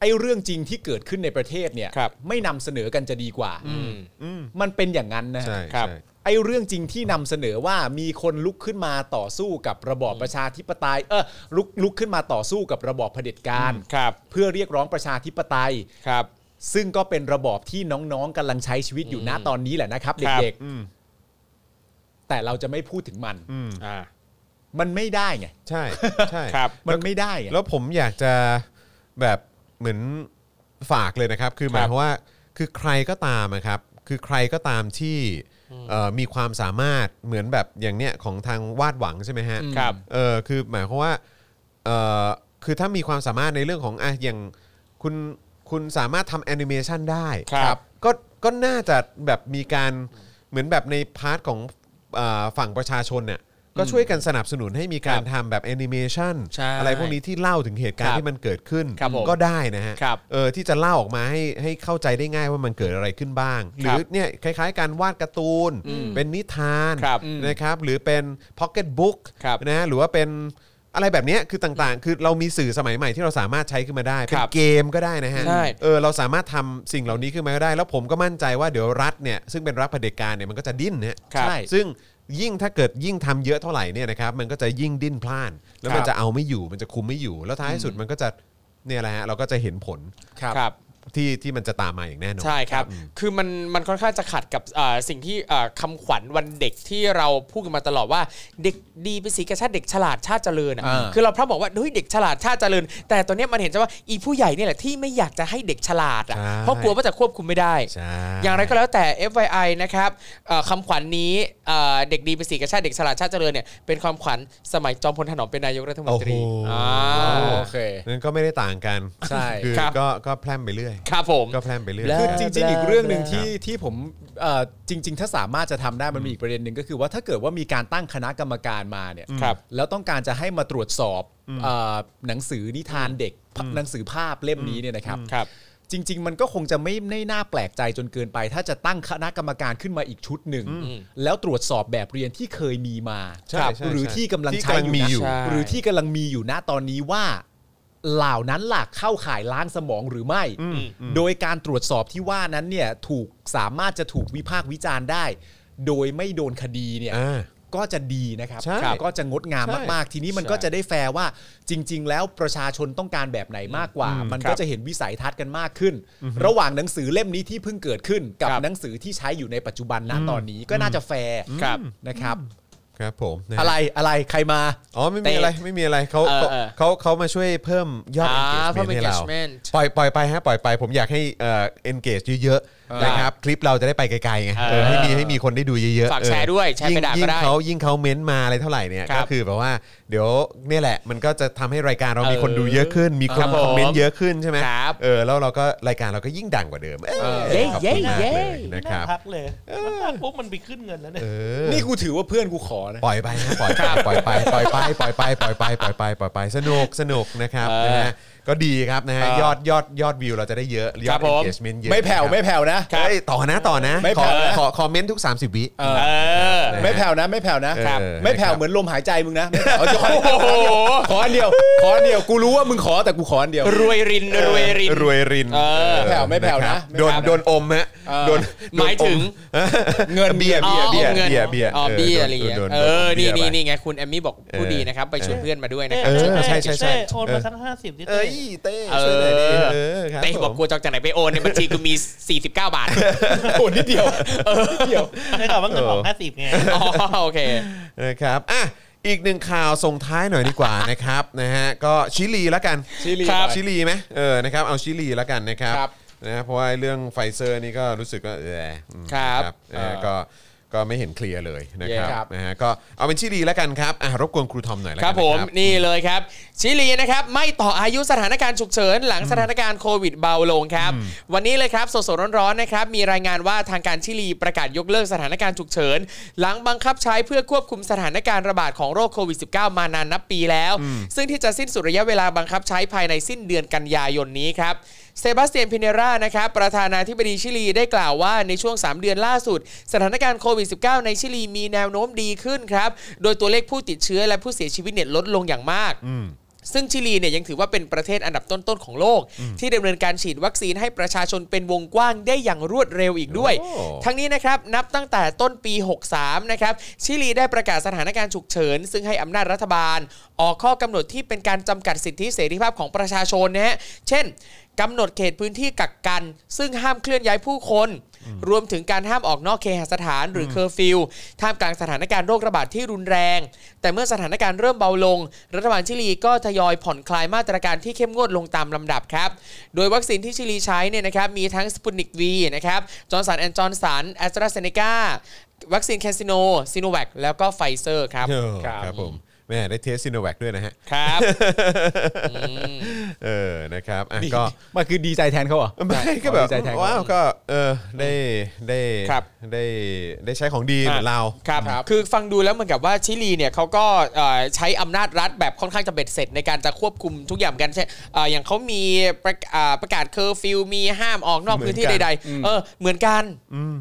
S5: ไอ้เรื่องจริงที่เกิดขึ้นในประเทศเนี่ย
S2: ครับ
S5: ไม่นำเสนอกันจะดีกว่า
S2: อืม
S5: มันเป็นอย่างนั้นนะฮะ
S4: ใช่
S2: ครับ
S4: ใช่
S5: ไอ้เรื่องจริงที่นำเสนอว่ามีคนลุกขึ้นมาต่อสู้กับระบอบประชาธิปไตย เออลุกลุกขึ้นมาต่อสู้กับระบอบเผด็จการ
S2: ครับ
S5: เพื่อเรียกร้องประชาธิปไตย
S2: ครับ
S5: ซึ่งก็เป็นระบอบที่น้องๆกำลังใช้ชีวิตอยู่ณตอนนี้แหละนะครับ
S2: ครับ
S5: เด็ก
S4: อืม
S5: ๆ แต่เราจะไม่พูดถึงมัน
S2: อ่า
S5: มันไม่ได้ไง
S4: ใช่ใช่
S2: ครับ
S5: มันไม่ได้ไง
S4: แล้วผมอยากจะแบบเหมือนฝากเลยนะครับ คือหมายความว่าคือใครก็ตามอะครับคือใครก็ตามที่เอ่อมีความสามารถเหมือนแบบอย่างเนี้ยของทางวาดหวังใช่ไหมฮะ
S2: ครับ
S4: เออคือหมายความว่าเออคือถ้ามีความสามารถในเรื่องของอ่ะอย่างคุณคุณสามารถทำแอนิเมชันได้
S2: ครับ
S4: ก็ก็น่าจะแบบมีการเหมือนแบบในพาร์ทของเออฝั่งประชาชนเนี่ยก็ช่วยกันสนับสนุนให้มีการทำแบบแอนิเมชัน
S2: ใช่
S4: อะไรพวกนี้ ที่เล่าถึงเหตุการ
S2: ครั
S4: ณ์
S2: บ
S4: ที่มันเกิดขึ้น
S2: ครับผม
S4: ก็ได้นะฮะ
S2: ครับ
S4: เออที่จะเล่าออกมาให้ให้เข้าใจได้ง่ายว่ามันเกิดอะไรขึ้นบ้าง หรือเนี่ยคล้ายๆ การวาดการ์ตูน เป็นนิทาน
S2: ครับ
S4: นะครับหรือเป็นพ็อกเก็ตบุ๊ก
S2: ครับ
S4: นะฮะหรือว่าเป็น อะไรแบบเนี้ยคือต่างๆ คือเรามีสื่อสมัยใหม่ที่เราสามารถใช้ขึ้นมาได้ เป็
S2: คน รับ
S4: เกมก็ได้นะฮะ
S2: ใช่
S4: เออเราสามารถทำสิ่งเหล่านี้ขึ้นมาก็ได้ แล้วผมก็มั่นใจว่าเดี๋ยวรัฐเนี่ยซึ่งเป็นรัฐเผด็จการเนี่ยมันก็จะดิ้นเนี่ย
S2: ครับ
S5: ใช่
S4: ซึ่งยิ่งถ้าเกิดยิ่งทำเยอะเท่าไหร่เนี่ยนะครับมันก็จะยิ่งดิ้นพลาน แล้วมัน
S2: ครับ
S4: จะเอาไม่อยู่มันจะคุมไม่อยู่ แล้วท้ายสุดมันก็จะเนี่ยแหละฮะเราก็จะเห็นผล
S2: ครับ
S4: ที่ที่มันจะตามมาอย่างแน่นอน
S2: ใช่ครับ คือมันมันค่อนข้างจะขัดกับอ่าสิ่งที่อ่าคำขวัญวันเด็กที่เราพูดกันมาตลอดว่าเด็กดีเป็นสีกระชาติเด็กฉลาดชาติเจริญอ่ะ
S5: อ่า
S2: คือเราพร่ำบอกว่าเฮ้ยเด็กฉลาดชาติเจริญ แต่ตอนเนี้ยมันเห็นจะว่าอีผู้ใหญ่เนี่ยแหละที่ไม่อยากจะให้เด็กฉลาดอ่ะ
S4: ใช่
S2: เพราะกลัวว่าจะควบคุมไม่ได้
S4: ใช่
S2: อย่างไรก็แล้วแต่ FYI นะครับเอ่อคำขวัญนี้เอ่อเด็กดีเป็นสีกระชาติเด็กฉลาดชาติเจริญเนี่ยเป็นความขวัญสมัยจอมพลถนอมเป็นนายกรัฐมน
S4: โอ้
S2: ต
S4: โห
S2: รีอ่า
S5: โอเค
S4: นั่นก็ไม่ได้ต่างกัน
S5: ใช่
S4: คือ
S2: ครับ
S4: ก็ก็แพร่มไปเรื่อย
S2: ครับผม
S4: ก็แพร่มไปเรื่อย
S2: แล้ว
S5: คือจริงๆ อีกเรื่องหนึ่
S4: ค
S5: ง
S4: รับ
S5: ที่ที่ผมเอ่อจริง ๆ ถ้าสามารถจะทำได้มันมีอีกประเด็นหนึ่งก็คือว่าถ้าเกิดว่ามีการตั้งคณะกรรมการมาเนี่ย
S2: ครับ
S5: แล้วต้องการจะให้มาตรวจสอบเอ่อหนังสือนิทานเด็กหนังสือภาพเล่มนี้เนี่ยนะครับ
S2: ครับ
S5: จริง ๆ มันก็คงจะไม่ไม่น่าแปลกใจจนเกินไป ถ้าจะตั้งคณะกรรมการขึ้นมาอีกชุดหนึ่งแล้วตรวจสอบแบบเรียนที่เคยมีมา
S4: ใช่
S5: ครับ
S4: ใช่
S5: หรือ
S4: ใช่
S5: ที่กำลัง
S4: ที่
S5: ใช้
S4: กำลังมีอยู่
S5: นะ
S2: ใช่
S5: หรือที่กำลังมีอยู่ณตอนนี้ว่า เหล่านั้นหลักเข้าข่ายล้างสมองหรือไม่ โดยการตรวจสอบที่ว่านั้นเนี่ยถูกสามารถจะถูกวิพากษ์วิจารณ์ได้ โดยไม่โดนคดีเนี่ย
S4: อ่า
S5: ก็จะดีนะครับ
S4: ใช่
S5: ก็จะงดงาม
S4: ใช่
S5: มาก ๆ ทีนี้มันก็จะได้แฟร์ว่าจริง ๆ แล้วประชาชนต้องการแบบไหนมากกว่า มันก็จะเห็นวิสัยทัศน์กันมากขึ้น ระหว่างหนังสือเล่มนี้ที่เพิ่งเกิดขึ้น กับ
S2: ครับ
S5: หนังสือที่ใช้อยู่ในปัจจุบันณตอนนี้ก็น่าจะแฟร์
S2: ครับ
S5: นะครับ
S4: ครับผมนฮ
S5: อะไรอะไรใครมา
S4: อ๋อไม่มีอะไรไม่มีอะไรเขา
S2: เออ
S4: เขา
S2: เออ
S4: เขาเขามาช่วยเพิ่มยอด
S2: อ่า
S4: engagement
S2: เพิ่ม
S4: ให้เรา
S2: engagement
S4: ปล่อยปล่อยไปฮะปล่อยไป ผมอยากให้เอ่อ engage เยอะๆนะครับคลิปเราจะได้ไปไกลๆไง
S2: เอ
S4: เอ
S2: อ
S4: อให้มีให้มีคนได้ดูเยอะๆ
S2: ฝาก
S4: เออ
S2: แชร์ด้วยแชร์ไป
S4: ยิ่ง
S2: ด่าก็
S4: ยิ่ง
S2: ได้
S4: เขายิ่งเขาเม้นต์มาอะไรเท่าไหร่เนี่ย
S2: ครั
S4: ก็
S2: บ
S4: คือแบบว่าเดี๋ยวเนี่ยแหละมันก็จะทำให้รายการเรามีคนดูเยอะขึ้น มีค
S2: ครั
S4: น
S2: บผม
S4: คอมเมนต์เยอะขึ้นใช่ไหม
S2: ครับ
S4: เออแล้วเราก็รายการเราก็ยิ่งดังกว่าเดิมเอ้ยขอบ
S2: เย้
S4: คุณมาก
S2: เย้
S4: เล
S2: เย้
S4: ยนะครับ
S6: พักเลยมันพักปุ๊บมันไปขึ้นเงินแล้วเนี่ย
S4: เออ
S5: นี่กูถือว่าเพื่อนกูขอนะ
S4: ปล่อยไป นะปล่อยไปปล่อยไปปล่อยไปปล่อยไปปล่อยไปปล่อยไปปล่อยไปสนุกสนุกนะครับ
S2: เออ
S4: นะฮะก็ดีครับนะฮะ
S2: เออย
S4: อดยอดยอดวิวเราจะได้เยอะยอ
S2: ครั
S4: ด
S2: บผม
S4: engagement เยอะ
S5: ไม่แผ่วไม่แผ่วนะ
S4: เฮ้ยต่อนะต่อนะ
S5: ไม่
S4: ข
S5: แผ่
S4: อ
S5: วนะ
S4: ขอคอมเมนต์ทุก 30 วิ
S5: เออ
S2: เออ
S5: ไม่แผ่วนะ ไม่แผ่วนะครับ ไม่แผ่วเหมือนลมหายใจมึงนะไม่แผ่วขอขออันเดียว ขออันเดียวกูรู้ว่ามึงขอแต่กูขออันเดียว
S2: รวยรินรวยริน
S4: รวยริน
S2: เออ
S4: เออ
S5: แผ่วไม่แผ่ว
S4: ค
S5: นะ
S4: รับ
S5: ไม่
S4: โดน
S5: แผ่วนะ
S4: โดนอมฮะโดน
S2: หมายถึง
S4: เงินเบียร์เบียร์เบียร์
S2: อ๋ออางิน
S4: เบียร์เบียร์
S2: อ๋อเบียร์อะไรอย่างเงี้ย
S4: โดนโด
S2: เออ
S4: โด
S2: นี่
S4: เบียร์ไป
S2: นี่นี่ไงคุณแอมมี่บอกผู้ดีนะครับ ไปชวนเพื่อนมาด้วยนะครั
S4: เอบ อใช่ใช่ใช่
S6: เต้โอนมาสักห้าสิบนิดนึง
S4: เอ้ยเต้ช่วยหน่อยดิ
S2: เออ
S4: เออครับ
S2: เต้บอก
S4: ผม
S2: กลัวจอกจากไหนไปโอนในบัญชีกูมี 49 บาท
S5: โอ้นิดเดียวนิดเดียว
S6: ได้ข่าวว่าเงินออก
S4: เออ
S6: ห้าสิบไง
S2: อ๋อโอเค
S4: นะครับอ่ะอีกหนึ่งข่าวส่งท้ายหน่อยดีกว่า นะครับ นะฮะก็ชิลีแล้วกัน
S5: ชิลี
S4: ค
S5: ครั
S4: รับบ ชิลีไหมเออนะครับเอาชิลีแล้วกันนะครับ
S5: ครับ
S4: นะฮะเพราะว่าเรื่องไฟเซอร์นี่ก็รู้สึกว่าเอออืม
S2: ครับ
S4: เออก็ก็ไม่เห็นเคลียร์เลยนะค
S2: เย้ครั
S4: รับบ นะฮะก็เอาเป็นชิลีแล้วกันครับอ่ะรบกวนครูทอมหน่อยแล้ว
S2: ค
S4: กั
S2: รั
S4: น
S2: บ
S4: นะ
S2: ผมนี่เลยครับ ชิลีนะครับ ไม่ต่ออายุสถานการณ์ฉุกเฉิน หลังสถานการณ์โควิดเบาลงครับ วันนี้เลยครับ สดๆร้อนๆนะครับ มีรายงานว่าทางการชิลีประกาศยกเลิกสถานการณ์ฉุกเฉิน หลังบังคับใช้เพื่อควบคุมสถานการณ์ระบาดของโรคโควิด -19 มานานนับปีแล้ว ซึ่งที่จะสิ้นสุดระยะเวลาบังคับใช้ภายในสิ้นเดือนกันยายนนี้ครับ เซบาสเตียนพิเนรานะครับ ประธานาธิบดีชิลีได้กล่าวว่าในช่วง 3 เดือนล่าสุด สถานการณ์โควิด -19 ในชิลีมีแนวโน้มดีขึ้นครับ โดยตัวเลขผู้ติดเชื้อและผู้เสียชีวิตเนี่ยลดลงอย่างมาก ซึ่งชิลีเนี่ยยังถือว่าเป็นประเทศอันดับต้น ๆ ของโลก ที่ดำเนินการฉีดวัคซีนให้ประชาชนเป็นวงกว้างได้อย่างรวดเร็วอีกด้วย
S4: โอ้
S2: ทั้งนี้นะครับ นับตั้งแต่ต้นปี 63 นะครับ ชิลีได้ประกาศสถานการณ์ฉุกเฉิน ซึ่งให้อำนาจรัฐบาล ออกข้อกำหนดที่เป็นการจำกัดสิทธิเสรีภาพของประชาชนนะฮะ เช่นกำหนดเขตพื้นที่กักกัน ซึ่งห้ามเคลื่อนย้ายผู้คน รวมถึงการห้ามออกนอกเคหสถานหรือเคอร์ฟิวท่ามกลางสถานการณ์โรคระบาดที่รุนแรง แต่เมื่อสถานการณ์เริ่มเบาลง รัฐบาลชิลีก็ทยอยผ่อนคลายมาตรการที่เข้มงวดลงตามลำดับครับ โดยวัคซีนที่ชิลีใช้เนี่ยนะครับมีทั้งสปุนิกวีนะครับจอร์นสันแอนจอร์นสันแอสตราเซเนกาวัคซีนแคนซิโนซิโนแวคแล้วก็ไฟเซอร์ครับ
S4: เออครับผมแม่ได้เทสซิโนแวคด้วยนะฮะ
S2: ครับ
S4: เออนะครับอ่ะก็
S5: มันคือดีใจแทนเขาเหรอ
S4: ไม่ก็แบบ
S5: ดีใจแทนเขา
S4: ว้าวก็เออได้ได้
S2: ครับ
S4: ได้ได้ใช้ของดี
S2: อ่ะ
S4: เหมือนเรา
S2: ครับ
S5: ครับ
S2: คือฟังดูแล้วเหมือนกับว่าชิลีเนี่ยเขาก็เอ่อใช้อำนาจรัฐแบบค่อนข้างจะเบ็ดเสร็จในการจะควบคุมทุกอย่างเหมือนกันใช่เอ่ออย่างเขามีประกอ่าประกาศเคอร์ฟิวมีห้ามออกนอกพื้นที่
S4: เหมือนกัน
S2: ใดๆ เออ เหมือนกัน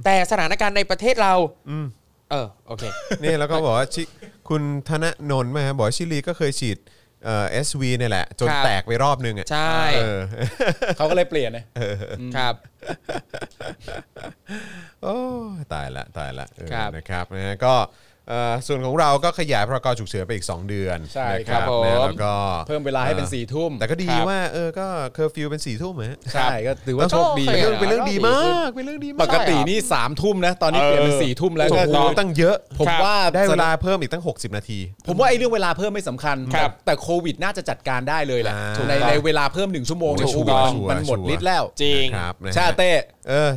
S2: แต่สถานการณ์ในประเทศเราเออ โอเค
S4: เนี่ยแล้วก็บอกว่าชิคุณธนนนท์มาฮะบอกว่าชิลีก็เคยฉีด เอ่อ SV เนี่ยแหละ จน
S3: ครับ
S4: แตกไปรอบนึงอ่ะ
S3: ใช่
S4: เออ
S5: เขาก็เลยเปลี่ยนนะครับ
S4: โอ้ยตายละตายละเออ
S3: ครับ
S4: นะครับนะฮะก็เอ่อส่วนของเราก็ขยายพรกฉุกเฉินไปอีก 2 เดือน
S5: ใช่
S4: นะ
S5: ค
S4: ค
S5: รั
S4: รั
S5: บบ
S3: ผม
S4: นะแล้วก็
S5: เพิ่มเวลาให้เป็น
S4: อ่อ
S5: สี่ทุ่ม
S4: แต่ก็ดี
S3: ครับ
S4: ว่าเออก็เคอร์ฟิวเป็นสี่ทุ่มฮะ
S5: ใช่ก็ถือว่าโชคดี
S4: เป็นเรื่อง
S3: ก็โอเค
S4: เป็นเรื่องดีมากเป็นเรื่องดี
S5: ป
S4: มาก
S5: กตินี่สามทุ่มนะ ตอนนี้เปลี่ยนเป็นสี่ทุ่มแล้ว
S4: โอ้
S5: ก็
S4: โห
S5: คือ
S4: ตั้งเยอะ
S5: ผมว่า
S4: ได้เวลาเพิ่มอีกตั้ง 60 นาที
S5: ผมว่าไอ้เรื่องเวลาเพิ่มไม่สำคัญ
S3: ครับ
S5: แต่แต่โควิดน่าจะจัดการได้เลยแหละ
S4: อ่า
S5: ในในเวลาเพิ่มหนึ่งชั่วโมงใน
S4: ชัร์
S5: โคววิด
S4: ชัวร์
S5: มันหมด
S4: ชัวร์
S5: ฤทธิ์แล้ว
S3: จริง
S4: ครับนะฮะ
S5: ใช่เต้
S4: เออ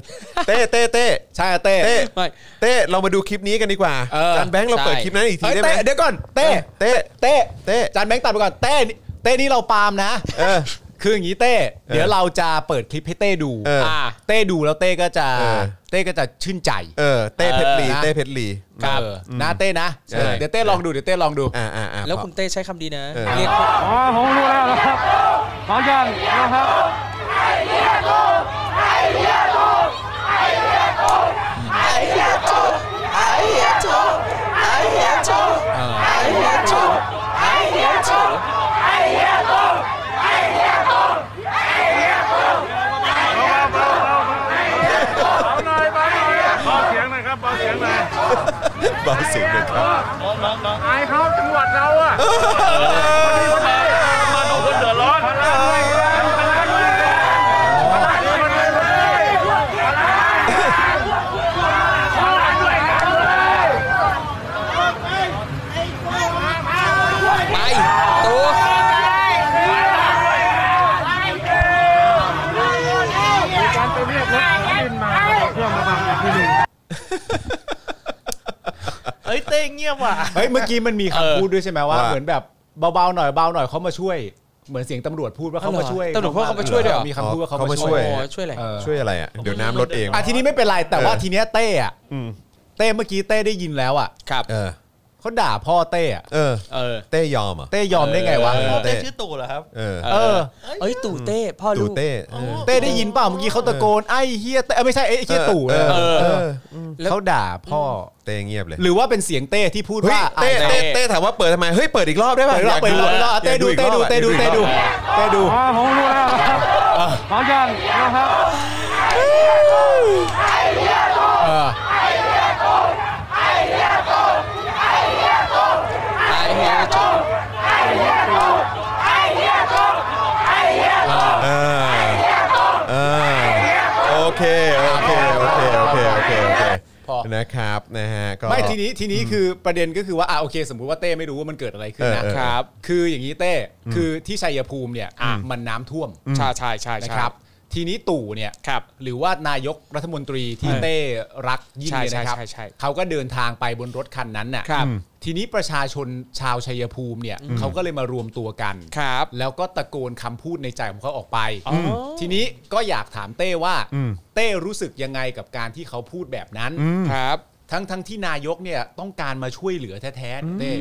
S4: เต้เต้เต้
S5: ใช่เต้
S4: เต้
S3: ไม่
S4: เต้เรามาดูคลิปนี้กันดีกว่า
S3: เออ
S4: จานแบงค์เราเปิด
S3: ใช่
S4: คลิปนั้นอีกที
S5: เฮ้ย
S4: ได้ไหม
S5: เต้เดี๋ยวก่อนเต้
S4: เต้
S5: เต้
S4: เต้
S5: จานแบงค์ตัดไปก่อนเต้นี่เต้นี่เราปาล์มนะ
S4: เออ
S5: คืออย่างนี้เต้ เดี๋ยวเราจะเปิดคลิปให้เต้ดู
S4: เอออ่
S5: าเต้ดูแล้วเต้ก็จะ
S4: เออ
S5: เต้ก็จะชื่นใจ
S4: เออเต้เพชรลี
S5: เออนะ
S4: เต้เพชรลี
S5: เออนะเต้นะ
S4: ใช่
S5: เดี๋ยวเต้ลองดูเดี๋ยวเต้ลองดู
S4: อ่าอ่าอ่า
S3: แล้วคุณเต้ใช้คำดีนะ
S4: เออ
S3: เรียก
S7: อ๋อผมรู้แล้วนะครับขออยังนะครับ
S9: เบาเสียงหน่อยครับเบาเสียงหน่อย
S4: เบาเสียงหน่อยครับ
S9: อายเขาจังหวัดเราอะมาดูคนเดือดร้อนมาล้างด้วยมาล้างด้วยมาล้างด้วยมาล้างด้วยมาล้างด้วยกันเลย
S3: ไปตัว
S7: การไปเรียกรถบินมาเครื่องมาบังอีกทีหนึ่ง
S6: เอ้ยเต้เงียบว่ะ
S5: เฮ้ยเมื่อกี้มันมี
S3: เออ
S5: คำพูดด้วยใช่ไหมว่า
S4: ว่า
S5: เหมือนแบบเบาๆหน่อยเบาๆหน่อยเขามาช่วย เหมือนเสียงตำรวจพูดว่าเขามาช่วย
S3: ตำรวจพูดว่าเขามาช่วยด้วยเหรอ
S5: มีคำพูดว่าเขามาช่
S4: เอ
S5: ว
S3: โอ้
S5: ย
S4: อ
S3: ช่วยอะไร
S5: เออ
S4: ช่วยอะไรอ่ะ เดี๋ยวน้ำลดเอง
S5: อ่ะทีนี้ไม่เป็นไรแต่ว่า
S4: เออ
S5: ทีเนี้ยเต้อะ
S4: อืม
S5: เต้เมื่อกี้เต้ได้ยินแล้วอ่ะ
S3: ครับ
S4: เออ
S5: เขาด่าพ่อเต้อะ
S4: เออ
S3: เออ
S4: เต้ยอมเหรอ่ะ
S5: เต้ยอมได้ไงวะ
S4: เออ
S6: เต้ชื่อตู่เหรอครับ
S4: เออ
S5: เออ
S3: เอ้ยตู่เต้พ่อ
S4: ตู่
S3: ลูก
S4: เต้เออ
S5: เต้ได้ยินเปล่าเมื่อกี้เขาตะโกนไอ้เฮียเต้เอ้ยไม่ใช่ไอ้เฮียตู่
S4: เอ
S5: เอ
S4: อ
S5: อ
S4: เออเออ
S3: แล้ว
S5: เขาด่าพ่ออ
S4: เต้เงียบเลย
S5: หรือว่าเป็นเสียงเต้ที่พูด
S4: เฮ้ย
S5: ว่า
S4: เต้
S5: อ่ะ
S4: เต้เต้ถามว่าเปิดทำไม เฮ้ย เปิดอีกรอบได้ป่ะ
S5: เปิดรอบเปิดรอบเปิดรอบ
S4: อ
S5: เต้
S4: ยาก
S5: ดู
S4: อีก
S5: เต้
S4: ร
S5: ดู
S4: อบอะ
S5: เต้ดู
S4: อยากอีกร
S5: เต้ดู
S4: อบอะ
S5: เต้ดู
S7: อ๋อผมรู้แล้วนะครับขออยังนะครับ
S3: ไอเฮียจบ
S4: เออเออโอเค โอเค โอเค โอเค โอเค โอเค นะครับ นะฮะ ก็
S5: ไม่ทีนี้ทีนี้คือประเด็นก็คือว่าอ่ะโอเค สมมุติว่าเต้ไม่รู้ว่ามันเกิดอะไรขึ้นนะ
S4: เออเออ
S3: ครับ
S5: คืออย่างนี้เต้คือที่ชัยภูมิเนี่ยมันน้ำท่วม
S3: ใช่ใช่ใช่
S5: นะ
S3: ใช่
S5: ครับ ทีนี้ตู่เนี่ย
S3: ครับ
S5: หรือว่านายกรัฐมนตรีที่
S3: เออ
S5: เต้รักยิ่งเลยนะครับ
S3: ใช่ใช่ใช่ใช่
S5: เขาก็เดินทางไปบนรถคันนั้นน่ะ
S3: ครับ
S5: ทีนี้ประชาชนชาวชัยภูมิเนี่ยเขาก็เลยมารวมตัวกัน
S3: ครับ
S5: แล้วก็ตะโกนคำพูดในใจของเขาออกไป
S3: อ๋ออืม
S5: ทีนี้ก็อยากถามเต้ว่า เต้รู้สึกยังไงกับการที่เขาพูดแบบนั้น
S3: ครับ
S5: ทั้งทั้งที่นายกเนี่ยต้องการมาช่วยเหลือแท้ๆนะเต้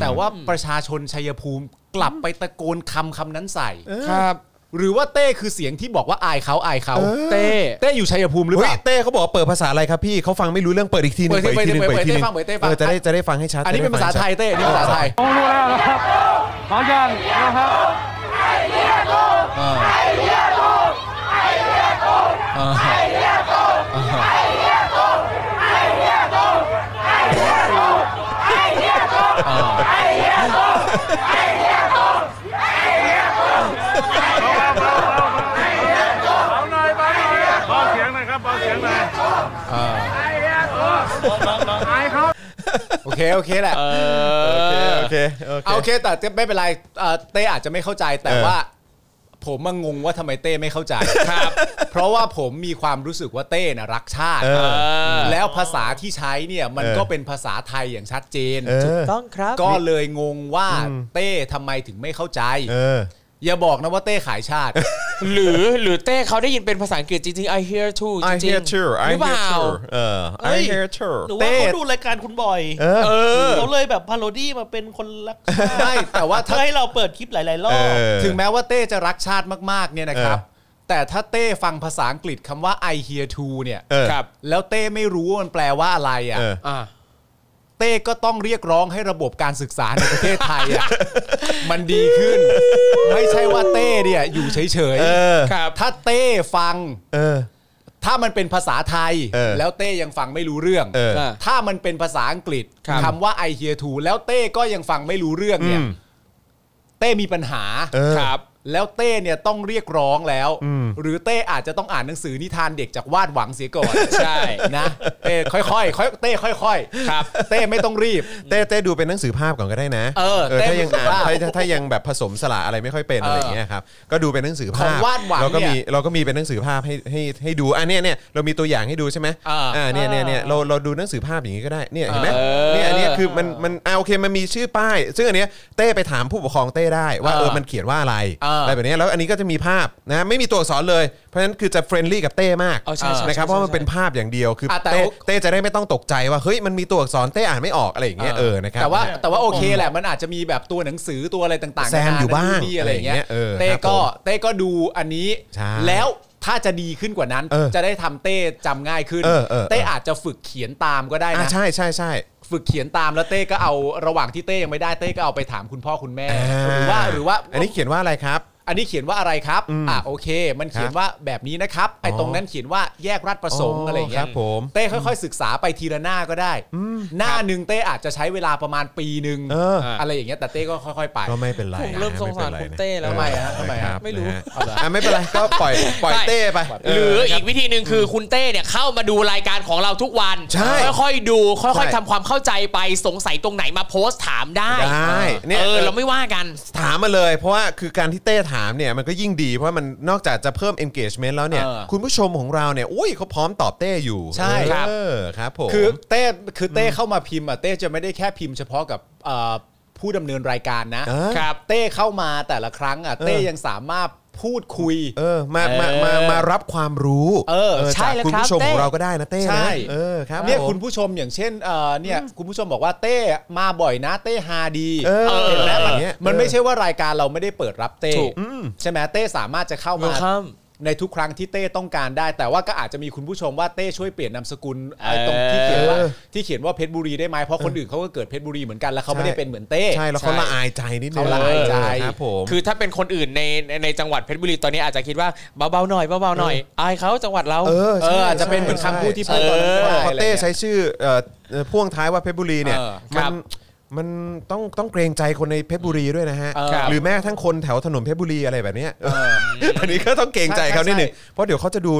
S5: แต่ว่าประชาชนชัยภูมิกลับไปตะโกนคำคำนั้นใส่
S3: ครับ
S5: หรือว่าเต้คือเสียงที่บอกว่าอายเขาอายเขา
S3: เต้
S5: เต้อยู่ชัยภูมิหรือเป
S4: เฮ้ย
S5: ล่า
S4: เต้เขาบอกว่าเปิดภาษาอะไรครับพี่เขาฟังไม่รู้เรื่องเปิดอีกทีหนึง
S5: เปิด
S4: อี
S5: สิ
S4: กทีหนึ
S5: เปิด
S4: อีก
S5: สิ
S4: ทีหนึ
S5: เปิดสิเปิด
S4: เออ
S5: สิเปิดสิเปิดสิเปิดสิเปิดสิเปิดสิเปิดสิ
S4: จะได้จะได้ฟังให้ชัด
S5: อันนี้เป็นภาษาไทย
S4: จะด้ฟังให้ชัด
S5: เต้อันนี่ภาษาไทย
S7: ผมรู้แล้วนะครับขออยังนะครับ
S9: เอาหน่อยมาหน่อยเบาเสียงหน่อยครับเบาเสียงหน่อย
S7: อายเขา
S5: โอเคโอเคแหละ
S4: โอเคโอเค
S5: เอาโอเคแต่ไม่เป็นไรเอ่อเต้อาจจะไม่เข้าใจแต่ว่า ผมมางงว่าทำไมเต้ไม่เข้าใจครับ เพราะว่าผมมีความรู้สึกว่าเต้นะรักชาติ
S4: เออ
S5: แล้วภาษาที่ใช้เนี่ยมัน
S4: เออ
S5: ก็เป็นภาษาไทยอย่างชัดเจน
S4: เออ
S3: ต้องครับ
S5: ก็เลยงงว่าเต้ทำไมถึงไม่เข้าใจ
S4: เออ
S5: อย่าบอกนะว่าเต้ขายชาติ
S3: หรือหรือเต้เขาได้ยินเป็นภาษาอังกฤษจริงๆ I hear too จ
S4: I
S3: ริง
S4: hear too
S3: ๆ
S4: I
S3: หรือเป
S4: hear
S3: ล่า
S4: too เออ
S6: เฮ้
S4: I
S6: ย
S4: hear too
S6: หรือ
S5: เต้
S6: ว่าเขาดูรายการคุณบ่อย
S4: เออ
S6: เออเขาเลยแบบพาโรดี้มาเป็นคนรักชาติ
S5: ใช่แต่ว่า
S6: เพื่
S5: ถ้า
S6: อให้เราเปิดคลิปหลาย ๆ ร
S4: เอ
S6: อบ
S4: อ
S5: ถึงแม้ว่าเต้จะรักชาติมากๆเนี่ยนะครับ
S4: เออ
S5: แต่ถ้าเต้ฟังภาษาอังกฤษคำว่า I hear too เนี่ย
S4: เออ
S3: ครับ
S5: แล้วเต้ไม่รู้ว่ามันแปลว่าอะไรอ่ะ
S4: เออ
S3: อ่า
S5: เต้ก็ต้องเรียกร้องให้ระบบการศึกษาในประเทศไทยอ่ะ มันดีขึ้น ไม่ใช่ว่าเต้เนี่ยอยู่เฉย
S4: เออ
S5: ครับถ้าเต้ฟัง
S4: เออ
S5: ถ้ามันเป็นภาษาไทย
S4: เออ
S5: แล้วเต้ยังฟังไม่รู้เรื่อง
S4: เออ
S5: ถ้ามันเป็นภาษาอังกฤษ
S3: ครับ
S5: คำว่า I hear to แล้วเต้ก็ยังฟังไม่รู้เรื่องเนี่ย
S4: อืม
S5: เต้มีปัญหา
S4: เออ
S5: ครับ แล้วเต้เนี่ยต้องเรียกร้องแล้ว
S4: อืม
S5: หรือเต้อาจจะต้องอ่านหนังสือนิทานเด็กจากวาดหวังเสียก่อน
S3: ใช่
S5: นะเต้ค่อยๆค่อยเต้ค่อยๆครับ เต้ไม่ต้องรีบ
S4: เต้เต้ดูเป็นหนังสือภาพก่อนก็ได้นะ
S5: เออเต้
S4: ถ้ายังอ่าน
S5: ดูภาพ
S4: ถ้าถ้าถ้ายังแบบผสมสระอะไรไม่ค่อยเป็น
S5: เอออ
S4: อะไรอย่างเงี้ยครับก็ดูเป็นหนังสือภาพ
S5: ของวาดหวัง
S4: เราก็
S5: เนี่
S4: มี
S5: ย
S4: เราก็มีเป็นหนังสือภาพให้ให้ให้ดูอ่ะเนี่ยเนี่ยเรามีตัวอย่างให้ดูใช่ไหม
S5: เอออ่
S4: อ่าเนี่ยเนี่ยเนี่ยเราเราดูหนังสือภาพอย่างงี้ก็ได้เนี่ยเห็นไหม
S3: เออ
S4: เนี่ยอันเนี้ยคือมันมันอ่าโอเคมันมีชื่อป้าย ซึ่งอันเนี้ยเต้ไปถามผู้ปกครองเต้ได้ว่าเออมันเขียนว่าอะไรอะไรแบบเนี้ยแล้วอันนี้ก็จะมีภาพนะไม่มีตัวอักษรเลยเพราะฉะนั้นคือจะเฟรนลี่กับเต้มาก
S3: เออใช่ใช่
S4: นะครับเพ
S3: ใช่
S4: ราะมัน
S3: ใช่
S4: เป็นภาพอย่างเดียวคืออะ
S5: แต่
S4: เต้เต้จะได้ไม่ต้องตกใจว่าเฮ้ยมันมีตัวอักษรเต้อ่านไม่ออกอะไรอย่างเงี้ยเออนะครับ
S5: แต่ว่า
S6: ครับ
S5: แต่ว่าโอเคแหละมันอาจจะมีแบบตัวหนังสือตัวอะไรต่างๆ
S4: แซมอยู่บ้าง
S5: นนี่อะไรอย่างเงี้ย
S4: เออ
S5: เต้
S4: ค
S5: ก็
S4: รับผม
S5: เต้ก็ดูอันนี้
S4: ใช่
S5: แล้วถ้าจะดีขึ้นกว่านั้น
S4: เออ
S5: จะได้ทำเต้จำง่ายขึ้น
S4: เออเออเออ
S5: อาจจะฝึกเขียนตามก็ได้
S4: อ่า
S5: นะ
S4: ใช่ใช่ใช่
S5: ฝึกเขียนตามแล้วเต้ก็เอาระหว่างที่เต้ยังไม่ได้เต้ก็เอาไปถามคุณพ่อคุณแม่หรือว่าหรือว่า
S4: อันนี้เขียนว่าอะไรครับ
S5: อันนี้เขียนว่าอะไรครับ
S4: อืม
S5: อ่ะโอเค มันเขียนว่าแบบนี้นะครับ ไอ้ตรงนั้นเขียนว่าแยกราชประสงค์
S4: อ๋ออ
S5: อะไรอย่างเงี้
S4: ครั
S5: ย
S4: บผม
S5: เต้ค่อยๆ ศึกษาไปทีละหน้าก็ได้ หน้าหนึ่งเต้อาจจะใช้เวลาประมาณปีหนึ่ง
S4: เออ
S5: ไรอย่างเงี้ย แต่เต้ก็ค่อยๆ ไป
S4: ก็ไม่เป็นไร
S3: ผมเริ่ม
S4: นะ
S3: สงสาร
S4: ไป็
S3: คุ
S4: น
S3: ณ
S4: ไนะ
S3: เต้แล้ว
S4: ออ
S5: ทำไมฮะทำไมฮะ
S4: ครับ
S3: ไม่รู้
S4: นะฮะอ่ะไม่เป็นไรก็ปล่อยปล่อยเต้ไปเห
S2: รืออีก
S4: คบ
S2: วิธีหนึ่งคือคุณเต้เนี่ยเข้ามาดูรายการของเราทุกวัน
S4: ใช่
S2: ค่อยๆดู ค่
S4: ใช่
S2: อยๆทำความเข้าใจไปสงสัยตรงไหนมาโพสต์ถามได้
S4: ได้เนี่ย
S2: เออ เราไม่ว่ากัน
S4: ถามมาเลยเพราะว่าคือการที่เต้ถามเนี่ยมันก็ยิ่งดีเพราะมันนอกจากจะเพิ่ม engagement แล้วเนี่ย
S5: เออ
S4: คุณผู้ชมของเราเนี่ยอุ้ยเขาพร้อมตอบเต้อยู่
S5: ใช่
S4: ครับ เออครับผม
S5: คือเต้คือเต้เข้ามาพิมพ์อ่ะเต้จะไม่ได้แค่พิมพ์เฉพาะกับเอ่อผู้ดำเนินรายการนะ
S4: เออ
S5: ครับเต้เข้ามาแต่ละครั้งอ่ะ
S4: เออ
S5: เต้ยังสามารถพูดคุย
S4: เออมามามามารับความรู้
S5: เออใช่
S4: จาก
S5: แล้ว
S4: คุณ
S5: ครับ
S4: ผู้ชมของ
S5: เต้
S4: เราก็ได้นะเต้
S5: ใช่
S4: นะเออครับ
S5: เนี่ย
S4: ผม
S5: คุณผู้ชมอย่างเช่นเอ่อเนี่ยคุณผู้ชมบอกว่าเต้มาบ่อยนะ เต้ฮาดี
S4: เออ
S5: เห็นไหมมัน
S4: อย่างเงี้ย
S5: มัน
S4: เออ
S5: ไม่ใช่ว่ารายการเราไม่ได้เปิดรับเต้
S3: ถูก
S5: ใช่ไหมเต้สามารถจะเข้ามา ในทุกครั้งที่เต้ต้องการได้ แต่ว่าก็อาจจะมีคุณผู้ชมว่าเต้ช่วยเปลี่ยนนามสกุลไอ้ตรงที่เขียนว่า
S4: เออ
S5: ที่เขียนว่าเพชรบุรีได้ไหมเพราะคนอื่นเขาก็เกิดเพชรบุรีเหมือนกันแล้วเขาไม่ได้เป็นเหมือนเต้
S4: ใช่แล้วเขาละอายใจนิดนึง
S5: เขาละอายใจ
S4: ครับผม
S3: คือถ้าเป็นคนอื่นในในในจังหวัดเพชรบุรีตอนนี้อาจจะคิดว่าเบาๆหน่อยเบาๆหน่อยอายเขาจังหวัดเรา
S4: เออ
S5: เอ
S4: ใช่
S5: ออาจจะเป็นเหมือนคำพูดที่พูดตอนนั้นก็
S4: ใช่เพ
S5: ได้อะ
S4: ราะ
S5: ไร
S4: เต้
S5: เงี้ย
S4: ใช้ชื่อเอ่อเอ่อพ่วงท้ายว่าเพชรบุรีเนี่ย
S5: เออ
S4: มั
S5: คน รับ
S4: มันต้องต้องเกรงใจคนในเพชรบุรีด้วยนะฮะ
S5: เออครับ
S4: หรือแม้กระทั้งคนแถวถนนเพชรบุรีอะไรแบบเนี้ยอันนี้ก็ต้องเกรงใจเขานิดหนึ่งเพราะเดี๋ยวเขาจะดู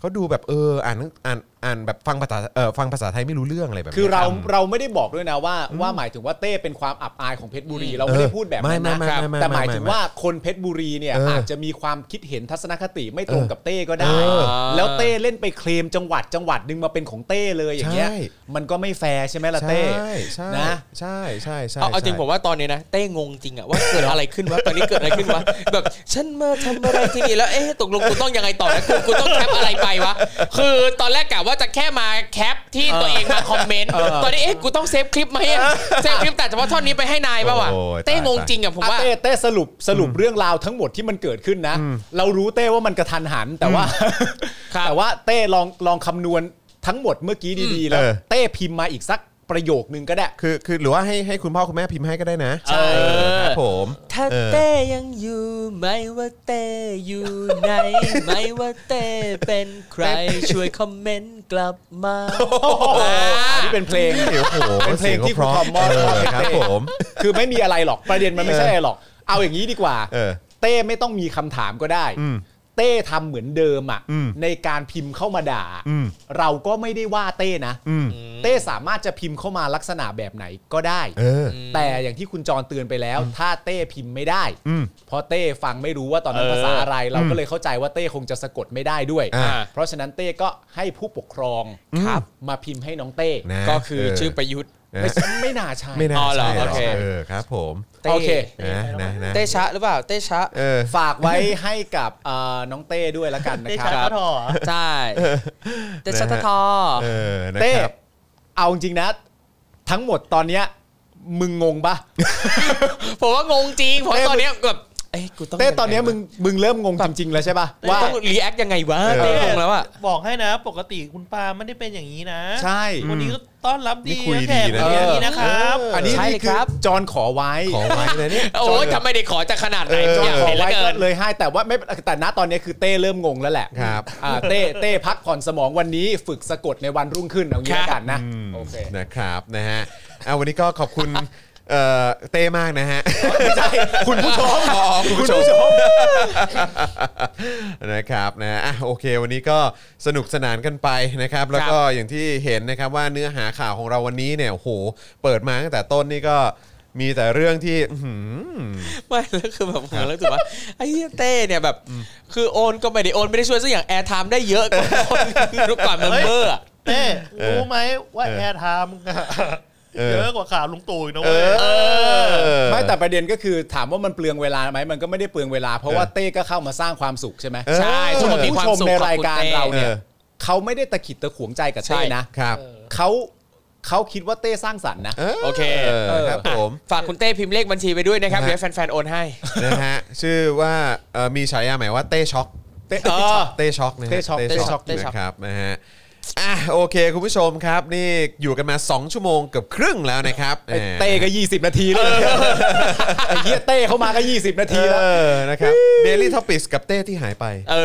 S4: เขาดูแบบเอออ่านอ่านอ่านแบบฟังภาษาเออฟังภาษาไทยไม่รู้เรื่องอะไรแบบนี้ย
S5: คือเรา
S4: บ
S5: เราไม่ได้บอกด้วยนะว่าว่าหมายถึงว่าเต้เป็นความอับอายของเพชรบุรี เราไม่ได้พูดแบบนั้นนะ
S4: ไม่ไม่ไม่ไม่
S5: แต่หมาย
S4: ไม่
S5: ถึงว่าคนเพชรบุรีเนี่ย
S4: เอออ
S5: อาจจะมีความคิดเห็นทัศนคติไม่ตรง
S4: เออ
S5: กับเต้ก็ได้
S4: เออ
S5: แล้วเต้เล่นไปเคลมจังหวัดจังหวัดหนึงมาเป็นของเต้เลยอย่างเงี้ย
S4: ใช่
S5: มันก็ไม่แฟร์ใช่ไหมล่ะ
S4: ใช่
S5: เต้
S4: ใช่
S5: นะ
S4: ใช่ใช่ใช่
S3: เอาเอาจริง
S4: ใช่
S3: ผมว่าตอนนี้นะเต้งงจริงอะว่าเกิดอะไรขึ้นวะตอนนี้เกิดอะไรขึ้นวะแบบฉันมาทำอะไรที่นี่แล้วเอ๊ะตกลงกูต้องยังไงต่อนะกูกูต้องแคปอะไรไปวะคือตอนแรกกะว่าจะแค่มาแคปที่ตัวเองมาคอมเมนต์ตอนนี้เอ๊ะกูต้องเซฟคลิปไหมอะเซฟคลิปแต่เฉพาะท่อนนี้ไปให้นายป่าวะ
S4: โอ้ยตาย
S3: เต้งงจริงอะผมว่า
S5: อ่ะเต้เต้สรุปสรุปเรื่องราวทั้งหมดที่มันเกิดขึ้นนะ เรารู้เต้ว่ามันกระทันหัน แต่ว่า แต่ว่าเต้ลองลองคำนวณทั้งหมดเมื่อกี้ดีๆแล้ว
S4: เออ
S5: เต้พิมพ์มาอีกสักประโยคนึงก็ได้
S4: คือคือหรือว่าให้ให้คุณพ่อคุณแม่พิมพ์ให้ก็ได้นะ
S5: ใช่
S4: เออครับผม
S3: ถ้า
S4: เออ
S3: เต้ยังอยู่ไม่ว่าเต้อยู่ไหน ไม่ว่าเต้เป็นใครช่วยคอมเมนต์กลับมา
S5: อันนี้เป็นเพลง
S4: โอ้โห
S5: เป็นเพลง
S4: สี
S5: ที่
S4: ย
S5: ครูทอมมอบ
S4: เ
S5: ให้เต้
S4: ครับผม
S5: คือไม่มีอะไรหรอกประเด็นมันไม่ใช่อะไรหรอก เอาอย่างนี้ดีกว่า
S4: เออ
S5: เต้ไม่ต้องมีคำถามก็ได้
S4: อืม
S5: เต้ทำเหมือนเดิมอ่ะ
S4: อืม
S5: ในการพิมพ์เข้ามาด่า
S4: อืม
S5: เราก็ไม่ได้ว่าเต้นะ
S4: อืม
S5: เต้สามารถจะพิมพ์เข้ามาลักษณะแบบไหนก็ได้
S4: เออ
S5: แต่อย่างที่คุณจรเตือนไปแล้ว ถ้าเต้พิมพ์ไม่ได้
S4: อืม
S5: เพราะเต้ฟังไม่รู้ว่าตอนนั้นภาษาอะไร เราก็เลยเข้าใจว่าเต้คงจะสะกดไม่ได้ด้วย
S4: อ่า
S5: เพราะฉะนั้นเต้ก็ให้ผู้ปกครองครับมาพิมพ์ให้น้องเต้
S4: นะ
S3: ก็คือ
S4: เ
S3: ชื่อประยุทธ์
S4: นะ
S5: ไม่ไม่น่าใช่
S4: ไม่น่า
S3: อ๋อเหรอ
S4: ใช่หรอก
S3: โอเค
S4: เออครับผม
S3: เต้
S5: โอเค
S4: นะนะนะ
S3: เต้ชะหรือเปล่าเต้ชะ
S4: เออ
S5: ฝากไว้ให้กับเอ่อน้องเต้ด้วยละกันนะ
S6: เต้
S5: ค
S6: ชา
S5: รับ
S6: ก็ถอ
S3: ใช่เต้ชะ
S4: นะฮะ
S3: ทอ
S4: เออนะ
S5: เต้
S4: ครับ
S5: เอาจริงนะ ทั้งหมดตอนเนี้ยมึงงงปะ
S2: ผมว่างงจริงเพราะตอนเนี้ยแบบ
S3: เอ้ยกูต้อง
S5: เต้ตอนเนี้ยมึงมึงเริ่มงงจริงๆแล้วใช่ป่ะ
S3: ว่า
S5: ว่า
S3: ต้องรีแอคยังไงวะ
S5: เออ
S3: เต้งงแล้วอะ
S6: บอกให้นะ ปกติคุณปาไม่ได้เป็นอย่างนี้นะ
S5: ใช่
S6: วันนี้ก็ต้อนรับดี
S4: นี่คุย
S6: แขก
S4: ดีนะ
S6: เป็นอย่างนี้นะครับ
S5: อันนี้
S3: ใช่เล
S5: นี่
S3: ย
S5: คื
S3: ค
S5: อ
S3: รับ
S5: จอนขอไว้
S4: ขอไว้เลยเนี่ย
S3: โอ้ยทำไมได้ขอจะขนาดไหน
S4: เออ
S5: จอน
S3: อยาก
S5: ขอ
S3: เห็นเหลือ
S5: ไว้
S3: เกิ
S5: ก็
S3: น
S5: เลยให้แต่ว่าไม่แต่ณตอนเนี้ยคือเต้เริ่มงงแล้วแหละ
S4: ครับ
S5: อ่าเต้เต้พักผ่อนสมองวันนี้ฝึกสะกดในวันรุ่งขึ้นเอางี้
S3: ครับ
S5: ละกันนะโอเค
S4: นะครับนะฮะอ่ะวันนี้ก็ขอบคุณเอ่อเต้มากนะฮะ
S5: ใช่คุณผู้ชม
S4: อ๋อคุณผู้ชม
S5: คุณผู้ชม
S4: นะครับนะอ่ะโอเค วันนี้ก็สนุกสนานกันไปนะครับ แล้วก็อย่างที่เห็นนะครับว่าเนื้อหาข่าวของเราวันนี้เนี่ยโอ้โหเปิดมาตั้งแต่ต้นนี่ก็มีแต่เรื่องที่อื้อหือ
S3: ไม่แล้วคือแบบผมแล้วรู้สึกว่าไอ้เหี้ยเต้เนี่ยแบบ คือโอนก็ไม่ได้โอนไม่ได้ช่วยสักอย่างแอร์ไทม์ได้เยอะกว่าคนรู้ ก่อนเมมเบอร์อะ
S6: เต้
S4: เออ
S6: รู้ไหมว่า
S4: เออ
S6: แอร์ไทม์
S4: เออ
S6: เยอะกว่าข่าวลุงตู่อีกนะ
S4: เออ
S6: เว้ย
S5: ไม่แต่ประเด็นก็คือถามว่ามันเปลืองเวลาไหมมันก็ไม่ได้เปลืองเวลา เพราะว่า
S4: เออ
S5: เต้ก็เข้ามาสร้างความสุขใช่ไหม
S4: เออ
S3: ใช่ทุกคนมี
S5: ผู้
S3: ความ
S5: ชม
S3: สุข
S5: ใน
S3: ขอบ
S5: ราย
S3: คุณ
S5: การ
S3: เต้
S5: เราเนี่ย
S4: เออ
S5: เขาไม่ได้ตะขิดตะขวงใจกับเต้
S3: ใช่
S5: นะครับ เขาเขาคิดว่าเต้สร้างสรรค์นะ
S3: โอเค
S4: ครับผม
S3: ฝากคุณเต้พิมพ์เลขบัญชีไปด้วยนะครับ
S4: นะ
S3: เดี๋ยวแฟนๆโอนให้
S4: นะฮะชื่อว่าเอ่อมีฉายาใหม่ว่าเต้ช็อก
S5: เต้
S4: เต้ช็อกนะฮะ
S5: เต้ช็อก
S4: เต้ช็อก
S3: เต้ช็อก
S4: นะครับนะฮะอ่ะโอเค คุณผู้ชมครับนี่อยู่กันมา 2 ชั่วโมงเกือบครึ่งแล้วนะครับ
S5: ไอ้
S4: แหม
S5: เต้ก็ 20 นาทีเลยไอ้เหี้ยเต้เข้ามาก็ 20 นาทีแล้ว
S4: เออนะครับเดลี่ท็อปิกกับเต้ที่หายไป
S3: เอ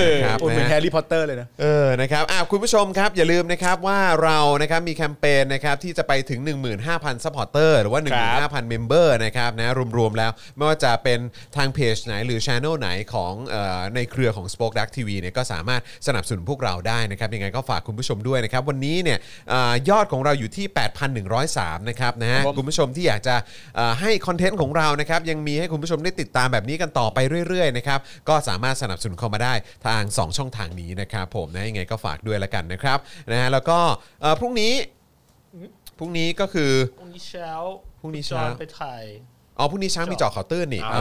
S3: อ
S4: ครับ
S5: โอ้ย
S4: นะฮะ
S5: เหมือนแฮร์รี่พอตเตอร์เลยนะ
S4: เออ นะครับอ่ะคุณผู้ชมครับ อย่าลืมนะครับว่าเรานะครับมีแคมเปญนะครับที่จะไปถึง 15,000ซัพพอร์เตอร์หรือว่า 15,000 เมมเบอร์นะครับนะรวมๆแล้ว ไม่ว่าจะเป็นทางเพจไหนหรือช ANNEL ไหนของเออในเครือของ Spoke Dark TV เนี่ยก็สามารถสนับสนุนพวกเราได้นะครับ ยังไงก็ฝากคุณผู้ชมด้วยนะครับ วันนี้เนี่ยเออยอดของเราอยู่ที่ 8,103 นะครับนะฮะคุณผู้ชมที่อยากจะเอ่อให้คอนเทนต์ของเรานะครับยังมีให้คุณผู้ชมได้ติดตามแบบนี้กันต่อไปเรื่อยๆนะครับก็สามารถสนับสนุนเข้ามาได้ทาง 2 ช่องทางนี้นะครับผมนะยังไงก็ฝากด้วยละกันนะครับนะฮะแล้วก็เอ่อพรุ่งนี้พรุ่งนี้ก็คือ
S6: พรุ่งนี้เช้า
S4: พรุ่งนี้
S6: จอ
S4: เช้า
S6: ไปถ่าย
S4: อ๋อพรุ่งนี้ช้างมีเจาะข่าวตื้นนี่
S3: อ่า
S4: เอ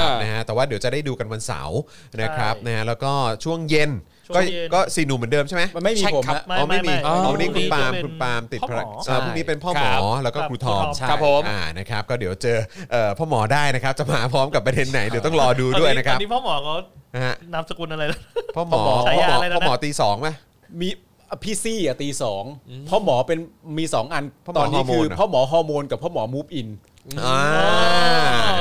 S4: อนะครับนะฮะแต่ว่าเดี๋ยวจะได้ดูกันวันเสาร์นะครับ
S6: ใช่
S4: นะฮะแล้วก็ช่วงเย็น
S6: ช่ว
S4: ก็
S6: งเย็น
S4: ก็สีหนุ่มเหมือนเดิมใช่ไหม
S5: มันไม่มี
S3: ใช่
S5: ผม
S3: ครับ
S5: นะ
S4: อ๋อไม่มีอ๋อ
S6: พ
S4: วัน
S6: รุ่ง
S4: นี้คุณปาล์ม
S6: จะ
S4: คุ
S6: เป็
S4: ณ
S6: น
S4: ปาล์มติด
S6: พ่อ
S4: ภาระเอ่
S6: หมอ
S4: อพรุ่งนี้เป็นพ่อหมอแล้วก็
S6: ครับ
S4: ครูทอม
S6: ครูทอม
S3: ครับผม
S4: อ่านะครับก็เดี๋ยวเจอเอ่อพ่อหมอได้นะครับ จะมาพร้อมกับประเด็นไหนเดี๋ยวต้องรอดูด้วยนะครับ
S6: ตอนนี้พ่อหมอเขา
S4: นะฮะ
S6: นามสกุลอะไรแล้ว
S4: พ่อหมอ
S6: พ่
S4: พ่อห
S6: อห
S4: มอ
S6: มอฉายาอะไรนะ
S4: พ่อหมอตีสองไหม
S5: มีพี่ซี่อ่ะตีสองพ่อหมอเป็นมีสองอัน
S4: พ่อหมอ
S5: ตอนนี้คือ
S4: ฮอร์โมนเหรอ
S5: พ่อหมอฮอร์โมนกับพ่อหมอมูฟอิน
S4: อ่า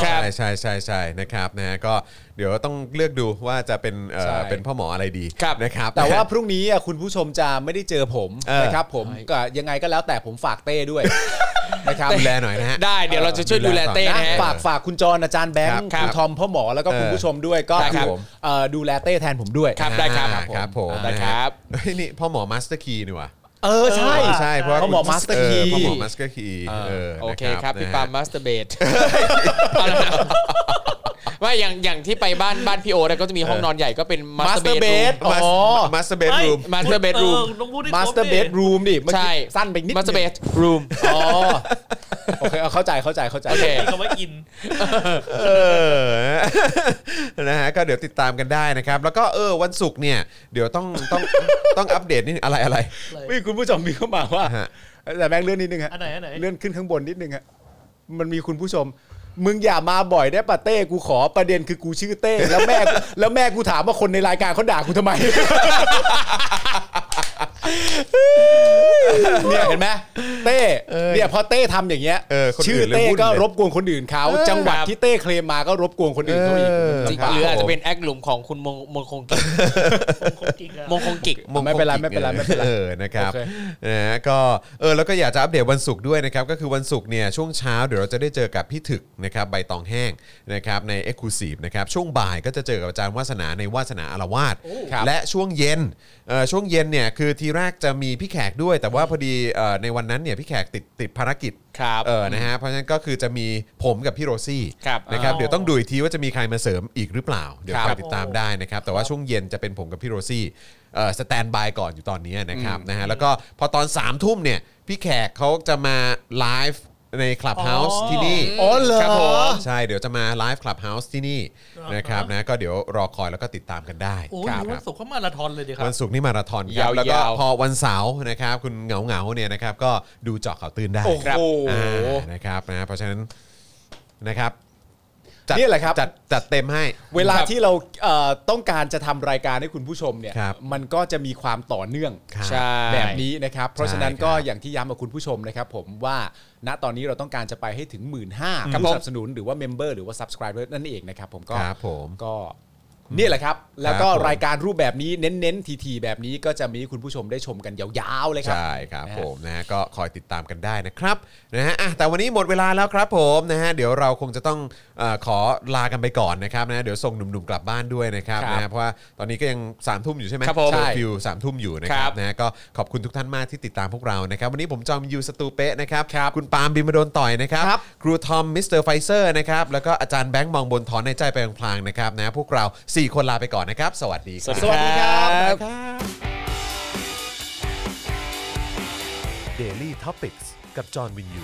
S3: ครั
S4: ใช่
S3: บ
S4: ใช่ใช่ใช่นะครับนะฮะก็เดี๋ยวต้องเลือกดูว่าจะเป็นเอ่อ
S5: ใช่
S4: เป็นพ่อหมออะไรดี
S3: ครับ
S4: นะครับ
S5: แต่ว่าพรุ่งนี้อ่ะคุณผู้ชมจะไม่ได้เจอผม
S4: เออ
S5: นะครับผมก็ยังไงก็แล้วแต่ผมฝากเต้ ด้วยนะครับ
S4: ดูแลหน่อยนะฮะ
S3: ได้เดี๋ยวเราจะช่วยดูแลเต้นะฮะ
S5: ฝากฝากคุณจรอาจารย์แบงค์
S4: ครับ
S5: คุณทอมพ่อหมอแล้วก็
S4: เออ
S5: คุณผู้ชมด้วยก็
S3: ได้
S5: คื
S3: ครั
S5: อบ เอ่อดูแลเต้แทนผมด้วย
S3: ครับได้ครับ
S4: อ่าครับผม
S3: ได้ครับ
S4: เฮ้ยนี่พ่อหมอมาสเตอร์คีนี่หว่า
S5: เออใช่
S4: ใช่เพราะว่า
S5: พ่อหมอมาสเตอร์คี
S4: เพ่อหมอมาสเตอร์คีเออ
S3: โอเค
S4: นะครับ
S3: พี่
S4: นะฮะ
S3: ปาล์มมาสเตอร์เบ ดว่าอย่างอย่างที่ไปบ้านบ้านพี่โอแล้วก็จะมีห้องนอนใหญ่ก็เป็นมาสเตอร์เบด
S5: อ๋อ
S4: มาสเตอร์เบดรูม
S3: มาสเตอร์เบดรูม
S6: ออต้องพูดให้ค
S5: มา
S6: บ
S5: สเตอร์เบด
S6: ดิ
S5: รูมดิเมื่อ
S3: ใช่
S5: กี้สั้นไปนิด
S3: มาสเตอร์เบดรูม
S5: อ๋อโอเคเอาเข้าใจเข้าใจเข้าใจ
S3: โอเค
S6: คำว่าอิน
S4: เออ นะฮะ ก็เดี๋ยวติดตามกันได้นะครับ แล้วก็เออวันศุกร์เนี่ย เดี๋ยวต้องต้องต้องอัปเดตนี่อะไรอะไร
S5: มีคุณผู้ชมมีเข้ามาว่า
S4: ฮะ
S5: แต่แบงค์เลื่อนนิดนึงฮะ
S6: อันไหนอันไหน
S5: เลื่อนขึ้นข้างบนนิดนึงฮะมันมีคุณผู้ชม มึงอย่ามาบ่อยได้ปะเต้กูขอประเด็นคือกูชื่อเต้แล้วแม่ กูแล้วแม่กูถามว่าคนในรายการเขาด่ากูทำไม เนี่ยเห็นไหมเต้เนี่ยพอเต้ทำอย่างเงี้ย
S4: เออคนอื่น
S5: ชื่อ
S4: เล
S5: เต้
S4: ยวุ่นเลย
S5: ก็รบกวนคนอื่นเขาจังหวัดที่เต้เคลมมาก็รบกวนคนอื่นเขาอีก
S4: เออ
S5: ลำบาก
S3: หรืออาจจะเป็นแอคหลุมของคุณมงมงคงกิจ
S6: คนจริงอะ
S3: มงคงกิจ
S4: มงคล
S5: ไม่เป็นไร
S4: กิจ
S5: ไม่เป็นไร
S4: ย
S5: ไม่เป็นไร
S4: เออนะครับ
S5: โอเค
S4: นะฮะก็เออแล้วก็อยากจะอัปเดตวันศุกร์ด้วยนะครับ ก็คือวันศุกร์เนี่ยช่วงเช้าเดี๋ยวเราจะได้เจอกับพี่ถึกนะครับใบตองแห้งนะครับใน e x c l u s i v e นะครับช่วงบ่ายก็จะเจอกับอาจารย์วาสนาในวาสนาอารวาสและช่วงเย็นเอ่อช่วงเย็นเนี่ยคือทีแรกจะมีพี่แขกด้วย แต่ว่าพอดีเอ่อในวันนั้นเนี่ยพี่แขกติดติดภารกิจ
S3: ครับ
S4: เออนะฮะเพราะฉะนั้นก็คือจะมีผมกับพี่โรซี่
S3: ครับ
S4: นะครับ
S6: อ๋อ
S4: เดี๋ยวต้องดูอีกทีว่าจะมีใครมาเสริมอีกหรือเปล่าเดี๋ยวคอยติดตามได้นะครับแต่ว่าช่วงเย็นจะเป็นผมกับพี่โรซี่ เอ่อสแตนบายก่อนอยู่ตอนนี้นะครับนะฮะแล้วก็พอตอน3ามทุ่มเนี่ย พี่แขกเขาจะมาไลฟ์ในคลับเฮาส์
S6: อ๋อ
S4: ที่นี่
S5: อ๋อเหรอ
S4: ครับผม ใช่ เดี๋ยวจะมาไลฟ์คลับเฮาส์ที่นี่นะครับนะก็เดี๋ยวรอคอยแล้วก็ติดตามกันได้
S6: โอ้ย
S4: ครับ
S6: วันศุกร์เขามาราธอนเลยดิครับ
S4: วันศุกร์นี่มาราธอนครับ
S3: ยาวๆ
S4: แล้วก็พอวันเสาร์นะครับคุณเหงาเหงาๆเนี่ยนะครับก็ดูเจาะข่าวตื่นได้
S5: โอ้โห
S4: อ่านะครับนะเพราะฉะนั้นนะครับ จัด
S5: นี่แหละครับ
S4: จัดจัดเต็มให้
S5: เวลาที่เราเอ่อต้องการจะทำรายการให้คุณผู้ชมเนี่ย
S4: ครับ
S5: มันก็จะมีความต่อเนื่อง
S4: ครับ
S2: ใช่
S5: แบบนี้นะครับ เพราะฉะนั้น
S4: ใช่ครับ
S5: ก็อย่างที่ย้ำกับคุณผู้ชมนะครับผมว่าณตอนนี้เราต้องการจะไปให้ถึง 1 5ื่นห้า
S2: ครับผม
S5: ผู้สนับสนุนหรือว่าเมมเบอร์หรือว่า subscriber นั่นเองนะครับผมก็
S4: ครับผม
S5: ก็นี่แหละครับ แล้วก็
S4: ครับผม
S5: รายการรูปแบบนี้เน้นๆทีๆแบบนี้ก็จะมีให้คุณผู้ชมได้ชมกันยาวๆเลยครับ
S4: ใช่ครับ
S5: นะฮะ
S4: ผมนะฮะก็คอยติดตามกันได้นะครับนะฮะอ่ะแต่วันนี้หมดเวลาแล้วครับผมนะฮะเดี๋ยวเราคงจะต้องเออขอลากันไปก่อนนะครับนะเดี๋ยวส่งหนุ่มๆกลับบ้านด้วยนะครับ
S5: ครับ
S4: นะฮะเพราะว่าตอนนี้ก็ยัง3ามทุ่มอยู่ใช่ไหม
S5: ครับผม
S4: เจอ
S5: ใช่
S4: ฟิวสามทุ่มอยู่นะค
S2: ค
S4: รั
S2: รั
S4: บบ นะฮะก็ขอบคุณทุกท่านมากที่ติดตามพวกเรานะครับวันนี้ผมจอมยูสตูเปะนะครับคุณปาล์มบิมโดนต่อยนะครับครูทอมมิสเตอร์ไฟเซอร์นะครับแล้วก็อาจารย์แบงค์มองบนถอนในใจไปพลางๆนะครับนะพวกเราสี่คนลาไปก่อนนะครับสวัสดีครับ
S2: สวัสดีครับ
S4: Daily Topics กับจอห์นวินยู